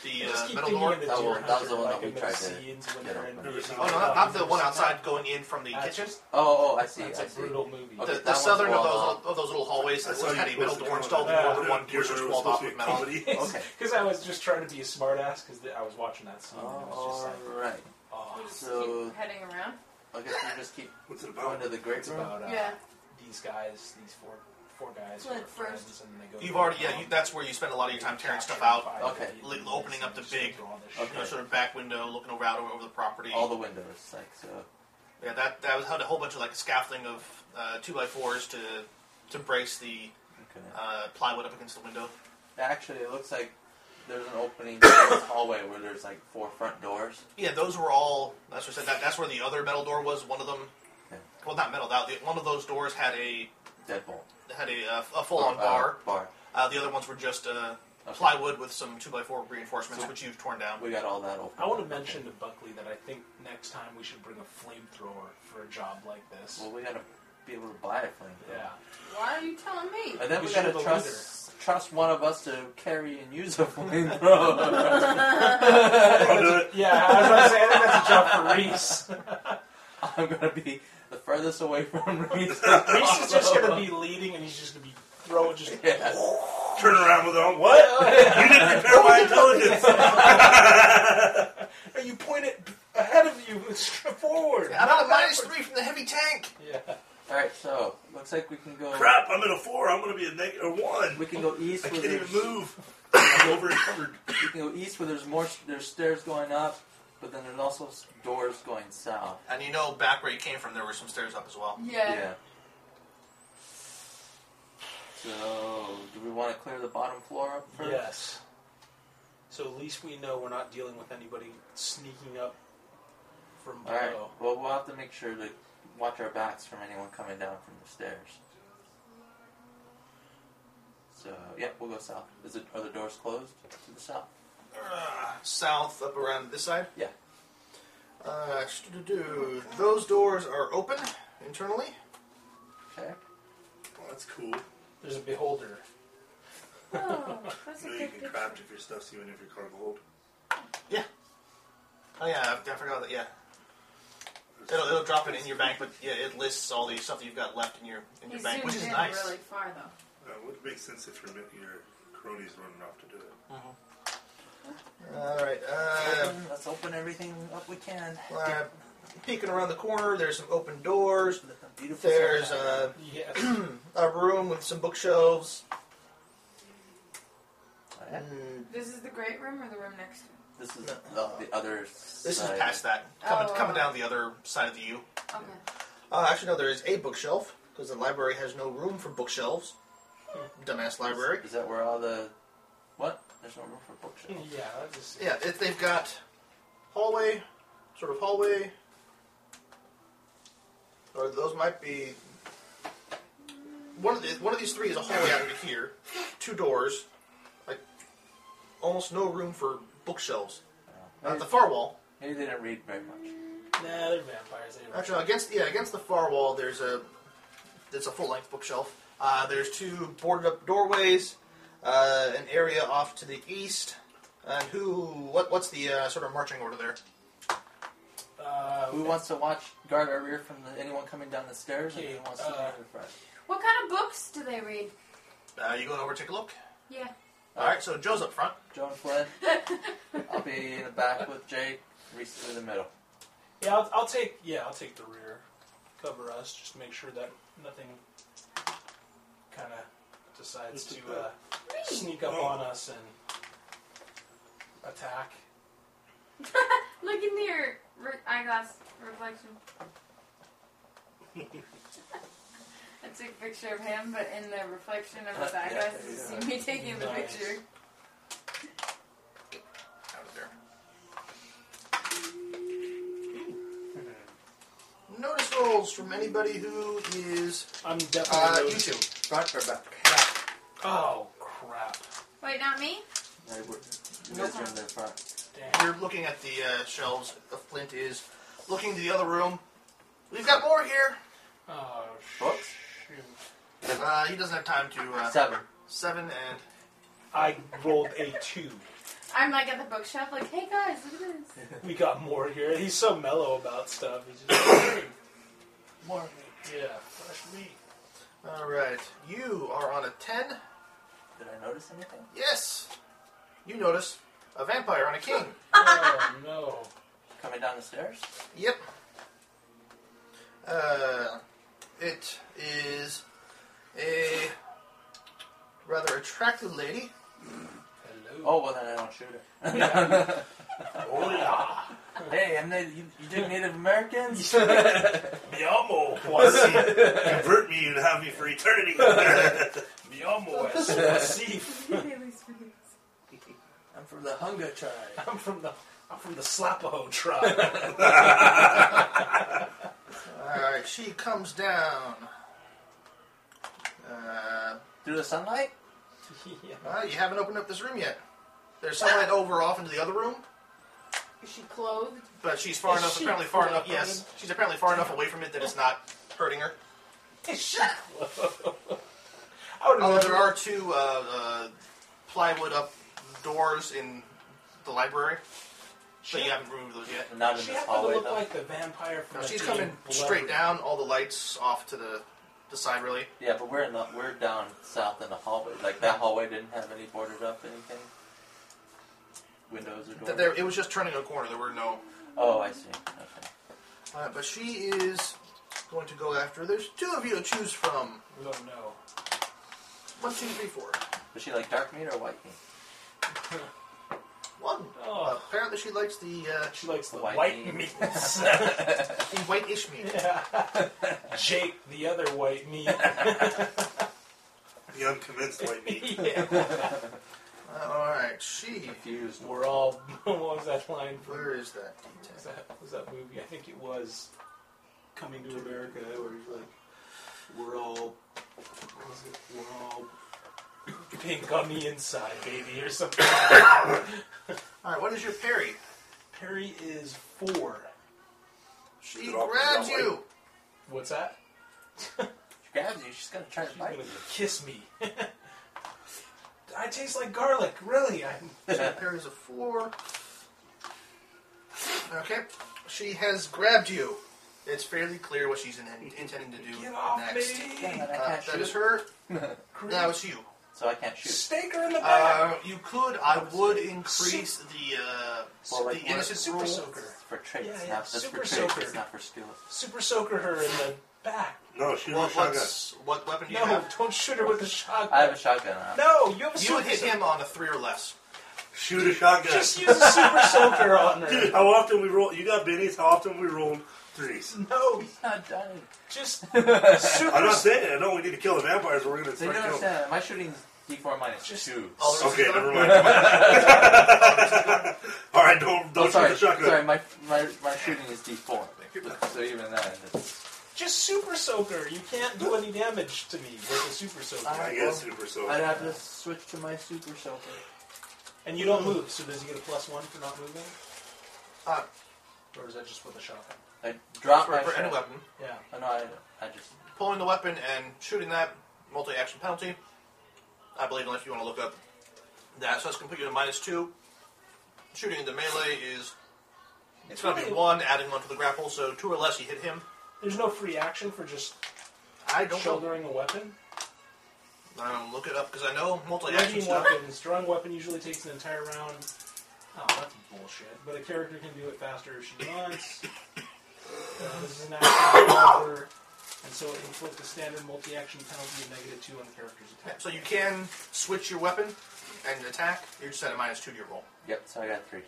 S3: the
S1: Just
S3: uh,
S1: keep
S3: metal
S1: thinking
S3: door.
S1: of the
S5: That
S1: deer
S5: one- that was the one
S1: hunter,
S5: that we
S1: like, in
S5: tried
S1: the
S5: to
S1: scenes when
S5: get
S1: they're
S5: over.
S1: in
S5: Oh,
S1: prison.
S3: Oh no, not, not the one outside going in from the
S1: That's
S3: kitchen.
S5: Oh, oh, I see.
S1: That's
S5: I
S1: a
S5: see.
S1: brutal movie.
S5: Okay.
S3: The,
S5: that
S3: the
S5: one's
S3: southern of
S5: walled
S3: those,
S5: off.
S3: of those little hallways that
S2: That's how
S3: had a
S2: you
S3: metal
S2: close
S3: door
S2: the
S3: installed in
S1: door.
S3: more than one,
S2: Yeah,
S3: which was
S2: it was
S3: walled off with
S2: supposed to
S3: metal.
S2: be a comedy.
S5: Okay.
S1: Because I was just trying to be a smartass because I was watching that scene. and it was Mm, just
S5: Oh,
S1: like,
S5: all right.
S1: oh,
S4: We just
S5: So-
S4: keep heading around.
S5: I guess we just keep
S2: What's it
S5: going
S2: about?
S5: to the great
S1: it's
S5: room.
S1: about uh,
S4: Yeah.
S1: these guys, these four four guys.
S4: It's
S1: who are
S4: like first-
S1: friends, and they go
S3: You've
S1: to
S3: already,
S1: their
S3: yeah,
S1: mom.
S3: you, that's where you spend a lot of your time tearing stuff out.
S5: Okay.
S3: Li- opening up the big- You know,
S5: Okay.
S3: sort of back window, looking over out over, over the property.
S5: All the windows, like so.
S3: yeah, that that was had a whole bunch of like scaffolding of uh, two by fours to to brace the
S5: Okay.
S3: uh, plywood up against the window.
S5: Actually, it looks like there's an opening in this hallway where there's like four front doors.
S3: Yeah, those were all. That's what I said. That, that's where the other metal door was. One of them,
S5: Okay.
S3: well, not metal. That one of those doors had a
S5: Deadbolt.
S3: had a, uh, a full on
S5: Uh,
S3: bar.
S5: Bar.
S3: Uh, the other ones were just uh,
S5: Okay.
S3: plywood with some two by four reinforcements,
S5: So-
S3: which you've torn down.
S5: We got all that open.
S1: I want to mention to Buckley that I think next time we should bring a flamethrower for a job like this.
S5: Well, we gotta be able to buy a flame.
S1: yeah.
S4: Why are you telling me?
S5: And then
S1: We
S5: we,
S1: should
S5: gotta
S1: have a
S5: trust trust one of us to carry and use a flamethrower.
S2: I'll do it.
S1: Yeah, I was about to say, I think that's a job for Reese.
S5: I'm gonna be the furthest away from Reese.
S1: Reese is just going to be leading and he's just going to be throwing just.
S5: Yes.
S2: Turn around with them. What? You didn't prepare my intelligence.
S1: Or you point it ahead of you, it's forward.
S3: I'm at a minus three from the heavy tank.
S1: Yeah.
S5: All right, so looks like we can go.
S2: Crap, I'm in a four. I'm going to be a negative, a one.
S5: We can go east.
S2: I
S5: where
S2: can't even
S5: there's-
S2: move. I'm over encumbered.
S5: We can go east where there's more. There's stairs going up, But then there's also s- doors going south.
S3: And you know, back where you came from, there were some stairs up as well.
S6: Yeah.
S5: So, do we want to clear the bottom floor up first?
S1: Yes. So at least we know we're not dealing with anybody sneaking up from
S5: All right.
S1: below.
S5: Well, we'll have to make sure to watch our backs from anyone coming down from the stairs. So, yep, we'll go south. Is it? Are the doors closed to the south?
S3: Uh, south, up around this side.
S5: Yeah.
S3: Uh, those doors are open internally.
S5: Okay.
S2: Well, Oh, that's cool.
S1: There's a beholder.
S4: Oh, that's a
S2: You know you
S4: good
S2: can
S4: picture.
S2: craft if your stuff's even if you're cargold.
S3: Oh yeah, I, I forgot that. Yeah, it'll,
S2: Uh,
S3: it'll drop it in your bank, but yeah, it lists all the stuff that you've got left in your in
S6: He
S3: your
S6: zoomed
S3: bank, which is
S6: in
S3: nice.
S6: really far though.
S2: Uh, would make sense if your your cronies running off to do it.
S3: All right. Uh,
S5: Open- Let's open everything up we can.
S3: uh, peeking around the corner, there's some open doors.
S5: Beautiful.
S3: There's
S5: sunshine.
S3: uh,
S1: Yes.
S3: a room with some bookshelves.
S5: Oh, yeah.
S3: Mm,
S4: This is the great room or the room next to it?
S5: This is the, the other.
S3: This is past that. Coming,
S4: Oh.
S3: coming down the other side of the U.
S4: Okay.
S3: Uh, actually, no, there is a bookshelf because the library has no room for bookshelves. Dumbass library.
S5: Is that where all the what? There's no room for
S1: yeah,
S5: bookshelves.
S1: that just
S3: Yeah, it, they've got hallway, sort of hallway, or those might be one of the, one of these three is a hallway out into here, two doors, like almost no room for bookshelves. At the far wall,
S5: Uh, Maybe they didn't read very much.
S1: Nah, they're vampires. They don't.
S3: actually against yeah against the far wall, there's a there's a full length bookshelf. Uh, there's two boarded up doorways, uh, an area off to the east, and who what what's the uh, sort of marching order there?
S1: Uh,
S5: Who wants to watch guard our rear from the, anyone coming down the stairs? and
S1: Okay,
S5: who wants to
S1: uh,
S5: be the front?
S4: What kind of books do they read?
S3: Uh, you going over to take a look?
S4: Yeah.
S3: All right, so Joe's up front.
S5: Joe and Flynn. I'll be in the back with Jake. Reese in the middle.
S1: Yeah, I'll, I'll take. Yeah, I'll take the rear. Cover us. Just make sure that nothing kind of decides to uh, sneak up on us and attack.
S4: Look in your re- eyeglass reflection. I took a picture of him, but in the reflection of his
S5: Yeah,
S4: eyeglasses, you
S5: yeah.
S4: see me taking the
S1: Nice.
S4: picture.
S3: Out of there. Hmm. Notice rolls from anybody who is
S1: I'm definitely.
S3: uh, you
S1: those-
S3: two.
S5: Front or back?
S1: oh crap!
S4: Wait, not me?
S5: No, we're, you
S4: Nope.
S5: guys are in the front.
S1: Damn.
S3: You're looking at the uh, shelves. The Flint is looking to the other room. We've got more here.
S1: Oh
S5: Books?
S1: shoot!
S3: Uh, he doesn't have time to. Uh,
S5: Seven.
S3: Seven and
S1: I rolled a two.
S4: I'm like at the bookshelf, like, hey guys, look at this.
S1: We got more here. He's so mellow about stuff. He's just like,
S3: more.
S1: yeah, fresh meat.
S3: All right, you are on a ten.
S5: Did I notice anything?
S3: Yes, you notice a vampire on a king.
S1: Oh no!
S5: Coming down the stairs?
S3: Yep. Uh, it is a rather attractive lady.
S1: Hello.
S5: Oh, well, then I don't shoot it.
S1: Yeah.
S3: Oh,
S2: Hola,
S5: hey, I'm Native, you, you dig Native Americans?
S1: mi amo.
S2: convert me and have me for eternity.
S1: Mi amo es Wasif.
S5: I'm from the Hunga tribe.
S1: I'm from the I'm from the Slapaho tribe.
S3: All right, she comes down. Uh,
S5: Through the sunlight?
S1: yeah.
S3: well, you haven't opened up this room yet. There's sunlight over off into the other room,
S4: Is she clothed?
S3: but she's far
S1: Is
S3: enough.
S1: she
S3: Apparently, far enough.
S1: clothed?
S3: Yes, she's apparently far enough away from it that it's not hurting her.
S1: I would
S3: Although
S1: imagine
S3: there are two uh, uh, plywood up doors in the library,
S1: She,
S3: but you haven't removed those yet.
S5: Not in
S1: she
S5: this
S1: happened to
S5: hallway,
S1: look
S5: though.
S1: like the vampire from.
S3: No,
S1: the
S3: she's
S1: game
S3: coming
S1: Blood.
S3: straight down. All the lights off to the, the side, really.
S5: Yeah, but we're in the, we're down south in the hallway. Like that hallway didn't have any boarded up anything. Windows or doors.
S3: Th- There, it was just turning a corner. There were no.
S5: Oh, I see. Okay.
S3: Uh, but she is going to go after. There's two of you to choose from.
S1: Oh no!
S3: One, two, three, four.
S5: Was she like dark meat or white meat?
S3: One.
S1: Oh,
S3: Apparently, she likes the uh,
S1: she likes the
S5: White
S1: white,
S5: meat.
S1: meats.
S3: the white-ish meat.
S1: yeah. Jake, the other white meat.
S2: The unconvinced white meat.
S1: yeah.
S3: Uh, all right, she.
S5: Confused.
S1: We're all. What was that line from?
S3: Where is that
S1: Was
S3: detail?
S1: that, was that movie? I think it was Coming to America, where he's like, "We're all, what was it? We're all pink on the inside, baby," or something.
S3: All right, what is your parry?
S1: Perry is four.
S3: She
S2: Get off me,
S3: grabs
S2: that
S3: you.
S1: What's that?
S5: She grabs you. She's gonna try to
S1: She's
S5: bite
S1: gonna
S5: you.
S1: kiss me. I taste like garlic. Really? I'm
S3: So your parry's a four. Okay, she has grabbed you. It's fairly clear what she's in, intending to do
S1: get off
S3: next.
S1: me.
S5: Damn it, I
S3: Uh,
S5: can't
S3: that is
S5: shoot.
S3: her.
S1: Great.
S3: Now it's you.
S5: So I can't shoot.
S1: Stake her in the back.
S3: Uh, you could. I would increase the uh,
S5: Well, like
S3: the
S5: what-
S3: innocent
S1: Super
S3: rule.
S1: soaker.
S5: It's for tricks,
S1: Yeah,
S5: not
S1: yeah,
S5: that's
S1: super
S5: for tricks.
S1: soaker.
S5: It's not for skill.
S1: Super soaker her in the back.
S2: No, shoot
S3: Well,
S2: with a shotgun.
S3: what's, what weapon do you
S1: No,
S3: have?
S1: don't shoot her with a shotgun.
S5: I have a shotgun. On.
S1: No, you have a
S3: You
S1: super
S3: would hit
S1: soaker.
S3: him on a three or less.
S2: Shoot a shotgun.
S1: Just use a super soaker on her.
S2: Dude, how often we roll? You got bennies. How often we rolled threes?
S1: No,
S5: He's not done.
S1: just
S2: I'm not
S1: super.
S2: saying. I know we need to kill the vampires. We're gonna
S5: So you
S2: start
S5: don't
S2: killing.
S5: understand. My shooting's D4 minus
S1: Just-
S5: two.
S3: All the rest
S2: Okay,
S3: of them-
S2: never mind. All right, don't don't
S5: Oh, sorry,
S2: shoot the shotgun.
S5: sorry. My, my my shooting is D4. So even that, it's,
S1: Just super soaker. You can't do any damage to me with a super soaker,
S5: Uh,
S2: I guess super so.
S5: I'd have to switch to my super soaker.
S1: and you don't move. So does he get a plus one for not moving,
S3: Uh,
S1: or is that just with a shotgun?
S5: I drop
S3: for,
S5: my
S3: for any
S5: shot.
S3: weapon.
S1: Yeah.
S5: Oh, no, I, I just
S3: Pulling the weapon and shooting that, multi action penalty. I believe, unless you want to look up that. So that's going to put you to minus two. Shooting into melee is. It's going to be
S1: really-
S3: one, adding one to the grapple, so two or less you hit him.
S1: There's no free action for just
S3: I don't know.
S1: shouldering a weapon.
S3: I don't look it up because I know multi action
S1: Dragging
S3: stuff.
S1: weapons. Drawing weapon usually takes an entire round. Oh, that's bullshit. But a character can do it faster if she wants. Uh, this is an action revolver, and so it inflicts a standard multi-action penalty of negative two on the character's
S3: Yeah,
S1: attack.
S3: So you can switch your weapon and attack. You're just at a minus two to your roll.
S5: yep. So I got three.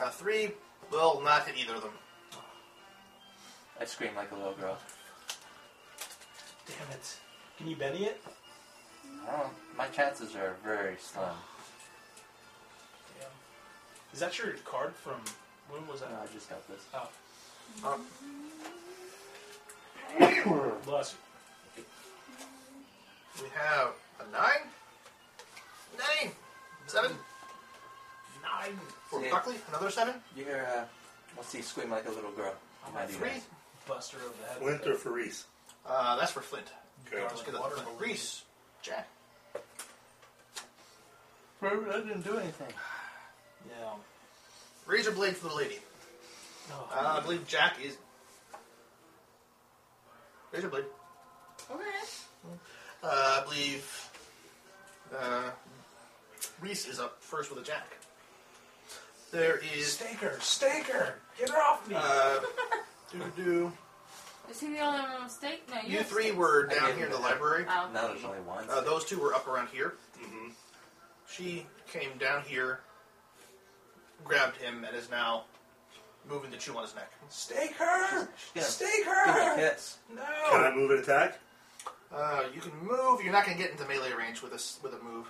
S3: Uh, three will not hit either of them.
S5: I scream like a little girl.
S1: Damn it! Can you Benny it?
S5: I don't. My chances are very slim.
S1: Yeah. Is that your card from when was
S5: No,
S1: that?
S5: I just got this.
S1: Bless
S3: We have a nine, nine, seven
S1: nine.
S3: for
S5: Yeah.
S3: Buckley. Another seven.
S5: You're uh, let's see, scream like a little girl.
S1: I'm
S5: Might
S1: at
S5: do
S3: Three.
S5: that.
S1: Buster of the head.
S2: Flint or Faris?
S3: Uh, that's for Flint.
S2: Okay.
S3: Let's get the
S1: Water
S3: Flint.
S1: balloon.
S3: Reese. Jack.
S5: Bro, I didn't do anything.
S1: Yeah.
S3: Razor blade for the lady.
S1: Oh.
S3: Uh, I believe Jack is. Razor blade.
S6: Okay.
S3: Uh, I believe. Uh, Reese is up first with a jack. There is.
S1: Staker, staker, get her off me.
S3: Uh, doo-doo-doo.
S4: Is he the only one with a mistake? No, you
S3: you
S4: have
S3: three
S4: steak.
S3: were
S5: I
S3: down
S5: gave
S3: here in
S5: you
S3: the
S5: that.
S3: library.
S4: Oh.
S5: Now there's only one.
S3: Uh, those two were up around here.
S2: Mm-hmm.
S3: She came down here, grabbed him, and is now moving the chew on his neck.
S1: stake her,
S5: Yeah.
S1: stake
S5: Give me a
S1: her.
S5: kiss.
S2: Can I
S1: No.
S2: move and attack?
S3: Uh, you can move. You're not going to get into melee range with a s- with a move.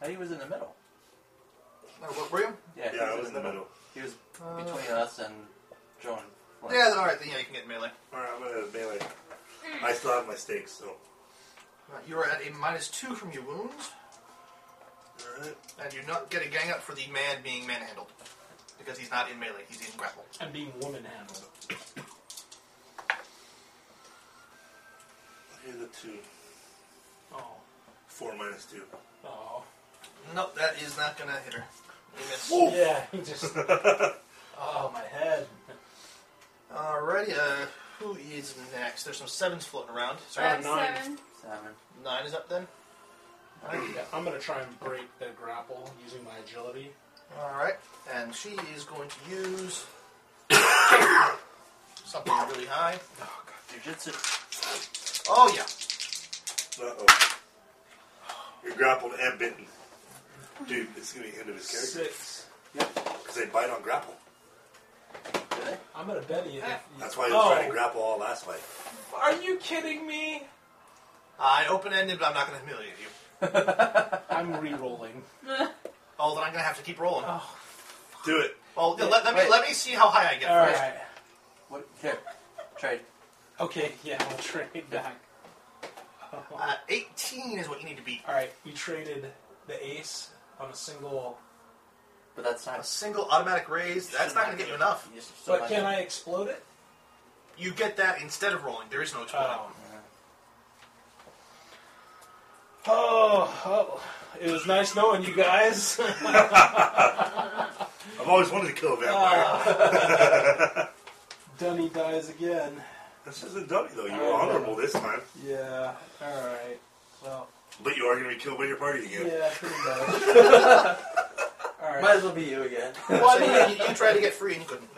S5: Oh, he was in the middle.
S3: No, what were you?
S5: Yeah, he
S2: Yeah, I was in the middle.
S5: He was
S3: Uh,
S5: between us and Joan. Flint.
S3: Yeah, all right. Then yeah, you can get melee.
S2: All right, I'm gonna melee. I still have my stakes, so.
S3: Uh, you are at a minus two from your wounds,
S2: All right.
S3: and you not get a gang up for the man being manhandled because he's not in melee. He's in grapple.
S1: I'm being woman handled.
S2: Here's the two.
S1: Oh.
S2: Four minus two.
S1: Oh.
S3: Nope, that is not going to hit her. You miss.
S1: Yeah. He just. oh my head.
S3: Alrighty. Uh, who is next? There's some sevens floating around.
S4: I
S3: Sorry,
S1: Uh,
S4: have
S1: nine.
S4: seven.
S5: Seven.
S3: nine is up then.
S1: Yeah, I'm gonna try and break the grapple using my agility.
S3: All right, and she is going to use something really high.
S1: Oh god.
S5: Jujitsu.
S3: Oh yeah,
S2: Uh oh. You're grappled and bitten. Dude, it's gonna be the end of his character.
S1: Six.
S2: Because they bite on grapple.
S1: I'm gonna bet he.
S2: That's why he was
S1: Oh.
S2: trying to grapple all last fight.
S1: Are you kidding me?
S3: I open ended, but I'm not going to humiliate you.
S1: I'm re-rolling.
S3: Oh, then I'm going to have to keep rolling.
S1: Oh.
S2: Do it.
S3: Well, let, let me
S5: Wait.
S3: let me see how high I get.
S1: All right.
S5: What? Here, trade.
S1: Okay. Yeah, we'll trade back. Oh.
S3: Uh, 18 is what you need to beat.
S1: All right. We traded the ace on a single.
S5: But that's not.
S3: A single automatic raise, that's not going to get you enough.
S5: you just-
S1: but can I explode it?
S3: You get that instead of rolling. There is no exploding.
S1: Oh. Oh, oh, it was nice knowing you guys.
S2: I've always wanted to kill a vampire.
S5: Ah.
S1: Dunny dies again.
S2: this is a dummy though. You were
S1: Oh,
S2: honorable this time,
S1: Yeah. All right. Well.
S2: but you are gonna be killed by your party again.
S1: Yeah. Pretty much. All right.
S5: Might as well be you again.
S3: Well, I mean, you, you tried to get free and you couldn't.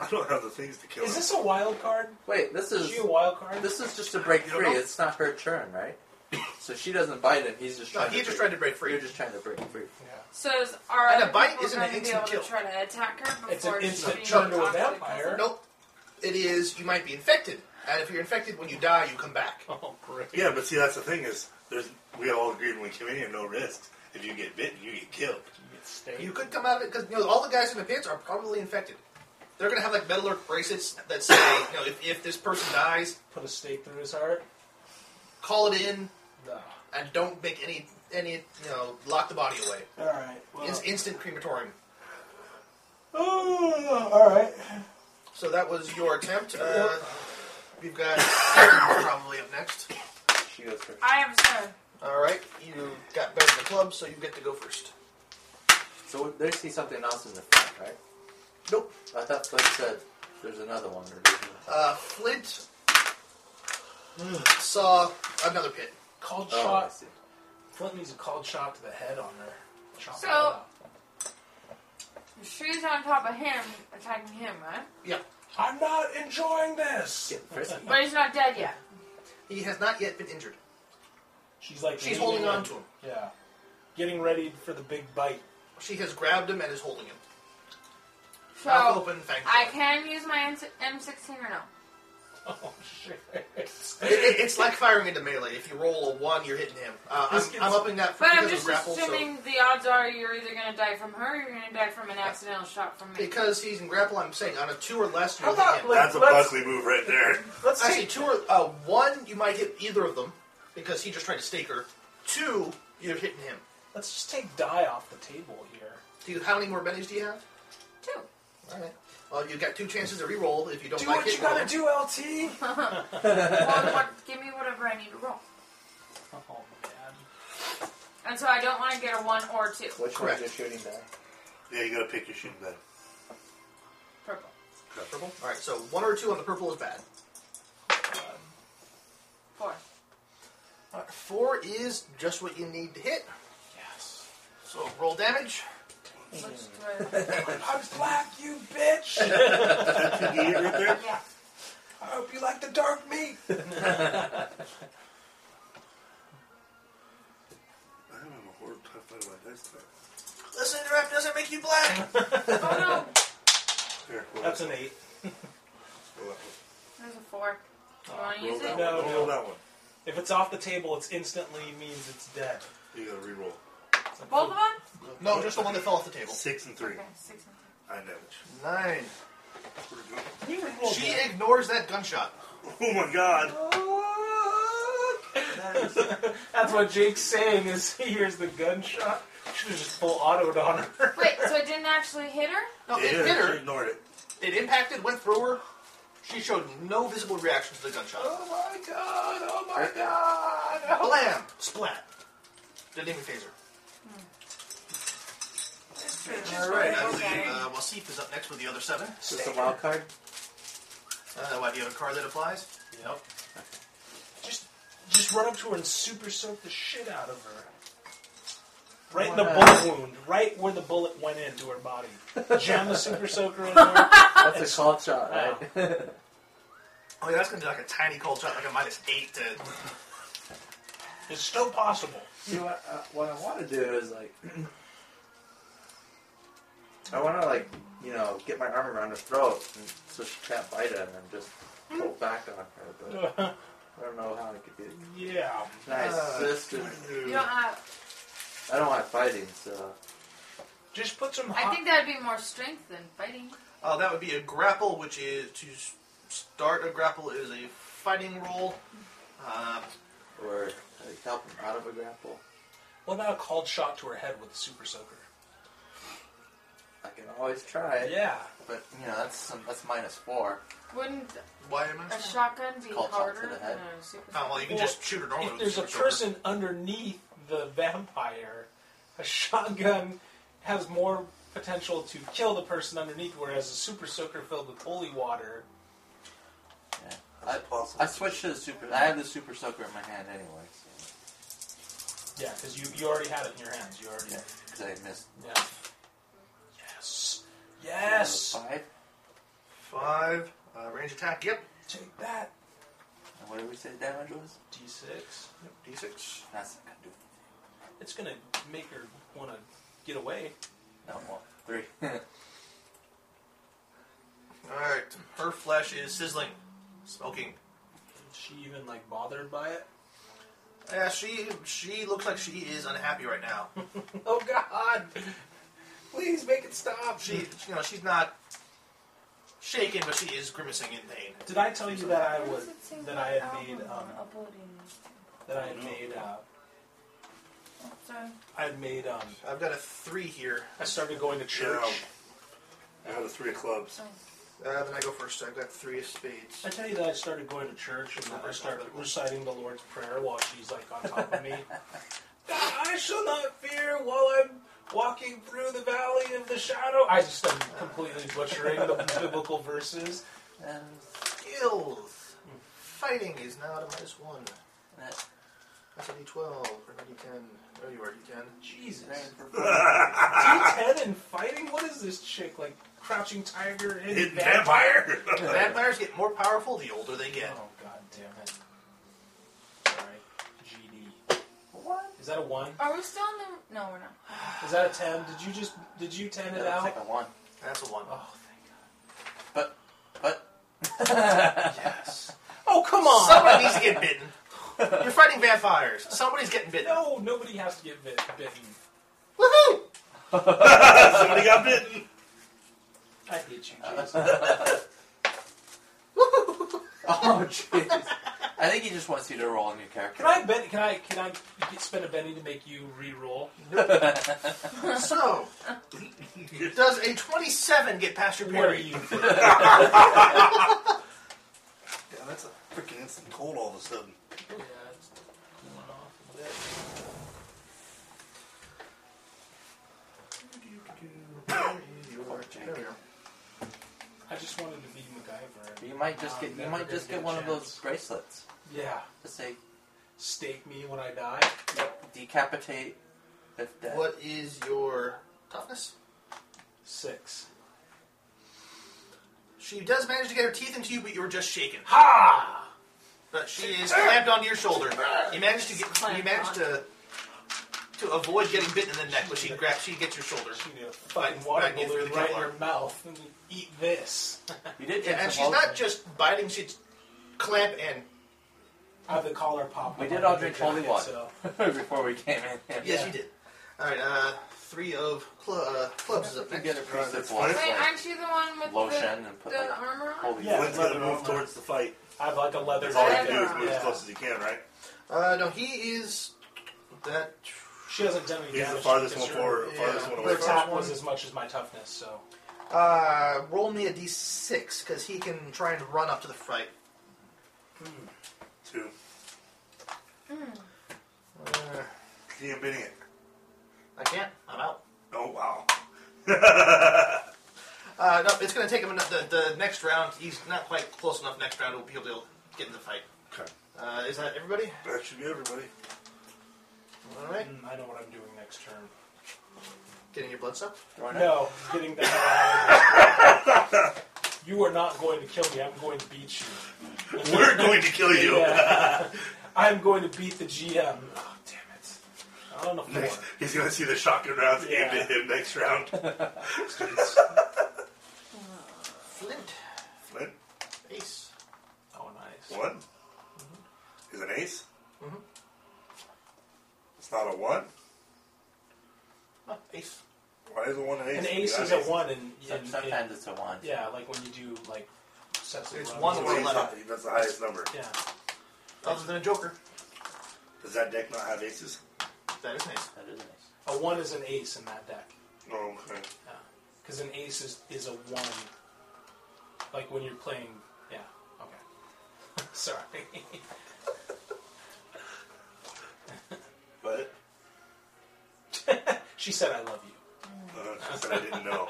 S2: I don't have the things to kill.
S1: Is
S2: him.
S1: this a wild card?
S5: Wait, this
S1: Is
S5: is
S1: she a wild card?
S5: this is just a break
S2: You don't
S5: free.
S2: know?
S5: It's not her turn, right? So she doesn't bite him. He's just
S3: No,
S5: trying.
S3: he
S5: to
S3: just tried
S5: break.
S3: to break free.
S5: You're just trying to break free.
S4: So is our
S3: And a
S4: other
S3: bite
S4: people
S3: isn't an
S4: going to be
S3: instant
S4: able
S3: kill.
S4: to try to attack her
S1: It's an
S4: before
S1: instant
S4: she
S1: turn to a
S4: possibly kills
S1: vampire.
S4: her?
S3: Nope. It is, you might be infected. And if you're infected, when you die, you come back.
S1: Oh, great.
S2: Yeah, but see, that's the thing is, there's we all agreed when we came in here, no risks. If you get bitten, you get killed.
S3: You could come out of it because you know all the guys in the pits are probably infected. They're gonna have like metallic bracelets that say, you know, if, if this person dies,
S1: Put a stake through his heart.
S3: call it in
S1: No.
S3: and don't make any any you know lock the body away.
S1: All right. Well.
S3: It's instant crematorium.
S1: Oh, all right.
S3: So that was your attempt. Uh, we've got Aaron probably up next.
S5: She goes first.
S4: I have a turn.
S3: All right, you got better than the club, so you get to go first.
S5: So they see something else in the front, right?
S3: Nope.
S5: I thought Blake said there's another one. Or there's another-
S3: Uh, Flint saw another pit.
S1: Called
S5: Oh, I
S1: shot.
S5: see.
S1: Flint needs a called shot to the head on her. Chop
S4: So-
S1: her head off.
S4: She's on top of him, attacking him, right?
S1: I'm not enjoying this.
S5: Getting frisky.
S4: But he's not dead yet.
S3: He has not yet been injured.
S1: She's like
S3: She's holding
S1: leaning
S3: on
S1: in.
S3: to him.
S1: Yeah, getting ready for the big bite.
S3: She has grabbed him and is holding him.
S4: So
S3: Mouth open, fangs.
S4: I
S3: open.
S4: can use my M- M16 or no?
S1: Oh shit!
S3: It, it- it's like firing into melee. If you roll a one, you're hitting him. Uh, I'm,
S1: This gets-
S3: I'm upping that for
S4: But I'm
S3: because of
S4: just
S3: grapple. So
S4: assuming the odds are you're either going to die from her or you're going to die from an accidental shot from me.
S3: because he's in grapple, I'm saying on a two or less,
S1: How
S3: you're hitting
S1: about
S3: him.
S1: like,
S2: That's a
S1: let's,
S2: Buckley move right there.
S1: let's
S3: Actually,
S1: take
S3: two or uh, one, you might hit either of them because he just tried to stake her. Two, you're hitting him.
S1: let's just take die off the table here.
S3: Do you how many more bennies do you have?
S4: Two.
S3: All right. Well, you've got two chances to re-roll if you don't
S1: Do
S3: like
S1: what
S3: it.
S1: you gotta
S3: roll.
S1: do, LT.
S4: Well, what, give me whatever I need to roll.
S1: Oh man.
S4: And so I don't want to get a one or two.
S5: Which
S3: Correct.
S5: one's your shooting die?
S2: Yeah, you gotta pick your shooting bed.
S4: Purple.
S3: Purple. All right. So one or two on the purple is bad.
S4: Four.
S3: All right, four is just what you need to hit.
S1: Yes.
S3: So roll damage.
S4: Which do I
S1: I'm black, you bitch.
S2: Did you eat it right there?
S4: Yeah.
S1: I hope you like the dark meat.
S2: I'm having a hard time finding my dice tag.
S3: This interrupt doesn't make you black.
S4: Oh no.
S2: Here, roll
S1: That's
S2: that
S1: an eight.
S2: one. Roll that
S4: There's a four. Do you want to
S2: one. Roll
S4: use
S2: that
S4: it?
S2: one.
S1: No,
S2: Don't
S1: no.
S2: roll that one.
S1: If it's off the table, it's instantly means it's dead.
S2: You gotta re-roll.
S4: Both of them?
S3: no, just the one that fell off the table.
S2: Six and three.
S4: Okay, six and
S2: I damage.
S3: Nine.
S2: Pretty good.
S1: You rolled
S3: She
S1: that.
S3: ignores that gunshot.
S2: Oh my god.
S1: That's what Jake's saying is he hears the gunshot. Should have just full autoed on her.
S4: three. Wait, so it didn't actually hit her?
S3: No, it
S2: Yeah,
S3: hit
S2: she
S3: her.
S2: ignored it.
S3: It impacted, went through her. She showed no visible reaction to the gunshot.
S1: my god! Oh my god!
S3: Blam! Oh, Splat. Didn't even phase her. All right, I believe
S4: Okay.
S3: uh, Wasif is up next with the other seven.
S5: Is this a wild card?
S3: Uh, why do you have a card that applies?
S1: Yep. Just, just run up to her and super soak the shit out of her. Right in the
S5: Wow.
S1: bullet wound, right where the bullet went into her body. Jam the super soaker in there.
S5: That's a called shot, right?
S3: Oh yeah, that's gonna be like a tiny cold shot, like a minus eight to.
S1: It's still possible.
S5: See what uh, what I want to do is like I want to like you know get my arm around her throat and, so she can't bite him and just pull back on her. But I don't know how I could do. it.
S1: yeah.
S5: Nice
S1: Uh,
S5: sister.
S4: You don't have.
S5: I don't like fighting, so
S1: Just put some.
S4: I
S1: hot-
S4: think that'd be more strength than fighting.
S3: Uh, that would be a grapple, which is to s- start a grapple is a fighting roll. Uh,
S5: or like, help him out of a grapple.
S1: What about a cold shot to her head with the super soaker?
S5: I can always try it.
S1: Yeah.
S5: But you know that's some, that's minus four.
S4: Wouldn't
S3: why am I?
S4: a shotgun be
S5: Called shot to
S4: harder
S5: the
S4: than
S5: head.
S4: a super?
S3: Oh, well, you can
S1: Well,
S3: just shoot it normally.
S1: If
S3: with
S1: there's a
S3: super soaker.
S1: person underneath the vampire, a shotgun has more potential to kill the person underneath, whereas a super soaker filled with holy water.
S5: I,
S2: Possible.
S5: I switched to the super. I have the super soaker in my hand anyway. So,
S1: Yeah, because you, you already had it in your hands. You already.
S5: yeah, 'cause I missed.
S1: Yeah. Yes. Yes.
S5: Five.
S3: Five uh, range attack. Yep.
S1: Take that.
S5: And what did we say the damage was?
S1: D6.
S3: Yep. D6.
S5: That's not gonna do. it.
S1: It's gonna make her want to get away.
S5: No, well, three.
S3: All right. Her flesh is sizzling, smoking.
S1: Is she even like bothered by it?
S3: Yeah, she she looks like she is unhappy right now.
S1: Oh God! Please make it stop.
S3: She you know she's not shaken, but she is grimacing in pain.
S1: Did I tell you that I was that I had made um, that I had made uh, I had made um,
S3: I've got a three here.
S1: I started going to church.
S2: I had a three of clubs.
S3: Uh, then I go first. I've got three of spades.
S1: I tell you that I started going to church and I started reciting the Lord's Prayer while she's like on top of me. I shall not fear while I'm walking through the valley of the shadow. I just am completely butchering the biblical verses.
S5: and
S3: Skills. Fighting is now at a minus one.
S5: that
S3: That's a D12 or a D10. Oh, you are D10.
S1: Jesus.
S5: ran for fun.
S1: D10 and fighting? What is this chick? Like crouching tiger, hidden,
S2: Hidden vampire.
S3: Vampires get more powerful the older they get.
S1: Oh, god damn it. Alright, GD.
S5: What?
S1: Is that a 1?
S4: Are we still in the? No, we're not.
S1: Is that a 10? Did you just, did you 10 it
S5: That's like
S1: out?
S5: a one.
S3: That's a one.
S1: Oh, thank
S5: But but
S1: god. Yes. Oh, come on!
S3: Somebody needs to get bitten. You're fighting vampires. Somebody's getting bitten.
S1: No, nobody has to get bit, bitten.
S3: Woohoo!
S2: Somebody got bitten.
S1: I hate you, Jesus.
S5: oh jeez. I think he just wants you to roll a new character.
S1: Can I bet? Can I? Can I get, spend a penny to make you re-roll?
S3: So, does a 27 get past your
S1: What are
S3: parry?
S1: you?
S2: Yeah, that's a freaking instant cold all of a sudden.
S1: Yeah, it's cooling off a bit. I just wanted to be MacGyver.
S5: You might just
S1: I'm
S5: get you
S1: Oh, never
S5: might
S1: gonna
S5: just
S1: get
S5: get
S1: a
S5: one of those
S1: chance.
S5: bracelets
S1: Yeah,
S5: to say
S1: stake me when I die.
S5: decapitate if dead.
S3: What is your toughness?
S1: Six.
S3: She does manage to get her teeth into you, but you were just shaken.
S1: Ha!
S3: But she is clamped onto your shoulder. You managed to get. You
S4: Clamped
S3: managed to to avoid getting bitten in the neck, but she grabs. She gets your shoulder.
S1: You need a fucking
S3: Right,
S1: water
S3: right in through
S1: balloon
S3: the
S1: right in
S3: Kevlar.
S1: your mouth and eat this.
S5: You did
S3: Yeah, and
S5: take some
S3: she's
S5: Molten-
S3: not just biting; she's clamp and
S1: Have the collar pop.
S5: We
S1: up
S5: did
S1: on
S5: all
S1: the
S5: drink
S1: jacket,
S5: holy water.
S1: so-
S5: before we came in. here.
S3: yes,
S1: Yeah.
S3: you did. All right, uh, three of cl- uh, clubs is
S5: You
S3: up
S5: can
S3: next.
S5: get a piece
S2: that's
S5: of
S2: fine.
S5: water.
S4: Wait, aren't you the one with
S5: lotion
S4: the,
S5: and put
S4: the
S5: like
S4: armor on?
S5: holy
S1: Yeah.
S2: When's he gonna move towards the fight?
S1: I have like a leather.
S2: That's all he
S1: jacket.
S2: can do is move
S1: Yeah.
S2: as close as he can, right?
S3: Uh, no, he is that.
S1: She hasn't done any
S2: He's
S1: damage.
S2: the farthest one
S1: because her-
S2: forward, farthest
S3: yeah.
S2: one
S1: Her
S2: away.
S3: First
S1: attack
S3: one.
S1: was as much as my toughness, so
S3: Uh, roll me a d6 because he can try and run up to the fight.
S2: Two.
S3: Uh,
S2: He ain't been it.
S3: I can't. I'm out.
S2: Oh wow.
S3: Uh, no, it's going to take him enough, the, the next round. He's not quite close enough next round. He'll be able to get in the fight.
S2: Okay.
S3: Uh, is that everybody?
S2: That should be everybody.
S3: All right.
S1: mm, I know what I'm doing next turn.
S3: Getting your blood sucked?
S1: No, getting the hell out of here. You are not going to kill me. I'm going to beat you.
S2: We're going to kill you.
S1: Yeah. I'm going to beat the GM. Oh, damn it. On a four.
S2: Next, he's gonna see the shotgun rounds
S1: Yeah.
S2: aimed at him next round.
S3: Flint.
S2: Flint,
S3: Ace.
S1: Oh, nice.
S2: one is an ace.
S1: Mm-hmm.
S3: Mhm.
S2: It's not a one.
S3: Oh, ace.
S2: Why is a one an ace?
S1: An ace
S2: Not
S1: is a
S2: ace.
S1: one, and,
S5: Some- Sometimes it's a one.
S1: yeah, like when you do like sets of
S3: It's
S1: runs
S3: one
S1: or
S2: It's
S3: or
S2: an
S1: something.
S2: ace,
S3: eleven.
S2: not- That's the highest number.
S1: Yeah,
S3: Other than a joker.
S2: Does that deck not have aces?
S3: That is an ace.
S5: That is nice.
S1: a one is an ace in that deck
S2: No. Oh, Okay.
S1: because an ace is, is a one. Like when you're playing, yeah. Okay, sorry.
S2: But
S1: she said, "I love you."
S2: uh, she said I didn't know.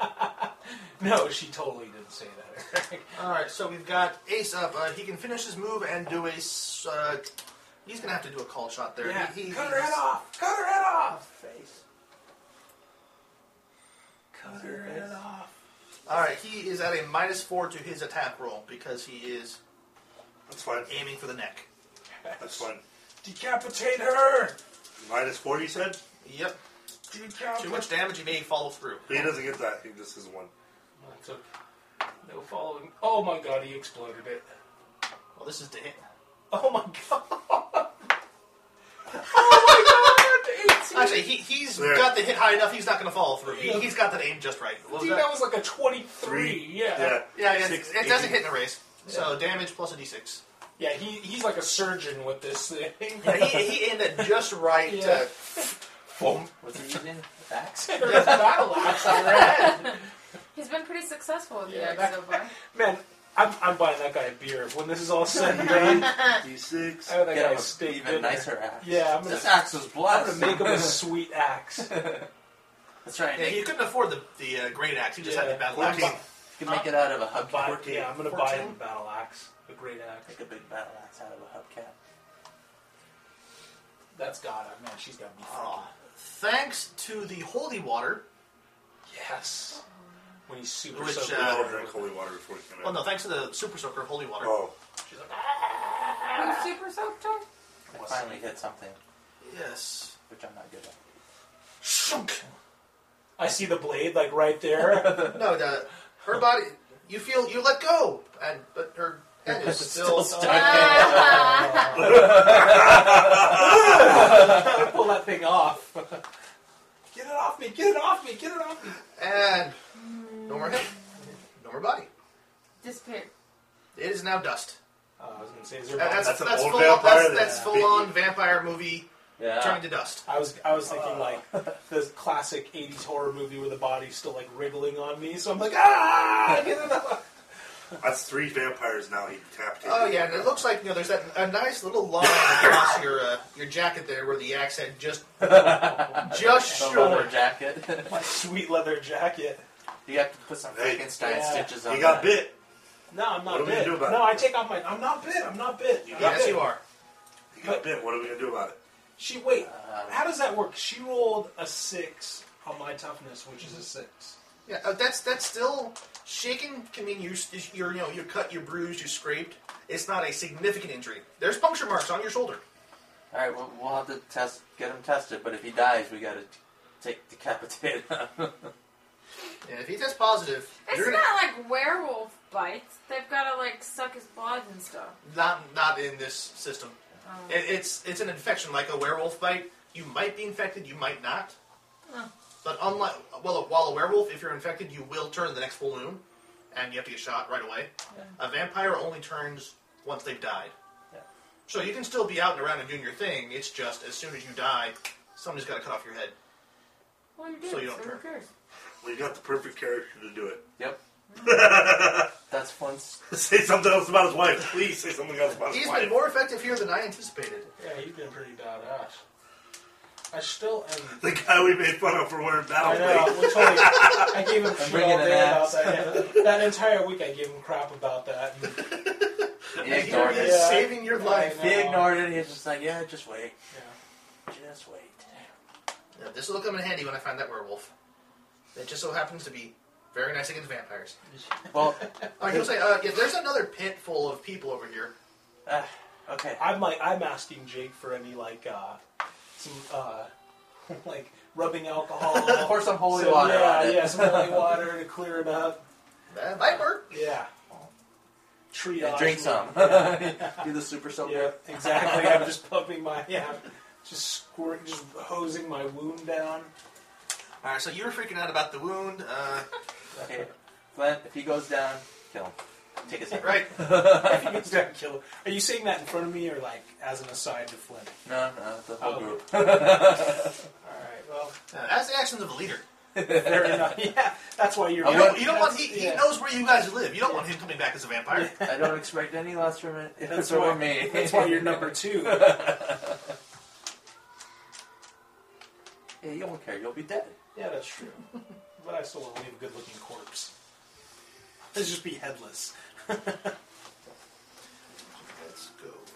S1: No, she totally didn't say that. Eric.
S3: All right, so we've got Ace up. Uh, he can finish his move and do a. s- Uh, he's gonna have to do a call shot there.
S1: Yeah.
S3: He, he,
S1: Cut her head off! Cut her head off! Face. Cut her head off.
S3: All right, he is at a minus four to his attack roll because he is
S2: That's fine.
S3: aiming for the neck.
S2: That's fine.
S1: Decapitate her!
S2: Minus four, you said.
S3: Yep.
S1: Decapitate.
S3: Too much damage. He may follow through.
S2: He doesn't get that. He just is one.
S1: That's okay. No following. Oh my god, he exploded it.
S3: Well, this is to hit.
S1: Oh my god. oh my god! 18.
S3: Actually, he, he's
S2: There.
S3: got the hit high enough. He's not gonna follow through. He,
S1: Yeah.
S3: he's got that aim just right. What was
S1: Dude,
S3: that?
S1: that was like a 23. Yeah.
S2: Yeah.
S3: Yeah, yeah,
S2: Six,
S3: it doesn't
S2: eighteen.
S3: hit in a race. So damage plus a d6.
S1: Yeah, he, he's like a surgeon with this thing.
S3: Yeah, he, he aimed it just right.
S1: Yeah.
S3: To, boom.
S5: What's he using? Axe?
S1: There's battle axe on her head.
S4: He's been pretty successful with the
S1: Yeah,
S4: eggs
S1: that-
S4: so far.
S1: Man, I'm, I'm buying that guy a beer. When this is all said and done,
S2: D6.
S1: I have that
S5: Get
S1: guy
S5: him
S1: a
S5: a
S1: steak
S5: even
S1: dinner.
S5: nicer axe.
S1: Yeah, I'm gonna-
S5: this axe was
S1: I'm
S5: blessed.
S1: gonna make him a sweet axe.
S5: That's right.
S3: Yeah,
S5: Nick.
S3: he
S5: You
S3: couldn't afford the, the uh, great axe. He just had
S1: Yeah.
S3: the battle axe.
S2: 14.
S5: can make it out of a
S1: I buy,
S5: hubcap.
S1: yeah, I'm gonna buy him a
S3: Fourteen.
S1: battle axe, a great axe.
S5: Make a big battle axe out of a hubcap.
S1: That's God, I- man. She's got me.
S3: Aw. thanks to the holy water.
S1: Yes. When he's super
S3: Which,
S1: sober.
S2: We all
S3: uh,
S2: drank holy water before we came
S3: Well,
S2: out.
S3: Oh, no, thanks to the super soaker holy water.
S2: Oh,
S1: she's like, "Ah,
S4: Who's super soaked her?
S5: I finally hit something,
S3: Yes.
S5: which I'm not good at.
S3: Shunk.
S1: I see the blade like right there.
S3: No, the, her body. You feel you let go, and but her head is still.
S2: Oh.
S1: I pull that thing off. get it off me! Get it off me! Get it off me!
S3: and no more head, no more body.
S4: Disappeared.
S3: It is now dust.
S1: Uh, I was gonna say, is
S3: Uh,
S1: there?
S3: That's
S2: That's
S3: that's,
S2: an old
S3: full on,
S2: vampire
S3: that's, that's
S2: that-
S3: full on vampire movie
S5: yeah.
S3: turned to dust.
S1: I was I was thinking like the classic '80s horror movie where the body's still like wriggling on me, so I'm like ah! Get it off.
S2: that's three vampires now. He tapped in.
S3: Oh yeah, and it looks like you know there's that a nice little line across your uh, your jacket there where the axe head just just
S5: The leather
S3: short.
S5: jacket.
S1: My sweet leather jacket.
S5: you have to put some
S2: Hey.
S5: Frankenstein
S1: Yeah.
S5: stitches on
S2: He got
S5: that.
S2: bit.
S1: No, I'm not
S2: What are we
S1: bit.
S2: gonna do about
S1: no,
S2: it?
S1: I take off my. I'm not bit. I'm not bit. I'm not
S3: Yes,
S1: bit.
S3: you are.
S2: He got bit. What are we gonna do about it?
S1: She wait.
S5: Um,
S1: how does that work? She rolled a six on my toughness, which is a six.
S3: Yeah, uh, that's that's still shaking. Can mean you you're you know you cut, you bruised, you scraped. It's not a significant injury. There's puncture marks on your shoulder.
S5: All right, we'll, we'll have to test, get him tested. But if he dies, we got to take decapitate him.
S3: And if he tests positive,
S4: It's
S3: you're gonna,
S4: not like werewolf bites. They've got to like suck his blood and stuff.
S3: not not in this system.
S4: Oh.
S3: It, it's it's an infection like a werewolf bite. You might be infected, you might not.
S4: Huh.
S3: But unlike well, while a werewolf, if you're infected, you will turn the next full moon, and you have to get shot right away. A vampire only turns once they've died.
S5: Yeah.
S3: So you can still be out and around and doing your thing. It's just as soon as you die, somebody's got to cut off your head.
S4: Well, you did.
S3: So
S4: So,
S3: you don't
S4: who
S3: turn.
S4: cares?
S2: We got the perfect character to do it.
S5: yep, that's Flint's.
S2: say something else about his wife, please. Say something else about his
S3: He's
S2: wife.
S3: been more effective here than I anticipated.
S1: Yeah, he's been pretty badass. I still am.
S2: the guy we made fun of for wearing
S1: I
S2: battle
S1: know.
S2: plate.
S1: we're totally- I gave him shit
S5: bringing
S1: all
S5: an
S1: day about
S5: axe.
S1: that. Yeah, that entire week, I gave him crap about that. And,
S5: He
S3: And here
S5: ignored
S3: he is
S1: Yeah.
S5: it.
S3: saving your
S1: I
S3: life.
S1: know.
S5: He ignored it. He was just like, yeah, just wait,
S1: yeah.
S5: just wait.
S3: Yeah, this will come in handy when I find that werewolf. That just so happens to be very nice against vampires.
S5: Well,
S3: I will say, uh, yeah, there's another pit full of people over here.
S5: uh, okay.
S1: I'm like, I'm asking Jake for any like uh, some uh, like rubbing alcohol.
S5: Pour some holy
S1: Some-
S5: water
S1: Yeah,
S5: on it.
S1: yeah, some holy water to clear it up.
S3: That might work.
S1: Yeah. Triage.
S5: And drink some.
S1: Yeah,
S5: Do the super
S1: yeah,
S5: soaker.
S1: exactly. I'm just pumping my, yeah, just squirt, just hosing my wound down.
S3: All right, so you were freaking out about the wound, uh,
S5: Okay. Glenn, if he goes down, kill him. Take his head.
S3: right?
S1: If he gets down, kill him. Are you saying that in front of me or like as an aside to Flynn?
S5: No, no, the whole
S1: Oh.
S5: group.
S1: All right, well,
S3: Uh, that's the actions of a leader.
S1: fair enough. Yeah, that's why you're.
S5: I
S3: You
S5: will-
S3: don't, you don't want he, he
S1: Yeah.
S3: knows where you guys live. You don't want him coming back as a vampire.
S5: I don't expect any loss from it. If
S1: That's
S5: it's over
S1: why,
S5: me.
S1: that's why you're number two.
S5: Yeah, you won't care. You'll be dead.
S1: Yeah, that's true. But I still want to leave a good-looking corpse. Let's just be headless.
S3: Let's go.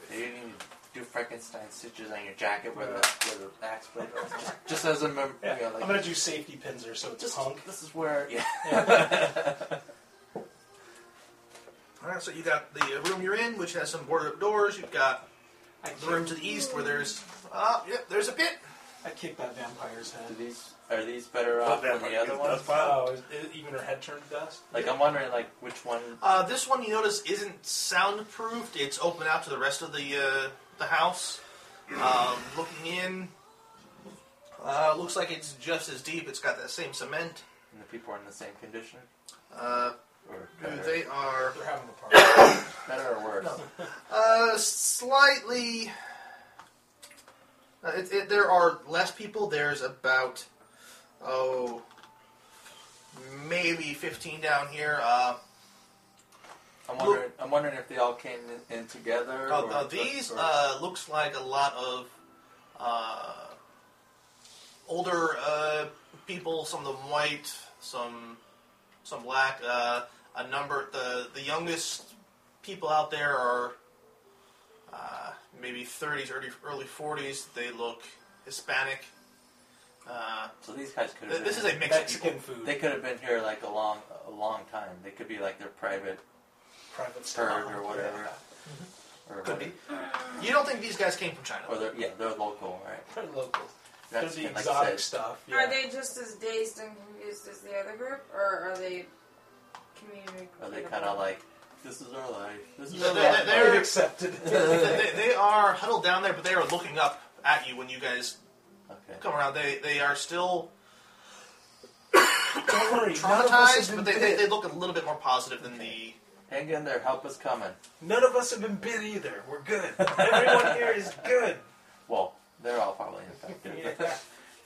S5: You didn't even do Frankenstein stitches on your jacket where the, where the axe blade was. Just as a mem-
S1: Yeah,
S5: you know, like,
S1: I'm gonna do safety pinzer, so it's
S5: this,
S1: punk.
S5: this is where. Yeah.
S3: All right, so you got the uh, room you're in, which has some boarded up doors. You've got
S1: I
S3: the room
S1: kick,
S3: to the east where there's, uh, yep, there's a pit.
S1: e, I kick that vampire's
S5: Are
S1: head.
S5: these, are these better
S2: Fuck
S5: off
S2: that
S5: than the other ones?
S1: Oh, is, is- even her head turned to dust.
S5: Like, I'm wondering, like, which one.
S3: Uh, this one you notice isn't soundproofed. It's open out to the rest of the uh, the house. Um, looking in, uh, looks like it's just as deep. It's got that same cement.
S5: And the people are in the same condition?
S3: Uh,
S5: Or better,
S3: they are
S1: They're having a party.
S5: better or worse?
S3: uh, slightly. Uh, it, it, there are less people. There's about oh, maybe fifteen down here. Uh,
S5: I'm wondering. I'm wondering if they all came in, in together.
S3: Uh,
S5: or,
S3: uh, these
S5: or-
S3: uh, looks like a lot of uh, older uh, people. Some of them white, some some black. Uh, a number the the youngest people out there are uh, maybe 30s, early early 40s. They look Hispanic. Uh,
S5: so these guys could.
S3: th-
S5: Have
S3: this is
S5: been,
S3: a mix of people.
S1: Mexican food.
S5: They could have been here like a long, a long time. They could be like their private
S1: private
S5: herd
S1: stuff.
S5: or whatever. Or
S3: Could
S5: what-
S3: be. You don't think these guys came from China?
S5: Or they're yeah, they're local, right?
S1: They're local. They're
S5: That's
S1: the
S5: like
S1: exotic
S5: I said.
S1: stuff. Yeah.
S4: Are they just as dazed and confused as the other group, or are they communicating?
S5: Are they kind of like this is our life? This is
S3: Yeah,
S5: our
S3: they-
S5: life.
S3: they're-
S1: They've accepted. it.
S3: they, they are huddled down there, but they are looking up at you when you guys
S5: okay.
S3: come around. They they are still
S1: Don't worry, none of us have been
S3: traumatized, but they, they,
S1: bit.
S3: they look a little bit more positive than the.
S5: Hang in there. Help is coming.
S1: None of us have been bit either. We're good. Everyone here is good.
S5: Well, they're all probably infected.
S1: Yeah.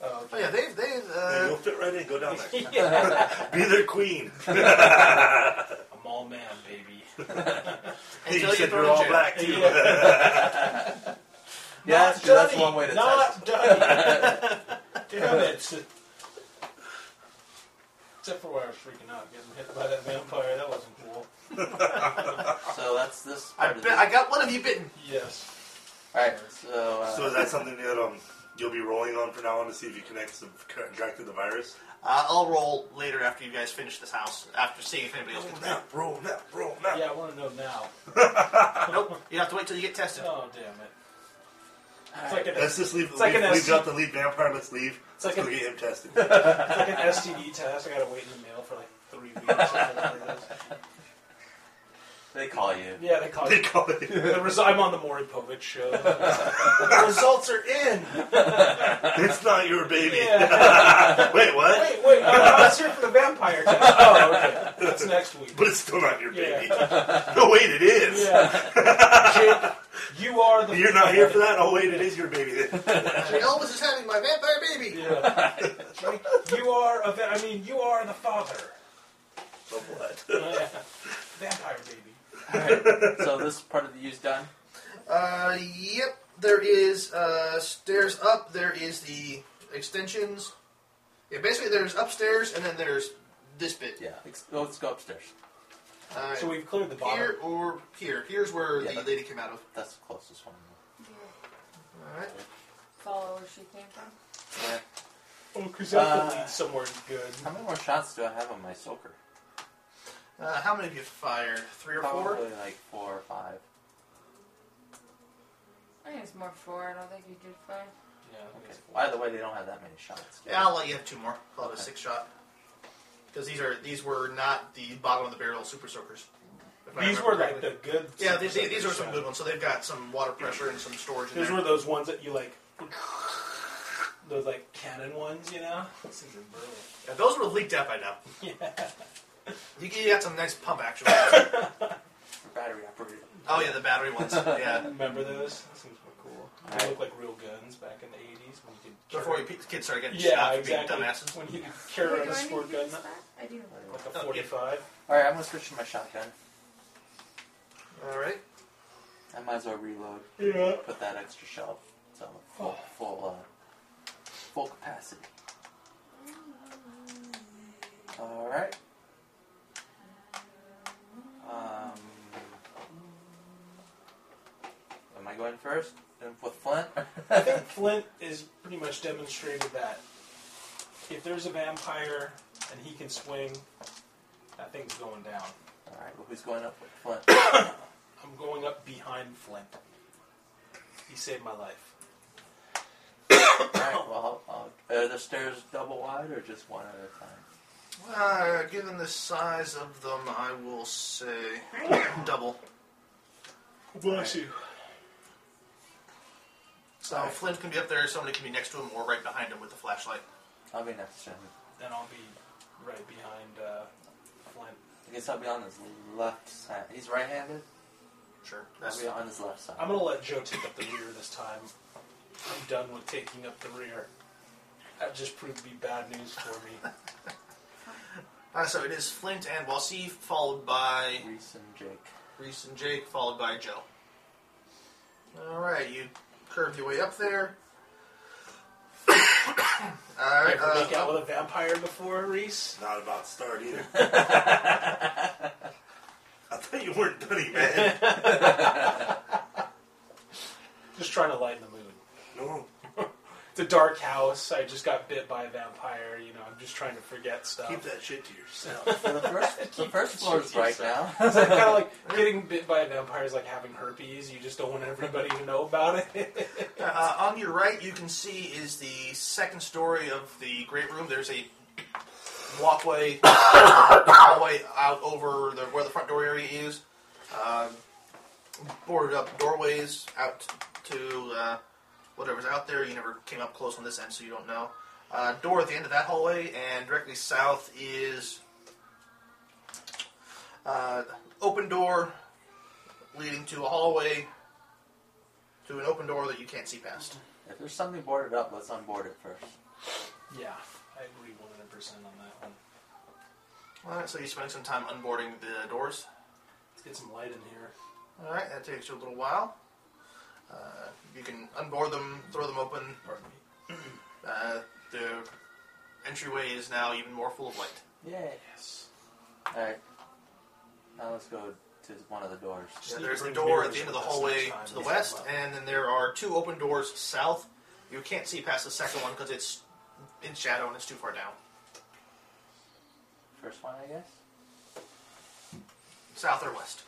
S1: Oh,
S3: Oh yeah, they they.
S2: You'll
S3: Uh,
S2: fit right in. Go down there.
S1: okay. Yeah.
S2: Be their queen.
S1: I'm all man, baby.
S2: He
S3: until you
S2: said
S3: throw
S2: you're
S3: in
S2: all
S3: jail.
S2: black too.
S5: yeah, that's, true. that's
S1: Johnny,
S5: one way to
S1: not
S5: test.
S1: Johnny. Damn it. Except for where I was freaking out, getting hit by that vampire. That wasn't cool.
S5: it. So that's this
S3: I
S5: part of
S3: bet
S5: this.
S3: I got one of you bitten.
S1: Yes.
S5: All right. So, uh,
S2: So is that something that um you'll be rolling on for now on to see if you connect to, contracted the virus?
S3: Uh, I'll roll later after you guys finish this house. After seeing if anybody else
S2: Roll
S3: gets bitten.
S2: now, roll now, roll now.
S1: Yeah, I want to know now.
S3: Nope. You have to wait till you get tested.
S1: Oh damn it! It's like an,
S2: Let's
S1: it's
S2: just leave.
S1: like
S2: leave,
S1: an
S2: leave
S1: SC.
S2: out the lead vampire. Let's leave.
S1: like
S2: Let's go
S1: an-
S2: get him tested.
S1: like an STD test. I gotta wait in the mail for like three weeks. Or something like this.
S5: they call you.
S1: yeah, they call
S2: they
S1: it.
S2: call it.
S1: The res- I'm on the Moripovich show. the results are in.
S2: It's not your baby.
S1: Yeah.
S2: Wait, what?
S1: wait, wait. No, no, I was here for the vampire test. Oh, okay. That's next week.
S2: But it's still not your
S1: Yeah.
S2: baby. no, wait, it is.
S1: Yeah. Jake, you are the.
S2: You're not here for that. Oh wait, it is your baby. Then.
S3: Elvis is having my vampire baby.
S1: Yeah. Jake, you are a. Va- I mean, you are the father.
S2: So what?
S1: Vampire baby.
S5: So this part of the use done.
S3: Uh, yep. There is uh, stairs up. There is the extensions. Yeah, basically there's upstairs and then there's this bit.
S5: Yeah. Let's, let's go upstairs.
S3: Uh,
S1: So we've cleared the bottom.
S3: here or here. Here's where
S5: Yeah,
S3: the
S5: that-
S3: lady came out of.
S5: That's the closest one.
S3: All right.
S4: Follow where she came from.
S5: Yeah.
S1: Oh, because that could
S5: Uh,
S1: lead somewhere good.
S5: How many more shots do I have on my soaker?
S3: Uh, how many of you fired? Three or four?
S5: Probably like four or five.
S4: I think it's more four. I don't think you did five.
S1: Yeah, I think
S5: Okay.
S1: it's four.
S5: By the way, they don't have that many shots. do
S3: Yeah, I'll
S5: they?
S3: let you have two more. I'll have a
S5: Okay.
S3: six shot. Because these are these were not the bottom of the barrel super soakers. If I
S1: These
S3: remember
S1: were like
S3: correctly.
S1: the good.
S3: yeah, these, these, these are some
S1: Yeah.
S3: good ones. So they've got some water pressure and some storage. In
S1: Those
S3: there.
S1: were those ones that you like. Those like cannon ones, you know. These things are
S3: Yeah, those were leaked out by now.
S1: brilliant. Yeah.
S3: You, you got some nice pump action.
S5: Battery operated.
S3: oh yeah, the battery ones. Yeah,
S1: Remember those? Those things were cool. They
S5: Alright.
S1: looked like real guns back in the eighties when you could.
S3: before
S1: carry-
S3: you pe- kids started getting
S1: yeah,
S3: shot for being
S1: exactly.
S3: dumbasses.
S1: When you could
S4: Are
S1: carry
S4: we
S1: around a
S4: going to
S1: sport
S4: give
S1: gun,
S4: this
S1: like
S4: back? I do.
S1: a
S3: Oh, yeah.
S1: forty-five.
S5: Alright, I'm gonna switch to my shotgun.
S3: All right.
S5: I might as well reload.
S1: Yeah.
S5: Put that extra shell. So full, full, uh, full capacity. All right. Um, am I going first? And with Flint?
S1: I think Flint is pretty much demonstrated that if there's a vampire and he can swing, that thing's going down.
S5: All right. Well, who's going up with Flint?
S1: I'm going up behind Flint. He saved my life.
S5: All right. Well, I'll, I'll, are the stairs double wide or just one at a time?
S3: Uh, given the size of them, I will say double.
S1: Bless you.
S3: So Flint can be up there. Somebody can be next to him or right behind him with the flashlight.
S5: I'll be next to him.
S1: Then I'll be right behind uh, Flint.
S5: I guess I'll be on his left side. He's right-handed.
S3: Sure.
S5: I'll
S3: That's
S5: be on his left side.
S1: I'm gonna let Joe take up the rear this time. I'm done with taking up the rear. That just proved to be bad news for me.
S3: Uh, so it is Flint and Wasif, followed by
S5: Reese and Jake.
S3: Reese and Jake, followed by Joe. All right, you curve your way up there. All right,
S1: Ever make out
S3: uh,
S1: with a vampire before, Reese?
S2: Not about to start either. I thought you weren't done, man.
S1: Just trying to lighten the mood.
S2: No.
S1: It's a dark house. I just got bit by a vampire. You know, I'm just trying to forget stuff.
S2: Keep that shit to yourself.
S5: So the first, the first floor is right now.
S1: It's like kind of like getting bit by a vampire is like having herpes. You just don't want everybody to know about it.
S3: uh, on your right, you can see is the second story of the great room. There's a walkway, hallway out over the, where the front door area is. Uh, boarded up doorways out to uh, whatever's out there. You never came up close on this end, so you don't know. Uh, door at the end of that hallway, and directly south is uh, open door leading to a hallway to an open door that you can't see past.
S5: If there's something boarded up, let's unboard it first.
S1: yeah, I agree 100% on that one.
S3: All right, so you spend some time unboarding the doors.
S1: Let's get some light in here.
S3: All right, that takes you a little while. Uh, you can unboard them, throw them open.
S1: Pardon me.
S3: Uh, the entryway is now even more full of light.
S5: Yay.
S1: Yes.
S5: Alright. Now let's go to one of the doors.
S1: Just
S3: Yeah,
S1: need
S3: there's
S1: to
S3: the
S1: bring
S3: door at
S1: mirrors
S3: the end of the
S1: with us
S3: hallway
S1: next time.
S3: to the
S1: Yeah.
S3: west, and then there are two open doors south. You can't see past the second one because it's in shadow and it's too far down.
S5: First one, I guess?
S3: South or west.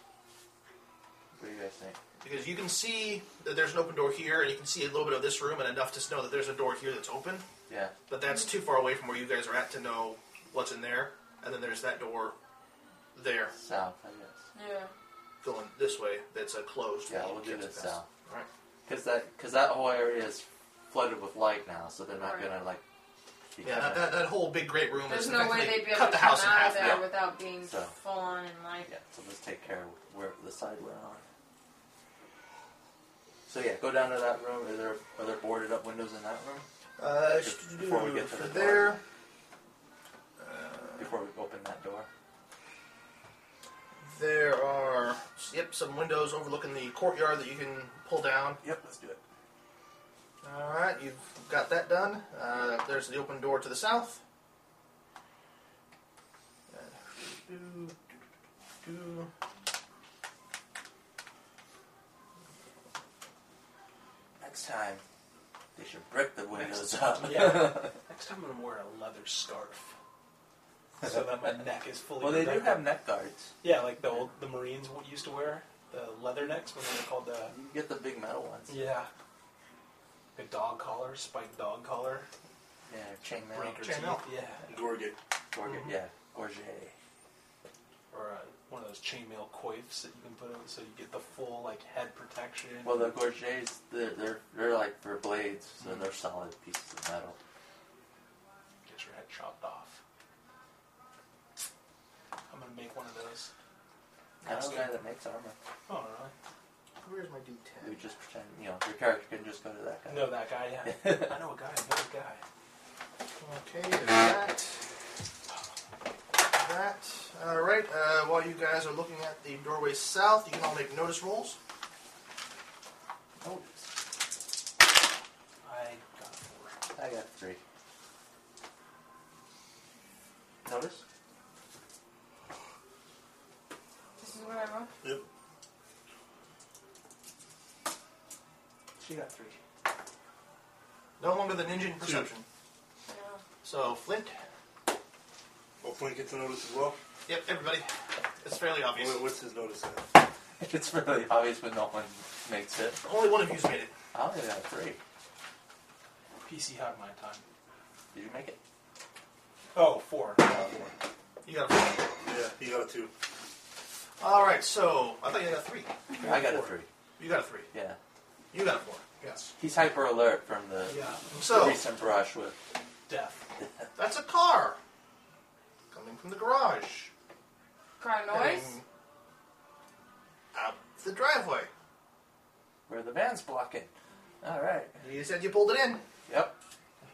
S5: What do you guys think?
S3: Because you can see that there's an open door here, and you can see a little bit of this room and enough to know that there's a door here that's open.
S5: Yeah.
S3: But that's too far away from where you guys are at to know what's in there. And then there's that door there
S5: South, I guess.
S4: Yeah.
S3: going this way that's a closed.
S5: Yeah,
S3: wall.
S5: we'll do
S3: Can't
S5: the
S3: see past.
S5: south.
S3: Alright.
S5: Because that, cause that whole area is flooded with light now, so they're not
S4: Right.
S5: gonna, like, be
S3: Yeah, that,
S5: coming.
S3: that, that whole big great room
S4: There's
S3: is
S4: no way
S3: effectively
S4: they'd be able
S3: cut
S4: to
S3: the
S4: come
S3: house in
S4: out of
S3: half.
S4: there
S5: yeah.
S4: without being
S5: So.
S4: full on and like.
S5: Yeah, so let's take care of where the side we're on. So yeah, go down to that room. Are there, are there boarded up windows in that room?
S3: Uh,
S5: Just before we get to the door.
S3: there.
S5: Before we open that door?
S3: There are yep some windows overlooking the courtyard that you can pull down.
S5: Yep, let's do it.
S3: All right, you've got that done. Uh, there's the open door to the south. Uh,
S5: Next time, they should brick the windows
S1: time,
S5: up.
S1: yeah. Next time I'm gonna wear a leather scarf so that my neck is fully.
S5: well, they do
S1: protected.
S5: have neck guards.
S1: Yeah, like the old the Marines w- used to wear the leather necks when they were called the.
S5: You can get the big metal ones.
S1: Yeah. a dog collar, spiked dog collar,
S5: Yeah, chainmail.
S1: break her
S3: Chain
S1: teeth,
S3: mail.
S1: yeah,
S2: Gorget.
S5: Gorget,
S1: Mhm.
S5: yeah, gorget.
S1: or uh, one of those chainmail coifs that you can put in so you get the full like head protection.
S5: Well, the gorgets, they're, they're, they're like for blades, so
S1: Mm-hmm.
S5: they're solid pieces of metal.
S1: get your head chopped off. I'm gonna make one of those.
S5: I know a
S1: That's
S5: guy that makes armor.
S1: Oh, really?
S3: Where's my
S5: You
S3: D10?
S5: just pretend, you know, your character can just go to that guy.
S1: Know that guy? Yeah. I know a guy. I know a guy.
S3: Okay, there's that. That. Alright, uh, while you guys are looking at the doorway south, you can all make notice rolls.
S5: Oh,
S1: I got four.
S5: I got three. Notice?
S4: This is what I wrote.
S2: Yep.
S5: She got three.
S3: No longer the ninja in perception.
S4: No.
S3: So, Flint.
S2: Well, Flint gets a notice as well.
S3: Yep, everybody. It's fairly obvious.
S2: Wait, what's his notice at?
S5: It's really obvious, but no one makes it.
S3: Only one of you's made it.
S5: I only got three.
S1: PC had my time.
S5: Did you make it?
S1: Oh, four.
S3: You got a four.
S2: Yeah, he got a two.
S3: Alright, so, I thought you got a three.
S5: I got a three.
S3: You got a three.
S5: Yeah.
S3: You got a four. Yes.
S5: He's hyper alert from the
S1: Yeah.
S3: So,
S5: recent brush with.
S1: Death.
S3: that's a car. Coming from the garage.
S4: Car noise?
S3: Heading Up the driveway.
S5: Where the van's blocking. All right.
S3: You said you pulled it in.
S5: Yep.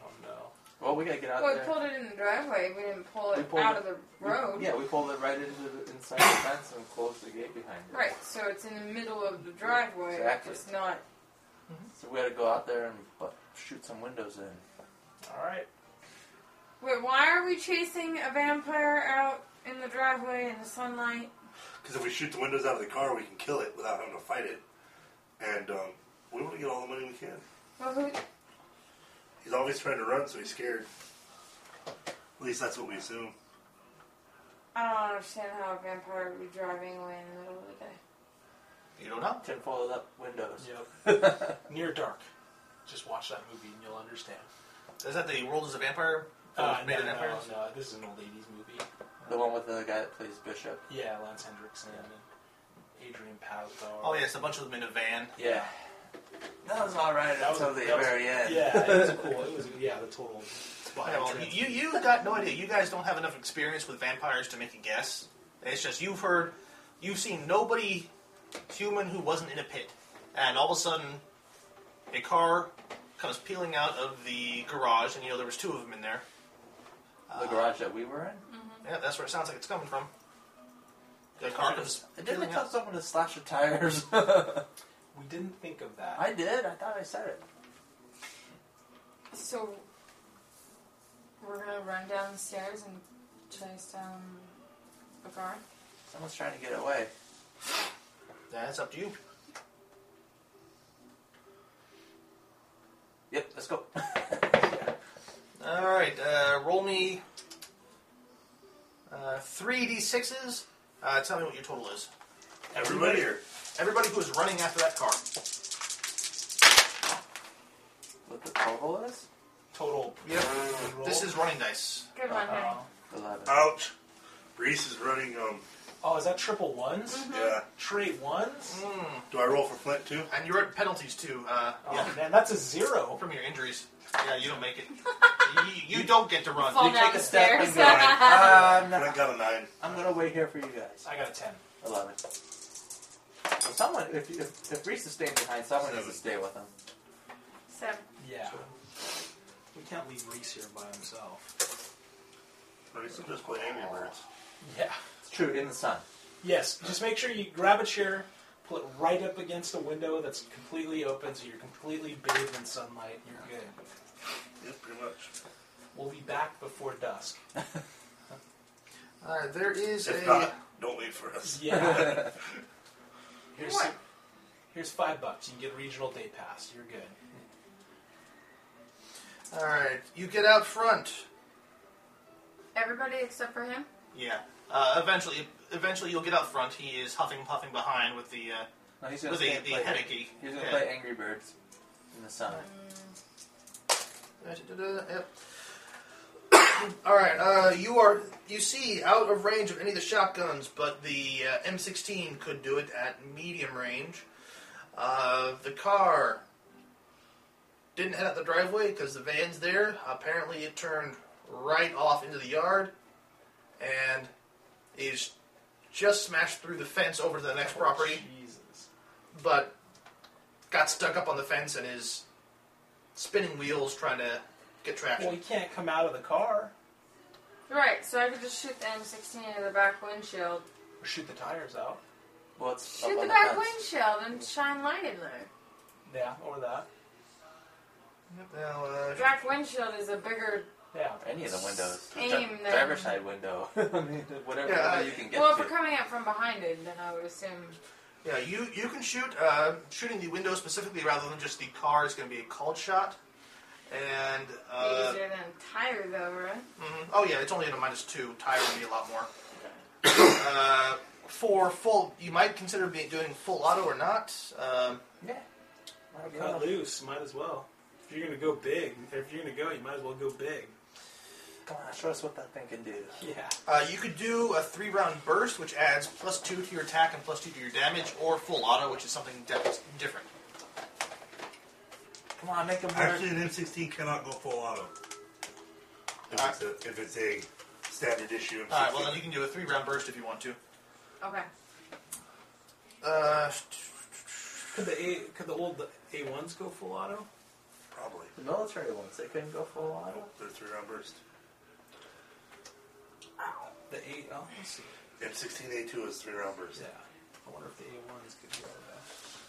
S1: Oh no.
S5: Well, we gotta get out
S4: Well, we
S5: there.
S4: pulled it in the driveway. We didn't pull
S5: We
S4: it
S5: pulled
S4: out
S5: it-
S4: of the
S5: We-
S4: road.
S5: yeah, we pulled it right into the inside the fence and closed the gate behind it.
S4: Right, so it's in the middle of the driveway.
S5: Exactly.
S4: It's not.
S5: So we gotta go out there and bu- shoot some windows in.
S1: All right.
S4: Wait, why are we chasing a vampire out in the driveway in the sunlight?
S2: Because if we shoot the windows out of the car, we can kill it without having to fight it. And um, we want to get all the money we can.
S4: Well, who,
S2: He's always trying to run, so he's scared. At least that's what we assume.
S4: I don't understand how a vampire would be driving away in the middle of the day.
S3: You don't know.
S5: Tinfoiled up windows.
S1: Yep. Near dark. Just watch that movie and you'll understand.
S3: Is that the World is a Vampire?
S1: Uh,
S3: Oh, Made
S1: no,
S3: in
S1: no,
S3: Vampires?
S1: no, This is an old ladies movie.
S5: The one with the guy that plays Bishop.
S1: Yeah, Lance Hendrickson and Adrian Pazzo.
S3: Oh, yes, a bunch of them in a van.
S5: Yeah. That was all right
S1: That was-
S5: until the
S1: that was-
S5: very end.
S1: Yeah, it was cool. It was yeah, the total.
S3: Yeah, well, you, you you've got no idea. You guys don't have enough experience with vampires to make a guess. It's just you've heard, you've seen nobody human who wasn't in a pit, and all of a sudden, a car comes peeling out of the garage, and you know there was two of them in there. Uh,
S5: The garage that we were in.
S3: Yeah, that's where it sounds like it's coming from. The car comes
S5: It
S3: peeling
S5: didn't tell
S3: out.
S5: someone to slash the tires.
S1: We didn't think of that.
S5: I did. I thought I said it.
S4: So, we're gonna run down the stairs and chase down a car?
S5: Someone's trying to get away.
S3: That's up to you.
S5: Yep. Let's go.
S3: All right, uh, roll me uh, three d sixes. Uh, tell me what your total is.
S2: Everybody here.
S3: Everybody who is running after that car.
S5: what the total is?
S1: Total.
S3: Yep.
S1: roll. Uh,
S3: This is running dice.
S4: Good one, honey.
S5: Uh-huh.
S1: Uh-oh.
S5: Eleven.
S2: Ouch. Reese is running. Um,
S1: Oh, is that triple ones?
S2: yeah.
S1: Trade ones?
S3: Mm.
S2: Do I roll for Flint too?
S3: And you're at penalties too. Uh,
S1: Oh
S3: yeah,
S1: man, that's a zero.
S3: from your injuries. Yeah, you don't make it. you, you don't get to run.
S4: Fall
S5: You
S4: down
S5: take
S4: the
S5: a step and
S4: stairs.
S5: go. I'm,
S2: Flint
S5: not,
S2: got a nine.
S5: I'm gonna wait here for you guys.
S1: I got a ten.
S5: Eleven. If someone, if if, if Reese is staying behind, someone needs to stay with him.
S4: Seven.
S1: Yeah. We can't leave Reese here by himself.
S2: Reese just play Angry Birds.
S1: Yeah.
S5: It's true. In the sun.
S1: Yes, just make sure you grab a chair, pull it right up against a window that's completely open so you're completely bathed in sunlight. You're good.
S2: Yep, pretty much.
S1: We'll be back before dusk.
S3: All right, there is
S2: If
S3: a.
S2: not, don't wait for us.
S1: Yeah. Here's
S4: What?
S1: here's five bucks. You can get a regional day pass. You're good.
S3: All right, you get out front.
S4: Everybody except for him?
S3: Yeah. Uh, eventually, eventually you'll get out front. He is huffing, puffing behind with the uh,
S5: No, he's gonna
S3: with
S5: stay
S3: the,
S5: and
S3: the
S5: play.
S3: headache.
S5: He's gonna
S3: Yeah.
S5: play Angry Birds. in the sun.
S3: Yep. All right. Uh, you are you see out of range of any of the shotguns, but the uh, M16 could do it at medium range. Uh, the car didn't head out the driveway because the van's there. Apparently, it turned right off into the yard, and is just smashed through the fence over to the next property
S1: Jesus.
S3: but got stuck up on the fence and is spinning wheels trying to get traction.
S1: Well, he can't come out of the car.
S4: Right, so I could just shoot the M16 into the back windshield.
S1: Or shoot the tires out.
S5: Well, it's up
S4: Shoot
S5: on
S4: the
S5: the
S4: back
S5: fence.
S4: windshield and shine light in there.
S1: Yeah, or that.
S3: Now, uh,
S4: The back windshield is a bigger.
S1: Yeah.
S5: Any of the windows.
S4: Aim
S5: Dri-
S4: them.
S5: driver's side window. I mean, whatever
S3: Yeah, I-
S5: window you can get
S4: Well, if
S5: to.
S4: we're coming out from behind it, then I would assume.
S3: yeah, you you can shoot. Uh, shooting the window specifically rather than just the car is going to be a called shot. And uh,
S4: easier than tire, though, right?
S3: mhm. oh yeah, it's only at a minus two. Tire would be a lot more. uh, for full, you might consider be doing full auto or not. Um,
S5: yeah.
S1: Cut loose. Might as well. If you're gonna go big, if you're gonna go, you might as well go big.
S5: Come on, show us what that thing can do.
S1: Yeah.
S3: Uh, you could do a three round burst, which adds plus two to your attack and plus two to your damage, or full auto, which is something def- different.
S5: Come on, make them work.
S2: Actually, an M16 cannot go full auto. If it's a, if it's a standard issue M16.
S3: Alright, well, then you can do a three round burst if you want to.
S4: Okay.
S3: Uh,
S1: Could the A, could the old A ones go full auto?
S2: Probably.
S5: The military ones, they couldn't go full auto.
S2: Nope, they're three round burst.
S1: The A. Oh, let's see.
S2: M16A2 is three round burst.
S1: Yeah. I wonder if the A ones could go that.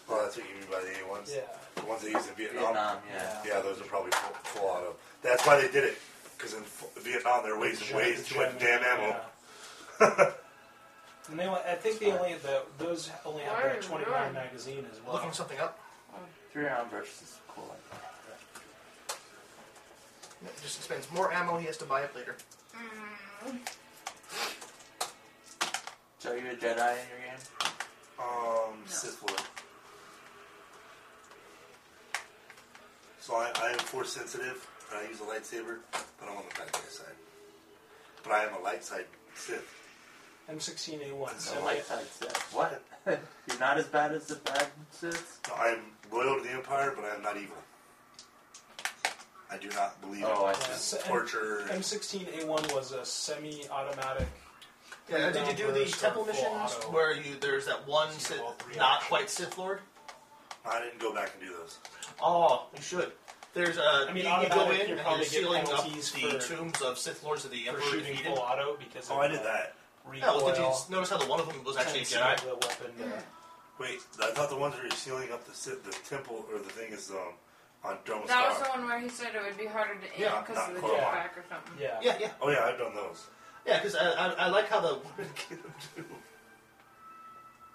S2: Well, that's what you mean by the A1s.
S1: Yeah.
S2: The ones they used in Vietnam.
S5: Vietnam, yeah.
S2: Yeah, those are probably full, full auto. That's why they did it. Because in fu- Vietnam, they're wasting way too much damn ammo.
S1: Yeah. and they, only- I think they only have the, those only have
S4: Why
S1: the
S4: is
S1: 20
S4: mine-
S1: round magazine as well.
S3: looking something up?
S5: Three round burst is cool. Like
S3: It just spends more ammo, he has to buy it later.
S5: so you're a Jedi in your game?
S2: Um, Sith Lord. So I, I am force sensitive, and I use a lightsaber, but I'm on the bad guy side. But I am a light side Sith.
S1: M16A1.
S5: So
S1: So
S5: light side Sith. What? you're not as bad as the bad Sith?
S2: No, I am loyal to the Empire, but I am not evil. I do not believe
S5: Oh, I
S2: in
S5: see.
S2: this
S1: Yeah.
S2: torture. and-
S1: M16A1 was a semi-automatic.
S3: Yeah, did you do the
S1: Round burst
S3: temple
S1: or
S3: missions
S1: full auto?
S3: where you there's that one
S1: See
S3: Sith,
S1: all three
S3: not
S1: options.
S3: quite Sith Lord?
S2: I didn't go back and do those.
S3: Oh, you should. There's a.
S1: I mean,
S3: you, you go
S1: automatic,
S3: in
S1: you're
S3: and
S1: probably
S3: you're
S1: get
S3: sealing up
S1: penalties
S3: the
S1: for-
S3: tombs of Sith Lords of the
S1: For
S3: Emperor
S1: shooting
S3: defeated.
S1: full auto because
S2: Oh,
S1: of,
S2: I did
S1: uh,
S2: that.
S1: Recoil,
S3: Yeah, well, did you s- notice how the one of them was actually a
S1: tendency
S3: Jedi?
S1: of The weapon. uh,
S2: Wait, I thought the ones that are sealing up the Sith, the temple or the thing is um, on Dromos
S4: That was the one where he said it would be harder to aim
S3: Yeah,
S4: because
S2: not
S4: of the
S2: quite.
S4: jetpack or something.
S1: Yeah.
S3: Yeah, yeah.
S2: Oh yeah, I've done those.
S3: Yeah, because I, I, I like how the woman kid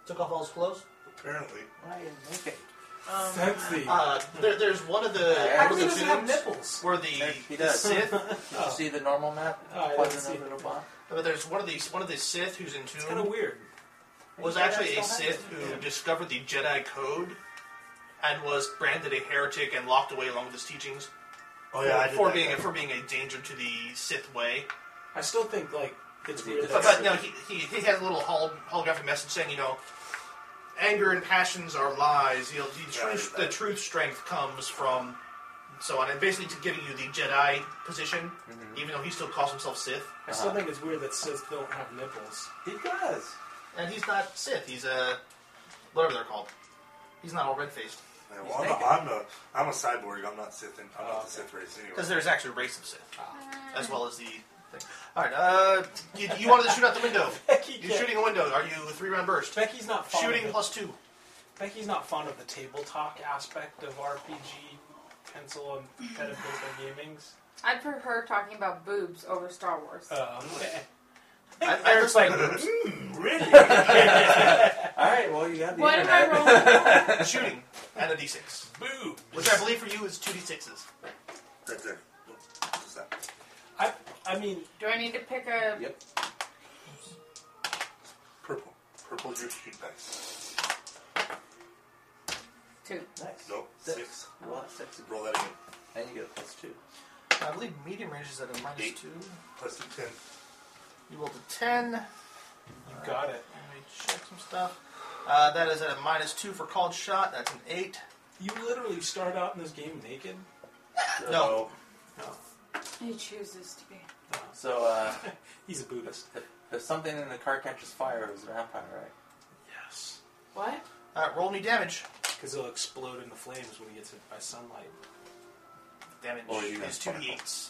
S3: took off all his clothes.
S2: Apparently,
S5: Why didn't make it?
S4: Um,
S1: Sexy.
S3: Uh, there, there's one of the
S5: Yeah,
S3: one of
S5: he
S3: the
S5: doesn't
S3: tombs
S1: nipples.
S3: where the
S5: He
S3: the
S5: does.
S3: Sith,
S5: Did you see the normal map?
S1: Oh, I
S5: Wasn't
S1: didn't see
S5: a
S1: it.
S5: little bomb?
S3: but there's one of these one of the Sith who's entombed
S1: It's kind of weird.
S3: was
S5: Jedi
S3: actually a
S5: still have
S3: Sith
S5: it.
S3: who discovered the Jedi code and was branded a heretic and locked away along with his teachings
S2: oh yeah, I did
S3: for
S2: that
S3: being
S2: guy.
S3: a, for being a danger to the Sith way.
S1: I still think like it's
S5: Is he
S1: weird. That
S5: just-
S3: But, but no, he, he, he has a little hol- holographic message saying, you know, anger and passions are lies. You know, the,
S2: Yeah, I
S3: truth,
S2: heard
S3: the
S2: that.
S3: truth strength comes from so on. And basically to giving you the Jedi position,
S2: Mm-hmm.
S3: even though he still calls himself Sith.
S1: I still think it's weird that Sith don't have nipples.
S5: He does.
S3: And he's not Sith. He's a whatever they're called. He's not all red faced
S2: Yeah,
S5: He's
S2: well, I'm,
S5: naked.
S2: a, I'm a I'm a cyborg. I'm not Sith. And, I'm
S1: Oh,
S2: not
S1: okay.
S2: the Sith race
S3: because
S2: anyway.
S3: there's actually a race of Sith as well as the thing. All right, uh, you, you wanted to shoot out the window.
S1: Becky
S3: You're shooting a window. Are you three round burst?
S1: Becky's not fond
S3: Shooting
S1: Of the,
S3: plus two.
S1: Becky's not fond of the table talk aspect of RPG, pencil and pen and paper gamings.
S4: I'd prefer talking about boobs over Star Wars.
S1: Uh, okay.
S3: I- I
S1: Eric's like,
S2: really?
S5: All right, well, you got the
S4: what am I
S5: internet.
S4: rolling?
S3: Shooting and a d6,
S1: boo.
S3: which I believe for you is two d6s.
S2: That's it. What's that?
S1: I, I mean,
S4: Do I need to pick a?
S5: Yep.
S2: Purple. Purple juice shoot dice.
S4: Two.
S5: Nice.
S2: Nope.
S5: Six.
S2: Six.
S5: I want six.
S2: Roll that again.
S5: And you get a plus two.
S3: I believe medium range is at a minus
S2: Eight.
S3: two.
S2: Plus two, ten.
S3: You rolled a ten.
S1: You got it.
S3: Let me check some stuff. Uh, that is at a minus two for called shot. That's an eight.
S1: You literally start out in this game naked.
S3: No.
S4: He chooses to be.
S5: So uh,
S1: He's a Buddhist.
S5: if, if something in the car catches fire, it was a vampire, right?
S1: Yes.
S4: What?
S3: Uh, roll me damage.
S1: Because it'll explode into flames when he gets hit by sunlight.
S3: Damage
S5: Or Oh, you
S3: is
S5: got
S3: two
S5: fireball.
S3: d8s.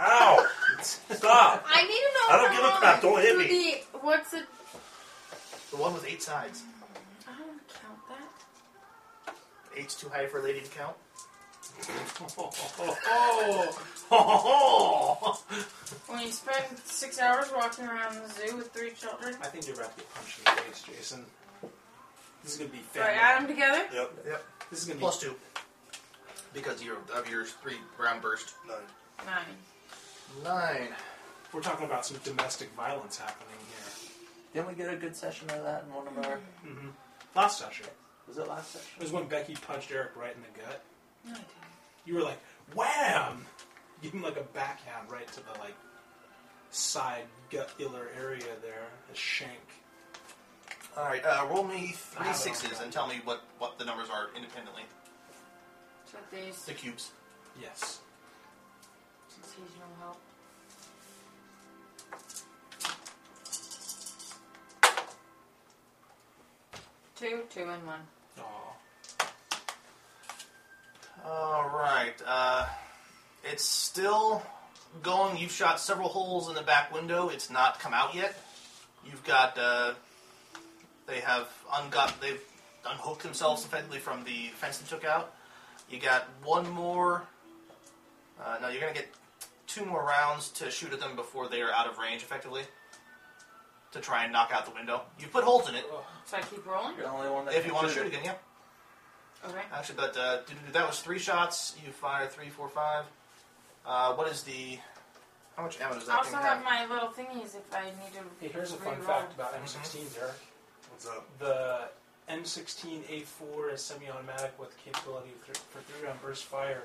S2: Ow! Stop!
S4: I need to know.
S2: I don't give a crap, don't hit
S4: who The, what's the?
S3: The one with eight sides.
S4: I don't count that.
S3: Eight's too high for a lady to count.
S4: When you spend six hours walking around the zoo with three children,
S1: I think you're about to get punched in the face, Jason. This is gonna be
S4: do I
S1: family.
S4: add them together?
S2: Yep.
S1: This is gonna be
S3: Plus two. Because of your, of your three round burst.
S2: Nine.
S4: Nine.
S3: Nine.
S1: We're talking about some domestic violence happening here.
S5: Didn't we get a good session of that in one of our?
S1: Mm-hmm. Last session
S5: Was it last session?
S1: was when Becky punched Eric right in the gut.
S4: No, I didn't.
S1: You were like, wham! Give him like a backhand right to the like side gutular area there, a shank.
S3: All right. Uh, roll me
S1: I have
S3: three
S1: it on
S3: sixes
S1: the-
S3: and tell me what, what the numbers are independently.
S4: So these
S3: The cubes.
S1: Yes.
S4: seasonal help. Two, two, and one.
S1: Aw.
S3: All right. Uh, it's still going. You've shot several holes in the back window. It's not come out yet. You've got. Uh, they have ungot. They've unhooked themselves effectively from the fence they took out. You got one more. Uh, no, you're gonna get two more rounds to shoot at them before they are out of range, effectively. To try and knock out the window. You put holes in it.
S4: So I keep rolling.
S5: You're the only one that
S3: If you want to shoot
S5: concluded.
S3: again, yeah.
S4: Okay.
S3: Actually, but uh, do- do- that was three shots. You fire three, four, five. Uh, what is the? How much ammo does
S4: I
S3: that
S4: also
S3: thing
S4: have
S3: have?
S4: my little thingies if I need to.
S1: Hey, here's a fun
S4: reroll.
S1: fact about M16s, Eric.
S2: What's up?
S1: The M16A4 is semi-automatic with capability for, for three-round burst fire.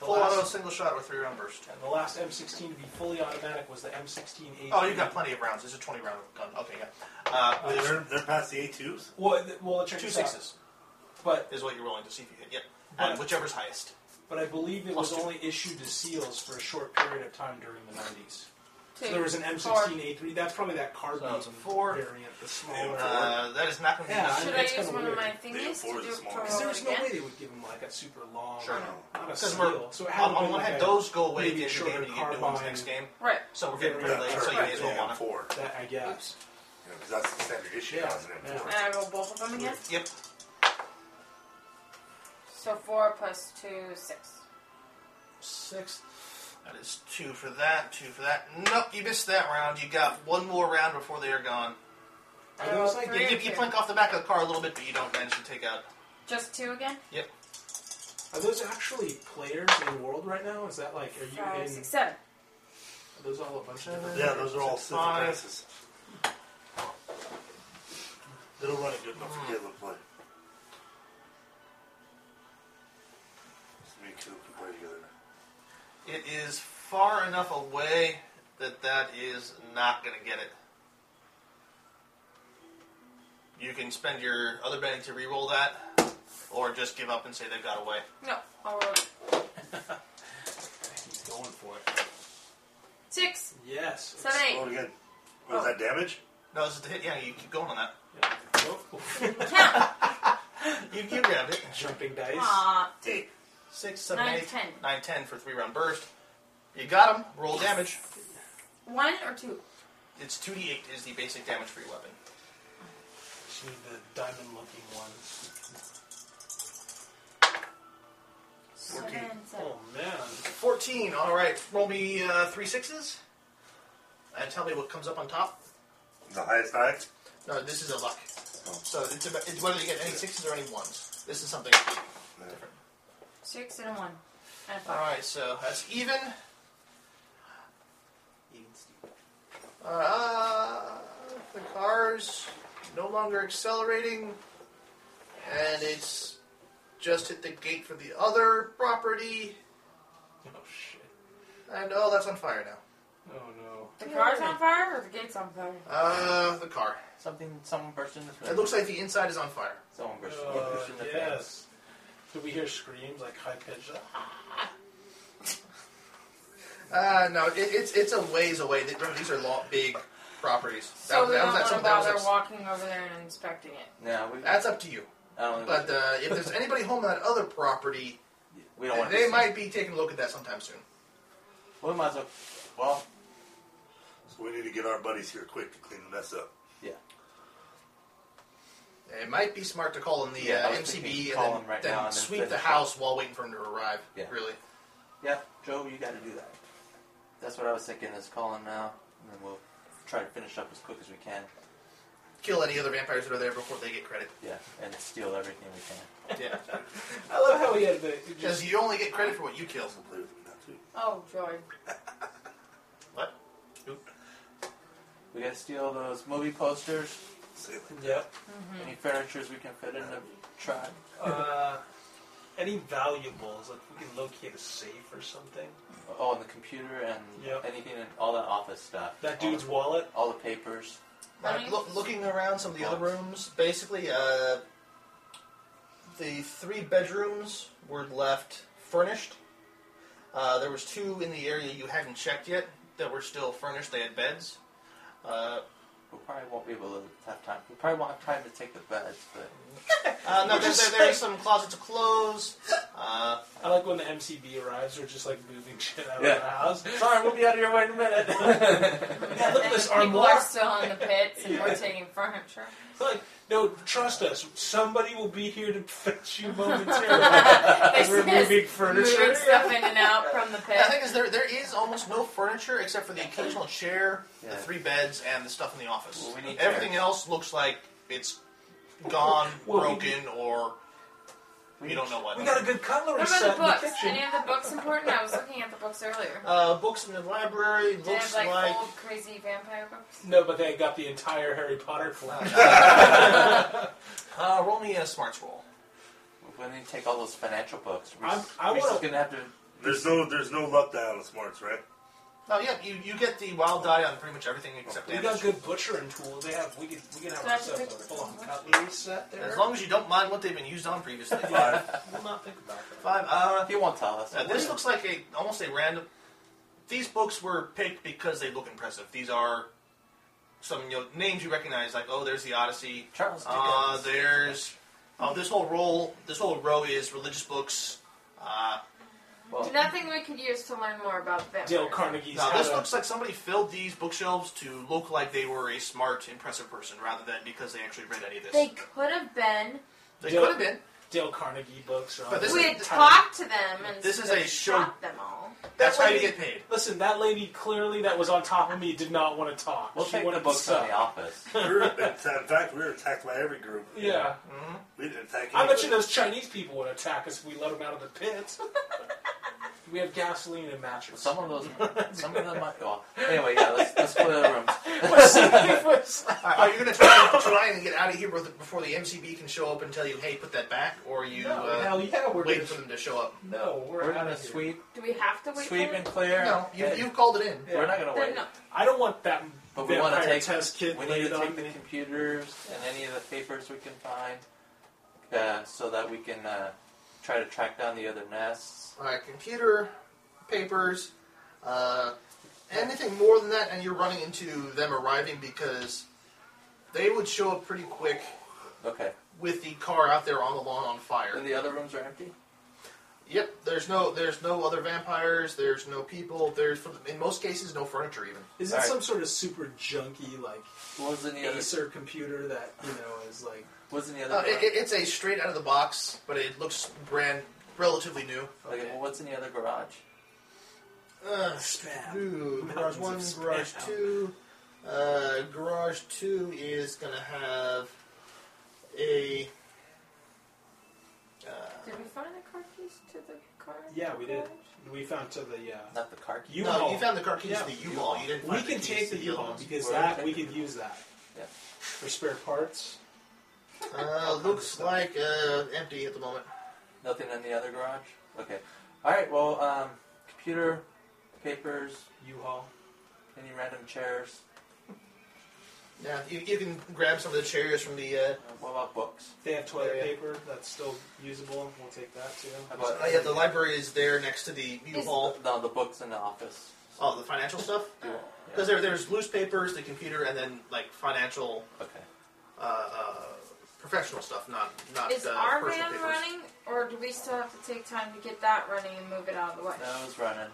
S1: The
S3: Full
S1: last,
S3: auto, single shot, or three round burst.
S1: and the last M16 to be fully automatic was the M16A.
S3: Oh, you've got plenty of rounds. It's a twenty round gun. Okay, yeah. Uh,
S2: Wait, they're, they're past the A2s?
S1: Well, th- well, check
S3: two
S1: this out.
S3: sixes
S1: But
S3: is what you're rolling to see if you hit. Yep.
S1: But-
S3: And whichever's highest.
S1: but I believe it
S3: Plus
S1: was
S3: two.
S1: only issued to SEALs for a short period of time during the 90s.
S4: Two.
S1: So there was an M16A3. That's probably that carbine
S3: So, four.
S1: variant, the smaller.
S3: Uh, that is not going to be.
S1: Yeah,
S3: enough.
S4: Should
S1: That's
S4: I use
S1: kinda
S4: one
S1: weird.
S4: of my
S2: They
S4: thingies to
S2: afford
S4: do
S2: the
S4: it
S2: small
S4: to
S1: because
S2: ones.
S1: there
S4: roll
S1: was no way
S4: again?
S1: they would give him like a super long,
S3: Sure.
S1: not a
S3: Because
S1: seal.
S3: we're
S1: So it had
S3: on,
S1: to
S3: on
S1: be
S3: one
S1: like
S3: hand,
S1: a-
S3: those go away at
S1: maybe
S3: the end of the game,
S1: shorter
S3: and you get new ones
S1: carbine.
S3: next game.
S4: Right.
S3: So we're
S1: Yeah,
S3: getting rid
S2: Yeah,
S3: of those. So you may as well
S2: yeah,
S3: want to.
S2: four.
S1: That I guess.
S2: Because that's the standard issue.
S1: Yeah.
S2: now, isn't it?
S1: Yeah.
S4: And I roll both of them again.
S3: Yep.
S4: So four plus two is six.
S3: Six. That is two for that, two for that. Nope, you missed that round. You got one more round before they are gone.
S1: Are those
S4: Uh,
S1: like
S4: three
S3: You,
S4: or
S3: you
S4: two?
S3: plink off the back of the car a little bit, but you don't manage to take out.
S4: Just two again.
S1: Are those actually players in the world right now? Is that like are you
S4: Five,
S1: in?
S4: six, seven.
S1: Are those all a bunch of different?
S2: Yeah, those are all
S3: Six,
S2: civil
S3: five.
S2: prices. They don't run it good enough for Caleb to play. Just me and Caleb can play together.
S3: It is far enough away that that is not going to get it. You can spend your other betting to re-roll that, or just give up and say they've got away.
S4: No, I'll roll
S1: He's going for it.
S4: six,
S1: Yes.
S4: seven,
S2: Roll
S4: eight.
S2: it again. Was that damage?
S3: No, this is the hit. Yeah, you keep going on that.
S1: Oh.
S4: Count.
S3: You, you grabbed it.
S1: Jumping dice.
S4: Aw,
S2: Eight.
S3: Six, seven,
S4: Nine,
S3: eight,
S4: ten.
S3: nine, ten for three round burst. You got him. Roll damage.
S4: one or two.
S3: It's two d eight is the basic damage for your weapon.
S1: She need the diamond-looking ones.
S4: Seven, seven.
S1: Oh man.
S3: Fourteen. All right. Roll me uh, three sixes, and tell me what comes up on top.
S2: The highest high?
S3: No, this is a luck. So it's, about, it's whether you get any sixes or any ones. This is something
S2: No.
S3: different.
S4: Six and a one. And a
S3: All
S4: five.
S3: right. So that's even. Uh, the car's no longer accelerating. and it's just hit the gate for the other property.
S1: Oh shit.
S3: And oh, that's on fire now.
S1: Oh no.
S4: The car's on fire or the gate's on fire?
S3: Uh, the car.
S5: Something, someone burst in the
S3: It looks like the inside is on fire.
S5: Someone burst,
S1: Uh,
S5: burst in the fence.
S1: yes. Do we hear screams like high pitched?
S3: Uh, no, it, it's it's a ways away. They- These are long, big properties.
S4: So
S3: That-
S4: we
S3: that
S4: don't
S3: was- that's
S4: want to
S3: up- that was
S4: bother
S3: up-
S4: walking over there and inspecting it.
S5: No, we,
S3: That's up to you.
S5: I don't think
S3: But uh, if there's anybody home on that other property,
S5: we, we don't want to.
S3: they might be taking a look at that sometime soon.
S5: We might as well. Well,
S2: So we need to get our buddies here quick to clean the mess up.
S3: It might be smart to call in the
S5: Yeah, I
S3: uh,
S5: was
S3: MCB
S5: thinking
S3: and
S5: call
S3: then,
S5: in right
S3: then
S5: now and then
S3: sweep the
S5: finish
S3: house while waiting for him to arrive.
S5: Yeah.
S3: Really.
S5: yeah, Joe, you got to do that. That's what I was thinking. Is call him now, and then we'll try to finish up as quick as we can.
S3: Kill any other vampires that are there before they get credit.
S5: Yeah, and steal everything we can.
S3: Yeah.
S1: I love how he had the.
S3: Because you only get credit for what you kill.
S2: We'll play with them now too.
S4: Oh, joy.
S3: What?
S5: We got to steal those movie posters,
S2: Say it like
S1: Yep.
S5: any furnitures we can fit in the truck.
S1: Uh, any valuables? Like we can locate a safe or something.
S5: Oh, and the computer and
S1: Yep.
S5: anything, and all that office stuff.
S1: That
S5: All
S1: dude's
S5: the-
S1: wallet.
S5: all the papers.
S3: Uh, loo- looking around some of the other rooms, basically, uh, the three bedrooms were left furnished. Uh, there was two in the area you hadn't checked yet that were still furnished. They had beds. Uh,
S5: We probably won't be able to have time. We probably won't have time to take the beds, but
S3: uh, no,
S1: We're
S3: there,
S1: just
S3: there, there are
S1: like-
S3: some closets of clothes. Uh,
S1: I like when the MCB arrives. They're just like moving shit out
S5: Yeah.
S1: of the house.
S5: sorry, we'll be out of here. Wait a minute.
S1: Yeah, look at
S4: and
S1: this
S4: the people
S1: armoire.
S4: are still in the pits and we're taking furniture.
S1: Like, no, trust us. Somebody will be here to fetch you momentarily. As we're moving furniture.
S4: Moving stuff in and out from the
S3: the
S4: pit.
S3: thing is, there there is almost no furniture except for the occasional chair,
S5: Yeah.
S3: the three beds, and the stuff in the office.
S5: Well, we need
S3: Everything
S5: chairs.
S3: else looks like it's gone,
S1: Well, we
S3: broken, or you don't know what.
S1: We got a good cutlery
S4: What
S1: set
S4: about
S1: in
S4: the
S1: the
S4: books?
S1: kitchen.
S4: Any of the books important? I was looking at the books earlier.
S3: Uh, books in the library
S4: They
S3: looks
S4: have like,
S3: like.
S4: old crazy vampire books.
S1: No, but they got the entire Harry Potter collection.
S3: Uh, roll me a smarts roll.
S5: We need to take all those financial books. Reese,
S1: I'm- I
S5: Reese is
S1: wanna-
S5: gonna have to.
S2: that. There's no, there's no luck down on the smarts, right?
S3: Oh yeah, you, you get the wild die on pretty much everything except
S1: we
S3: damage.
S1: got good butchering tools. They have. We could. We could have
S4: So I should
S1: ourselves
S4: pick
S1: a
S4: the
S1: full-on
S4: one.
S1: cutlery set there.
S3: As long as you don't mind what they've been used on previously. Five.
S1: yeah, we'll not think about that.
S3: Five. Uh,
S5: He won't tell us.
S3: uh, this looks like a almost a random. These books were picked because they look impressive. These are some you know, names you recognize, like oh, there's the Odyssey.
S5: Charles Dickens.
S3: Uh, there's oh, this whole roll. This whole row is religious books. Uh,
S5: well,
S4: Nothing we could use to learn more about vampires.
S1: Dale Carnegie's.
S3: Now,
S1: had
S3: this
S1: a-
S3: looks like somebody filled these bookshelves to look like they were a smart, impressive person rather than because they actually read any of this.
S4: They could have been.
S3: They
S1: Yeah.
S3: could have been.
S1: Dale Carnegie books. Are on
S3: But this
S1: there.
S4: we
S3: is-
S4: had
S3: the-
S4: talked to them and
S3: This is a show-
S4: shot them all.
S3: That's
S1: That
S3: how you
S1: lady-
S3: get paid.
S1: Listen, that lady clearly that was on top of me did not want to talk.
S5: we'll
S1: she
S5: take
S1: wanted
S5: the books
S1: to
S5: from
S1: suck.
S5: the office.
S2: We're, in fact, we were attacked by every group.
S1: Yeah.
S2: We didn't attack.
S1: I bet you
S2: anybody.
S1: those Chinese people would attack us if we let them out of the pits. we have gasoline and matches.
S5: Some of those, some of them might. Well, anyway, yeah. Let's, let's clear the rooms.
S3: All right, are you going to try, try and get out of here with- before the MCB can show up and tell you, hey, put that back? Or you
S1: no,
S3: uh,
S1: hell yeah, we're
S3: waiting
S1: gonna.
S3: for them to show up?
S1: No, we're,
S5: We're
S1: out
S5: gonna
S1: of here.
S5: sweep,
S4: Do we have to wait?
S5: sweep
S4: for
S5: and
S4: them?
S5: clear.
S3: No, you,
S5: Hey,
S3: you've called it in.
S5: We're not gonna
S4: Then
S5: wait.
S4: no.
S1: I don't want that
S5: But we
S1: vampire
S5: want to take.
S1: test kid
S5: we need
S1: laid
S5: to
S1: on
S5: take the
S1: me.
S5: computers and any of the papers we can find, uh, so that we can uh, try to track down the other nests.
S3: All right, computer, papers, uh, anything more than that, and you're running into them arriving because they would show up pretty quick
S5: Okay.
S3: with the car out there on the lawn on fire.
S5: And the other rooms are empty.
S3: Yep, there's no there's no other vampires, there's no people, there's in most cases no furniture even.
S1: Is it
S5: Alright.
S1: some sort of super junky like
S5: What was in the other?
S1: Acer computer that you know is like?
S5: What was in the other?
S3: Uh, it,
S5: garage?
S3: it- it's a straight out of the box, but it looks brand relatively new.
S5: Okay, well, what's in the other garage?
S3: Uh,
S1: Spam.
S3: ooh, garage
S1: Mountains of
S3: one,
S1: spam.
S3: garage two. Uh, garage two is gonna have a. Uh,
S4: Did we find the car keys to the car?
S1: Yeah, we did.
S4: garage?
S1: We found to the. Uh,
S5: Not the car key.
S1: You-
S3: no,
S1: U-Haul.
S3: you found the car keys
S1: Yeah,
S3: to the U-Haul. You didn't.
S1: we
S3: find
S1: can
S3: keys
S1: take
S3: to
S1: the U-Haul
S3: other ones.
S1: because
S5: We're
S1: that
S5: gonna
S1: we
S5: take the
S1: could use that
S5: Yeah.
S1: for spare parts.
S3: Uh, looks like uh, empty at the moment.
S5: Nothing in the other garage? Okay. Alright, well, um, computer, papers,
S1: U-Haul.
S5: any random chairs.
S3: Yeah, you, you can grab some of the chairs from the. Uh,
S5: Uh, what about books?
S1: They have toilet
S3: Yeah, yeah.
S1: paper that's still usable. We'll take that too.
S5: How about
S3: oh, yeah, the library is there next to the U-Haul.
S5: no, the books in the office?
S3: Oh, the financial stuff.
S5: Do you want- yeah.
S3: Because there, there's loose papers, the computer, and then like financial,
S5: Okay.
S3: uh, uh, professional stuff, not not
S4: Is
S3: uh,
S4: our
S3: personal
S4: van
S3: papers.
S4: running, or do we still have to take time to get that running and move it out of the way?
S5: No, it was running.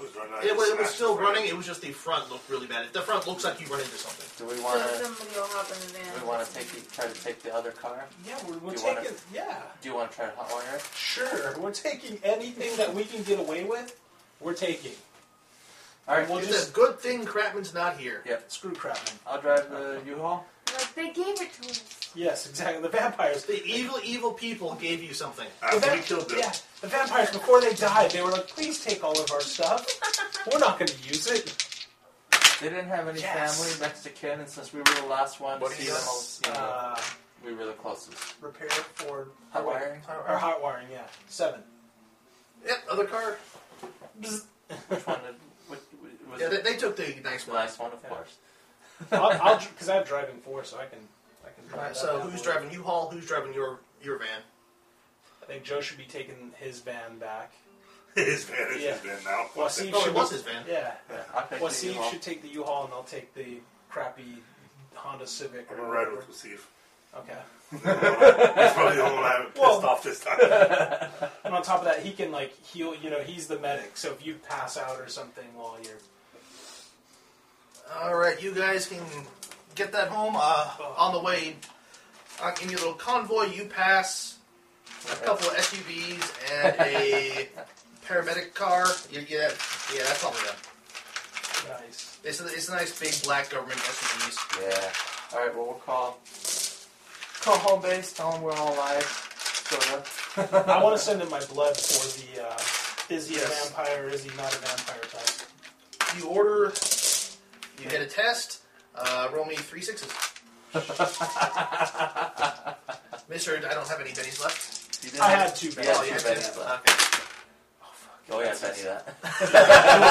S2: was running out
S3: It was, it was
S2: smashed
S3: still
S2: the front.
S3: running. It was just the front looked really bad. The front looks like you run into something.
S5: Do we
S4: So
S5: want to?
S4: somebody will hop in the van.
S5: We want to take the, try to take the other car.
S1: Yeah, we're, we're
S5: You
S1: taking.
S5: wanna-
S1: Yeah,
S5: Do you want to try to hotwire it?
S1: sure. We're taking anything that we can get away with. We're taking.
S5: All right,
S1: We'll
S3: it's
S1: just
S3: a good thing Crapman's not here.
S5: Yeah.
S1: screw Crapman.
S5: I'll drive the U-Haul.
S4: Like, they gave it to us.
S1: Yes, exactly. The vampires.
S3: The evil, evil people gave you something.
S1: The
S2: After Ah, we
S1: vamp-
S2: killed them.
S1: yeah, the vampires before they died, they were like, "Please take all of our stuff. We're not going to use it."
S5: They didn't have any
S1: Yes.
S5: family next to kin, and since we were the last one
S3: What
S5: to
S3: do
S5: see
S3: you
S5: them, all,
S1: Yes,
S5: you know,
S1: uh,
S5: we were the closest.
S1: repair for
S5: Hot wiring.
S1: or hot wiring. Yeah, seven.
S3: Yep, other car.
S1: Bzz.
S5: Which one? Did, which, which- was
S3: Yeah, they,
S5: it
S3: they took the nice
S5: the
S3: one.
S5: last one, of course.
S1: I'll because I have driving four, so I can I can drive.
S3: Alright,
S1: that
S3: so
S1: bad
S3: who's
S1: boy.
S3: driving U-Haul? Who's driving your your van?
S1: I think Joe should be taking his van back.
S2: His van is
S1: Yeah.
S2: his van now.
S1: Well, see,
S3: Oh,
S1: should
S3: it was his van.
S1: Yeah.
S5: Yeah, I picked
S1: Well,
S5: the
S1: see,
S5: U-Haul.
S1: should take the U-Haul, and I'll take the crappy Honda Civic.
S2: I'm
S1: Or
S2: gonna ride
S1: whatever.
S2: with Wasif.
S1: Okay.
S2: That's probably the only one I haven't pissed
S1: Well-
S2: off this time.
S1: And on top of that, he can like heal. You know, he's the medic. So if you pass out or something while you're
S3: All right, you guys can get that home. Uh, on the way, uh, in your little convoy, you pass a couple of SUVs and a paramedic car. You get yeah, that's probably them.
S1: nice,
S3: It's a, it's a nice big black government SUVs.
S5: Yeah. All right. Well, we'll call. Call home base. Tell them we're all alive. Sort of.
S1: I want to send in my blood for the. Uh, is he a
S3: Yes.
S1: vampire? or Is he not a vampire type?
S3: You order, you hit a test. Uh, roll me three sixes, Mister. I don't have any bennies left.
S5: You didn't
S1: I
S5: have-
S1: had two
S5: you
S1: bad.
S5: had
S3: Oh,
S5: two
S3: you had
S5: bennies
S3: two.
S5: left.
S3: Okay.
S5: Oh yeah, Benny, that.
S2: What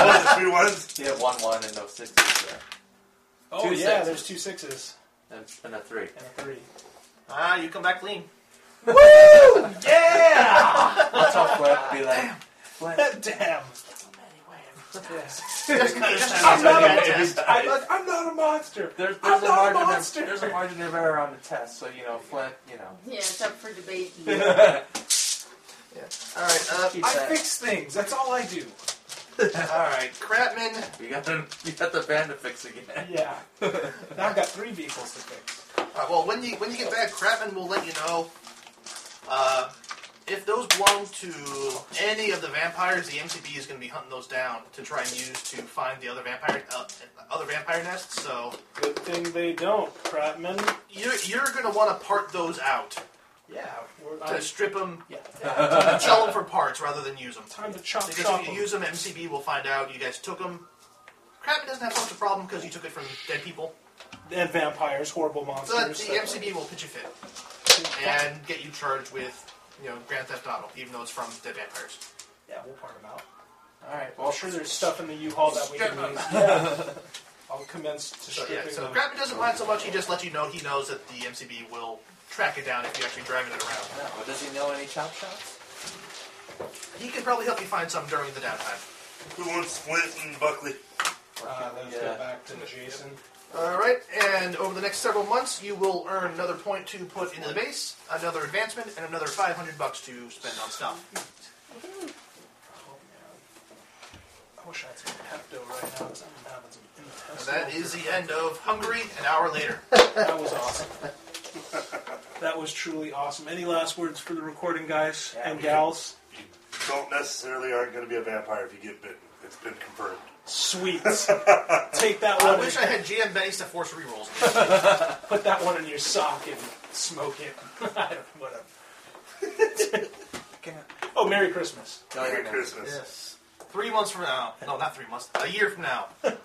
S2: was it, three ones?
S5: You had one one and no sixes there.
S1: Oh
S5: Two
S1: yeah,
S5: sixes.
S1: there's two sixes
S5: And, and a three.
S1: and a three.
S3: Ah, you come back clean.
S1: Yeah!
S5: I'll tell Flint and be like, Flint,
S1: Damn.
S3: Just kinda
S1: I'm,
S3: sounds
S1: not a,
S3: like a test.
S1: monster. I'm, like, I'm not a monster.
S5: there's,
S1: I'm
S5: there's, a
S1: not a
S5: margin of,
S1: monster.
S5: there's a margin of error on the test, so you know, Flint, you know.
S4: Yeah, it's up for debate.
S3: All right. Uh,
S5: Keep
S1: I
S5: that.
S1: fix things. That's all I do.
S3: All right, Crapman.
S5: You got the you got the band to fix again.
S1: Yeah. now I've got three vehicles to fix.
S3: All right, well, when you when you get back, Crapman will let you know uh, if those belong to any of the vampires. The MCB is going to be hunting those down to try and use to find the other vampire uh, other vampire nests. So
S1: Good thing they don't, Crapman.
S3: you're you're going to want to part those out
S1: Yeah. We're,
S3: to
S1: I,
S3: strip them,
S1: yeah.
S3: sell them for parts rather than use them.
S1: Time to chop
S3: Because
S1: chop
S3: if you
S1: 'em.
S3: use them, MCB will find out you guys took them. Crapman doesn't have much of a problem because you took it from dead people.
S1: and vampires, horrible
S3: But
S1: monsters.
S3: the
S1: so-
S3: MCB will pitch a fit and get you charged with, you know, Grand Theft Auto, even though it's from Dead Vampires.
S1: Yeah, we'll part them out.
S5: Alright,
S1: I'm
S5: well
S1: sure there's stuff in the U-Haul that we can
S3: Strip 'em.
S1: use. Yeah. I'll commence to
S3: So
S1: stripping
S3: yeah, so
S1: them.
S3: Grabby doesn't mind so much. He just lets you know he knows that the MCB will track it down if you're actually driving it around.
S5: yeah, well, does he know any chop shops?
S3: He can probably help you find some during the downtime.
S2: Who wants Flint and Buckley?
S1: Uh, let's
S5: Yeah.
S1: get back to Jason.
S3: All right, and over the next several months, you will earn another point to put into the base, another advancement, and another 500 bucks to spend on stuff.
S1: Oh, man. I wish I had some Pepto right now because I'm having some
S3: And
S1: intestinal.
S3: that is the end of Hungary. An hour later.
S1: That was awesome. that was truly awesome. Any last words for the recording guys
S5: Yeah,
S1: and
S5: we
S1: gals?
S2: You don't necessarily aren't going to be a vampire if you get bitten. It's been confirmed.
S1: Sweet. Take that
S3: I
S1: one.
S3: wish
S1: And
S3: I had GM Benny's to force rerolls.
S1: put that one in your sock and smoke it. I don't, whatever. Oh, Merry Christmas.
S5: No,
S2: Merry
S5: you don't.
S2: Christmas.
S3: Yes. Three months from now. No, not three months. A year from now.